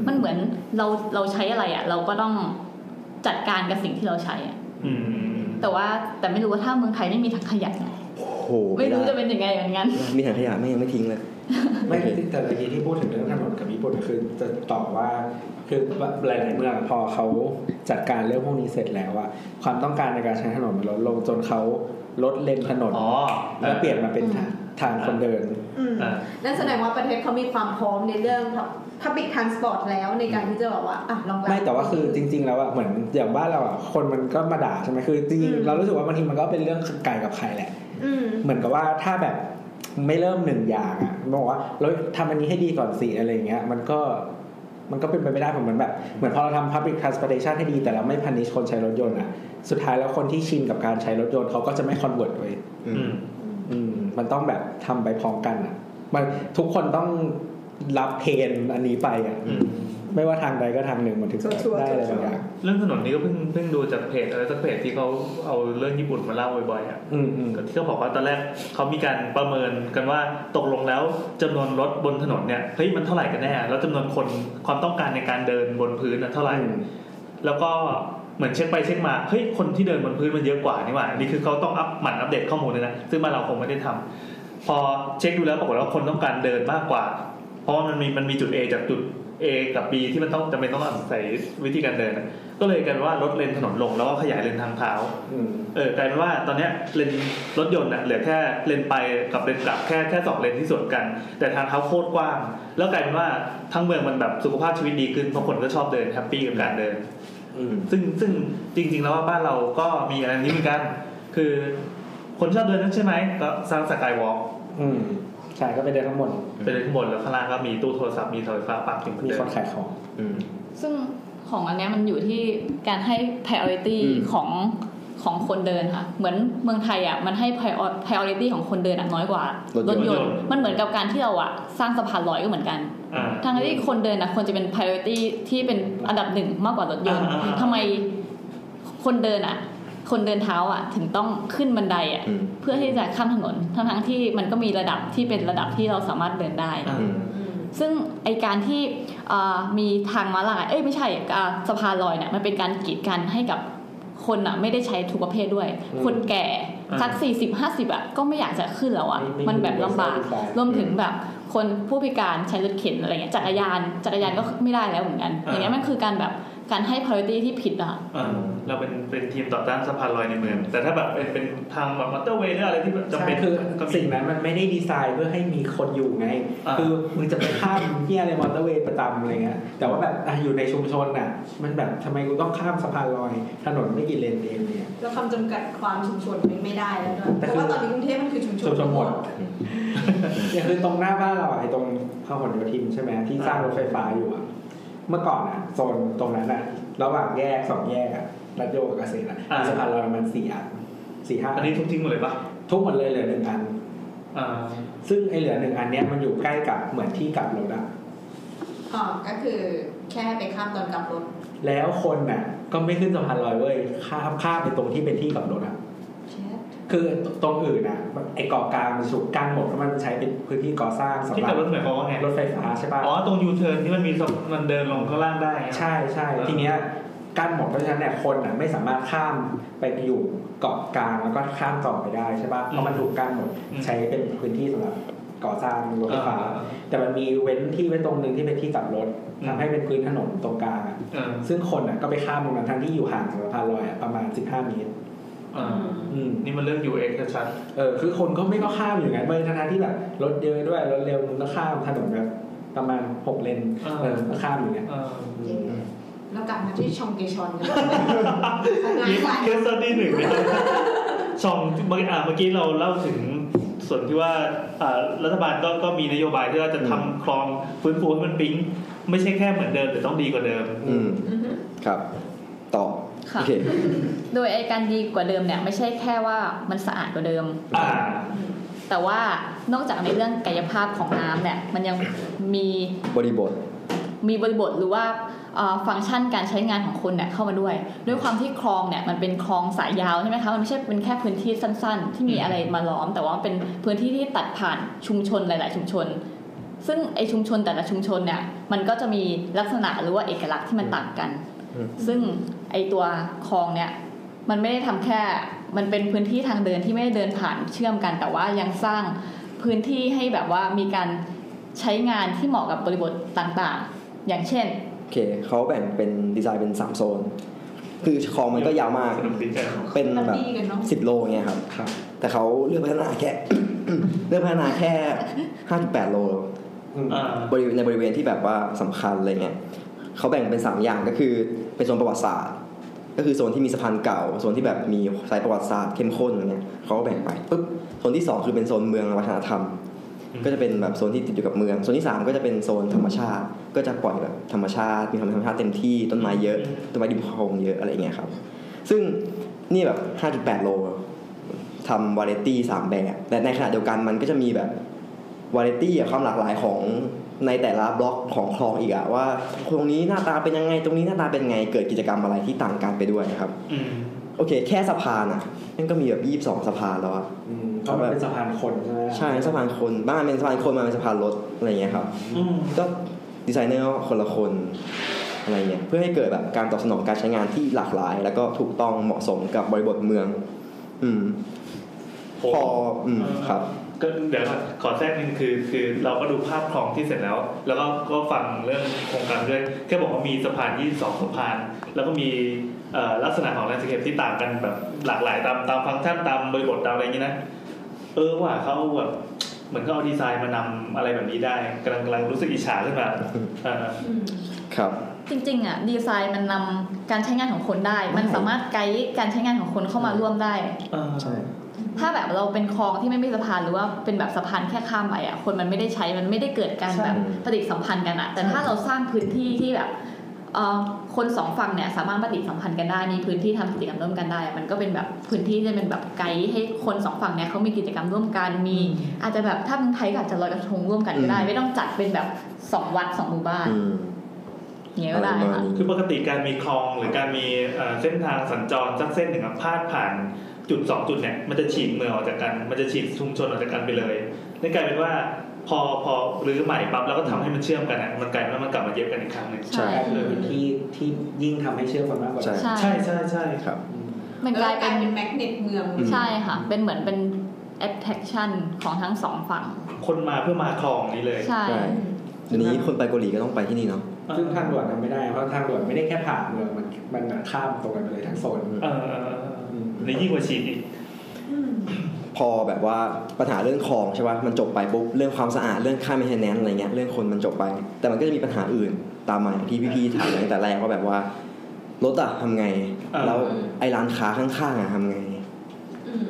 มันเหมือนเราเราใช้อะไรอะเราก็ต้องจัดการกับสิ่งที่เราใช้อะ
อืม
แต่ว่าแต่ไม่รู้ว่าถ้าเมืองไทยไม่มีถังขยะเนี่ย
โห
ไม่รู้
ด้
จะเป็นยังไงเหมือนกัน
มีถังขยะไม่ยังไม่ทิ้งเลย
ไม่แต่เมื่อกี้ที่พูดถึงเรื่องถนนกับญี่ปุ่นคือจะตอบว่าคือหลาย ๆ เมืองพอเขาจัดการเรื่องพวกนี้เสร็จแล้วอะความต้องการในการใช้ถนนมันลดลงจนเขาลดเลนถนน
อ๋อ
แล้วเปลี่ยนมาเป็น
อืม
ทางคนเดิน
อืม
อ่ะ
นั่นแสดงว่าประเทศเขามีความพร้อมในเรื่องทับบิกทางสปอร์ตแล้วในการที่จะแบบว่าอ่ะลองรับ
ไม่แต่ว่าคือจริง ๆ แล้วอะเหมือนอย่างบ้านเราอะคนมันก็มาด่าใช่ไหมคือจริง
อืม
ๆเรารู้สึกว่าบางทีมันก็เป็นเรื่องไก่กับไข่แหละ
อืม
เหมือนกับว่าถ้าแบบไม่เริ่มหนึ่งอย่างอ่ะบอกว่าเราทำอันนี้ให้ดีก่อนสิอะไรอย่างเงี้ย มันก็มันก็เป็นไปไม่ได้ผมเหมือนแบบ เหมือนพอเราทำ public transportation ให้ดีแต่เราไม่พันิชคนใช้รถยนต์อ่ะ สุดท้ายแล้วคนที่ชินกับการใช้รถยนต์เขาก็จะไม่คอนเวิร์ตเลย
อื
อื
ม
ม
อืม มันต้องแบบทำไปพร้อมกันอ่ะ มันทุกคนต้องรับเพนอันนี้ไปอ่ะ
อืม
ไม่ว่าทางใดก็ทางหนึ่งมันถึงจะ
ชัวร์ๆ
ได้อะไรบางอย่าง
เรื่องถนนนี้ก็เพิ่งเพิ่งดูจากเพจอะไรสักเพจที่เขาเอาเรื่องญี่ปุ่นมาเล่าบ่อยๆอ่ะ
อืมอืม
ที่เขาบอกว่าตอนแรกเขามีการประเมินกันว่าตกลงแล้วจำนวนรถบนถนนเนี่ยเฮ้ยมันเท่าไหร่กันแน่ แล้วจำนวนคนความต้องการในการเดินบนพื้นน่ะเท่าไหร่
อืม
แล้วก็เหมือนเช็คไปเช็คมาเฮ้ยคนที่เดินบนพื้นมันเยอะกว่านี่หว่านี่คือเขาต้องอัพหมั่นอัปเดตข้อมูลเลยนะซึ่งบ้านเราคงไม่ได้ทำพอเช็คดูแล้วปรากฏว่าคนต้องการเดินมากกว่า เพราะว่ามันมีมันมีจุด A จากจุด A กับ B ที่มันต้องจำเป็นต้องอาศัยวิธีการเดินน่ะก็เลยกลายเป็นว่าลดเลนถนนลงแล้วก็ขยายเลนทางเท้า
อืม
เออกลายเป็นว่าตอนเนี้ยเลนรถยนต์น่ะเหลือแค่เลนไปกับเลนกลับแค่แค่สองเลนที่สวนกัน แต่ทางเท้าโคตรกว้าง แล้วกลายเป็นว่าทั้งเมืองมันแบบสุขภาพชีวิตดีขึ้นเพราะคนก็ชอบเดินแฮปปี้กับการเดิน
อืม
ซึ่งซึ่งจริง ๆ แล้วว่าบ้านเราก็มีอะไรนี้เหมือนกัน คือคนชอบเดินนั่นใช่ไหมก็สร้างสกายวอล์ก
อืมใช่ก็ไปเดินข้างบน
ไปเดินข้างบนแล้วข้างล่างก็มีตู้โทรศัพท์มีเสาไฟฟ้าปักถึงเหมือน
มี
เดิ
ค
ม
นขายของ
อืม
ซึ่งของอันเนี้ยมันอยู่ที่การให้ priority
อืม
ของของคนเดินค่ะ เหมือนเมืองไทยอ่ะมันให้ prior- priority ของคนเดินอะน้อยกว่าร
ถยนต์
มันเหมือนกับการที่เราอ่ะสร้างสะพานลอยก็เหมือนกัน
อ่า
ทางที่คนเดินนะควรจะเป็น priority ที่เป็นอันดับหนึ่งมากกว่ารถยนต์
อ่าอ่าอ่า
ทำไมคนเดินอ่ะ คนเดินเท้าอ่ะ ถึงต้องขึ้นบันไดอ่ะ
อืม
เพื่อที่จะข้ามถนนทั้งทั้งๆที่มันก็มีระดับที่เป็นระดับที่เราสามารถเดินได้
อ่า
ซึ่งไอการที่เอ่อมีทางม้าลายเอ้ยไม่ใช่อ่าสะพานลอยเนี่ยมันเป็นการกีดกันให้กับคนอ่ะไม่ได้ใช้ทุกประเภทด้วย
อืม
คนแก่
อ่า
สักสี่สิบห้าสิบอ่ะก็ไม่อยากจะขึ้นแล้วอ่ะ
ไม่
มันแบบลำบาก
ไม่ได้
รวมถึงแบบคนผู้พิการใช้รถเข็นอะไรเงี้ยจักรยานจักรยานก็ไม่ได้แล้วเหมือนกัน อย่างเงี้ยมันคือการแบบการให้ priority ที่ผิดอ่ะ
อ่าเราเป็นเป็นทีมต่อต้านสะพานลอยในเมือง แต่ถ้าแบบเป็นเป็นทางแบบมอเตอร์เวย์หรืออะไรที่แบบจำเป็น
ใช่คือ
ก็มี
สิ่งนั้นมันไม่ได้ดีไซน์เพื่อให้มีคนอยู่ไง
อ่า
คือมึงจะไปข้ามเฮียอะไรมอเตอร์เวย์ประจำอะไรเงี้ยแต่ว่าแบบอ่ะอยู่ในชุมชนน่ะ มันแบบทำไมกูต้องข้ามสะพานลอย ถนนไม่กี่เลนเองเนี่ย
แล้วคำจำกัดความชุมชนมันไม่ได้แล้วด้วย
แต่
เพ
คือ
ราะว่าตอนนี้กรุงเทพมันคือชุมชน
ชุมชนหมดเนี่ยคือตรงหน้าบ้านเราอ่ะไอ้ตรงพหลโยธินใช่ไหมที่สร้างรถไฟฟ้าอยู่อ่ะเมื่อก่อนอ่ะโซนตรงนั้นอ่ะระหว่างแยกสองแยกอ่ะรัชโยกับเกษตรอ่ะ
อ่า
มีสะพานลอยประมาณสี่อันสี่ห้า
อัน
อัน
นี้ทุกทิ้งหมดเลยปะ
ทุกหมดเลยเหลือหนึ่งอัน
อ่า
ซึ่งไอเหลือหนึ่งอันเนี้ยมันอยู่ใกล้กับเหมือนที่กลับรถอะ
อ่าก็คือแค่ไปข้ามตอนกลับรถ
แล้วคนน่ะ ก็ไม่ขึ้นสะพานลอยเว้ยข้ามข้ามไปตรงที่เป็นที่กลับรถอะ
เช็ด
คือตรงอื่นน่ะไอเกาะกลางมันถูกกั้นหมดเพราะมันใช้เป็นพื้นที่ก่อสร้างสำ
ที่
หรั
ขั
บบ
รถหมายความว่าไง
รถไฟฟ้าใช่ป่ะ
อ๋อตรงยูเทิร์นที่มันมีสะมันเดินลงข้างล่างได้อะ
ใช่ใช่
เออ
ทีเนี้ยกั้นหมดเพราะฉะนั้นเนี่ยคนน่ะไม่สามารถข้ามไปอยู่เกาะกลางแล้วก็ข้ามต่อไปได้ใช่ป่ะเพราะมันถูกกั้นหมดใช้เป็นพื้นที่สำหรับก่อสร้างรถไฟฟ้า
อ่า
แต่มันมีเว้นที่ไว้ตรงหนึ่งที่เป็นที่กลับรถ
อืม
ทำให้เป็นพื้นถนนตรงกลางอะ
เออ
ซึ่งคนอ่ะก็ไปข้ามตรงนั้นทั้งที่อยู่ห่างจากสะพานลอยอะประมาณ 15 เมตร
อ่า
อืม
นี่มันเรื่อง UX ชัด
เออคือคนก็ไม่ก็ข้ามอยู่งั้นเลยทั้งๆที่แบบรถเยอะด้วยรถเร็วมึงก็ข้ามถนนแบบประมาณ 6 เลนเออก็ข้ามอยู่เงี้ย
ๆเออ
เรากลับมาที่ชองเกชอนกันงาน
นี่
ใหญ่
เคสตดี้หนึ่งนะครับสองเมื่อกี้อ่าเมื่อกี้เราเล่าถึงส่วนที่ว่าอ่ารัฐบาลก็ก็มีนโยบายที่ว่าจะทำคลองฟื้นฟูให้มันปิ๊งไม่ใช่แค่เหมือนเดิมแต่ต้องดีกว่าเดิม
อืม
อือฮึ
ครับ ต่อ
ค่ะ
โอเค
โดยไอการดีกว่าเดิมเนี่ยไม่ใช่แค่ว่ามันสะอาดกว่าเดิม
อ่า
แต่ว่านอกจากในเรื่องกายภาพของน้ำเนี่ยมันยังมี
บริบท
มีบริบทหรือว่าเอ่อฟังก์ชันการใช้งานของคนเนี่ยเข้ามาด้วย ด้วยความที่คลองเนี่ยมันเป็นคลองสายยาวใช่ไหมคะมันไม่ใช่เป็นแค่พื้นที่สั้น ๆ ที่มีอะไรมาล้อม แต่ว่ามันเป็นพื้นที่ที่ตัดผ่านชุมชนหลาย ๆ ชุมชน ซึ่งไอชุมชนแต่ละชุมชนเนี่ยมันก็จะมีลักษณะหรือว่าเอกลักษณ์ที่มันต่างกัน
อืม
ซึ่งไอตัวคลองเนี่ยมันไม่ได้ทำแค่มันเป็นพื้นที่ทางเดินที่ไม่ได้เดินผ่านเชื่อมกัน แต่ว่ายังสร้างพื้นที่ให้แบบว่ามีการ ใช้งานที่เหมาะกับบริบทต่างๆ อย่างเช่น
โอเคเขาแบ่งเป็นดีไซน์เป็น 3 โซน คือคลองมันก็ยาวมาก
สนุกดีจัง
เป็น
มัน
แบบ
ดีกันเนาะ
สิบโลเงี้ยครับ
ครับ
แต่เขาเลือกพัฒนาแค่ <coughs> เลือกพัฒนาแค่ 5.8 โล
อืม
อ่า
บริเวณในบริเวณที่แบบว่าสำคัญอะไรเงี้ยเขาแบ่งเป็น 3 อย่างก็คือเป็นโซนประวัติศาสตร์ ก็คือโซนที่มีสะพานเก่าโซนที่แบบมีสายประวัติศาสตร์เข้มข้นอะไรเงี้ยเขาก็แบ่งไปปุ๊บโซนที่ 2 คือเป็นโซนเมืองวัฒนธรรม
อืม
ก็จะเป็นแบบโซนที่ติดอยู่กับเมืองโซนที่ 3 ก็จะเป็นโซนธรรมชาติ ก็จะปล่อยแบบธรรมชาติมีธรรมชาติเต็มที่ต้นไม้เยอะต้นไม้ดิบโคลองเยอะอะไรเงี้ยครับซึ่งนี่แบบ 5.8 โลทำวาไรตี้สามแบบแต่ในขณะเดียวกันมันก็จะมีแบบ วาไรตี้อะความหลากหลายของในแต่ละบล็อกของคลองอีกอะว่าตรงนี้หน้าตาเป็นยังไงตรงนี้หน้าตาเป็นไงเกิดกิจกรรมอะไรที่ต่างกันไปด้วยนะครับ
อืม
โอเค แค่สะพานอะมันก็มีแบบยี่สิบสองสะพานแล้วอะ
อืมเพราะมันเป็นสะพานคนใช่ไหม
ใช่สะพานคนบ้านเป็นสะพานคนมาเป็นสะพานรถอะไรอย่างเงี้ยครับ
อืม
ก็ดีไซเนอร์คนละคนอะไรเงี้ยเพื่อให้เกิดแบบการตอบสนองการใช้งานที่หลากหลาย แล้วก็ถูกต้องเหมาะสมกับบริบทเมือง อืม
ผม
พออืมครับ
ก็เดี๋ยวก่อนขอแทรกนิดนึงคือ คือเราก็ดูภาพคลองที่เสร็จแล้ว แล้วก็ก็ฟังเรื่องโครงการด้วย แค่บอกว่ามีสะพาน22สะพาน แล้วก็มีเอ่อลักษณะของแลนด์สเคปที่ต่างกันแบบหลากหลายตามตามฟังก์ชันตามบริบทตามอะไรอย่างนี้นะ เออว่าเขาแบบเหมือนเขาเอาดีไซน์มานำอะไรแบบนี้ได้กำลังกำลังรู้สึกอิจฉาขึ้นมาเออ
อืม
ครับ
จริงๆอ่ะดีไซน์มันนำการใช้งานของคนได้ มันสามารถไกด์การใช้งานของคนเข้ามาร่วมได้
ใช่
ถ้าแบบเราเป็นคลองที่ไม่มีสะพานหรือว่าเป็นแบบสะพานแค่ข้ามไปอ่ะคนมันไม่ได้ใช้มันไม่ได้เกิดการแบบปฏิสัมพันธ์กันอ่ะแต่ถ้าเราสร้างพื้นที่ที่แบบ
เอ่อคนสองฝั่งเนี่ยสามารถปฏิสัมพันธ์กันได้มีพื้นที่ทำกิจกรรมร่วมกันได้ มันก็เป็นแบบพื้นที่จะเป็นแบบไกด์ให้คนสองฝั่งเนี่ยเขามีกิจกรรมร่วมกันมี อาจจะแบบถ้าเป็นไทยก็อาจจะลอยกระทงร่วมกันก็ได้
อืม
ไม่ต้องจัดเป็นแบบสองวัดสองหมู่บ้าน
อืม
อย่างเงี้ย
อะ
ก็
ไร
ได้
ประมาณ
ค่ะ
นี้
คือปกติการมีคลองหรือการมีเอ่อเส้นทางสัญจรสักเส้นหนึ่งอะพาดผ่านจุดสองจุดเนี่ยมันจะฉีกเมืองออกจากกัน มันจะฉีกชุมชนออกจากกันไปเลยนี่กลายเป็นว่าพอพอรื้อใหม่ปั๊บแล้วก็ทำให้มันเชื่อมกันอะมันกลายเป็นว่ามันกลับมาเย็บกันอีกครั้งหนึ่ง
ใช่
กลายเป็นพื้นที่ที่ยิ่งทำให้เชื่อมกันมากกว่า
ใช่
ใช่
ใช่ใช่ใช่
ครับ
มันกลายเป็น
แมกเนตเมือง
ใช่ค่ะ เป็นเหมือนเป็น attraction ของทั้งสองฝั่ง
คนมาเพื่อมาคลองนี้เลย
ใช่
ใช่เดี๋ยวนี้คนไปเกาหลีก็ต้องไปที่นี่เนาะ
ซึ่งทางด่วนทำไม่ได้เพราะทางด่วนไม่ได้แค่ผ่านเมืองมันมันมาข้ามตรงกันไปเลยทั้งโซน
เออเออเออในยิ่งกว่าฉีกอีก
พอแบบว่าปัญหาเรื่องคลองใช่ป่ะมันจบไปปุ๊บเรื่องความสะอาดเรื่องค่า maintenance อะไรเงี้ยเรื่องคนมันจบไป แต่มันก็จะมีปัญหาอื่นตามมาอย่างที่พี่ๆถามตั้งแต่แรกว่าแบบว่ารถอะทำไง
เออ
แล้วไอ้ร้านค้าข้างๆอะทำไง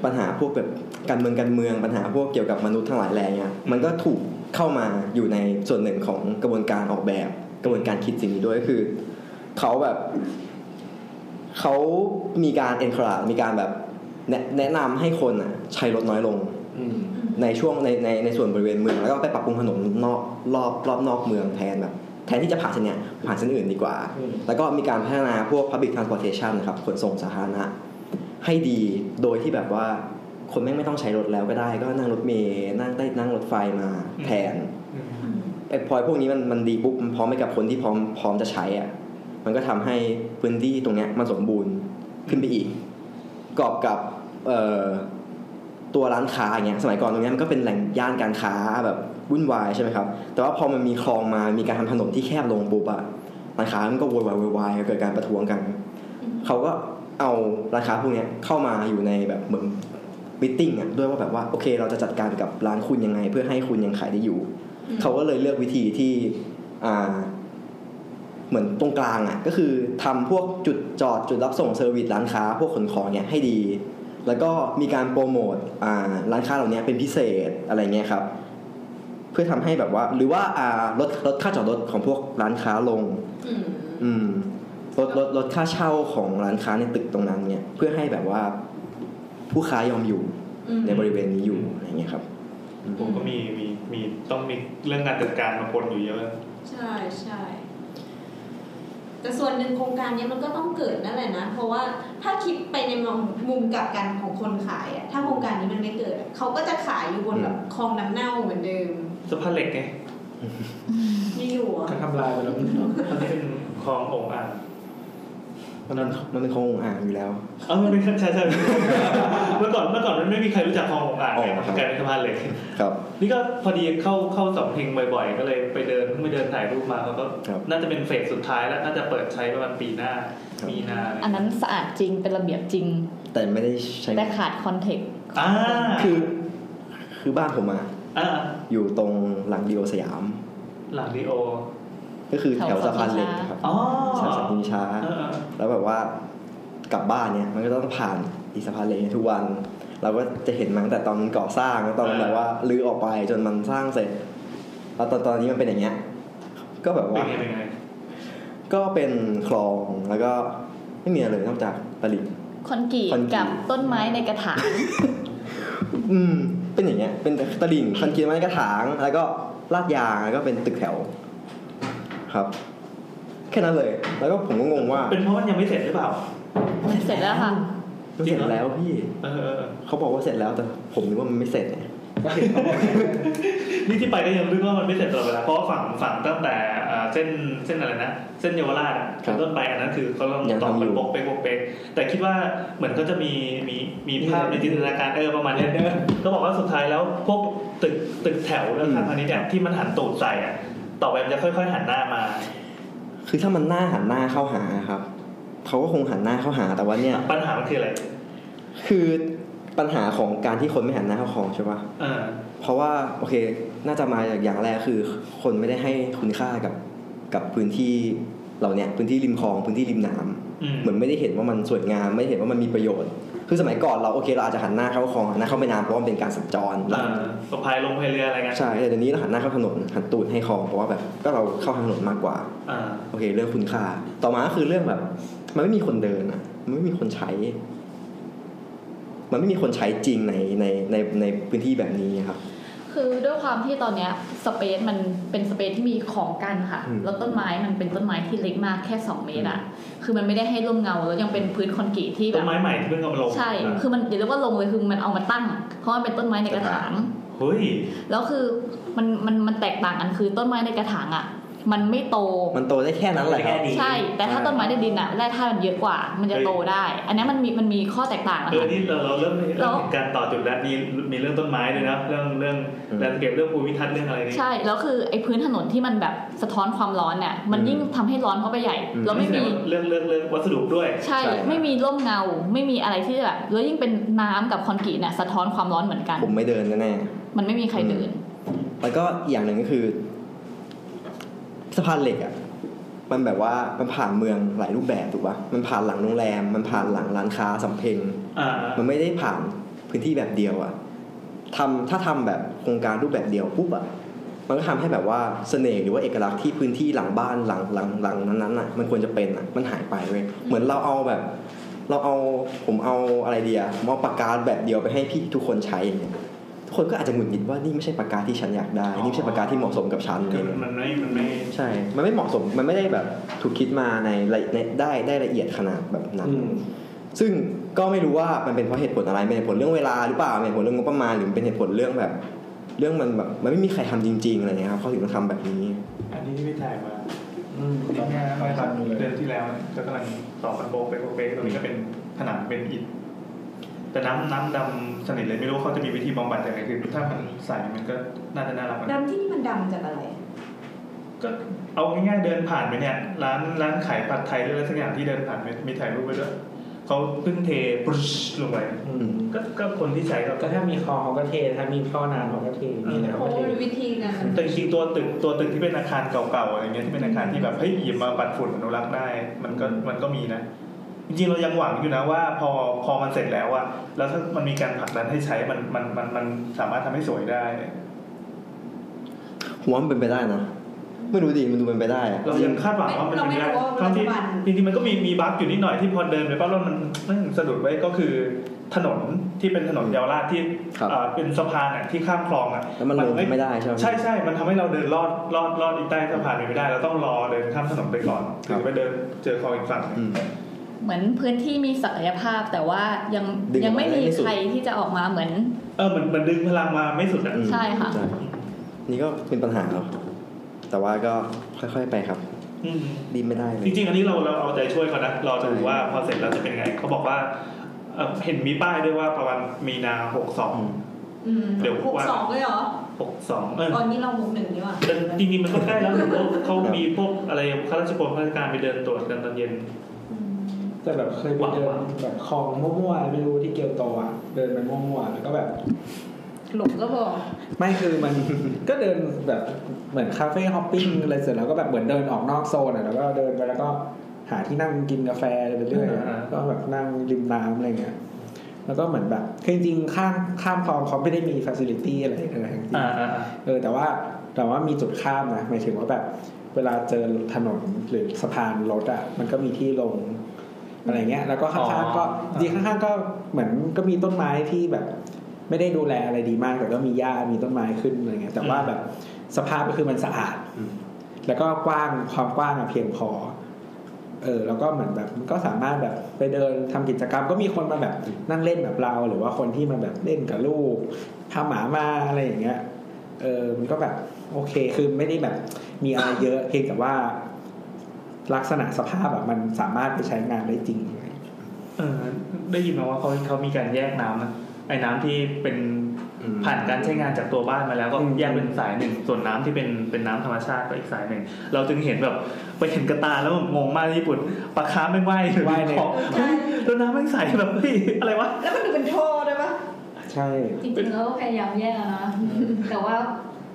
ปัญหาพวกแบบการเมืองการเมืองปัญหาพวกเกี่ยวกับมนุษย์ทั้งหลายแหล่เงี้ยมันก็ถูกเข้ามาอยู่ในส่วนหนึ่งของกระบวนการออกแบบ กระบวนการคิดสิ่งนี้ด้วยก็คือเขาแบบเขามีการ encourage มีการแบบแนะแนะนำให้คนอะใช้รถน้อยลง
อืม
ในช่วงในในในส่วนบริเวณเมืองแล้วก็ไปปรับปรุงถนนนอกรอบรอบนอกเมืองแทนแบบแทนที่จะผ่านเส้นเนี้ยผ่านเส้นอื่นดีกว่า
อืม
แล้วก็มีการพัฒนาพวก Public Transportation นะครับขนส่งสาธารณะให้ดีโดยที่แบบว่าคนแม่งไม่ต้องใช้รถแล้วก็ได้ ก็นั่งรถเมล์นั่งใต้นั่งรถไฟมาแทน
อืม
ไอ้พอยพวกนี้มันมันดีปุ๊บมันพร้อมไปกับคนที่พร้อมพร้อมจะใช้อ่ะมันก็ทำให้พื้นที่ตรงเนี้ยมันสมบูรณ์ขึ้นไปอีก กอบกับเอ่อตัวร้านค้าอย่างเงี้ยสมัยก่อนตรงเนี้ยมันก็เป็นแหล่งย่านการค้าแบบวุ่นวายใช่ไหมครับ แต่ว่าพอมันมีคลองมามีการทำถนนที่แคบลงปุ๊บอะร้านค้ามันก็โวยวายโวยวายเกิดการประท้วงกัน เขาก็เอาร้านค้าพวกเนี้ยเข้ามาอยู่ในแบบเหมือนมิทติ้งอะด้วยว่าแบบว่าโอเค เราจะจัดการกับร้านคุณยังไง เพื่อให้คุณยังขายได้อยู่ เขาก็เลยเลือกวิธีที่อ่า เหมือนตรงกลางอ่ะก็คือทำพวกจุดจอดจุดรับส่งเซอร์วิสร้านค้า พวกขนของเนี่ยให้ดี แล้วก็มีการโปรโมทอ่าร้านค้าเหล่านี้เป็นพิเศษอะไรเงี้ยครับ เพื่อทำให้แบบว่า หรือว่าอ่าลดลดค่าจอดรถของพวกร้านค้าลง อืมลดลดลดค่าเช่าของร้านค้าในตึกตรงนั้นเนี่ยเพื่อให้แบบว่า ผู้ค้ายอมอยู่ในบริเวณนี้อยู่อะไรเงี้ยครับ
ผมก็มีมีมีต้องมีเรื่องงานจัดการมาปนอยู่เยอะ
ใช่ใช่แต่ส่วนหนึ่งโครงการเนี้ยมันก็ต้องเกิดนั่นแหละนะ เพราะว่าถ้าคิดไปในมุมมุมกลับกันของคนขายอะถ้าโครงการนี้มันไม่เกิดอะเขาก็จะขายอยู่บนแบบคลองน้ำเน่าเหมือนเดิม
สะพานเหล็กไง
ไม่อยู่อะ
ก็ทำลายไปแล้ว
มันเป็นคลองโองอ่าง
มันเป็นมันเป็นโครงอ่างอยู่แล้ว
เออมันเป็นใช่ใช่
<laughs>
เมื่อก่อนเมื่อก่อนมันไม่มีใครรู้จักคลองโองอ่างไงมันกลายเป็นสะพานเหล็ก
ครับ
นี่ก็พอดีเข้าเข้าสำเพ็งบ่อยๆ ก็เลยไปเดินเพิ่งไปเดินถ่ายรูปมาเขาก็
ครับ
น่าจะเป็นเฟสสุดท้ายแล้ว น่าจะเปิดใช้ประมาณปีหน้า
ครับ
มีนา
อันนั้นสะอาดจริงเป็นระเบียบจริง
แต่ไม่ได้ใช้
แต่ขาดคอนเทกต์
อ่า
คือ คือบ้านผมอะ
อ่า
อยู่ตรงหลังดีโอสยาม
หลังดีโอ
ก็คือแถวสะพานเหล็กครับ
อ๋อ
แถวสะพานช้า
เออเออ
แล้วแบบว่ากลับบ้านเนี่ย มันก็ต้องผ่านอีสะพานเหล็กทุกวัน เราก็จะเห็นมาตั้งแต่ตอนมันก่อสร้างแล้วตอนมันแบบว่ารื้อออกไปจนมันสร้างเสร็จแล้วตอนตอนนี้มันเป็นอย่างเงี้ย ก็แบบ
เป็น
ว่า
ไงเป็นไง
ก็เป็นคลองแล้วก็ไม่มีอะไรเลยนอกจากตลิ่ง
คอนกรีต
คอนกรีต
กับต้นไม้ในกระถาง
อืม เป็นอย่างเงี้ย เป็นตลิ่งคอนกรีตไม้กระถาง แล้วก็ลาดยาง แล้วก็เป็นตึกแถว ครับ แค่นั้นเลย แล้วก็ผมก็งงว่า
เป็นเพราะมันยังไม่เสร็จหรือเปล่า
เสร็จแล้วค่ะ
เสร็จแล้วพี่
เออเออเออ
เขาบอกว่าเสร็จแล้ว แต่ผมนึกว่ามันไม่เสร็จไง
ก็เห็นเขาบอก
นี่ที่ไปก็ยังรู้ว่ามันไม่เสร็จตลอดเวลาเพราะว่าฝั่งฝั่งตั้งแต่เอ่อเส้นเส้นอะไรนะ เส้นเยาวราชอะเป็นต้นไปอันนั้นคือเขาต้องต่อเป็นบกเป๊กบกเป๊กแต่คิดว่าเหมือนก็จะมีมีมีภาพในจินตนาการเออประมาณเนี้ย
เดิน
ก็บอกว่าสุดท้ายแล้วพวกตึกตึกแถวแล้วทางพาณิชย์เนี่ยที่มันหันตูดใส่อะต่อไปมันจะค่อยๆหันหน้ามา
คือถ้ามันหน้าหันหน้าเข้าหาครับ เขาก็คงหันหน้าเข้าหา แต่ว่าเนี่ย
ปัญหามันคืออะไร
คือปัญหาของการที่คนไม่หันหน้าเข้าคลองใช่ปะ
เออ
เพราะว่าโอเค น่าจะมาจากอย่างแรกคือ คนไม่ได้ให้คุณค่ากับกับพื้นที่เราเนี่ย พื้นที่ริมคลอง พื้นที่ริมน้ำ
อืม
เหมือนไม่ได้เห็นว่ามันสวยงามไม่ได้เห็นว่ามันมีประโยชน์ คือ คือสมัยก่อนเราโอเคเราอาจจะหันหน้าเข้าคลองหันหน้าเข้าแม่น้ำเพราะว่ามันเป็นการสัญจรหลัก
อ่าก็พายลงพายเรืออะไรกัน
ใช่แต่เดี๋ยวนี้เราหันหน้าเข้าถนนหันตูดให้คลองเพราะว่าแบบก็เราเข้าทางถนนมากกว่า
อ่า
โอเคเรื่องคุณค่า ต่อมาก็คือเรื่องแบบ มันไม่มีคนเดินอ่ะ มันไม่มีคนใช้ มันไม่มีคนใช้จริงในในในในพื้นที่แบบนี้ครับ
คือด้วยความที่ตอนเนี้ยสเปซมันเป็นสเปซที่มีของกันค่ะ
อืม
แล้วต้นไม้มันเป็นต้นไม้ที่เล็กมากแค่ 2 เมตรอ่ะ คือมันไม่ได้ให้ร่มเงาแล้วยังเป็นพื้นคอนกรีตที่แบ
ต้น
บ
ไม้ใหม่ที่เพิ่งเอามาลง
ใช่
อ่า
คือมันเดี๋ยวเรียกว่าลงเลยคือมันเอามาตั้ง เพราะมันเป็นต้นไม้ในกระถาง
เฮ้ย
แล้วคือมันมันมันแตกต่างกันคือต้นไม้ในกระถางอ่ะ มันไม่โต
มันโตได้แค่นั้นแหละครับ
ใช่ แต่ถ้าต้นไม้ในดินอ่ะแร่ธาตุมันเยอะกว่า มันจะ
เฮ้ย
โตได้ อันนี้มันมีมันมีข้อแตกต่างนะ
เออ
คะ
นี่เราเราเริ่มเห็น
แล้ว
การต่อจุดแล้วมีมีเรื่องต้นไม้ด้วยนะเรื่องเรื่อง
อืม
แลนด์สเคปเรื่องภูมิทัศน์เรื่องอะไรนี่
ใช่ แล้วคือไอ้พื้นถนนที่มันแบบสะท้อนความร้อนเนี่ยมันยิ่งทำให้ร้อนเข้าไปใหญ่
อืม
แล้วไม่มี
เรื่องเรื่องเรื่องวัสดุด้วย
ใช่
ใช่ครับ
ไม่มีร่มเงาไม่มีอะไรที่แบบแล้วยิ่งเป็นน้ำกับคอนกรีตเนี่ยสะท้อนความร้อนเหมือนกัน
ผมไม่เดินแน่
มันไม่มีใครเดิน
ๆแล้วก็อีกอย่างหนึ่งก็คือสะพานเหล็กอ่ะ มันแบบว่ามันผ่านเมืองหลายรูปแบบถูกปะมันผ่านหลังโรงแรม มันผ่านหลังร้านค้าสำเพ็ง
อ่า
มันไม่ได้ผ่านพื้นที่แบบเดียวอะทำถ้าทำแบบโครงการรูปแบบเดียวปุ๊บอะมันก็ทำให้แบบว่าเสน่ห์หรือว่าเอกลักษณ์ที่พื้นที่หลังบ้านหลังหลังหลังนั้นๆน่ะ มันควรจะเป็นอะมันหายไปเว้ย เหมือนเราเอาแบบ เราเอาผมเอาอะไรเดียผมเอาปากกาแบบเดียวไปให้พี่ทุกคนใช้อย่างเงี้ยทุกคนก็อาจจะหงุดหงิดว่านี่ไม่ใช่ปากกาที่ฉันอยากได้ นี่ไม่ใช่ปากกาที่เหมาะสมกับฉันอะไร
คือ
เงี้ย
มันไม่ มันไม่
ใช่ มันไม่เหมาะสม มันไม่ได้แบบถูกคิดมาในละในได้ได้ละเอียดขนาดแบบนั้น ซึ่งก็ไม่รู้ว่ามันเป็นเพราะเหตุผลอะไรเป็นเหตุผลเรื่องเวลาหรือเปล่าเป็นเหตุผลเรื่องงบประมาณหรือเป็นเหตุผลเรื่องแบบ เรื่องมันแบบมันไม่มีใครทำจริงๆอะไรเงี้ยครับเขาถึงต้องทำแบบนี้
อันนี้ที่พี่ถ่ายมา
อืมตอนนี้ไปตอนเดือนที่แล้วก็กำลังต่อกันโบกไปโบกไปตรงนี้ก็เป็นผนังเป็นอิฐแต่น้ำน้ำดำสนิทเลยไม่รู้เขาจะมีวิธีบำบัดยังไงคือถ้ามันใสมันก็น่าจะน่ารักกว่านะ
ดำที่นี่มันดำจากอะไร
ก็เอาง่ายๆเดินผ่านไปเนี่ย ร้านร้านขายผัดไทยหรืออะไรสักอย่างที่เดินผ่านไปมีถ่ายรูปไว้ด้วยเขาเพิ่งเทปุ๊ชลงไปก็ก็คนที่ใช้ก็
ก็ถ้ามีคลองเขาก็เทถ้ามีท่อน้ำเขาก็เทมีอะไรเขา
โอ้
ก็เท
ยวิธีนั้น
แต่จริงๆตัวตึกตัวตึกที่เป็นอาคารเก่าๆอะไรเงี้ยที่เป็นอาคารที่แบบเฮ้ยหยิบมาปัดฝุ่นอนุรักษ์ได้ มันก็มันก็มีนะ จริงๆเรายังหวังอยู่นะว่าพอพอมันเสร็จแล้วอะแล้วถ้ามันมีการผลักดันให้ใช้มันมันมันมันสามารถทำให้สวยได้
หัวามันเป็นไปได้นะ ไม่รู้ดิมันดูเป็นไปได้อะ
เรายังคาดหวังว่ามันจะมีได้ทั้งที่จริงๆมันก็มีมีบั๊กอยู่นิดหน่อยที่พอเดินไปปั๊บแล้วมันมันสะดุดไว้ก็คือถนนที่เป็นถนนเยาวราชที่
ครับ
อ่าเป็นสะพานอะที่ข้ามคลองอะ
แล้วมันลงไม่ได้ใช่ไหม
ใช่ใช่มันทำให้เราเดินลอดลอดลอดอีกใต้สะพานไปไม่ได้เราต้องรอเดินข้ามถนนไปก่อนถึ
ครั
ง
บ
ไปเดินเจอคลองอีกฝั่งหนึ่ง
อืม
เหมือนพื้นที่มีศักยภาพแต่ว่ายัง
ดึงออกมา
ยังไม่มี
ได้ไม่สุด
ใครที่จะออกมาเหมือน
เออเหมือนเหมือนดึงพลังมาไม่สุดอะ
อืม
ใช่ค่ะ
ใช่นี่ก็เป็นปัญหาครับแต่ว่าก็ค่อยๆไปครับดีไม่ได้เลย
จริงๆ อันนี้เราเราเอาใจช่วยเขานะรอดู
ใช่
ว่าพอเสร็จแล้วจะเป็นไง เขาบอกว่าเอ่อเห็นมีป้ายด้วยว่าประมาณมีนาหกสอง
อืม
อืม
เดี๋ยว
หก
ว่า
สองเลยเหรอ
หกสองเออ
ตอนนี้เราหกหนึ่งดีกว่า
แต่จริงๆ มันก็ใกล้แล้วเขาเขามีพวกอะไรข้าราชการข้าราชการไปเดินตรวจกันตอนเย็น
แต่แบบเคยไปเดินแบบคลองมั่วๆไม่รู้ที่เกียวโตอ่ะเดินไปมั่วๆแล้วก็แบบ
หลงก็บอก
ไม่คือมัน <laughs> ก็เดินแบบเหมือนคาเฟ่ฮอปปิ้งอะไรเสร็จแล้วก็แบบเหมือนเดินออกนอกโซนอะแล้วก็เดินไปแล้วก็หาที่นั่งกินกาแฟไปเรื่อยอะ
อ่า
ก็แบบนั่งริมน้ำอะไรเงี้ยแล้วก็เหมือนแบบคือจริงๆข้ามข้ามคลองเขาไม่ได้มีฟ a ซิลิตี้อะไรอะไรทั้งสิ้น
อ่า
เออแต่ว่าแต่ว่ามีจุดข้ามนะหมายถึงว่าแบบ เวลาเจอถนนหรือสะพานรถอ่ะมันก็มีที่ลงอะไรเงี้ย แล้วก็ข้างๆก็จริงๆข้างๆก็เหมือนก็มีต้นไม้ที่แบบ ไม่ได้ดูแลอะไรดีมาก แต่ก็มีหญ้ามีต้นไม้ขึ้นอะไรเงี้ยแต่ว่าแบบสภาพก็คือมันสะอาด แล้วก็กว้างความกว้างอะเพียงพอ เออแล้วก็เหมือนแบบมันก็สามารถแบบไปเดินทำกิจกรรมก็มีคนมาแบบนั่งเล่นแบบเรา หรือว่าคนที่มาแบบเล่นกับลูกพาหมามาอะไรอย่างเงี้ย เออมันก็แบบโอเคคือไม่ได้แบบมีอะไรเยอะเพียงแต่ว่า ลักษณะสภาพแบบมันสามารถไปใช้งานได้จริง
เออได้ยินมาว่าเขาเขามีการแยกน้ำนะไอ้น้ำที่เป็น
อืม
ผ่านการใช้งานจากตัวบ้านมาแล้วก็
อืม
แยกเป็นสายหนึ่ง ส่วนน้ำที่เป็นเป็นน้ำธรรมชาติก็อีกสายหนึ่ง เราจึงเห็นแบบไปเห็นกระตาแล้วแบบงงมากที่ญี่ปุ่นปลาค้าไม่งว่ายอยู่ในคลองเฮ้ยแล้วน้ำไม่งใสแบบเฮ้ยอะไรวะ
แล้วมันดูเป็นโทษได้ปะ
ใช่
จริงๆแล้วพยายามแย่แล้วนะ แต่ว่า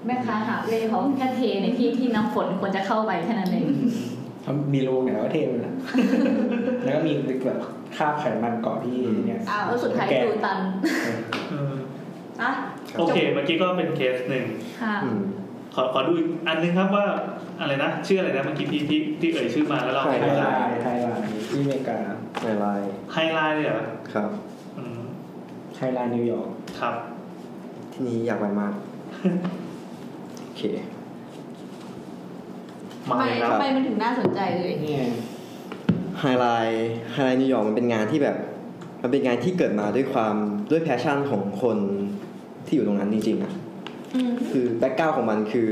แม่ค้าหาบเล่เขาแค่เทในที่ที่น้ำฝนควรจะเข้าไปแค่นั้นเอง
มีโรงเนี่ยเราก็เทมันนะ <laughs> แล้วก็มีแบบคราบไขมันเกาะที่เนี่ย
อ้าว
แล้วสุดท้าย
แกะ
ดูตัน
อืม
อ่ะ
โอเคเมื่อกี้ก็เป็นเคสหนึ่ง
ค่ะ
อืม
ขอขอดูอีกอันนึงครับว่าอะไรนะชื่ออะไรนะเมื่อกี้ที่ที่ที่เอ่ยชื่อมาแล้วเรา
ไฮ
ไท
ล
ย
ท์
ลายไทยลายที่อเมริกา
ไฮไลท์
ไฮไลท์เลยเหรอ
ครับ
อืม
ไทยลายนิวยอร์ก
ครับ
ที่นี้อยากไปมาก <laughs> โอเค
มาเลยครับ
ทำไมมันถึงน่าสนใจเลย
นี่ไง
ไฮไลท์ไฮไลท์นิวยอร์กมันเป็นงานที่แบบ มันเป็นงานที่เกิดมาด้วยความด้วยแพชชั่นของคนที่อยู่ตรงนั้นจริงๆอ่ะคือแบ็กกราวของมันคือ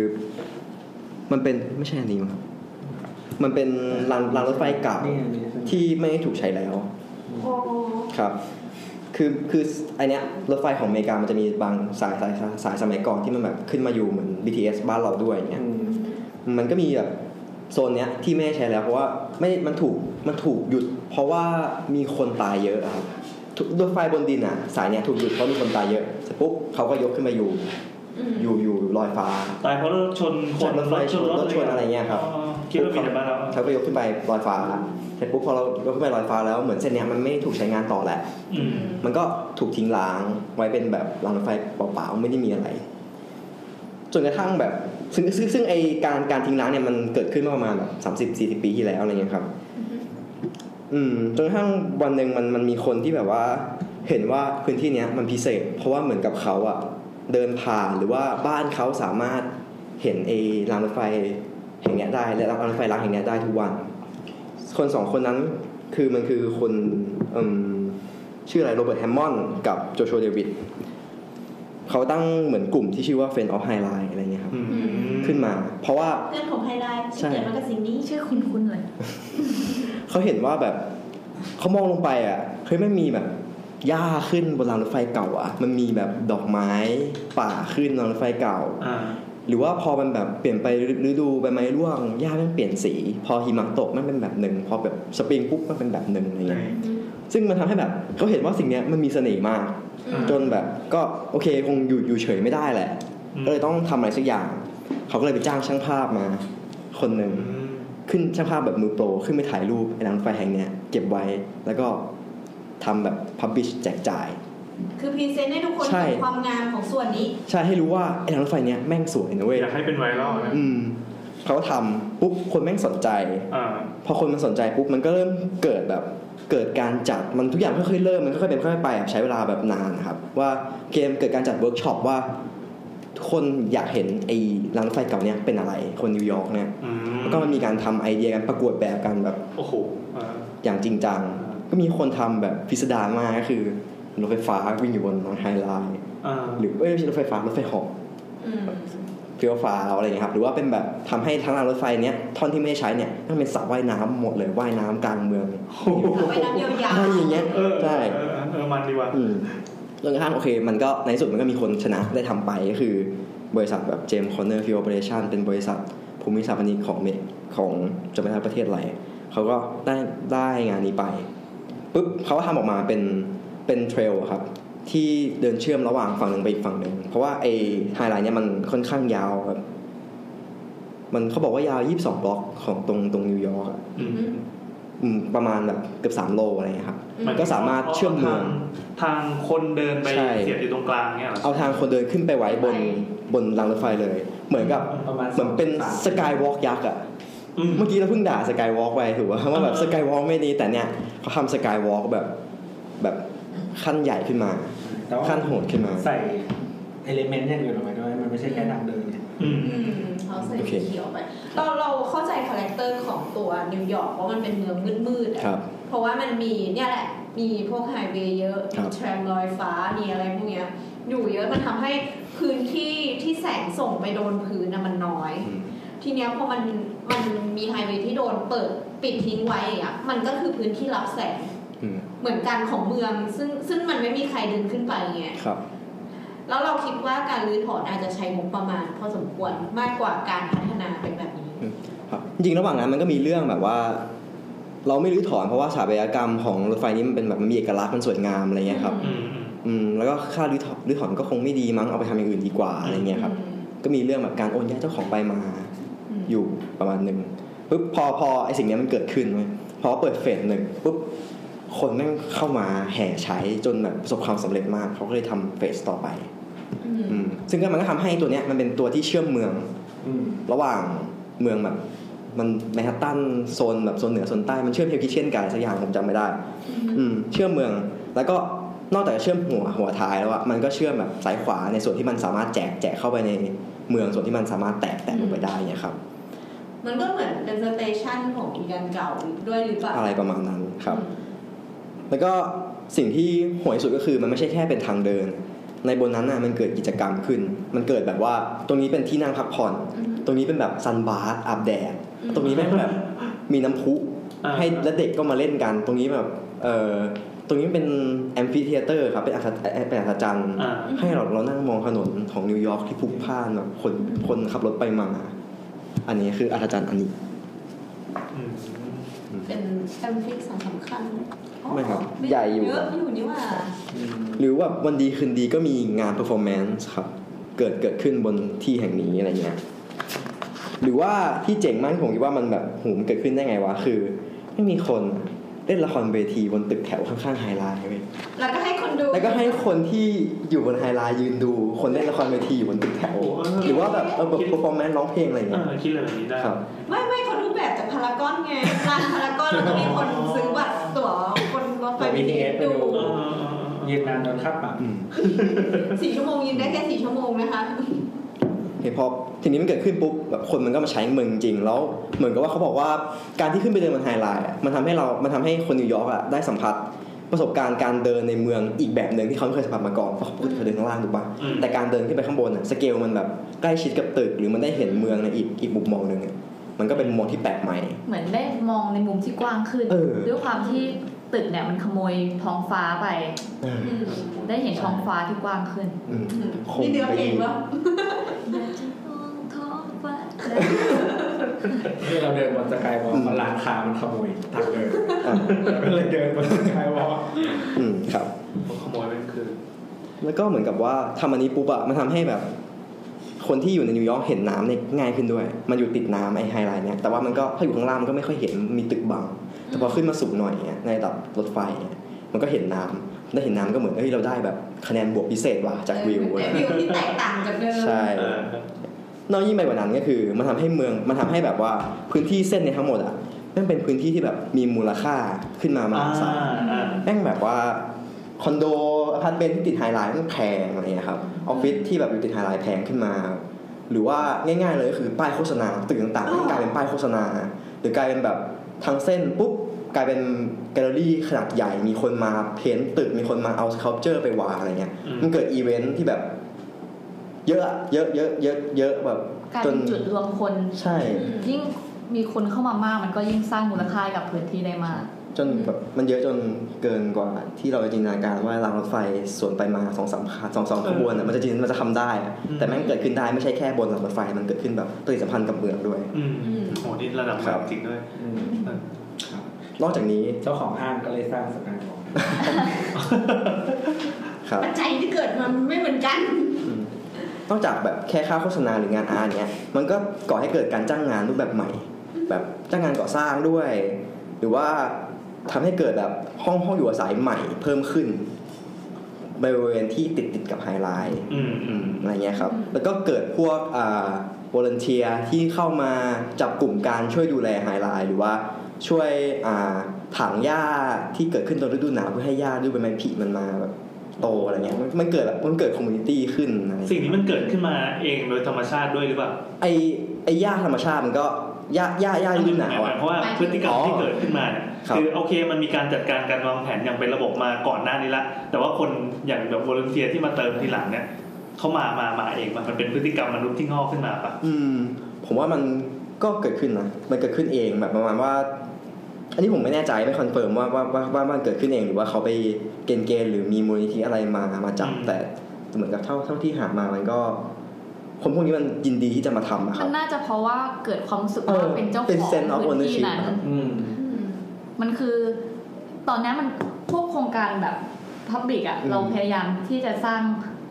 มันเป็นไม่ใช่อันนี้มั้งครับมันเป็นรางรางรถไฟเก่า
นี่ไงนี่ไง
ที่ไม่ถูกใช้แล้ว ครับ คือคือไอเนี้ยรถไฟของอเมริกามันจะมีบางสายสายสายสายสมัยก่อนที่มันแบบขึ้นมาอยู่เหมือน BTS บ้านเราด้วยอย่างเงี้ย มันก็มีแบบโซนเนี้ยที่ไม่ได้ใช้แล้วเพราะว่าไม่มันถูกมันถูกหยุด เพราะว่ามีคนตายเยอะอะครับถูกรถไฟบนดินอ่ะ สายเนี้ยถูกหยุดเพราะมีคนตายเยอะเสร็จปุ๊บเขาก็ยกขึ้นมาอยู่ อยู่อยู่ลอยฟ้า
ตายเพราะรถชนคน
รถไฟชนรถชนอะไรเงี้ยครับ
อ๋อคิดว่ามีแต่บ้านเรา
เขาก็ยกขึ้นไปลอยฟ้าเสร็จปุ๊บพอเรายกขึ้นไปลอยฟ้าแล้วเหมือนเส้นเนี้ยมันไม่ถูกใช้งานต่อแหละ
อืม
มันก็ถูกทิ้งร้างไว้เป็นแบบรางรถไฟเปล่าๆไม่ได้มีอะไร จนกระทั่งแบบ ซึ่งซึ่งซึ่งไอการการทิ้งร้างเนี่ยมันเกิดขึ้นเมื่อประมาณแบบสามสิบสี่สิบปีที่แล้วอะไรเงี้ยครับ อืมจนกระทั่งวันหนึ่งมันมันมีคนที่แบบว่า เห็นว่าพื้นที่เนี้ยมันพิเศษ เพราะว่าเหมือนกับเขาอะเดินผ่านหรือว่าบ้านเขาสามารถเห็นไอรางรถไฟแห่งเนี้ยได้และรางรถไฟร้างแห่งเนี้ยได้ทุกวัน คนสองคนนั้นคือมันคือคนอืม ชื่ออะไรโรเบิร์ตแฮมมอนด์กับโจชัวเดวิดเขาตั้งเหมือนกลุ่มที่ชื่อว่า f r i e n d of High Line อะไรเงี้ยครับ
อืม
ขึ้นมา เพราะว่า
เพื่อนของไฮไลท์
ใช่
ที่เกิดมากับสิ่งนี้
ชื่อคุณคุณเลย
เขาเห็นว่าแบบเขามองลงไปอ่ะเฮ้ยไม่มีแบบหญ้าขึ้นบนรางรถไฟเก่าอ่ะ มันมีแบบดอกไม้ป่าขึ้นรางรถไฟเก่า
อ่า
หรือว่าพอมันแบบเปลี่ยนไปฤดูใบไม้ร่วงหญ้ามันเปลี่ยนสี พอหิมะตกมันเป็นแบบหนึ่งพอแบบสปริงปุ๊บมันเป็นแบบหนึ่งอะไรเงี้ย ซึ่งมันทำให้แบบเขาเห็นว่าสิ่งเนี้ยมันมีเสน่ห์มาก จนแบบก็โอเคคงอยู่อยู่เฉยไม่ได้แหละ ก็เลยต้องทำอะไรสักอย่าง เขาก็เลยไปจ้างช่างภาพมา คนหนึ่ง
อืม
ขึ้นช่างภาพแบบมือโปร ขึ้นไปถ่ายรูปไอ้รางรถไฟแห่งเนี้ยเก็บไว้แล้วก็ทำแบบพับบิชแจกจ่าย
คือพรีเซนต์ให้ทุกคน
ใช่
เห็นความงามของส่วนนี้
ใช่ให้รู้ว่าไอ้รางรถไฟเนี้ยแม่งสวยนะเว้ย
อยากให้เป็นไวรัลนะ
อืมเขาก็ทำปุ๊บคนแม่งสนใจ
อ่า
พอคนมันสนใจปุ๊บมันก็เริ่มเกิดแบบเกิดการจัดมันทุกอย่างค่อยๆเริ่มมันค่อยๆเป็นค่อยๆไปอะใช้เวลาแบบนานนะครับ ว่าเกมเกิดการจัดเวิร์กช็อปว่าทุกคนอยากเห็นไอ้รางรถไฟเก่าเนี้ยเป็นอะไรคนนิวยอร์กเนี่ย
อืม
แล้วก็มันมีการทำไอเดียกันประกวดแบบกันแบบ
โอ้โหอ่า
อย่างจริงจังก็มีคนทำแบบพิสดารมากก็คือรถไฟฟ้าวิ่งอยู่บนรางไฮไลน์
อ่า
<laughs> หรือเอ้ยไม่ใช่รถไฟฟ้ารถไฟเหอก
อืม
เฟียวฟ้าวอะไรอย่างเงี้ยครับหรือว่าเป็นแบบทำให้ทั้งรางรถไฟเนี้ยท่อนที่ไม่ได้ใช้เนี่ยต้องเป็นสระว่ายน้ำหมดเลยว่ายน้ำกลางเมือง
เอาไว้น้ำยาว
อะไรอย่างเงี้ย
เออ
ใช่
เออเออเออมันดีว่ะ
อืมจนกระทั่งโอเค มันก็ในที่สุดมันก็มีคนชนะได้ทำไปก็คือบริษัทแบบเจมส์คอนเนอร์ฟิวออเปอเรชั่นเป็นบริษัทภูมิสถาปนิกของเมของจะไม่ทราบประเทศอะไรเขาก็ได้ได้งานนี้ไปปุ๊บเขาก็ทำออกมาเป็นเป็นเทรลครับ ที่เดินเชื่อมระหว่างฝั่งหนึ่งไปอีกฝั่งหนึ่งเพราะว่าไอ้ไฮไลน์เนี่ยมันค่อนข้างยาวแบบมันเขาบอกว่ายาว 22 บล็อกของตรงตรงนิวยอร์กอะ
อืม
อืมประมาณแบบเกือบ3โลอะไรอย่างเงี้ยครับ
ๆอืม
มันก็สามารถเชื่อมเมือง
ทางคนเดินไป
ใช่
เสียบอยู่ตรงกลางเนี่ยเหรอ
เอาทางคนเดินขึ้นไปไว้บนบนรางรถไฟเลย เหมือนกับ
ประมาณ
เหมือนเป็น
สาม
สกายวอล์กยักษ์อะ
อืม
เมื่อกี้เราเพิ่งด่าสกายวอล์กไปถูกว่าว่าแบบ
เออ
สกายวอล์กไม่ดีแต่เนี่ยเขาทำสกายวอล์กแบบแบบขั้นใหญ่ขึ้นมา
แต่ว่า
ขั้นโหดขึ้นมา
ใส่เอลิเมนต์อย่างอื่นลงไปด้วยมันไม่ใช่แค่ทางเดินเนี่ย
อืม
อืมเขาใส่สีเขียวไปเราเราเข้าใจคาแรคเตอร์ของตัวนิวยอร์กว่ามันเป็นเมืองมืดๆอะ
ครับ
เพราะว่ามันมีเนี่ยแหละ มีพวกไฮเวย์เยอะ
ครั
มี
บ
แทรมลอยฟ้ามีอะไรพวกเนี้ยอยู่เยอะมันทำให้พื้นที่ที่แสงส่งไปโดนพื้นนะมันน้อย
อืม
ทีเนี้ยพอมันมันมีไฮเวย์ที่โดนเปิดปิดทิ้งไว้อย่างเงี้ยมันก็คือพื้นที่รับแสง
อืม
เหมือนกันของเมือง ซึ่งซึ่งมันไม่มีใครเดินขึ้นไปไง
ครับ
แล้วเราคิดว่าการรื้อถอนอาจจะใช้งบประมาณพอสมควรมากกว่าการพัฒนาเป็นแบบนี้
ครับ จริงๆระหว่างนั้นมันก็มีเรื่องแบบว่า เราไม่รื้อถอนเพราะว่าสถาปัตยกรรมของรถไฟนี้มันเป็นแบบมันมีเอกลักษณ์มันสวยงามอะไรเงี้ยครับ
อืมอืม
อืมแล้วก็ค่ารื้อถอนรื้อถอนก็คงไม่ดีมั้งเอาไปทำอย่างอื่นดีกว่าอะไรเงี้ยครับ ก็มีเรื่องแบบการโอนย้ายเจ้าของไปมา อยู่ประมาณหนึ่ง ปุ๊บพอพอไอสิ่งเนี้ยมันเกิดขึ้นเว้ยพอเปิดเฟสหนึ่งปุ๊บคนแม่งเข้ามาแห่ใช้จนแบบประสบความสำเร็จมากเขาก็เลยทำเฟสต่อไปอืมซึ่งก็มันก็ทำให้ตัวเนี้ยมันเป็นตัวที่เชื่อมเมือง
อืม
ระหว่างเมืองแบบมันแมนฮัตตันโซนแบบโซนเหนือโซนใต้มันเชื่อมเฮลคิเชียนกันอะไรสักอย่างผมจำไม่ได้ อืมเชื่อมเมืองแล้วก็นอกจากจะเชื่อมหัวหัวท้ายแล้วอะมันก็เชื่อมแบบซ้ายขวาในส่วนที่มันสามารถแจกแจกเข้าไปในเมืองส่วนที่มันสามารถแตกแตกลงไปได้เนี่ยครับ
มันก็เหมือนเป็นสเตชันของยันเก่าด้วยหรือเปล่า
อะไรประมาณนั้นครับ แล้วก็สิ่งที่ห่วยที่สุดก็คือมันไม่ใช่แค่เป็นทางเดิน ในบนนั้นน่ะมันเกิดกิจกรรมขึ้น มันเกิดแบบว่าตรงนี้เป็นที่นั่งพักผ่อน
อือฮึ
ตรงนี้เป็นแบบซันบาร์อาบแดด
อืม
ตรงนี้แม่งแบบมีน้ำพุ
อ่า
ให้และเด็กก็มาเล่นกัน ตรงนี้แบบเออตรงนี้เป็นแอมฟิเทเตอร์ครับเป็นอัศเป็นอัศจรรย์
อ่า
ให้เราเรานั่งมองถนนของนิวยอร์กที่พลุกพล่านแบบคนคนขับรถไปมา อันนี้คืออัศจรรย์อันนี้
อืม
เป็นแอมฟิกสำคัญอ๋อ
ไม่ครับใหญ่อยู่
เยอะอยู่นี่หว่า
หรือว่าวันดีคืนดีก็มีงาน performance ครับ เกิดเกิดขึ้นบนที่แห่งนี้อะไรเงี้ยหรือว่าที่เจ๋งมากที่ผมคิดว่ามันแบบหูมนเกิดขึ้นได้ไงวะ คือ ไม่มีคนเล่นละครเวทีบนตึกแถวข้างๆไฮไลท์เว้ย
แล้วก็ให้คนดู
แล้วก็ให้คนที่อยู่บนไฮไลท์ยืนดู คนเล่นละครเวทีอยู่บนตึกแถว
โอ้โห
หรือว่าแบบเออแบบ performance ร้องเพลงอะไร
เอ
เงี้ย
อคิดอะไรแบบนี้ได้
ครับ
ไม่ไม่คนรูปแบบจากพารากอนไงร้านพารากอนแล้วก็มีคนซื้อบัตรตั๋วคนรถไฟ
BTS
ดู
ไปดู ยืนนานโดนค่าปรับ
อืม
สี่ชั่วโมงยืนได้แค่สี่ชั่วโมงนะคะ
เฮ้ยพอทีนี้มันเกิดขึ้นปุ๊บแบบคนมันก็มาใช้เมืองจริงแล้ว เหมือนกับว่าเขาบอกว่าการที่ขึ้นไปเดินบนไฮไลท์อะมันทำให้เรา มันทำให้คนนิวยอร์กอ่ะได้สัมผัสประสบการณ์การเดินในเมืองอีกแบบหนึ่งที่เขาไม่เคยสัมผัสมาก่อนเพราะปกติเขาเดินข้างล่างถูกป่ะ
อืม
แต่การเดินขึ้นไปข้างบนอ่ะสเกลมันแบบใกล้ชิดกับตึก หรือมันได้เห็นเมืองในอีกอีกมุมมองหนึ่งอะมันก็เป็นมุมมองที่แปลกใหม่
เหมือนได้มองในมุมที่กว้างขึ้น
เออ
ด้วยความที่ตึกเนี่ยมันขโมยท้องฟ้าไป
อืม
ได้เห็นท้องฟ้าที่กว้างขึ้น
อืมคง
นี่เนื้อเพลง
ไป
วะ
ที่เราเดินบนสกายวอล์กร้านค้ามันขโมยทางเดิน <laughs>
อ่ะ
เราก็เลยเดินบนสกายวอล์ก
อืมครับ
ผมขโมยเป็นคือ
แล้วก็เหมือนกับว่าทำอันนี้ปุ๊บอะมันทำให้แบบ คนที่อยู่ในนิวยอร์กเห็นน้ำเนี่ยง่ายขึ้นด้วย มันอยู่ติดน้ำไอไฮไลท์เนี่ยแต่ว่ามันก็ถ้าอยู่ข้างล่างมันก็ไม่ค่อยเห็นมีตึกบัง แต่พอขึ้นมาสูงหน่อยเนี่ยในระดับรถไฟเนี่ยมันก็เห็นน้ำได้เห็นน้ำก็เหมือนเอ้ยเราได้แบบคะแนนบวกพิเศษว่ะจากวิวอะไร
แต่วิวที่แตกต่างจากเดิม
ใช่ นอกยิ่งไปกว่านั้นก็คือมันทำให้เมืองมันทำให้แบบว่าพื้นที่เส้นในยทั้งหมดอะนั่นเป็นพื้นที่ที่แบบมีมูลค่าขึ้นมามหาศาล แม่งแบบว่าคอนโดอพาร์ตเมนต์ที่ติดไฮไลท์มันแพงอะไรเงี้ยครับออฟฟิศที่แบบอยู่ติดไฮไลท์แพงขึ้นมา หรือว่าง่าย ๆ เลยก็คือป้ายโฆษณาตึกต่างๆมันกลายเป็นป้ายโฆษณา หรือกลายเป็นแบบทางเส้นปุ๊บกลายเป็นแกลเลอรี่ขนาดใหญ่มีคนมาเพ้นท์ตึกมีคนมาเอาสคัลเจอร์ไปวางอะไรเงี้ย
อืม
มันเกิดอีเวนท์ที่แบบ เยอะเยอะเยอะเยอะเยอะแบบ
กลายเป็นจุดรวมคน
ใช่
ยิ่งมีคนเข้ามามากมันก็ยิ่งสร้างมูลค่าให้กับพื้นที่ได้มาก
จนแบบมันเยอะจนเกินกว่าที่เราจะจินตนาการว่ารางรถไฟสวนไปมาสองสามคันสองสองขบวนอ่ะมันจะจินมันจะทำได้อะ
อืม
แต่แม่งเกิดขึ้นได้ไม่ใช่แค่บนรางรถไฟมันเกิดขึ้นแบบปฏิสัมพันธ์กับเมืองด้วย
อืมโหนี่ระดับ
ครับ
จริงด้วย
อืม
เออน
อกจากนี้
เจ้าของห้างก็เลยสร้างสกายวอล์ก
ครับ
ปัจจัยที่เกิดมันไม่เหมือนกัน
อืมนอกจากแบบแค่ค่าโฆษณาหรืองานอาร์ตเนี้ยมันก็ก่อให้เกิดการจ้างงานรูปแบบใหม่ แบบจ้างงานก่อสร้างด้วย หรือว่าทำให้เกิดแบบห้องห้องอยู่อาศัยใหม่เพิ่มขึ้นบริเวณที่ติดติดๆกับไฮไลท์
อืมอืม
อะไรเงี้ยครับ
อืม
แล้วก็เกิดพวกอ่าวอลเนเทียที่เข้ามาจับกลุ่มการช่วยดูแลไฮไลท์หรือว่าช่วยอ่าถางหญ้าที่เกิดขึ้นตอนฤดูหนาวเพื่อให้หญ้าดูเป็นไม้ผลิมันมาแบบโตอะไรเงี้ยมันมันเกิดแบบมันเกิดคอมมูนิตี้ขึ้นอะไร
สิ่งนี้มันเกิดขึ้นมาเองโดยธรรมชาติด้วยหรือเปล่า
ไอไอหญ้าธรรมชาติมันก็หญ้าหญ้าหญ้าฤดูหนาว
หม
อ่ะ
ยเพราะว่าพฤติกรรม
อ๋อ
ที่เกิดขึ้นมาเนี่ย
ครับ
คือโอเคมันมีการจัดการการวางแผนอย่างเป็นระบบมาก่อนหน้านี้ละ แต่ว่าคนอย่างแบบวอลเนเทียที่มาเติมทีหลังเนี่ยเขามามามาเองป่ะมันเป็นพฤติกรรมมนุษย์ที่งอกขึ้นมาป่ะ
อืม ผมว่ามันก็เกิดขึ้นนะมันเกิดขึ้นเองแบบประมาณว่า อันนี้ผมไม่แน่ใจไม่คอนเฟิร์มว่าว่าว่าว่ามันเกิดขึ้นเองหรือว่าเขาไปเกณฑ์เกณฑ์หรือมีมูลนิธิอะไรมามาจับแต่เหมือนกับเท่าเท่าที่หามามันก็ คนพวกนี้มันยินดีที่จะมาทำอะค
มั
รับ
นน่าจะเพราะว่าเกิดความรู้สึก
เออ
ว่าเป็นเจ้าขอ
เป็น
ง
sense of
พื้นที่
ownership
นั้น
อะครับ
อืม
มันคือ ตอนนี้มันพวกโครงการแบบพับบิกอ่ะ
อืม
เราพยายามที่จะสร้าง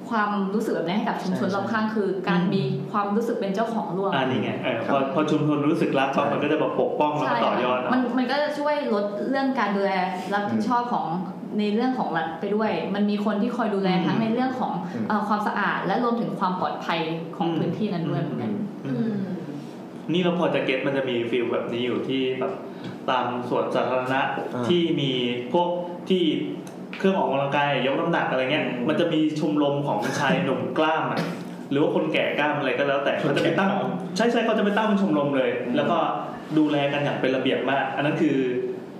ความรู้สึกแบบนี้ให้กับชุมชน
ใช่
รอบข้างคือ การมีความรู้สึกเป็นเจ้าของร่วม
อ่านี่ไงเออพอพอชุมชนรู้สึกรักปั๊บมันก็จะแบบปกป้องแล้ว
ใช่
ก็ต่อยอด
ค่ะ
เอา
มันมันก็จะช่วยลดเรื่องการดูแลรับผิดชอบของในเรื่องของรัฐไปด้วย มันมีคนที่คอยดูแลทั้งในเรื่องของ
อืม
เอ่อความสะอาดและรวมถึงความปลอดภัยของพื้นที่นั้นด้วยเหมือนกัน
อืม นี่เราพอจะเก็ตมันจะมีฟิลแบบนี้อยู่ที่แบบตามสวนสาธารณะ
อ่า
ที่มีพวกที่เครื่องออกกำลังกายยกน้ำหนักอะไรเงี้ย มันจะมีชมรมของชายหนุ่มกล้ามอะหรือว่าคนแก่กล้ามอะไรก็แล้วแต่เขาจะไปตั้ง ใช่ใช่เขาจะไปตั้งเป็นชมรมเลย แล้วก็ดูแลกันอย่างเป็นระเบียบมาก อันนั้นคือ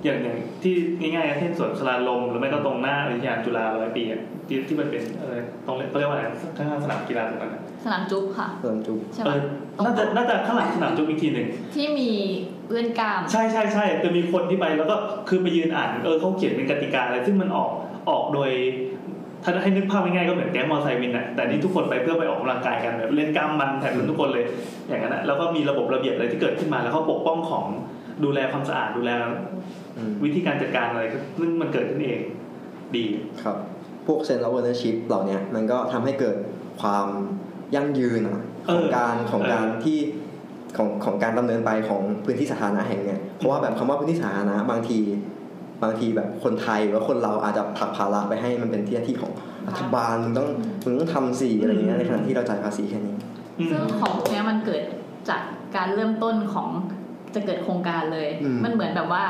อย่างอย่างที่ง่ายๆเช่นสวนสลาลมหรือไม่ก็ตรงหน้าอริยานจุฬาร้อยปีอะที่ที่มันเป็นอะไรตรงเขาเรียกว่าอะไรข้างๆสนามกีฬาตรงนั้นอะ
สนามจุ๊บค่ะ
เติมจุ๊บ
ใช่
เอ
ปะ
อน่าจะน่าจะข้างหลังสนามจุ๊บอีกทีหนึ่ง
ที่มีเล่นกล้าม
ใช่ใช่ใช่แต่มีคนที่ไปแล้วก็คือไปยืนอ่านเออเขาเขียนเป็นกติกาอะไรซึ่งมันออกออกโดย ถ้าให้นึกภาพง่ายๆก็เหมือนแก๊งมอเตอร์ไซค์วินอะแต่นี่ทุกคนไปเพื่อไปออกกำลังกายกันแบบเล่นกล้ามมันแถมทุกคนเลยอย่างนั้นอะแล้วก็มีระบบระเบียบอะไรที่เกิดขึ้นมาแล้วเขาปกป้องของดูแลความสะอาดดูแล
อืม
วิธีการจัดการอะไรซึ่งมันเกิดขึ้นเองดี
ครับ พวกเซนต์ o อ e เนอร์ชิพเหล่าเนี้ยมันก็ทำให้เกิดความยั่งยืนอะ
เอ
ขอ
อง
การของ
เออ
การที่ของของการดำเนินไปของพื้นที่สาธารณะแห่งเนี้ยเพราะว่าแบบคำว่าพื้นที่สาธารณะบางที บางทีแบบคนไทยหรือว่าคนเราอาจจะผลักภาระไปให้มันเป็นที่หน้าที่ของรัฐบาลมึงต้องมึงต้องทำสิอะไรอย่างเงี้ยในขณะที่เราจ่ายภาษีแค่นี้
อืม
ซึ่งของพวกเนี้ยมันเกิดจากการเริ่มต้นของจะเกิดโครงการเลย
อืม
มันเหมือนแบบว่า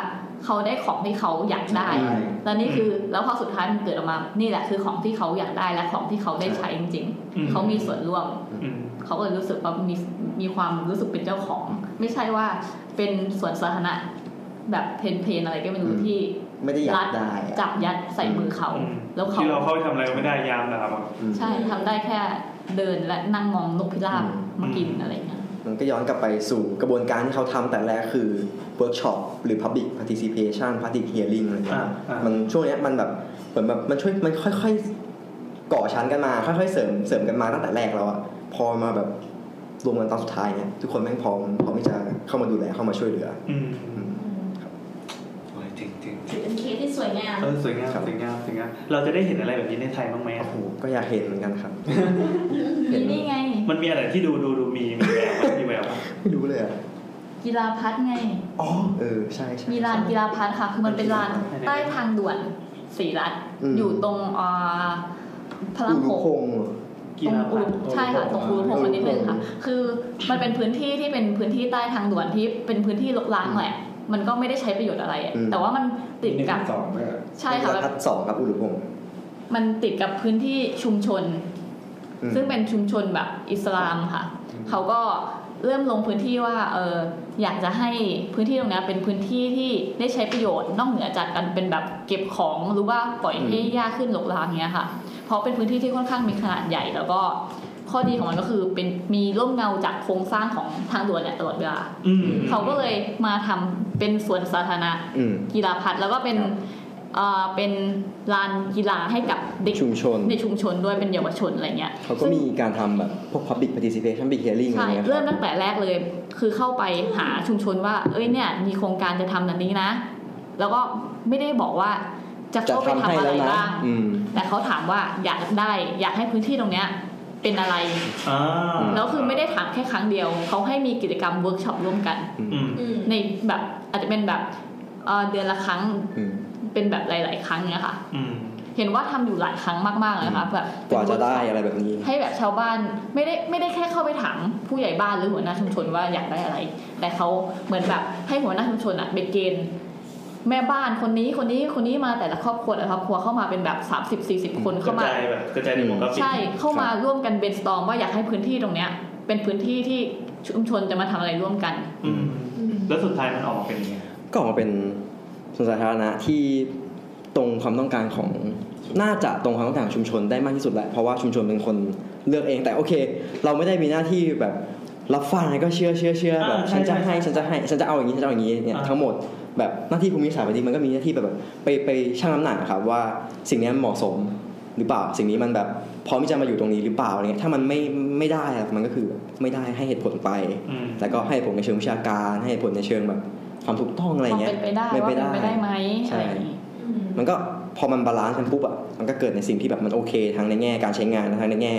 เขาได้ของที่เขาอยากได้
ใช่
แล้วนี่คือแล้วพอสุดท้ายมันเกิดออกมา นี่แหละคือของที่เขาอยากได้และของที่เขาได้ใช้จริง
อืม
ๆ เขามีส่วนร่วม
อืม
เขาก็เลยรู้สึกว่ามีมีความรู้สึกเป็นเจ้าของ ไม่ใช่ว่าเป็นสวนสาธารณะแบบเพลนๆอะไรก็ไม่รู้
อืม
ที่
ไม่ได้อยา
รั
ก
ด
ได้อะ
จับยัดใส่มือเขา
อืม
แล้วเขา
ที่เราเข้าไปทำอะไรก็ไม่ได้ยามนะครับ
อืม
ใช่ทำได้แค่เดินและนั่งมองนกพิราบ
อืม
มากิน
อืม
อะไรอย่างเงี้ย
มันก็ย้อนกลับไปสู่กระบวนการที่เขาทำแต่แรกคือเวิร์กช็อปหรือ Public Participation Public Hearing อะไรอย่างเงี้ย
อ่าอ่ามั
มันช่วงเนี้ยมันแบบเหมือนแบบมันช่วยมันค่อยๆ ก่อชั้นกันมา ค่อยๆ เสริมเสริมกันมาตั้งแต่แรกแล้วอะพอมาแบบรวมกันตอนสุดท้ายเนี่ยทุกคนแม่งพร้อมพร้อมที่จะเข้ามาดูแลเข้ามาช่วยเหลือ
อืม
อืม
โอ้ยจริงจริง
ถือเป็นเคสที่สวยงาม
ๆเออสวยงามสวยงามสวยงามเราจะได้เห็นอะไรแบบนี้ในไทยบ้างไหมอะ
โอ้โหก็อยากเห็นเหมือนกันครับ เห็น
นี่ไง
มันมีอะไรที่ดูดูดูมีมีแววปะมีแววปะ
ไม่รู้เลยอะ
กีฬาพัฒน์ไง
อ๋อ
เออใช่ใช่
มีลานกีฬาพัฒน์ค่ะ คือมันเป็นลานใต้ทางด่วนสีรัฐ
อืม
อยู่ตรงอ่าพระ
อุ
ราม
รุพ
หก
งษ์
กีฬา
ต
พัน
รงอุรุใช่ค่ะตรงอุรุพงศ์มานิดนึงค่ะ คือมันเป็นพื้นที่ที่เป็นพื้นที่ใต้ทางด่วนที่เป็นพื้นที่รกร้างแหละ มันก็ไม่ได้ใช้ประโยชน์อะไรอะ
อืม
แต่ว่ามันติด
หนึ่ง
กับ
สองด้วยอะ
ใช่ค่ะ
รั
แบบ
ฐสองครับอุรุพงษ์
มันติดกับพื้นที่ชุมชน
อืม
ซึ่งเป็นชุมชนแบบอิสลามค่ะ เขาก็เริ่มลงพื้นที่ว่าเอออยากจะให้พื้นที่ตรงเนี้ยเป็นพื้นที่ที่ได้ใช้ประโยชน์นอกเหนือจากการเป็นแบบเก็บของหรือว่าปล่อยให้หญ้าขึ้นรกร้างเงี้ยค่ะ เพราะเป็นพื้นที่ที่ค่อนข้างมีขนาดใหญ่ แล้วก็ข้อดีของมันก็คือเป็นมีร่มเงาจากโครงสร้างของทางด่วนเนี่ยตลอดเวลา
อืม
เขาก็เลยมาทำเป็นสวนสาธารณะ
อืม
กีฬาพัดแล้วก็เป็น
ครับ
เอ่อเป็นลานกีฬาให้กับเด็ก
ชุมชน
ในชุมชนด้วยเป็นเยาวชนอะไรเงี้ย
เขาก็มีการทำแบบพวก Public Participation Big Hearing อะไร
ใช่
เงี้ยค
เริ่
รั
ม
บ
ตั้งแต่แรกเลย คือเข้าไปหาชุมชนว่า เอ้ยเนี่ยมีโครงการจะทำแบบนี้นะ แล้วก็ไม่ได้บอกว่าจะ
จะ
เข้าไป
ทำ
ทำ
ให้
อะไร
แล้วนะ
บ้าง
อืม
แต่เขาถามว่าอยากได้ อยากให้พื้นที่ตรงเนี้ยเป็นอะไร
อ่า
แล้วคือไม่ได้ถามแค่ครั้งเดียว เขาให้มีกิจกรรมเวิร์กช็อปร่วมกัน
อืม
อืม
ในแบบอาจจะเป็นแบบเอ่อเดือนละครั้ง
อืม
เป็นแบบหลาย ๆ ครั้งเนี่ยค่ะ
อืม
เห็นว่าทำอยู่หลายครั้งมากๆเลยนะคะแบบ
ก
เป็น
ว่าจะได้
workshop
อะไรแบบนี้
ให้แบบชาวบ้านไม่ได้ไม่ได้แค่เข้าไปถามผู้ใหญ่บ้านหรือหัวหน้าชุมชนว่าอยากได้อะไร แต่เขาเหมือนแบบให้หัวหน้าชุมชนอะไปเกณฑ์แม่บ้านคนนี้คนนี้คนนี้มาแต่ละครอบครัวแต่ละครอบครัวเข้ามาเป็นแบบ 30 40 คน
ก
เข้า
ระ
มา
จายแบบกระจายในหมวกกราฟิก
ใช่เข้ามาร่วมกันเบนสตอมว่าอยากให้พื้นที่ตรงเนี้ย เป็นพื้นที่ที่ชุมชนจะมาทำอะไรร่วมกัน
อืม แล้วสุดท้ายมันออกมาเป็นยังไง
ก็ออกมาเป็นสวนสาธารณะที่ตรงความต้องการของน่าจะตรงความต้องการของชุมชนได้มากที่สุดแหละเพราะว่าชุมชนเป็นคนเลือกเองแต่โอเค เราไม่ได้มีหน้าที่แบบรับฟังแล้วก็เชื่อเชื่อเชื่อแบบฉันจะให้ฉันจะให้ฉันจะเอาอย่างนี้ฉันจะเอาอย่างนี้เนี่ยทั้งหมดแบบหน้าที่ภูมิศาสตร์แบบนี้มันก็มีหน้าที่แบบแบบไปไปชั่งน้ำหนักอะครับว่าสิ่งเนี้ยเหมาะสมหรือเปล่าสิ่งนี้มันแบบพร้อมที่จะมาอยู่ตรงนี้หรือเปล่าอะไรเงี้ยถ้ามันไม่ไม่ได้อะมันก็คือไม่ได้ให้เหตุผลไป
อืม
แล้วก็ให้ผลในเชิงวิชาการให้ผลในเชิงแบบความถูกต้องอะไรเงี้ย
ความเป็นไปได้
ม่
ว่าเป็นไปได้ไหม
ใช่
อะไรอย่างงี้
มันก็ พอมันบาลานซ์กันปุ๊บอ่ะมันก็เกิดในสิ่งที่แบบมันโอเคทั้งในแง่การใช้งานและทั้งในแง่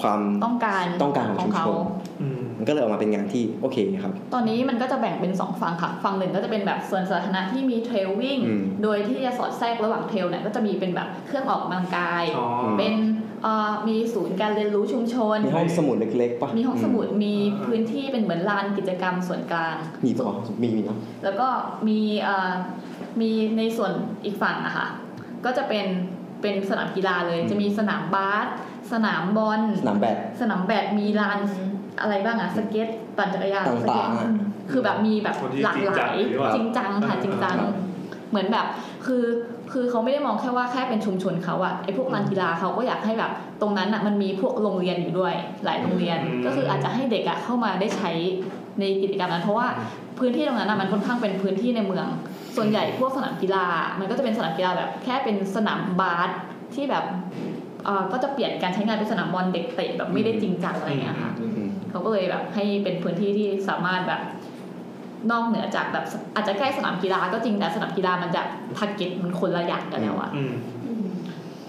ความ
ต้องการ
ต้องการของชุมช
เขา
น
อืม
มันก็เลยออกมาเป็นงานที่โอเคครับ
ตอนนี้มันก็จะแบ่งเป็น 2 ฝั่งค่ะ ฝั่งหนึ่งก็จะเป็นแบบส่วนสาธารณะที่มีเทรลวิ่ง
อืม
โดยที่จะสอดแทรกระหว่างเทรลเนี่ยก็จะมีเป็นแบบเครื่องออกกำลังกาย
อ๋อ
เป็นเอ่อมีศูนย์การเรียนรู้ชุมชน
มีห้องสมุดเล็กๆปะ
มีห้องสมุด มี
อ่า
พื้นที่เป็นเหมือนลานกิจกรรมส่วนกลาง
มีปะมีมีเนาะ
แล้วก็มีเอ่อมีในส่วนอีกฝั่งอะค่ะ ก็จะเป็นเป็นสนามกีฬาเลย
อืม
จะมีสนามบาส สนามบอล
สนามแบด
สนามแบด มีลานอะไรบ้างอะสเก็ต ปั่นจักรยาน
ต่างๆ
สเก็ต
อะ
คือแบบมีแบบ
คนที่
หลากหลาย
จริงจังหรือเปล่า
จริงจังค่ะจริงจัง
อ่า
เหมือนแบบ คือ คือเขาไม่ได้มองแค่ว่าแค่เป็นชุมชนเขาอะไอพวกลานกีฬาเขาก็อยากให้แบบ ตรงนั้นอะมันมีพวกโรงเรียนอยู่ด้วย หลายโรงเรียน
อืม
ก็คืออาจจะให้เด็กอะเข้ามาได้ใช้ในกิจกรรมนั้น เพราะว่าพื้นที่ตรงนั้นอะมันค่อนข้างเป็นพื้นที่ในเมือง ส่วนใหญ่พวกสนามกีฬา มันก็จะเป็นสนามกีฬาแบบ แค่เป็นสนามบาสที่แบบเอ่อก็จะเปลี่ยนการใช้งานเป็นสนามบอลเด็กเตะแบบไม่ได้จริงจังอะไรอย่างเงี้ยค่ะ
อืม
เขาก็เลยแบบให้เป็นพื้นที่ที่สามารถแบบนอกเหนือจากแบบอาจจะใกล้สนามกีฬาก็จริงแต่สนามกีฬามันจะทาร์เก็ตมันคนละอย่างกันแล้วอะ
อืม
อืม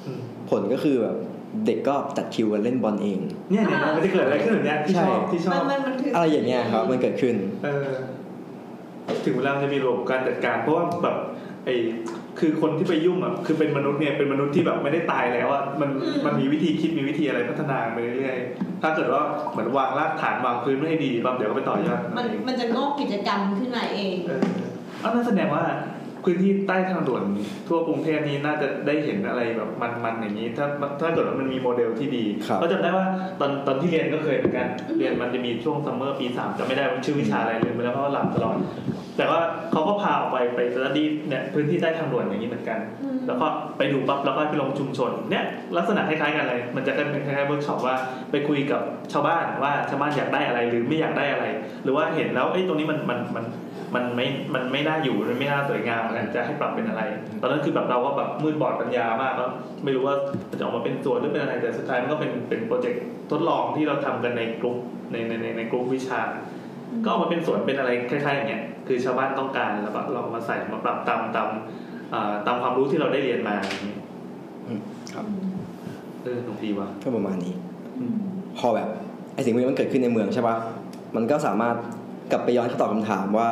อืม
ผลก็คือแบบเด็กก็จัดคิวกันเล่นบอลเอง
เนี่ยเนี่ยมันจะเกิดอะไรขึ้นแบบเนี้ยที่ชอบ
ใช่
ที่ชอ
มั
บ
นมันมันคือ
อะไรอย่างเงี้ยครับมันเกิดขึ้น
เออถึงเวลามันจะมีระบบการจัดการ เพราะว่าแบบไอ้คือคนที่ไปยุ่งอ่ะคือเป็นมนุษย์เนี่ยเป็นมนุษย์ที่แบบไม่ได้ตายแล้วอ่ะมันมันมีวิธีคิดมีวิธีอะไรพัฒนาไปเรื่อยๆถ้าเกิดว่าเหมือนวางรากฐานวางพื้นไม่ให้ดีปั๊บเดี๋ยวก็ไปต่อยอด
มัน
เอง
มันจะงอกกิจกรรมขึ้นมาเอง
เอออ้าวนั่นแสดงว่าพื้นที่ใต้ทางด่วนทั่วกรุงเทพนี้น่าจะได้เห็นอะไรแบบมันๆอย่างนี้ ถ้าถ้าเกิดว่ามันมีโมเดลที่ดี
ครับ
ก็จำได้ว่าตอนตอนที่เรียนก็เคยเหมือนกัน เรียนมันจะมีช่วงซัมเมอร์ปีสามจำไม่ได้ว่าชื่อวิชาอะไรเรียนไปแล้วเพราะว่าหลับตลอด แต่ว่าเขาก็พาออกไปไปสตดี้เนี่ยพื้นที่ใต้ทางด่วนอย่างนี้เหมือนกัน
อืม
แล้วก็ไปดูปั๊บแล้วก็ไปลงชุมชนเนี่ยลักษณะคล้ายๆกันเลยมันจะเป็นคล้ายๆเวิร์กช็อปว่าไปคุยกับชาวบ้านว่าชาวบ้านอยากได้อะไรหรือไม่อยากได้อะไร หรือว่าเห็นแล้วไอ้ยตรงนี้มันมันมันมันไม่มันไม่น่าอยู่มันไม่น่าสวยงามอะไรจะให้ปรับเป็นอะไร ตอนนั้นคือแบบเราก็แบบมืดบอดปัญญามากแล้วไม่รู้ว่าจะออกมาเป็นสวนหรือเป็นอะไรแต่สุดท้ายมันก็เป็นเป็นโปรเจกต์ทดลองที่เราทำกันในกลุ่มในในในในกลุ่มวิชา ก็ออกมาเป็นสวนเป็นอะไรคล้ายๆอย่างเงี้ยคือชาวบ้านต้องการแล้วก็เราเอามาใส่มาปรับตามตามเอ่อตามความรู้ที่เราได้เรียนมาอย่างเงี้ย
อืมครับ
เออหนุกดีว่ะ
ก็ประมาณนี้ พอแบบไอสิ่งพวกนี้มันเกิดขึ้นในเมืองใช่ปะมันก็สามารถกลับไปย้อนเข้าตอบคำถามว่า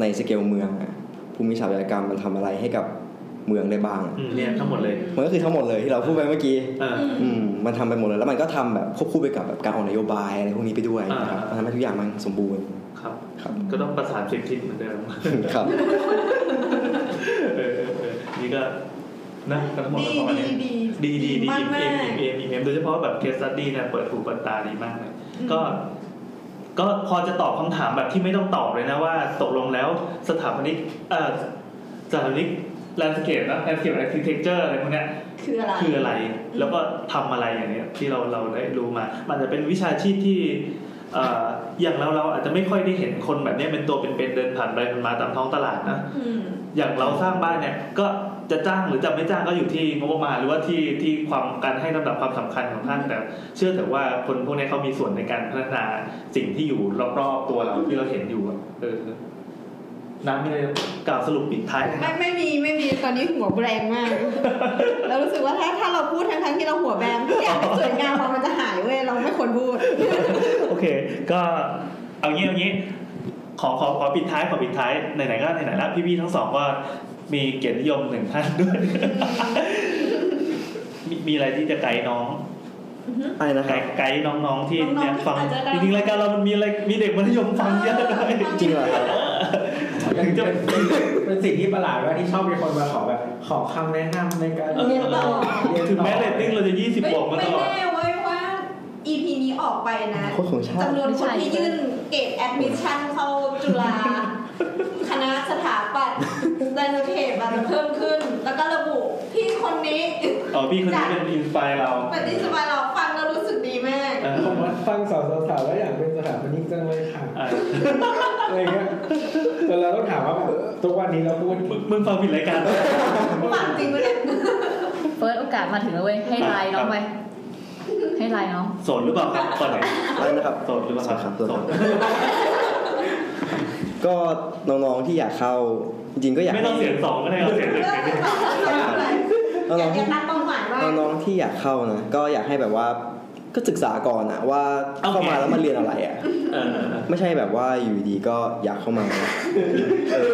ในสเกลเมืองอะภูมิศาสตร์วิทยากรรมมันทำอะไรให้กับเมืองได้บ้างอะ
อืมเนี่ยทั้งหมดเลย
มันก็คือทั้งหมดเลยที่เราพูดไปเมื่อกี้
เออ
อืมมันทำไปหมดเลยแล้วมันก็ทำแบบควบคู่ไปกับแบบการออกนโยบายอะไรพวกนี้ไปด้วยนะครับ
อ่า
มันทำให้ทุกอย่างมันสมบูรณ์ <laughs>
ครับ
ครับ
ก็ต้องประสานสิบทิศเหมือนเดิม
ครับ
เออเออเออนี่ก็นะก็ทั้งหมด
ดี
ก็ประมาณนี้
ดี
ดี
ดี
ดีดี
มาก
อิ่ม
มาก
เอมอิ่มเอมอิ่มเอมโดยเฉพาะแบบเคสตัดดี้เนี่ยเปิดหูเปิดตาดีมากเลยก็ ก็พอจะตอบคำถามแบบที่ไม่ต้องตอบเลยนะว่าตกลงแล้วสถาปนิกเอ่อสถาปนิกแลนด์สเคปนะแลนด์สเคปอาร์คิเทคเจอร์อะไรพวกเนี้ย
คืออะไร
คืออะไร แล้วก็ทำอะไรอย่างเนี้ยที่เราเราได้รู้มา มันอาจจะเป็นวิชาชีพที่เอ่ออย่างเราเราอาจจะไม่ค่อยได้เห็นคนแบบเนี้ยเป็นตัวเป็นๆเดินผ่านไปผ่านมาตามท้องตลาดนะ
อืม
อย่างเราสร้างบ้านเนี่ยก็จะจ้างหรือจะไม่จ้างก็อยู่ที่งบประมาณหรือว่าที่ที่ความการให้ลำดับความสำคัญของท่านแต่เชื่อแต่ว่าคนพวกนี้เขามีส่วนในการพัฒนาสิ่งที่อยู่รอบๆตัวเราที่เราเห็นอยู่อะเออน้ำมีอะไรกล่าวสรุปปิดท้ายนะค
ไม่
รับ
ไม่มีไม่มีตอนนี้หัวแบรงมาก เรารู้สึกว่าถ้าถ้าเราพูดทั้งทั้งๆที่เราหัวแบรงทุกอย่างมันสวยงามเรามันจะหายเว้ยเราไม่ควรพูด
โอเค ก็เอางี้เอางี้ ขอขอขอปิดท้ายขอปิดท้ายไหนๆก็ไหนๆแล้วพี่ๆทั้งสองก็มีเกียรตินิยมหนึ่งท่านด้วย <laughs> มีมีอะไรที่จะไกด์น้อง
อะไรนะค
ไก
รับ
ด์ไกด์น้องๆที่
น้องๆ
เนี่ย
ที่
ฟัง
อาจจะได้
จริงๆรายการเรามันมีอะไรมีเด็กมัธยมฟังเยอะเลย
จริงเหรอครับ
เป็นเป็นเป็นสิ่งที่ประหลาดว่าที่ชอบมีคนมาขอแบบขอคำแนะนำในการ
เรียนต่อ
เรียน
ถึง
ต่อ
แม้เรตติ้งเราจะ 20บวกมา
ไม่
ตลอด
แน่เว้ยว่า EP นี้ออกไปนะ
โคตรของชาติ
จำนวนคนที่ยื่นเกรดแอดมิชชั่นเข้าจุ
<laughs>
ฬาคณะสถาปัตย์ไดโนเทปมันเพิ่มขึ้น แล้วก็ระบุพี่คนนี้
อ๋อพี่คนนี้เป็นอินสปายเรา
ปฏิสบายเราฟังแล้วรู้สึกดีมาก
เออ
ผมว่าฟังสาวสาวๆแล้วอยากเป็นสถาปนิกจังเลยค่ะ
อ่ะ
อะไรเงี้ยจนเราต้องถามว่าแบบทุกวันนี้เราพูด
มึงมึงฟังผิดรายการ
ฟังจริงไหมเนี่ย
เฟิร์สโอกาสมาถึงแล้วเว้ยให้ไลน์น้องไปให้ไลน์น้อง
โสดหรือเปล่าครับตอนไหน
อะไรนะครับ
โสดหรือเปล่า
ส
ค
ดครั
รั
บบ สด
โสด
ก็น้องๆที่อยากเข้าจริงๆก็อยาก
ไม่
ให้
ต้องเสียงสองก็ได้เอาเสียงหนึ่งก็ได้
เอา
อ
ล
ยา
อก ง
จะตั้งเป้าหมายว่า
น้องๆที่อยากเข้านะก็อยากให้แบบว่าก็ศึกษาก่อนอะว่าเข้ามาแล้วมันเรียนอะไรอะ
เออ
ไม่ใช่แบบว่าอยู่ดีๆก็อยากเข้ามาเออ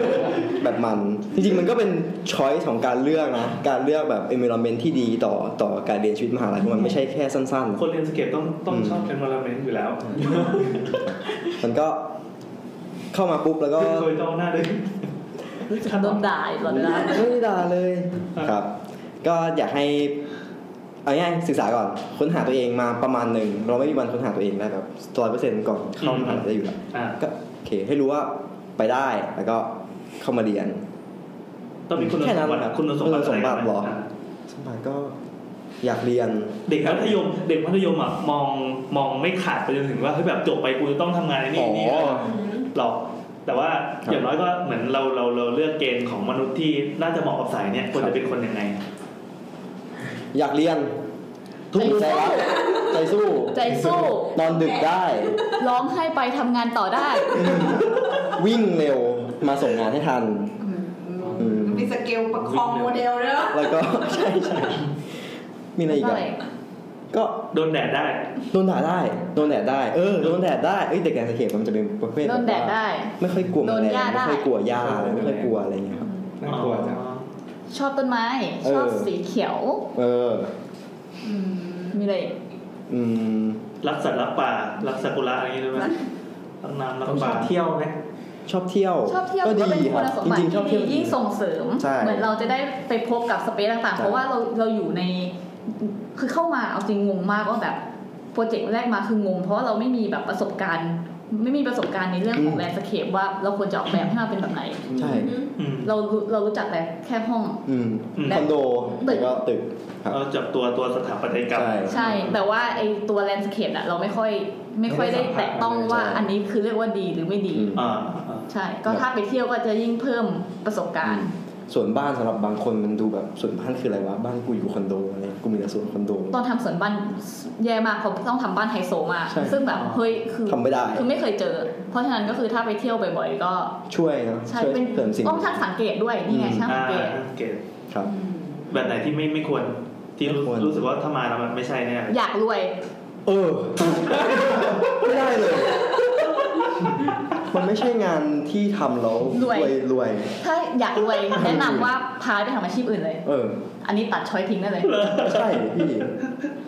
แบบมันจริงๆมันก็เป็นช้อยของการเลือกนะการเลือกแบบ environment ที่ดีต่อต่อการเรียนชีวิตมหาลัยของมันไม่ใช่แค่สั้น
คนเรียนสเก็ตต้องต้องชอบ environment อยู่แล้ว
ๆ มันก็เข้ามาปุ๊บแล้วก็
<laughs> โดยจ้องหน้าด้วย
รู้สึกโดนด่าอยู่ตลอดเวลา
ไม่ได้ด่าเลยครับ ก็อยากให้เอาง่ายๆศึกษาก่อนค้นหาตัวเองมาประมาณหนึ่งเราไม่มีวันค้นหาตัวเองได้แบบร้อยเปอร์เซ็นต์ก่อนเข้ามหาลัยได้อยู่แล้ว
อ่ะ
ก็โอเคให้รู้ว่าไปได้แล้วก็เข้ามาเรียน
ต้องมีคุณส
แค่
ม
นั้น
บัติ
ครับ
คุณสมบัติ
คุณสมบัติเหรอ
ะไนะ
สมัยก็อยากเรียน
เด็กมัธยมเด็กมัธยมอ่ะมองมองไม่ขาดไปจนถึงว่าเฮ้ยแบบจบไปกูจะต้องทำงานในนี่นี่
อ๋อ
หรอกแต่ว่า
ครับ
อย่างน้อยก็เหมือนเราเราเราเลือกเกณฑ์ของมนุษย์ที่น่าจะเหมาะกับสายเนี่ยควร
ครับ
จะเป็นคนยังไง
อยากเรียน ทุกคนใจรักใจสู้
ใจสู้
นอนดึกได้
ร้องไห้ไปทำงานต่อได้
วิ่งเร็วมาส่งงานให้ทัน
อืมมีสเกลประคองโมเดลเนอะ
แล้วก็ <laughs> ใช่ใช่มีอะไรอีก
ก็
อะ
เลย
ก็
โดนแดดได้
โดนด่าได้โดนแดดได้เออโดนแดดได้เอ้ยเด็กแอนสเก็ตมันจะเป็นประเภท
โดนแดดได้
ไม่ค่อยกลัวแมล
โดนหญ้าง ได้
ไม่ค่อยกลัวหญ้าไม่ค่อยกลัวอะไรอย่างเงี้ยครับ
น่ากลัวจัง
ชอบต้นไม้ ชอบ
เออ
สีเขียว
เออ
มีอะไรอีก
อืม
รักสัตว์รักป่า รักซากุระอะไรอย่างเงี้ยใช่ไหมรักน้ำรัก
ต้องช
ป่า
อบเที่ยวไหม
ชอบเที่ยว
ชอบเที่ยว
ก็
ก็
ดี
เป็น
ค
คุ
รับ
ณสม
จ
บัติ
ริงๆชอบเที่ย
ที่
ว
ดียิ่งส่งเสริม
ใช่
เหมือนเราจะได้ไปพบกับสเปซต่างๆ
ใช่
เพราะว่าเราเราอยู่ใน คือเข้ามาเอาจริงงงมากว่าแบบโปรเจกต์แรกมาคืองง เพราะว่าเราไม่มีแบบประสบการณ์ ไม่มีประสบการณ์ในเรื่องของแลนด์สเคปว่าเราควรจะออกแบบให้มันเป็นแบบไหน
ใช่
อืม
เรารู้เรารู้จักแต่แค่ห้อง
อืม
อืม
คอนโด
ตึ
แล้ว
ก
ก็ตึกครับ
เราจับตัวตัวสถาปัตยกรรม
ใช่
ใช่ แต่ว่าไอตัวแลนด์สเคปอะเราไม่ค่อยไม่ค่อยได้แตะต้องว่า
ใช่
อันนี้คือเรียกว่าดีหรือไม่ดี
อืม
อ่าอ่า
ใช่ ก็ถ้าไปเที่ยวก็จะยิ่งเพิ่มประสบการณ์
ส่วนบ้านสำหรับบางคนมันดูแบบส่วนบ้านคืออะไรวะบ้านกูอยู่คอนโดอะไรกูมีแต่ส่วนคอนโด
ตอนทำสวนบ้านแย่มากเพราะต้องทำบ้านไฮโซมาก
ใช่
ซึ่งแบบเฮ้ยคือ
ทำไม่ได้
คือไม่เคยเจอ เพราะฉะนั้นก็คือถ้าไปเที่ยวบ่อยๆ ก็
ช่วยนะ
ใช่
ช่วย
เป็น
เสริมสิ่ง
ต้องช่างสังเกตด้วยนี่ไงช่างสังเกต
สังเกต
ครับ
แบบไหนที่ไม่ไม่ควรที่รู้
ไม่ควร
รู้สึกว่าถ้ามาแล้วมันไม่ใช่แน่
อยากรวย
เออ ไม่ได้เลย มันไม่ใช่งานที่ทำแล้ว
รวย
รวย
ถ้าอยากร
<laughs>
วยแนะนำว่าพาไปทำอาชีพอื่นเลย
เออ
อันนี้ตัดช้อยทิ้งได้เลย
ใช่พี่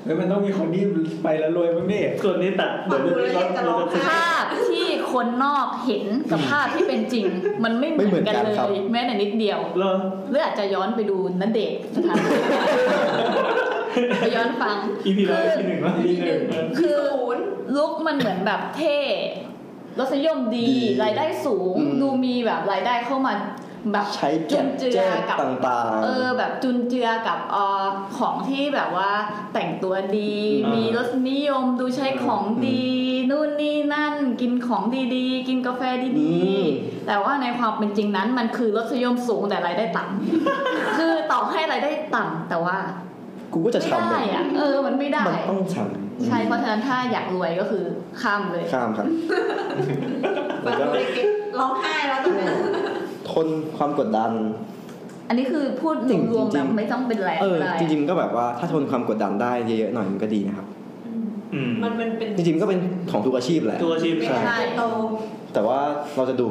เฮ้ยมันต้องมีคนที่ไปแล้วรวยบ้างนี่
ส่วนนี้ตัดเดี๋ยวเรื่องนี้เราเราจะ
ภาพที่คนนอกเห็นกับภาพที่เป็นจริง มันไม่เห
ไม่เหมื
มือ
อน
นกัน
กัน
เล
ครับ
ย แม้แต่นิดเดียว
เลิก
หรืออาจจะย้อนไปดูนัเดชน์
<laughs>
สถานไปย้อนฟัง
อีพีแล้วอีพีหนึ่งวะอีพีหนึ่งเออ
คือลุกมันเหมือนแบบเท่รสนิยมดี
ดี
รายได้สูง
อืม
ดูมีแบบรายได้เข้ามาแบบ
ใช้
จุ
แก๊
น
บ
เจื
แจ๊
อบ กับ
ต่างๆ
เออแบบจุนเจือกับเออของที่แบบว่าแต่งตัวดี
อ่ามี
มีรสนิยมดูใช้ของดี นู่นนี่นั่น กินของดีๆ กินกาแฟดี
อืม
ๆ แต่ว่าในความเป็นจริงนั้นมันคือรสนิยมสูงแต่รายได้ต่ำ <laughs> คือต่อให้รายได้ต่ำแต่ว่า
กูก็จะ
ไม่
ทำ
ได้อะเออมันไม่ได้
มันต้องทำ
ใช่เพราะฉะนั้นถ้าอยากรวยก็คือข้ามเลย
ข้ามครับ
ฟังดูเด็กๆร้องไห้แล้วตอนนี้
ทนความกดดัน
อันนี้คือพูด
จริง
รวมๆ
จริ
แบ
ง
บไม่ต้องเป็นแรง
เออ
ได้
จริง ๆ ก็แบบว่าถ้าทนความกดดันได้เยอะๆหน่อยมันก็ดีนะครับ
อืม
มันมันเป็น
จริงๆก็เป็นของทุกอาชีพแหละ
ตัวชีพ
เป็นการโต
แต่ว่าเราจะดู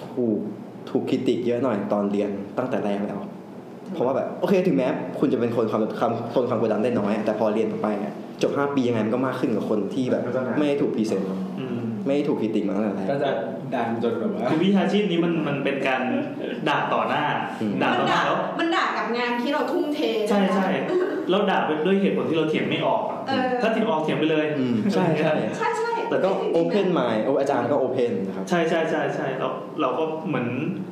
ถูกถูกคริติกเยอะหน่อยตอนเรียนตั้งแต่แรกแล้ว เพราะว่าแบบโอเคถึงแม้คุณจะเป็นคนความความทนความกดดันได้น้อยอะแต่พอเรียนไปอะจบ 5 ปียังไงมันก็มากขึ้นกว่าคนที่แบบ ไม่ได้ถูกพรีเซนต์
อืม
ไม่ได้ถูกคริติกมาตั้งแต่แรก
ก็จะดันจนแบบว่า
คือวิชาชีพนี้มันมันเป็นการด่าต่อหน้า
อืม
ด่าต่
มัน
อหน้า
ด่า
แล้ว
มันด่ากับงานที่เราทุ่มเท
ใช่ใช่แล้วด่าไปด้วยเหตุผลที่เราเถียงไม่ออกอะ
เออ
ถ้าเถียงออกเถียงไปเลย
อืมใช่ใช่
ใช่ใช่
แต่ก็โอเพนไมล์อาจารย์ก็โอเพนนะครับ
ใช่ใช่ใช่ใช่เราเราก็เหมือน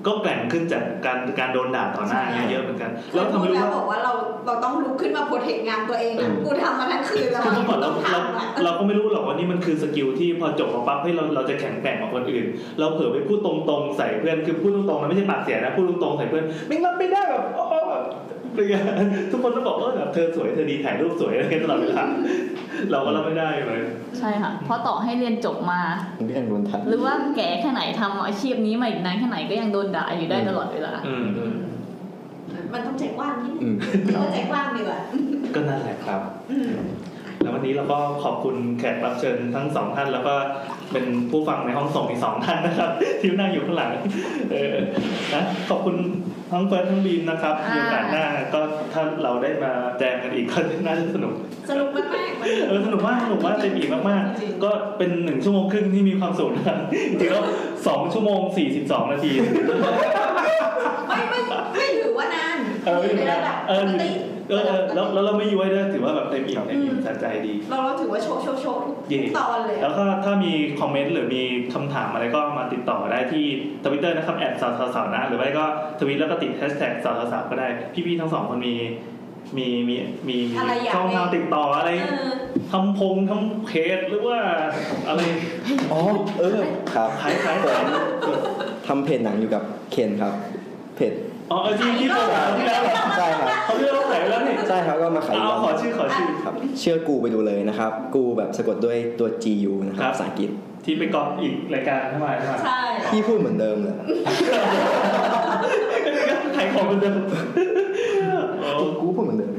ก็แกร่งขึ้นจากการการโดนด่าต่อหน้าเนี่ยเยอะเหมือนกัน
แล้
แล้ว ว
พู
ทำ
ด
ให้
แล้
รู้ว่า
วบอกว่าเราเราต้องลุกขึ้นมาโปรเทคงานตัวเองอะกูทำมาทั้งคืนแล้ว
คือเมื่อก่อนเรา
ต้อง
เรา
ทำอะ
เราก็ไม่รู้หรอกว่านี่มันคือสกิลที่พอจบมาปั๊บให้ยเราเราจะแข็งแกร่งกว่าคนอื่น เราเผลอไปพูดตรงๆใส่เพื่อนคือพูดตรงๆนะไม่ใช่ปากเสียนะพูดตรงๆใส่เพื่อนไม่งรับไม่ได้แบบอ้อแบบ เลยอะทุกคนต้องบอกเออแบบเธอสวยเธอดีถ่ายรูปสวยอะไรกันตลอดเวลาเราก็รับไม่ได้เลย
ใช่ค่ะ เพราะต่อให้เรียนจบมา
เรื่องโดนทัด
หรือว่าแก่แค่ไหนทำอาชีพนี้มาอีกนานแค่ไหนก็ยังโดนด่าอยู่ได้ตลอดเวลา
อืม
มันต้องใจกว้างนิดนึ
อื
ง
ม
ต้องใจกว้างดีกว่า
ก็นั่นแหละครับ แล้ววันนี้เราก็ขอบคุณแขกรับเชิญทั้งสองท่าน แล้วก็เป็นผู้ฟังในห้องส่งอีกสองท่านนะครับ <laughs> ที่นั่งอยู่ข้างหลังเออนะขอบคุณทั้งเฟิร์สทั้งบีมนะครับ
อ่า
มีโอกาสหน้าก็ถ้าเราได้มาแจมกันอีกก็น่าจะสนุก
สนุกมากๆวันนี้
เออสนุกมากสนุกมากเต็มอิ่มมากๆ ก็เป็นหนึ่งชั่วโมงครึ่งที่มีความสุขนะครับ <laughs> จริงๆแล้วสองชั่วโมงสี่สิบสอง <laughs> นาที
ไม่ไม่ไม่ถือว่านาน
เออไม่
ยู่
เป็น
ใน
ไร
ระดับ
เออ
ปกติ
เออเออแล้วแล้วเราไม่ย้วยด้วยถือว่าแบบเต็มอิ่มเต็มอิ่มสะใจดี
เราเราถือว่าโชว์โชว์โชว์ทุก
เย่
ตอนเลย
แล้วก็ถ้ามีคอมเมนต์หรือมีคำถามอะไรก็มาติดต่อได้ที่ทวิตเตอร์นะครับแอดสาวสาวนะ หรือไม่ก็ทวิตแล้วก็ติดแฮชแท็กสาวสาวก็ได้ พี่ๆทั้งสองคนมีมีมีมีมี
อะไรอยาก
ช่องทางติดต่ออะไร
เออ
ทำพงทำเพจหรือว่าอะไร
อ๋อ เออ ครับ
ขายขาย
ผ
ขาย
มทำเพจหนังอยู่กับเคนครับ เพจ
อ๋อเออที่ที่โปรโมทที่แล้วเหรอ
ใช่ครับ
เขาเรียกว่าขายไปแล้วนี่
ใช่ครับก็มาขาย
เอาขอชื่อขอชื่อ
ครับ เชื่อกูไปดูเลยนะครับ กูแบบสะกดด้วยตัว G U นะค
ครั
รับบ ภาษาอังกฤษ
ที่ไปกอบอีกรายการทำไมทำไม
ใช่
พี่พูดเหมือนเดิมเลย
ขายของเหมือนเดิมโอ้
กูพูดเหมือนเดิม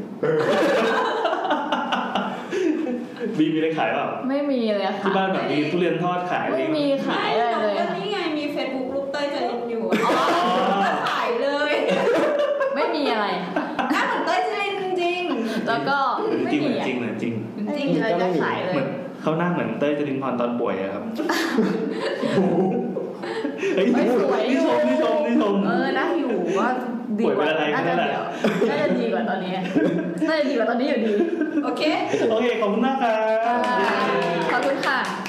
บีมีอะไรขายเปล่า
ไม่มีเลยค่ะ
ที่บ้านแบบมีทุเรียนทอดขายอะร
ไม่
อย่าง
มี
งี้
ขายอะไรเลย
ก็นี่ไงมีเฟซบุ๊กรูปเต้ยจะลงอยู่อ๋อขายเลย
ไม่มีอะไรค่ะ
น่าเหมือนเต้ยจะเล่นจริง
แล้วก็ไม่
จริงเห
มี
มือน
อะ
จริงเหมือนจริง
ไม่มีอะไรจะขายเล
เหมือย นเขานั่งเหมือนเต้ยจรินพรตอนป่วยอะครับเฮ้ย
เฮ้ยสวยอ
นี่
ยู่
ชมนี่ชมนี่ชม
เออน่าอยู่ว่าดีก
ป่วยเป็
ว่าน
อะไร
น่าจะ
นั่นแหละ
เดี๋ยวน่าจะดีกว่าตอนนี้น่าจะดีกว่าตอนนี้อยู่ดี
ๆ โอเค
โอเค ขอบคุณมากครับ
ขอบคุณค่ะ